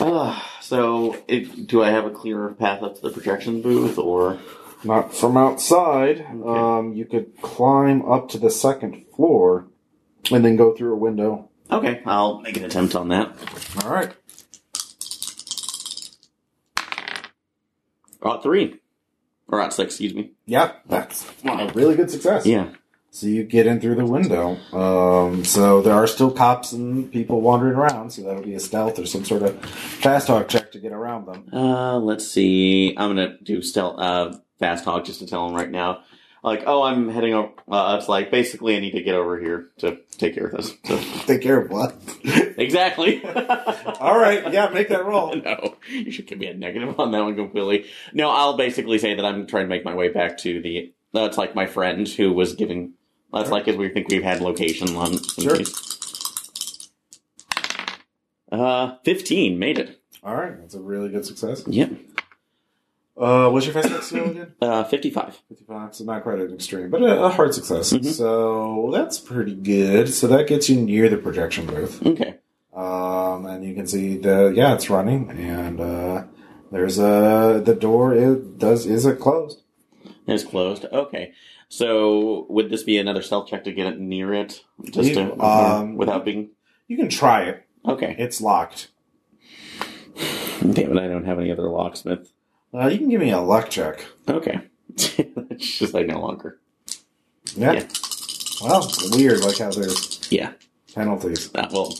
Speaker 3: Uh, so it, do I have a clearer path up to the projection booth or.
Speaker 6: Not from outside. Um, you could climb up to the second floor and then go through a window.
Speaker 3: Okay, I'll make an attempt on that.
Speaker 6: All right.
Speaker 3: Or at three. Or at six, excuse me.
Speaker 6: Yeah, that's a really good success.
Speaker 3: Yeah.
Speaker 6: So you get in through the window. Um, so there are still cops and people wandering around. So that'll be a stealth or some sort of fast talk check to get around them.
Speaker 3: Uh, let's see. I'm gonna do stealth, uh, fast hog just to tell him right now. Like, oh, I'm heading over. Uh, it's like basically I need to get over here to take care of this. So,
Speaker 6: [LAUGHS]
Speaker 3: [LAUGHS]
Speaker 6: Take care of what?
Speaker 3: exactly. [LAUGHS]
Speaker 6: All right, yeah, make that roll.
Speaker 3: no, you should give me a negative on that one completely. No, I'll basically say that I'm trying to make my way back to the. That's like my friend who was giving. That's like as we think we've had location on. some
Speaker 6: Sure.
Speaker 3: case. Uh, fifteen made it.
Speaker 6: All right, that's a really good success.
Speaker 3: Yep.
Speaker 6: Uh, what's your fast talk skill again?
Speaker 3: Uh, fifty-five.
Speaker 6: 55, so not quite an extreme, but a, a hard success.
Speaker 3: Mhm.
Speaker 6: So that's pretty good. So that gets you near the projection booth.
Speaker 3: Okay.
Speaker 6: Um, and you can see the, yeah, it's running. And, uh, there's a, the door is, does, is it closed?
Speaker 3: It's closed. Okay. So would this be another stealth check to get it near it, just to, uh,
Speaker 6: Um,
Speaker 3: without being
Speaker 6: You can try it.
Speaker 3: okay?
Speaker 6: It's locked.
Speaker 3: Damn it! I don't have any other locksmith.
Speaker 6: Uh, you can give me a luck check.
Speaker 3: Okay. [LAUGHS] it's just like no longer.
Speaker 6: Yeah.
Speaker 3: Yeah.
Speaker 6: Well, weird, like how there's
Speaker 3: Yeah.
Speaker 6: penalties.
Speaker 3: Ah, well.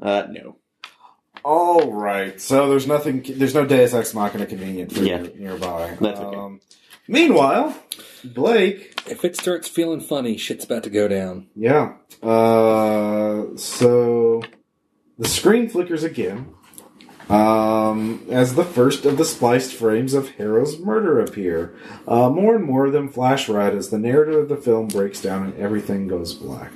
Speaker 3: Uh, no.
Speaker 6: All right. So there's nothing, there's no Deus Ex Machina convenient for
Speaker 3: Yeah.
Speaker 6: you nearby.
Speaker 3: That's okay.
Speaker 6: Um, meanwhile, Blake
Speaker 4: If it starts feeling funny, shit's about to go down.
Speaker 6: Yeah. Uh, so the screen flickers again um, as the first of the spliced frames of Harrow's murder appear. Uh, more and more of them flash red as the narrative of the film breaks down and everything goes black.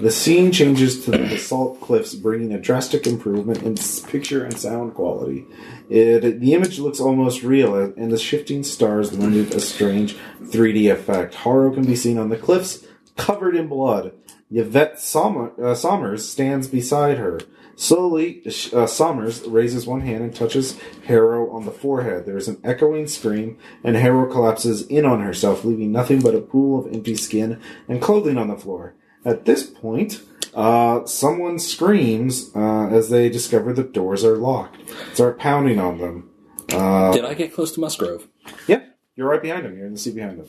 Speaker 6: The scene changes to the basalt cliffs, bringing a drastic improvement in s- picture and sound quality. It, the image looks almost real, and the shifting stars lend it a strange 3D effect. Harrow can be seen on the cliffs, covered in blood. Yvette Sommer, uh, Sommers stands beside her. Slowly, sh- uh, Sommers raises one hand and touches Harrow on the forehead. There is an echoing scream, and Harrow collapses in on herself, leaving nothing but a pool of empty skin and clothing on the floor. At this point, uh, someone screams uh, as they discover the doors are locked. Start pounding on them. Oh.
Speaker 4: Did I get close to Musgrove?
Speaker 6: Yep, you're right behind him. You're in the seat behind him.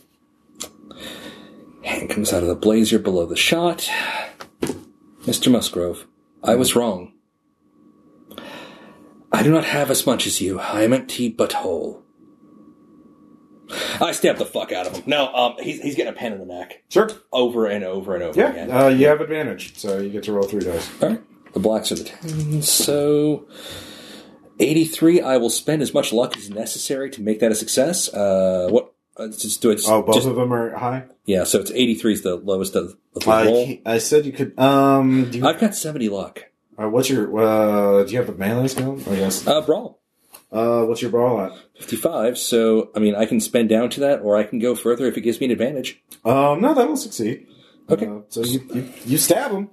Speaker 4: Hand comes out of the blazer below the shot. Mr. Musgrove, I was wrong. I do not have as much as you. I am empty butthole. I stabbed the fuck out of him. No, um, he's, he's getting a pen in the neck
Speaker 6: Sure.
Speaker 4: over and over and over again.
Speaker 6: Yeah, uh, you have advantage, so you get to roll three dice.
Speaker 4: All right. The blacks are the tens. So, 83, I will spend as much luck as necessary to make that a success. Uh, what? Uh, just do it. Just,
Speaker 6: Oh, both
Speaker 4: just-
Speaker 6: of them are high.
Speaker 4: yeah, so it's 83 is the lowest of, of the
Speaker 6: I,
Speaker 4: roll.
Speaker 6: can't- I said you could. Um, do you,
Speaker 4: I've got 70 luck.
Speaker 6: uh, what's your? Uh, do you have a melee skill? I guess.
Speaker 4: Uh, brawl.
Speaker 6: Uh, what's your brawl at?
Speaker 4: 55, so, I mean, I can spend down to that, or I can go further if it gives me an advantage.
Speaker 6: Um, no, that will succeed.
Speaker 4: Okay.
Speaker 6: Uh, so you, you you stab him.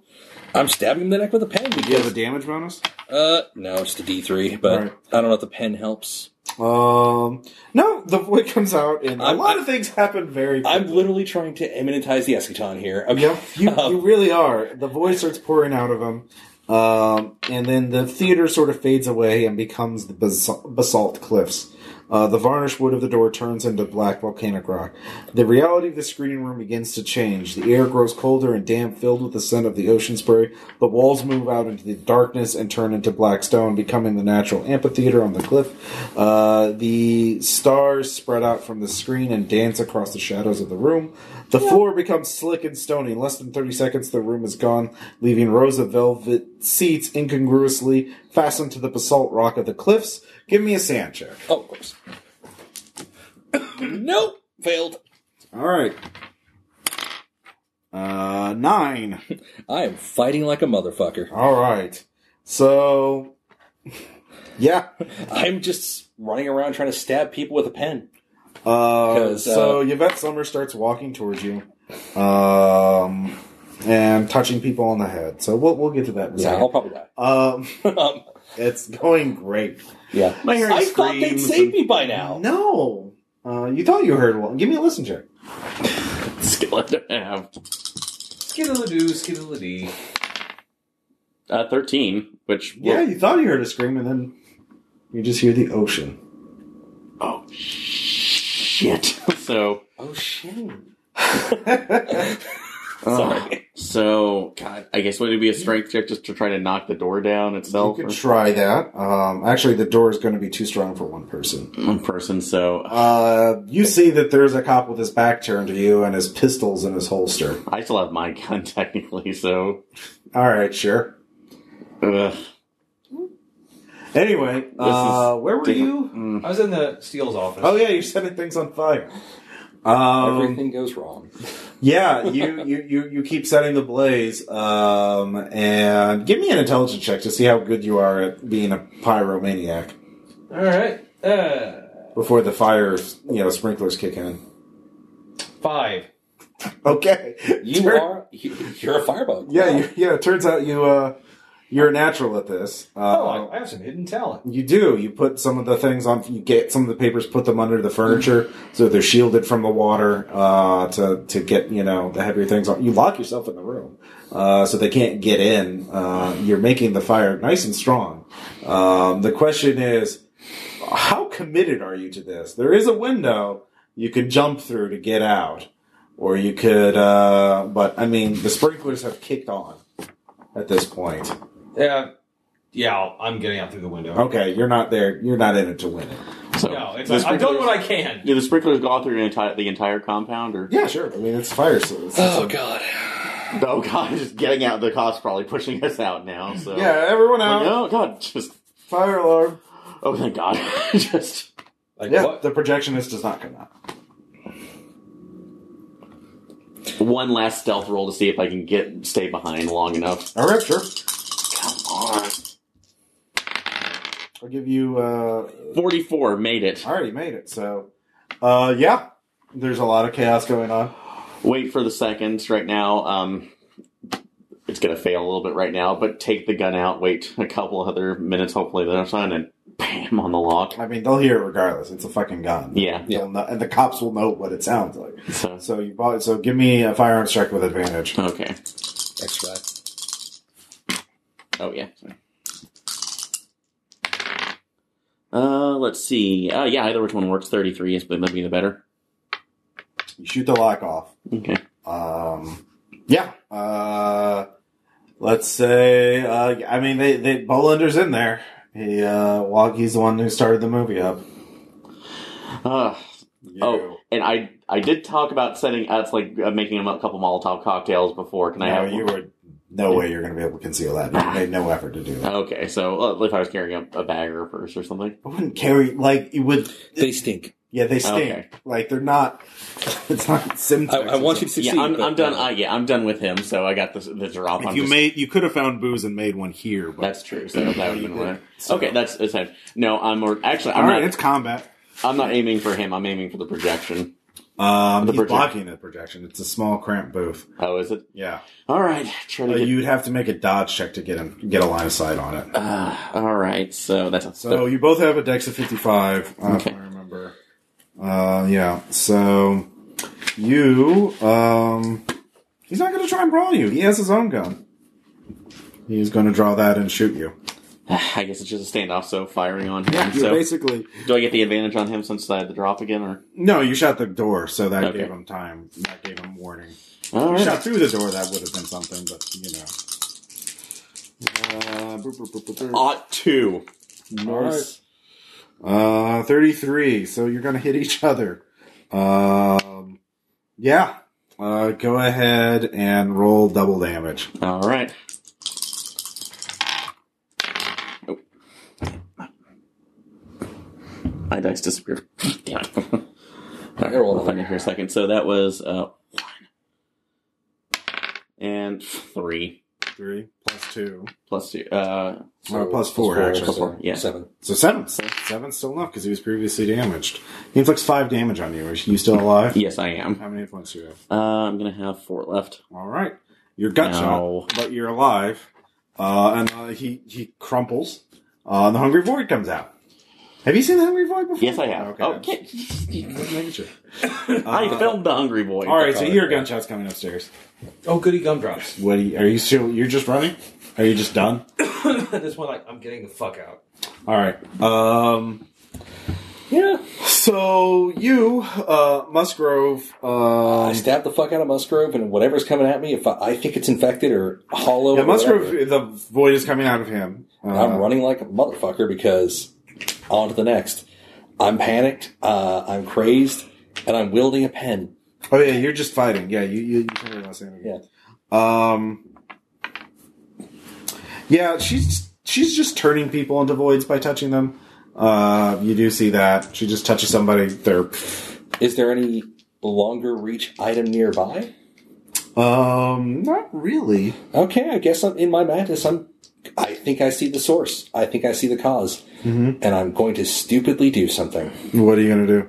Speaker 4: I'm stabbing him in the neck with a pen.
Speaker 6: Do you have a damage bonus?
Speaker 4: Uh, no, it's the D3, but
Speaker 6: Right.
Speaker 4: I don't know if the pen helps.
Speaker 6: Um, no. The void [LAUGHS] comes out, and a
Speaker 4: I'm-
Speaker 6: lot of things happen very.
Speaker 4: I'm
Speaker 6: quickly.
Speaker 4: literally trying to eminentize the eschaton here. Okay.
Speaker 6: Yep,
Speaker 4: [LAUGHS]
Speaker 6: you,
Speaker 4: Um,
Speaker 6: you really are. The void starts pouring out of him, um, and then the theater sort of fades away and becomes the bas- basalt cliffs. Uh, the varnished wood of the door turns into black volcanic rock. The reality of the screening room begins to change. The air grows colder and damp, filled with the scent of the ocean spray. The walls move out into the darkness and turn into black stone, becoming the natural amphitheater on the cliff. Uh, the stars spread out from the screen and dance across the shadows of the room. The floor becomes slick and stony. In less than 30 seconds, the room is gone, leaving rows of velvet seats incongruously fastened to the basalt rock of the cliffs. Give me a sand check.
Speaker 4: Oh, of course. nope. Failed.
Speaker 6: All right. Uh, nine.
Speaker 4: I am fighting like a motherfucker.
Speaker 6: All right. So, [LAUGHS] yeah.
Speaker 4: I'm just running around trying to stab people with a pen.
Speaker 6: Uh,
Speaker 4: 'Cause,
Speaker 6: so Yvette Summer starts walking towards you, um, and touching people on the head. So we'll we'll get to that. In a
Speaker 4: Yeah, I'll
Speaker 6: second.
Speaker 4: probably die.
Speaker 6: Um,
Speaker 4: [LAUGHS] Um,
Speaker 6: it's going great.
Speaker 4: yeah.
Speaker 3: My hearing
Speaker 4: I thought they'd
Speaker 3: screams
Speaker 4: save
Speaker 3: and-
Speaker 4: me by now.
Speaker 6: No, uh, you thought you heard one. Give me a listen check.
Speaker 3: Skill I don't have.
Speaker 5: Skidaloo, skidaloo.
Speaker 3: Uh, thirteen, which
Speaker 6: Yeah, you thought you heard a scream, and then you just hear the ocean.
Speaker 3: Oh shit! So
Speaker 4: Oh shit!
Speaker 3: sorry. So God, I guess would it be a strength check just to try to knock the door down
Speaker 6: You
Speaker 3: itself?
Speaker 6: could
Speaker 3: or-
Speaker 6: try that. Um, actually, the door is going to be too strong for one person.
Speaker 3: one person. So
Speaker 6: Uh, you see that there's a cop with his back turned to you and his pistols in his holster.
Speaker 3: I still have my gun [LAUGHS] technically. So
Speaker 6: All right, sure.
Speaker 3: ugh.
Speaker 6: Anyway, uh, where were
Speaker 3: different.
Speaker 6: you?
Speaker 5: I was in the Steele's office.
Speaker 6: Oh yeah, you're setting things on fire. Um,
Speaker 4: Everything goes wrong.
Speaker 6: yeah, you, you you you keep setting the blaze. Um, and give me an intelligence check to see how good you are at being a pyromaniac
Speaker 5: All right. Uh,
Speaker 6: before the fire you know sprinklers kick in.
Speaker 5: five.
Speaker 6: Okay,
Speaker 4: You
Speaker 6: Turn-
Speaker 4: are you, you're a firebug.
Speaker 6: Yeah, you, yeah. It turns out you uh, you're a natural at this. Uh,
Speaker 5: Oh, I, I have some hidden talent.
Speaker 6: You do. You put some of the things on. You get some of the papers. Put them under the furniture so they're shielded from the water. Uh, to to get you know the heavier things on. You lock yourself in the room uh, so they can't get in. Uh, you're making the fire nice and strong. Um, the question is, how committed are you to this? There is a window you could jump through to get out, or you could. Uh, but I mean, the sprinklers have kicked on at this point.
Speaker 2: Uh,
Speaker 5: Yeah. Yeah, I'll- I'm getting out through the window.
Speaker 6: Okay, you're not there. You're not in it to win it.
Speaker 3: so
Speaker 5: No, it's
Speaker 3: the
Speaker 5: like, I've done
Speaker 3: sprinklers-
Speaker 5: what I can.
Speaker 3: Do the sprinklers go all through the entire, the entire compound, or
Speaker 6: Yeah, sure. I mean, it's fire. So it's-
Speaker 4: Oh god.
Speaker 3: oh god, just getting out? The cops probably pushing us out now. So
Speaker 6: yeah, everyone
Speaker 3: Like,
Speaker 6: out.
Speaker 3: oh god, just
Speaker 6: Fire alarm.
Speaker 3: oh thank god, [LAUGHS] just
Speaker 5: Like
Speaker 6: Yeah,
Speaker 5: what?
Speaker 6: the projectionist does not come out.
Speaker 3: one last stealth roll to see if I can get stay behind long enough.
Speaker 6: All right, sure.
Speaker 3: Come on,
Speaker 6: I'll give you. Uh,
Speaker 3: forty four made it.
Speaker 6: I already made it. So, uh, yeah, there's a lot of chaos going on.
Speaker 3: Wait for the seconds right now. Um, it's gonna fail a little bit right now, but take the gun out. Wait a couple other minutes, hopefully the other side, and bam on the lock.
Speaker 6: I mean, they'll hear it regardless. It's a fucking gun.
Speaker 3: Yeah.
Speaker 6: They'll know- and the cops will know what it sounds like.
Speaker 3: So
Speaker 6: So you probably, so give me a firearm strike with advantage.
Speaker 3: okay.
Speaker 4: Next guy.
Speaker 3: Oh yeah. Uh, let's see. Uh, yeah, either which one works. Thirty-three is going to be the better.
Speaker 6: You shoot the lock off.
Speaker 3: Okay.
Speaker 6: Um, yeah. Uh, let's say. Uh, I mean, they, they Bolander's in there. He uh, well, he's the one who started the movie up.
Speaker 3: Uh, oh, and I I did talk about setting. Uh, it's like uh, making a couple Molotov cocktails before. Can I
Speaker 6: no,
Speaker 3: have?
Speaker 6: you were no way you're going to be able to conceal that. You made no effort to do that.
Speaker 3: Okay, so uh, if I was carrying a, a bag or a purse or something.
Speaker 6: I wouldn't carry like it would.
Speaker 4: They stink.
Speaker 6: Yeah, they stink.
Speaker 3: Okay.
Speaker 6: Like they're not. [LAUGHS] It's not
Speaker 4: I,
Speaker 6: Simtex.
Speaker 4: I want you to succeed.
Speaker 3: yeah, I'm,
Speaker 4: but-
Speaker 3: I'm done. I, yeah, I'm done with him. So I got this the drop. on
Speaker 6: If you
Speaker 3: this-
Speaker 6: made, you could have found booze and made one here.
Speaker 3: [LAUGHS]
Speaker 6: But
Speaker 3: That's true. So that would have
Speaker 6: You
Speaker 3: been
Speaker 6: did.
Speaker 3: right.
Speaker 6: So-
Speaker 3: Okay, that's, that's fine. no. I'm or, actually.
Speaker 6: all
Speaker 3: I'm
Speaker 6: right,
Speaker 3: not.
Speaker 6: it's combat.
Speaker 3: I'm not aiming for him. I'm aiming for the projection.
Speaker 6: Um,
Speaker 3: The
Speaker 6: he's
Speaker 3: projection.
Speaker 6: blocking the projection. It's a small cramped booth.
Speaker 3: How is it?
Speaker 6: Yeah,
Speaker 3: All right. Try to
Speaker 6: Uh,
Speaker 3: get
Speaker 6: you'd have to make a dodge check to get him get a line of sight on it.
Speaker 3: Ah, all right, so that's [SIGHS] a
Speaker 6: So you both have a dex of fifty-five, uh,
Speaker 3: Okay.
Speaker 6: if I remember. Uh, yeah. So you, um, he's not going to try and brawl you. He has his own gun. He's going to draw that and shoot you.
Speaker 3: I guess it's just a standoff. So firing on him.
Speaker 6: You're
Speaker 3: so
Speaker 6: basically
Speaker 3: do I get the advantage on him since I had the drop again? Or
Speaker 6: no. You shot the door, so that
Speaker 3: Okay.
Speaker 6: gave him time. That gave him warning.
Speaker 3: all
Speaker 6: You
Speaker 3: right,
Speaker 6: shot through the door. That would have been something, but you know. Uh, boop, boop, boop, boop, boop.
Speaker 3: ought to.
Speaker 6: Nice. Uh, 33. So you're going to hit each other. Um, yeah. Uh, go ahead and roll double damage.
Speaker 3: All right. Oh. My dice disappeared. Damn it. [LAUGHS] All right,
Speaker 4: roll
Speaker 3: we'll
Speaker 4: another
Speaker 3: find it here a second. So that was uh, one and three
Speaker 6: Three plus two.
Speaker 3: plus two. Uh,
Speaker 6: Uh, plus four, actually.
Speaker 3: Plus four, yeah.
Speaker 4: Seven.
Speaker 6: So seven. Seven's still enough because he was previously damaged. He inflicts five damage on you. Are you still alive?
Speaker 3: yes, I am.
Speaker 6: How many inflicts do you have?
Speaker 3: Uh, I'm gonna have four left.
Speaker 6: All right. You're gut
Speaker 3: No.
Speaker 6: shot, but you're alive. Uh, and uh, he, he crumples. Uh, and the Hungry Void comes out. Have you seen the Hungry Void before?
Speaker 3: Yes, I have.
Speaker 6: Okay.
Speaker 3: Okay.
Speaker 6: Just
Speaker 3: [LAUGHS]
Speaker 6: making sure. Uh,
Speaker 3: I filmed the Hungry Boy.
Speaker 6: All right, so your gunshot's coming upstairs.
Speaker 5: Oh, goody
Speaker 2: [LAUGHS]
Speaker 5: gumdrops.
Speaker 6: What are you, are you still? You're just running? Are you just done?
Speaker 5: This one, like, I'm getting the fuck out.
Speaker 6: All right. Um.
Speaker 4: Yeah.
Speaker 6: So you, uh, Musgrove,
Speaker 4: I
Speaker 6: um,
Speaker 4: stab the fuck out of Musgrove, and whatever's coming at me, if I, I think it's infected or hollow,
Speaker 6: yeah,
Speaker 4: or
Speaker 6: Musgrove,
Speaker 4: whatever,
Speaker 6: the void is coming out of him.
Speaker 4: I'm
Speaker 6: Uh,
Speaker 4: running like a motherfucker because on to the next. I'm panicked, uh, I'm crazed, and I'm wielding a pen.
Speaker 6: oh yeah, you're just fighting. Yeah, you you, you told me about saying it.
Speaker 4: Yeah.
Speaker 6: Um. Yeah, she's she's just turning people into voids by touching them. Uh, you do see that she just touches somebody. They're
Speaker 4: Is there any longer reach item nearby?
Speaker 6: um not really.
Speaker 4: Okay, I guess I'm in my madness. I'm. I think I see the source. I think I see the because and I'm going to stupidly do something.
Speaker 6: What are you gonna do?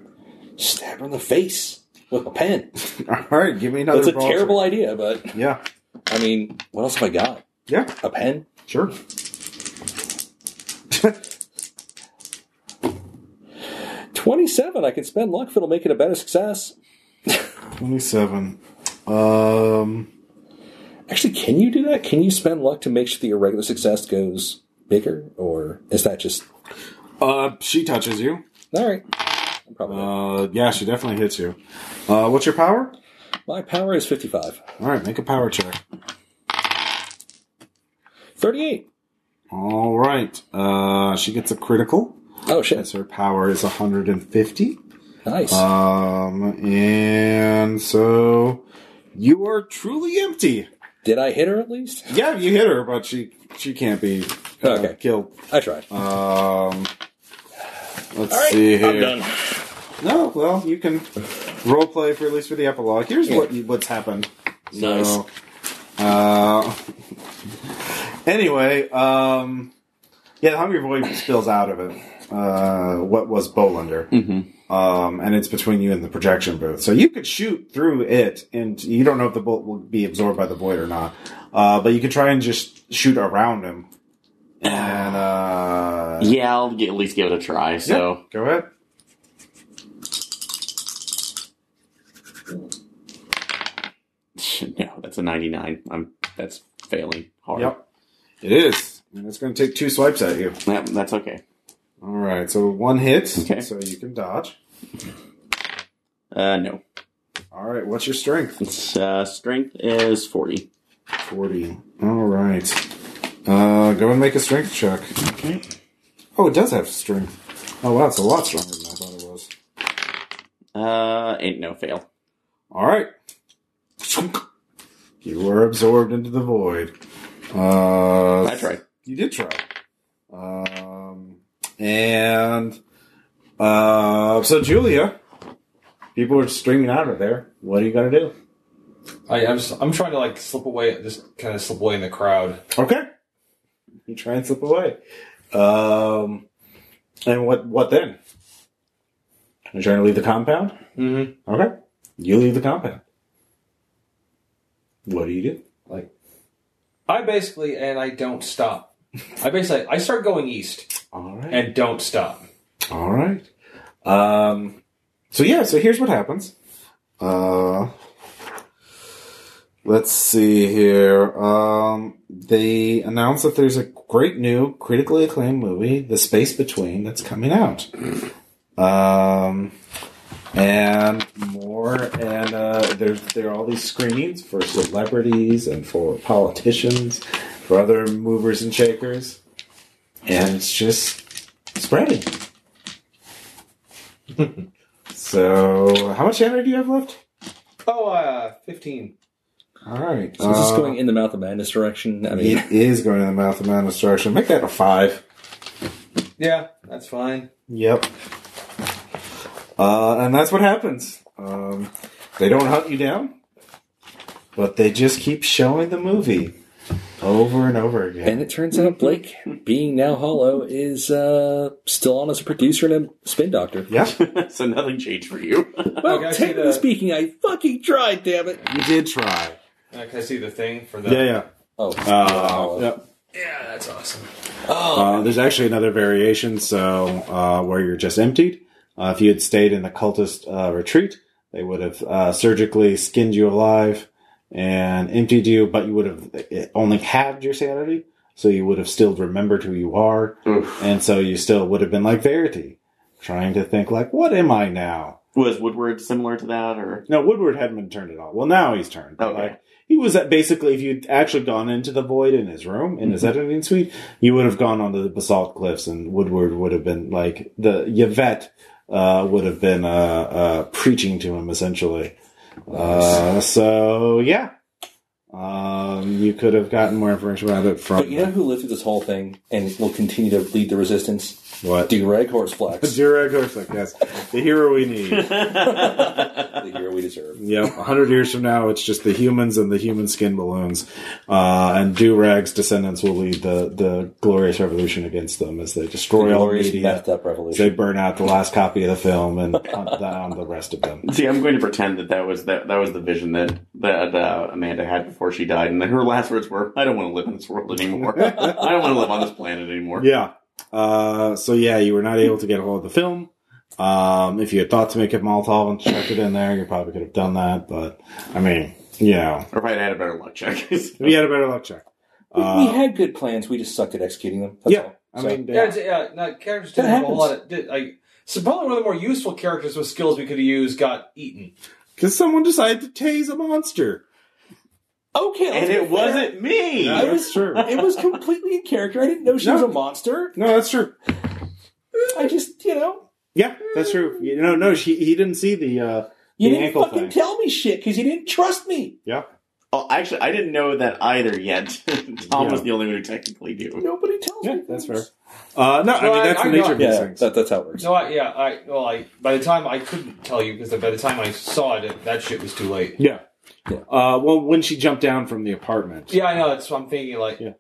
Speaker 4: Stab her in the face with a pen.
Speaker 6: All right, give me another.
Speaker 4: That's a
Speaker 6: ball
Speaker 4: terrible idea, but
Speaker 6: check. Yeah,
Speaker 4: I mean, what else have I got?
Speaker 6: yeah,
Speaker 4: A pen?
Speaker 6: [LAUGHS] sure.
Speaker 4: Twenty-seven. I can spend luck if it'll make it a better success.
Speaker 6: Twenty-seven. Um.
Speaker 4: Actually, can you do that? Can you spend luck to make sure that your regular success goes bigger, or is that just
Speaker 6: Uh, she touches you.
Speaker 4: all right? I'm probably
Speaker 6: Uh, yeah, she definitely hits you. Uh, what's your power?
Speaker 4: my power is fifty-five.
Speaker 6: All right, make a power check.
Speaker 4: Thirty-eight.
Speaker 6: All right. Uh, she gets a critical.
Speaker 4: Oh shit!
Speaker 6: Yes, her power is 150.
Speaker 4: Nice.
Speaker 6: Um, and so you are truly empty.
Speaker 4: Did I hit her at least?
Speaker 6: Yeah, you hit her, but she she can't be uh,
Speaker 4: Okay.
Speaker 6: killed.
Speaker 4: I tried.
Speaker 6: Um, let's see here. No, well, you can role play for at least for the epilogue. Here's what you, what's happened.
Speaker 3: Nice.
Speaker 6: uh, anyway, um, yeah, the Hungry Void spills out of it. Uh, what was Bolander? Mm-hmm. Um, and it's between you and the projection booth, so you could shoot through it, and you don't know if the bolt will be absorbed by the void or not. Uh, but you could try and just shoot around him. And uh,
Speaker 3: Yeah, I'll g at least give it a try. So
Speaker 6: go ahead.
Speaker 3: [LAUGHS] no, that's a ninety-nine. I'm that's failing hard.
Speaker 6: Yep. It is. And it's going to take two swipes at you.
Speaker 3: That- that's okay.
Speaker 6: All right. So one hit.
Speaker 3: Okay.
Speaker 6: So you can dodge.
Speaker 3: Uh, no,
Speaker 6: All right. What's your strength?
Speaker 3: it's uh, strength is forty.
Speaker 6: 40. All right. Uh, go and make a strength check.
Speaker 3: Okay.
Speaker 6: Oh, it does have strength. Oh, wow. It's a lot stronger than I thought it was.
Speaker 3: Uh, ain't no fail.
Speaker 6: All right. You were absorbed into the void. Uh,
Speaker 3: I tried.
Speaker 6: You did try. Um, and uh, so, Julia, people are stringing out of there. What are you going to do?
Speaker 2: I, I'm just, I'm trying to like slip away, just kind of slip away in the crowd.
Speaker 6: Okay. You try and slip away. Um, and what, what then? You're trying to leave the compound?
Speaker 2: Mm-hmm.
Speaker 6: Okay. You leave the compound. What do you do?
Speaker 2: I basically, and I don't stop. I basically, I start going east
Speaker 6: All right.
Speaker 2: and don't stop.
Speaker 6: All right. Um, so yeah, so here's what happens. Uh, let's see here. Um, they announce that there's a great new critically acclaimed movie, The Space Between, that's coming out. Um, and more, and uh, there there are all these screenings for celebrities and for politicians, for other movers and shakers, and it's just spreading. So, how much ammo do you have left?
Speaker 2: Oh, uh, 15.
Speaker 6: All right.
Speaker 4: So is this
Speaker 6: uh,
Speaker 4: going in the mouth of madness direction? I mean,
Speaker 6: It is going in the mouth of madness direction. Make that a five.
Speaker 2: Yeah, that's fine.
Speaker 6: Yep. Uh, and that's what happens. Um, they don't hunt you down, but they just keep showing the movie over and over again.
Speaker 4: and it turns out Blake, being now hollow, is uh, still on as a producer and a spin doctor.
Speaker 6: Yeah,
Speaker 3: [LAUGHS] so nothing changed for you. [LAUGHS]
Speaker 4: Well,
Speaker 2: Okay, I see
Speaker 4: technically
Speaker 2: that.
Speaker 4: speaking, I fucking tried. Damn it!
Speaker 6: you did try.
Speaker 2: Uh, can I see the thing for the?
Speaker 6: Yeah, yeah.
Speaker 4: Oh,
Speaker 6: Uh, yep.
Speaker 2: Yeah, that's awesome.
Speaker 6: Uh, there's actually another variation, so uh, where you're just emptied. Uh, if you had stayed in the cultist uh, retreat, they would have uh, surgically skinned you alive and emptied you, but you would have eh, only halved your sanity, so you would have still remembered who you are,
Speaker 3: Oof.
Speaker 6: and so you still would have been like Verity, trying to think like, what am I now?
Speaker 3: Was Woodward similar to that, or
Speaker 6: No, Woodward hadn't been turned at all. Well, now he's turned. But,
Speaker 3: Okay.
Speaker 6: Like, he was at basically, if you'd actually gone into the void in his room, in
Speaker 4: Mm-hmm.
Speaker 6: his editing suite, you would have gone onto the basalt cliffs, and Woodward would have been like the Yvette uh, would have been uh, uh, preaching to him essentially. Uh, so yeah, um, you could have gotten more information about it from
Speaker 4: But you know who lived through this whole thing and will continue to lead the resistance?
Speaker 6: what
Speaker 4: Durag Horseflex.
Speaker 6: Zero Gorsak, yes, the hero we need.
Speaker 4: the hero we deserve.
Speaker 6: Yep, a hundred years from now, it's just the humans and the human skin balloons, uh, and do rag's descendants will lead the the glorious revolution against them as they destroy all
Speaker 4: Glorious
Speaker 6: media,
Speaker 4: messed up
Speaker 6: as they
Speaker 4: revolution.
Speaker 6: burn out the last copy of the
Speaker 4: [LAUGHS]
Speaker 6: film and hunt down the rest of them.
Speaker 3: see? I'm going to pretend that that was that that was the vision that that uh, Amanda had before she died, and that her last words were, "I don't want to live in this world anymore. [LAUGHS] I don't want to live on this planet anymore."
Speaker 6: Yeah. Uh, so yeah, you were not able to get a hold of the film. Um, if you had thought to make it Molotov and chuck it in there, you probably could have done that. But I mean, you know,
Speaker 3: Or if I had had a better luck check. [LAUGHS]
Speaker 6: we had a better luck check.
Speaker 4: We,
Speaker 6: Uh,
Speaker 4: we had good plans. We just sucked at executing them. That's
Speaker 6: Yeah,
Speaker 4: all.
Speaker 6: I
Speaker 4: So-
Speaker 6: mean,
Speaker 2: Yeah, it's- yeah, no, characters didn't
Speaker 4: That
Speaker 2: have a whole lot
Speaker 4: happens.
Speaker 2: of. Did, like, so probably one of the more useful characters with skills we could have used got eaten.
Speaker 6: because someone decided to tase a monster.
Speaker 4: okay, let's
Speaker 3: and
Speaker 4: be
Speaker 3: it
Speaker 4: fair.
Speaker 3: wasn't me.
Speaker 6: Yeah, that's true.
Speaker 4: It was completely in character. I didn't know she was
Speaker 6: No.
Speaker 4: a monster.
Speaker 6: No, that's true.
Speaker 4: I just, you know,
Speaker 6: Yeah, that's true. You know, no, she, he didn't see the. uh
Speaker 4: you
Speaker 6: The
Speaker 4: didn't
Speaker 6: ankle
Speaker 4: fucking
Speaker 6: thing.
Speaker 4: tell me shit because you didn't trust me.
Speaker 6: Yeah,
Speaker 3: Oh, actually, I didn't know that either yet. [LAUGHS] Tom was
Speaker 6: Yeah.
Speaker 3: the only one who technically knew.
Speaker 4: Nobody tells
Speaker 6: yeah,
Speaker 4: me.
Speaker 6: that's fair.
Speaker 4: things.
Speaker 6: Uh No, I
Speaker 2: Well,
Speaker 6: mean
Speaker 2: I-
Speaker 6: that's
Speaker 2: I
Speaker 6: the nature
Speaker 2: got-
Speaker 6: of these
Speaker 4: Yeah,
Speaker 6: things.
Speaker 4: that, that's how it works.
Speaker 2: No, I, yeah, I well, I by the time I couldn't tell you because by the time I saw it, it, that shit was too late.
Speaker 6: yeah.
Speaker 4: Yeah.
Speaker 6: Uh, well, when she jumped down from the apartment,
Speaker 2: Yeah, I know. That's what I'm thinking. Like,
Speaker 6: Yeah.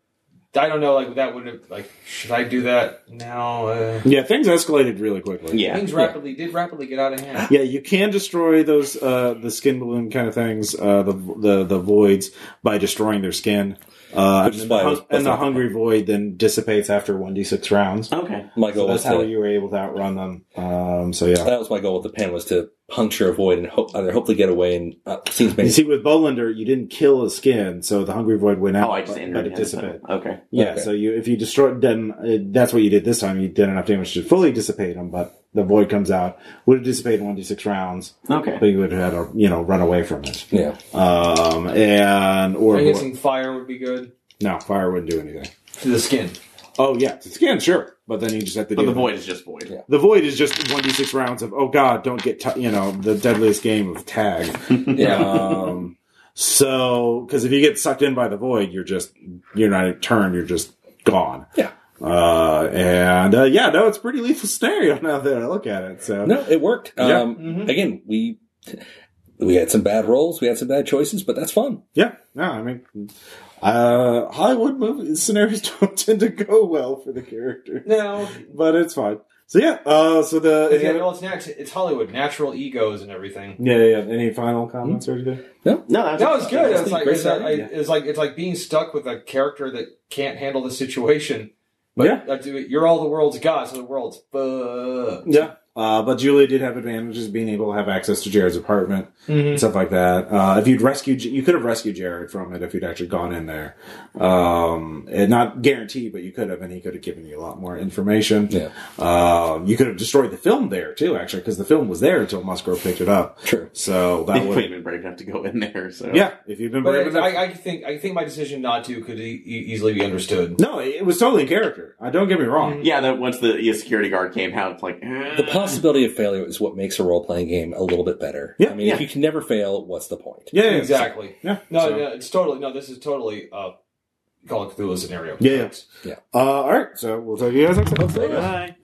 Speaker 2: I don't know. Like that would have. Like, should I do that now? Uh,
Speaker 6: yeah, things escalated really quickly.
Speaker 3: Yeah.
Speaker 2: things rapidly did rapidly get out of hand.
Speaker 6: [LAUGHS] Yeah, you can destroy those uh, the skin balloon kind of things, uh, the the the voids by destroying their skin, uh,
Speaker 4: Which
Speaker 6: and,
Speaker 4: is
Speaker 6: then
Speaker 4: why
Speaker 6: the,
Speaker 4: I was-
Speaker 6: hun- and the hungry void then dissipates after one d six rounds.
Speaker 3: Okay.
Speaker 4: My goal
Speaker 6: So
Speaker 4: was
Speaker 6: that's how
Speaker 4: to,
Speaker 6: you were able to outrun them. Um, so yeah,
Speaker 2: Uh,
Speaker 4: that was my goal with the pen was to puncture a void and hope, either hopefully get away and uh, see as many.
Speaker 6: You [LAUGHS] see, with Bolander, you didn't kill his skin, so the hungry void went out.
Speaker 3: Oh, I just
Speaker 6: but-
Speaker 3: entered
Speaker 6: but it
Speaker 3: him,
Speaker 6: dissipated.
Speaker 3: so- Okay.
Speaker 6: Yeah,
Speaker 4: Okay.
Speaker 6: so you if you destroyed them, uh, that's what you did this time. You did enough damage to fully dissipate them, but the void comes out. Would have dissipated one d six rounds,
Speaker 3: Okay.
Speaker 6: but you would have had to you know run away from it.
Speaker 4: yeah,
Speaker 6: Um, and or
Speaker 2: I'm guessing fire would be good
Speaker 6: no, fire wouldn't do anything.
Speaker 2: to the skin.
Speaker 6: Oh yeah, the skin sure, but then you just have to.
Speaker 3: But
Speaker 6: do
Speaker 3: the void is just void.
Speaker 4: Yeah.
Speaker 6: The void is just one d six rounds of oh god, don't get t- you know the deadliest game of tag.
Speaker 4: yeah.
Speaker 6: um, so because if you get sucked in by the void, you're just you're not a turn, you're just gone.
Speaker 4: Yeah.
Speaker 6: Uh, and uh, yeah, no, it's a pretty lethal scenario [LAUGHS] now that I look at it. So
Speaker 4: No, it worked.
Speaker 6: Yeah. Mm-hmm.
Speaker 4: Um, Again, we we had some bad rolls, we had some bad choices, but that's fun.
Speaker 6: yeah, no, I mean, uh, Hollywood movie scenarios [LAUGHS] don't tend to go well for the character,
Speaker 2: No,
Speaker 6: but it's fine. So yeah, uh, so the
Speaker 2: yeah, well, it's nat- it's Hollywood, natural egos and everything.
Speaker 6: yeah, yeah, yeah. Any final comments or anything?
Speaker 3: No, that was,
Speaker 2: No, it's good. It's
Speaker 4: That's
Speaker 2: like
Speaker 4: great
Speaker 2: it's, like-
Speaker 4: starting,
Speaker 6: yeah.
Speaker 2: it's like it's like being stuck with a character that can't handle the situation. But
Speaker 6: Yeah.
Speaker 2: that's- you're all the world's god, so the world's fucked.
Speaker 6: Yeah. Uh, but Julia did have advantages being able to have access to Jared's apartment
Speaker 2: Mm-hmm.
Speaker 6: and stuff like that. Uh, if you'd rescued, you could have rescued Jared from it if you'd actually gone in there. Um, and not guaranteed, but you could have, and he could have given you a lot more information.
Speaker 4: Yeah.
Speaker 6: Um, you could have destroyed the film there too, actually, because the film was there until Musgrove picked it up.
Speaker 4: True.
Speaker 6: So that
Speaker 3: You would
Speaker 6: would,
Speaker 3: have been brave enough to go in there. So
Speaker 6: yeah, if you'd been brave
Speaker 2: But
Speaker 6: enough.
Speaker 2: I, I think I think my decision not to could e- e- easily be understood.
Speaker 6: no, it was totally in character. I don't get me
Speaker 2: Mm-hmm.
Speaker 6: wrong.
Speaker 3: Yeah. That once the yeah, security guard came out, it's like
Speaker 4: The possibility of failure is what makes a role playing game a little bit better.
Speaker 6: Yeah,
Speaker 4: I mean, if
Speaker 3: yeah.
Speaker 4: you can never fail, what's the point?
Speaker 6: Yeah, yeah,
Speaker 2: Exactly.
Speaker 6: Yeah.
Speaker 2: No,
Speaker 6: So-
Speaker 2: no, it's totally no. This is totally uh, Call of Cthulhu scenario.
Speaker 6: Yeah, yeah.
Speaker 4: Yeah.
Speaker 6: Uh, all right. So we'll talk to you guys next time.
Speaker 3: Bye.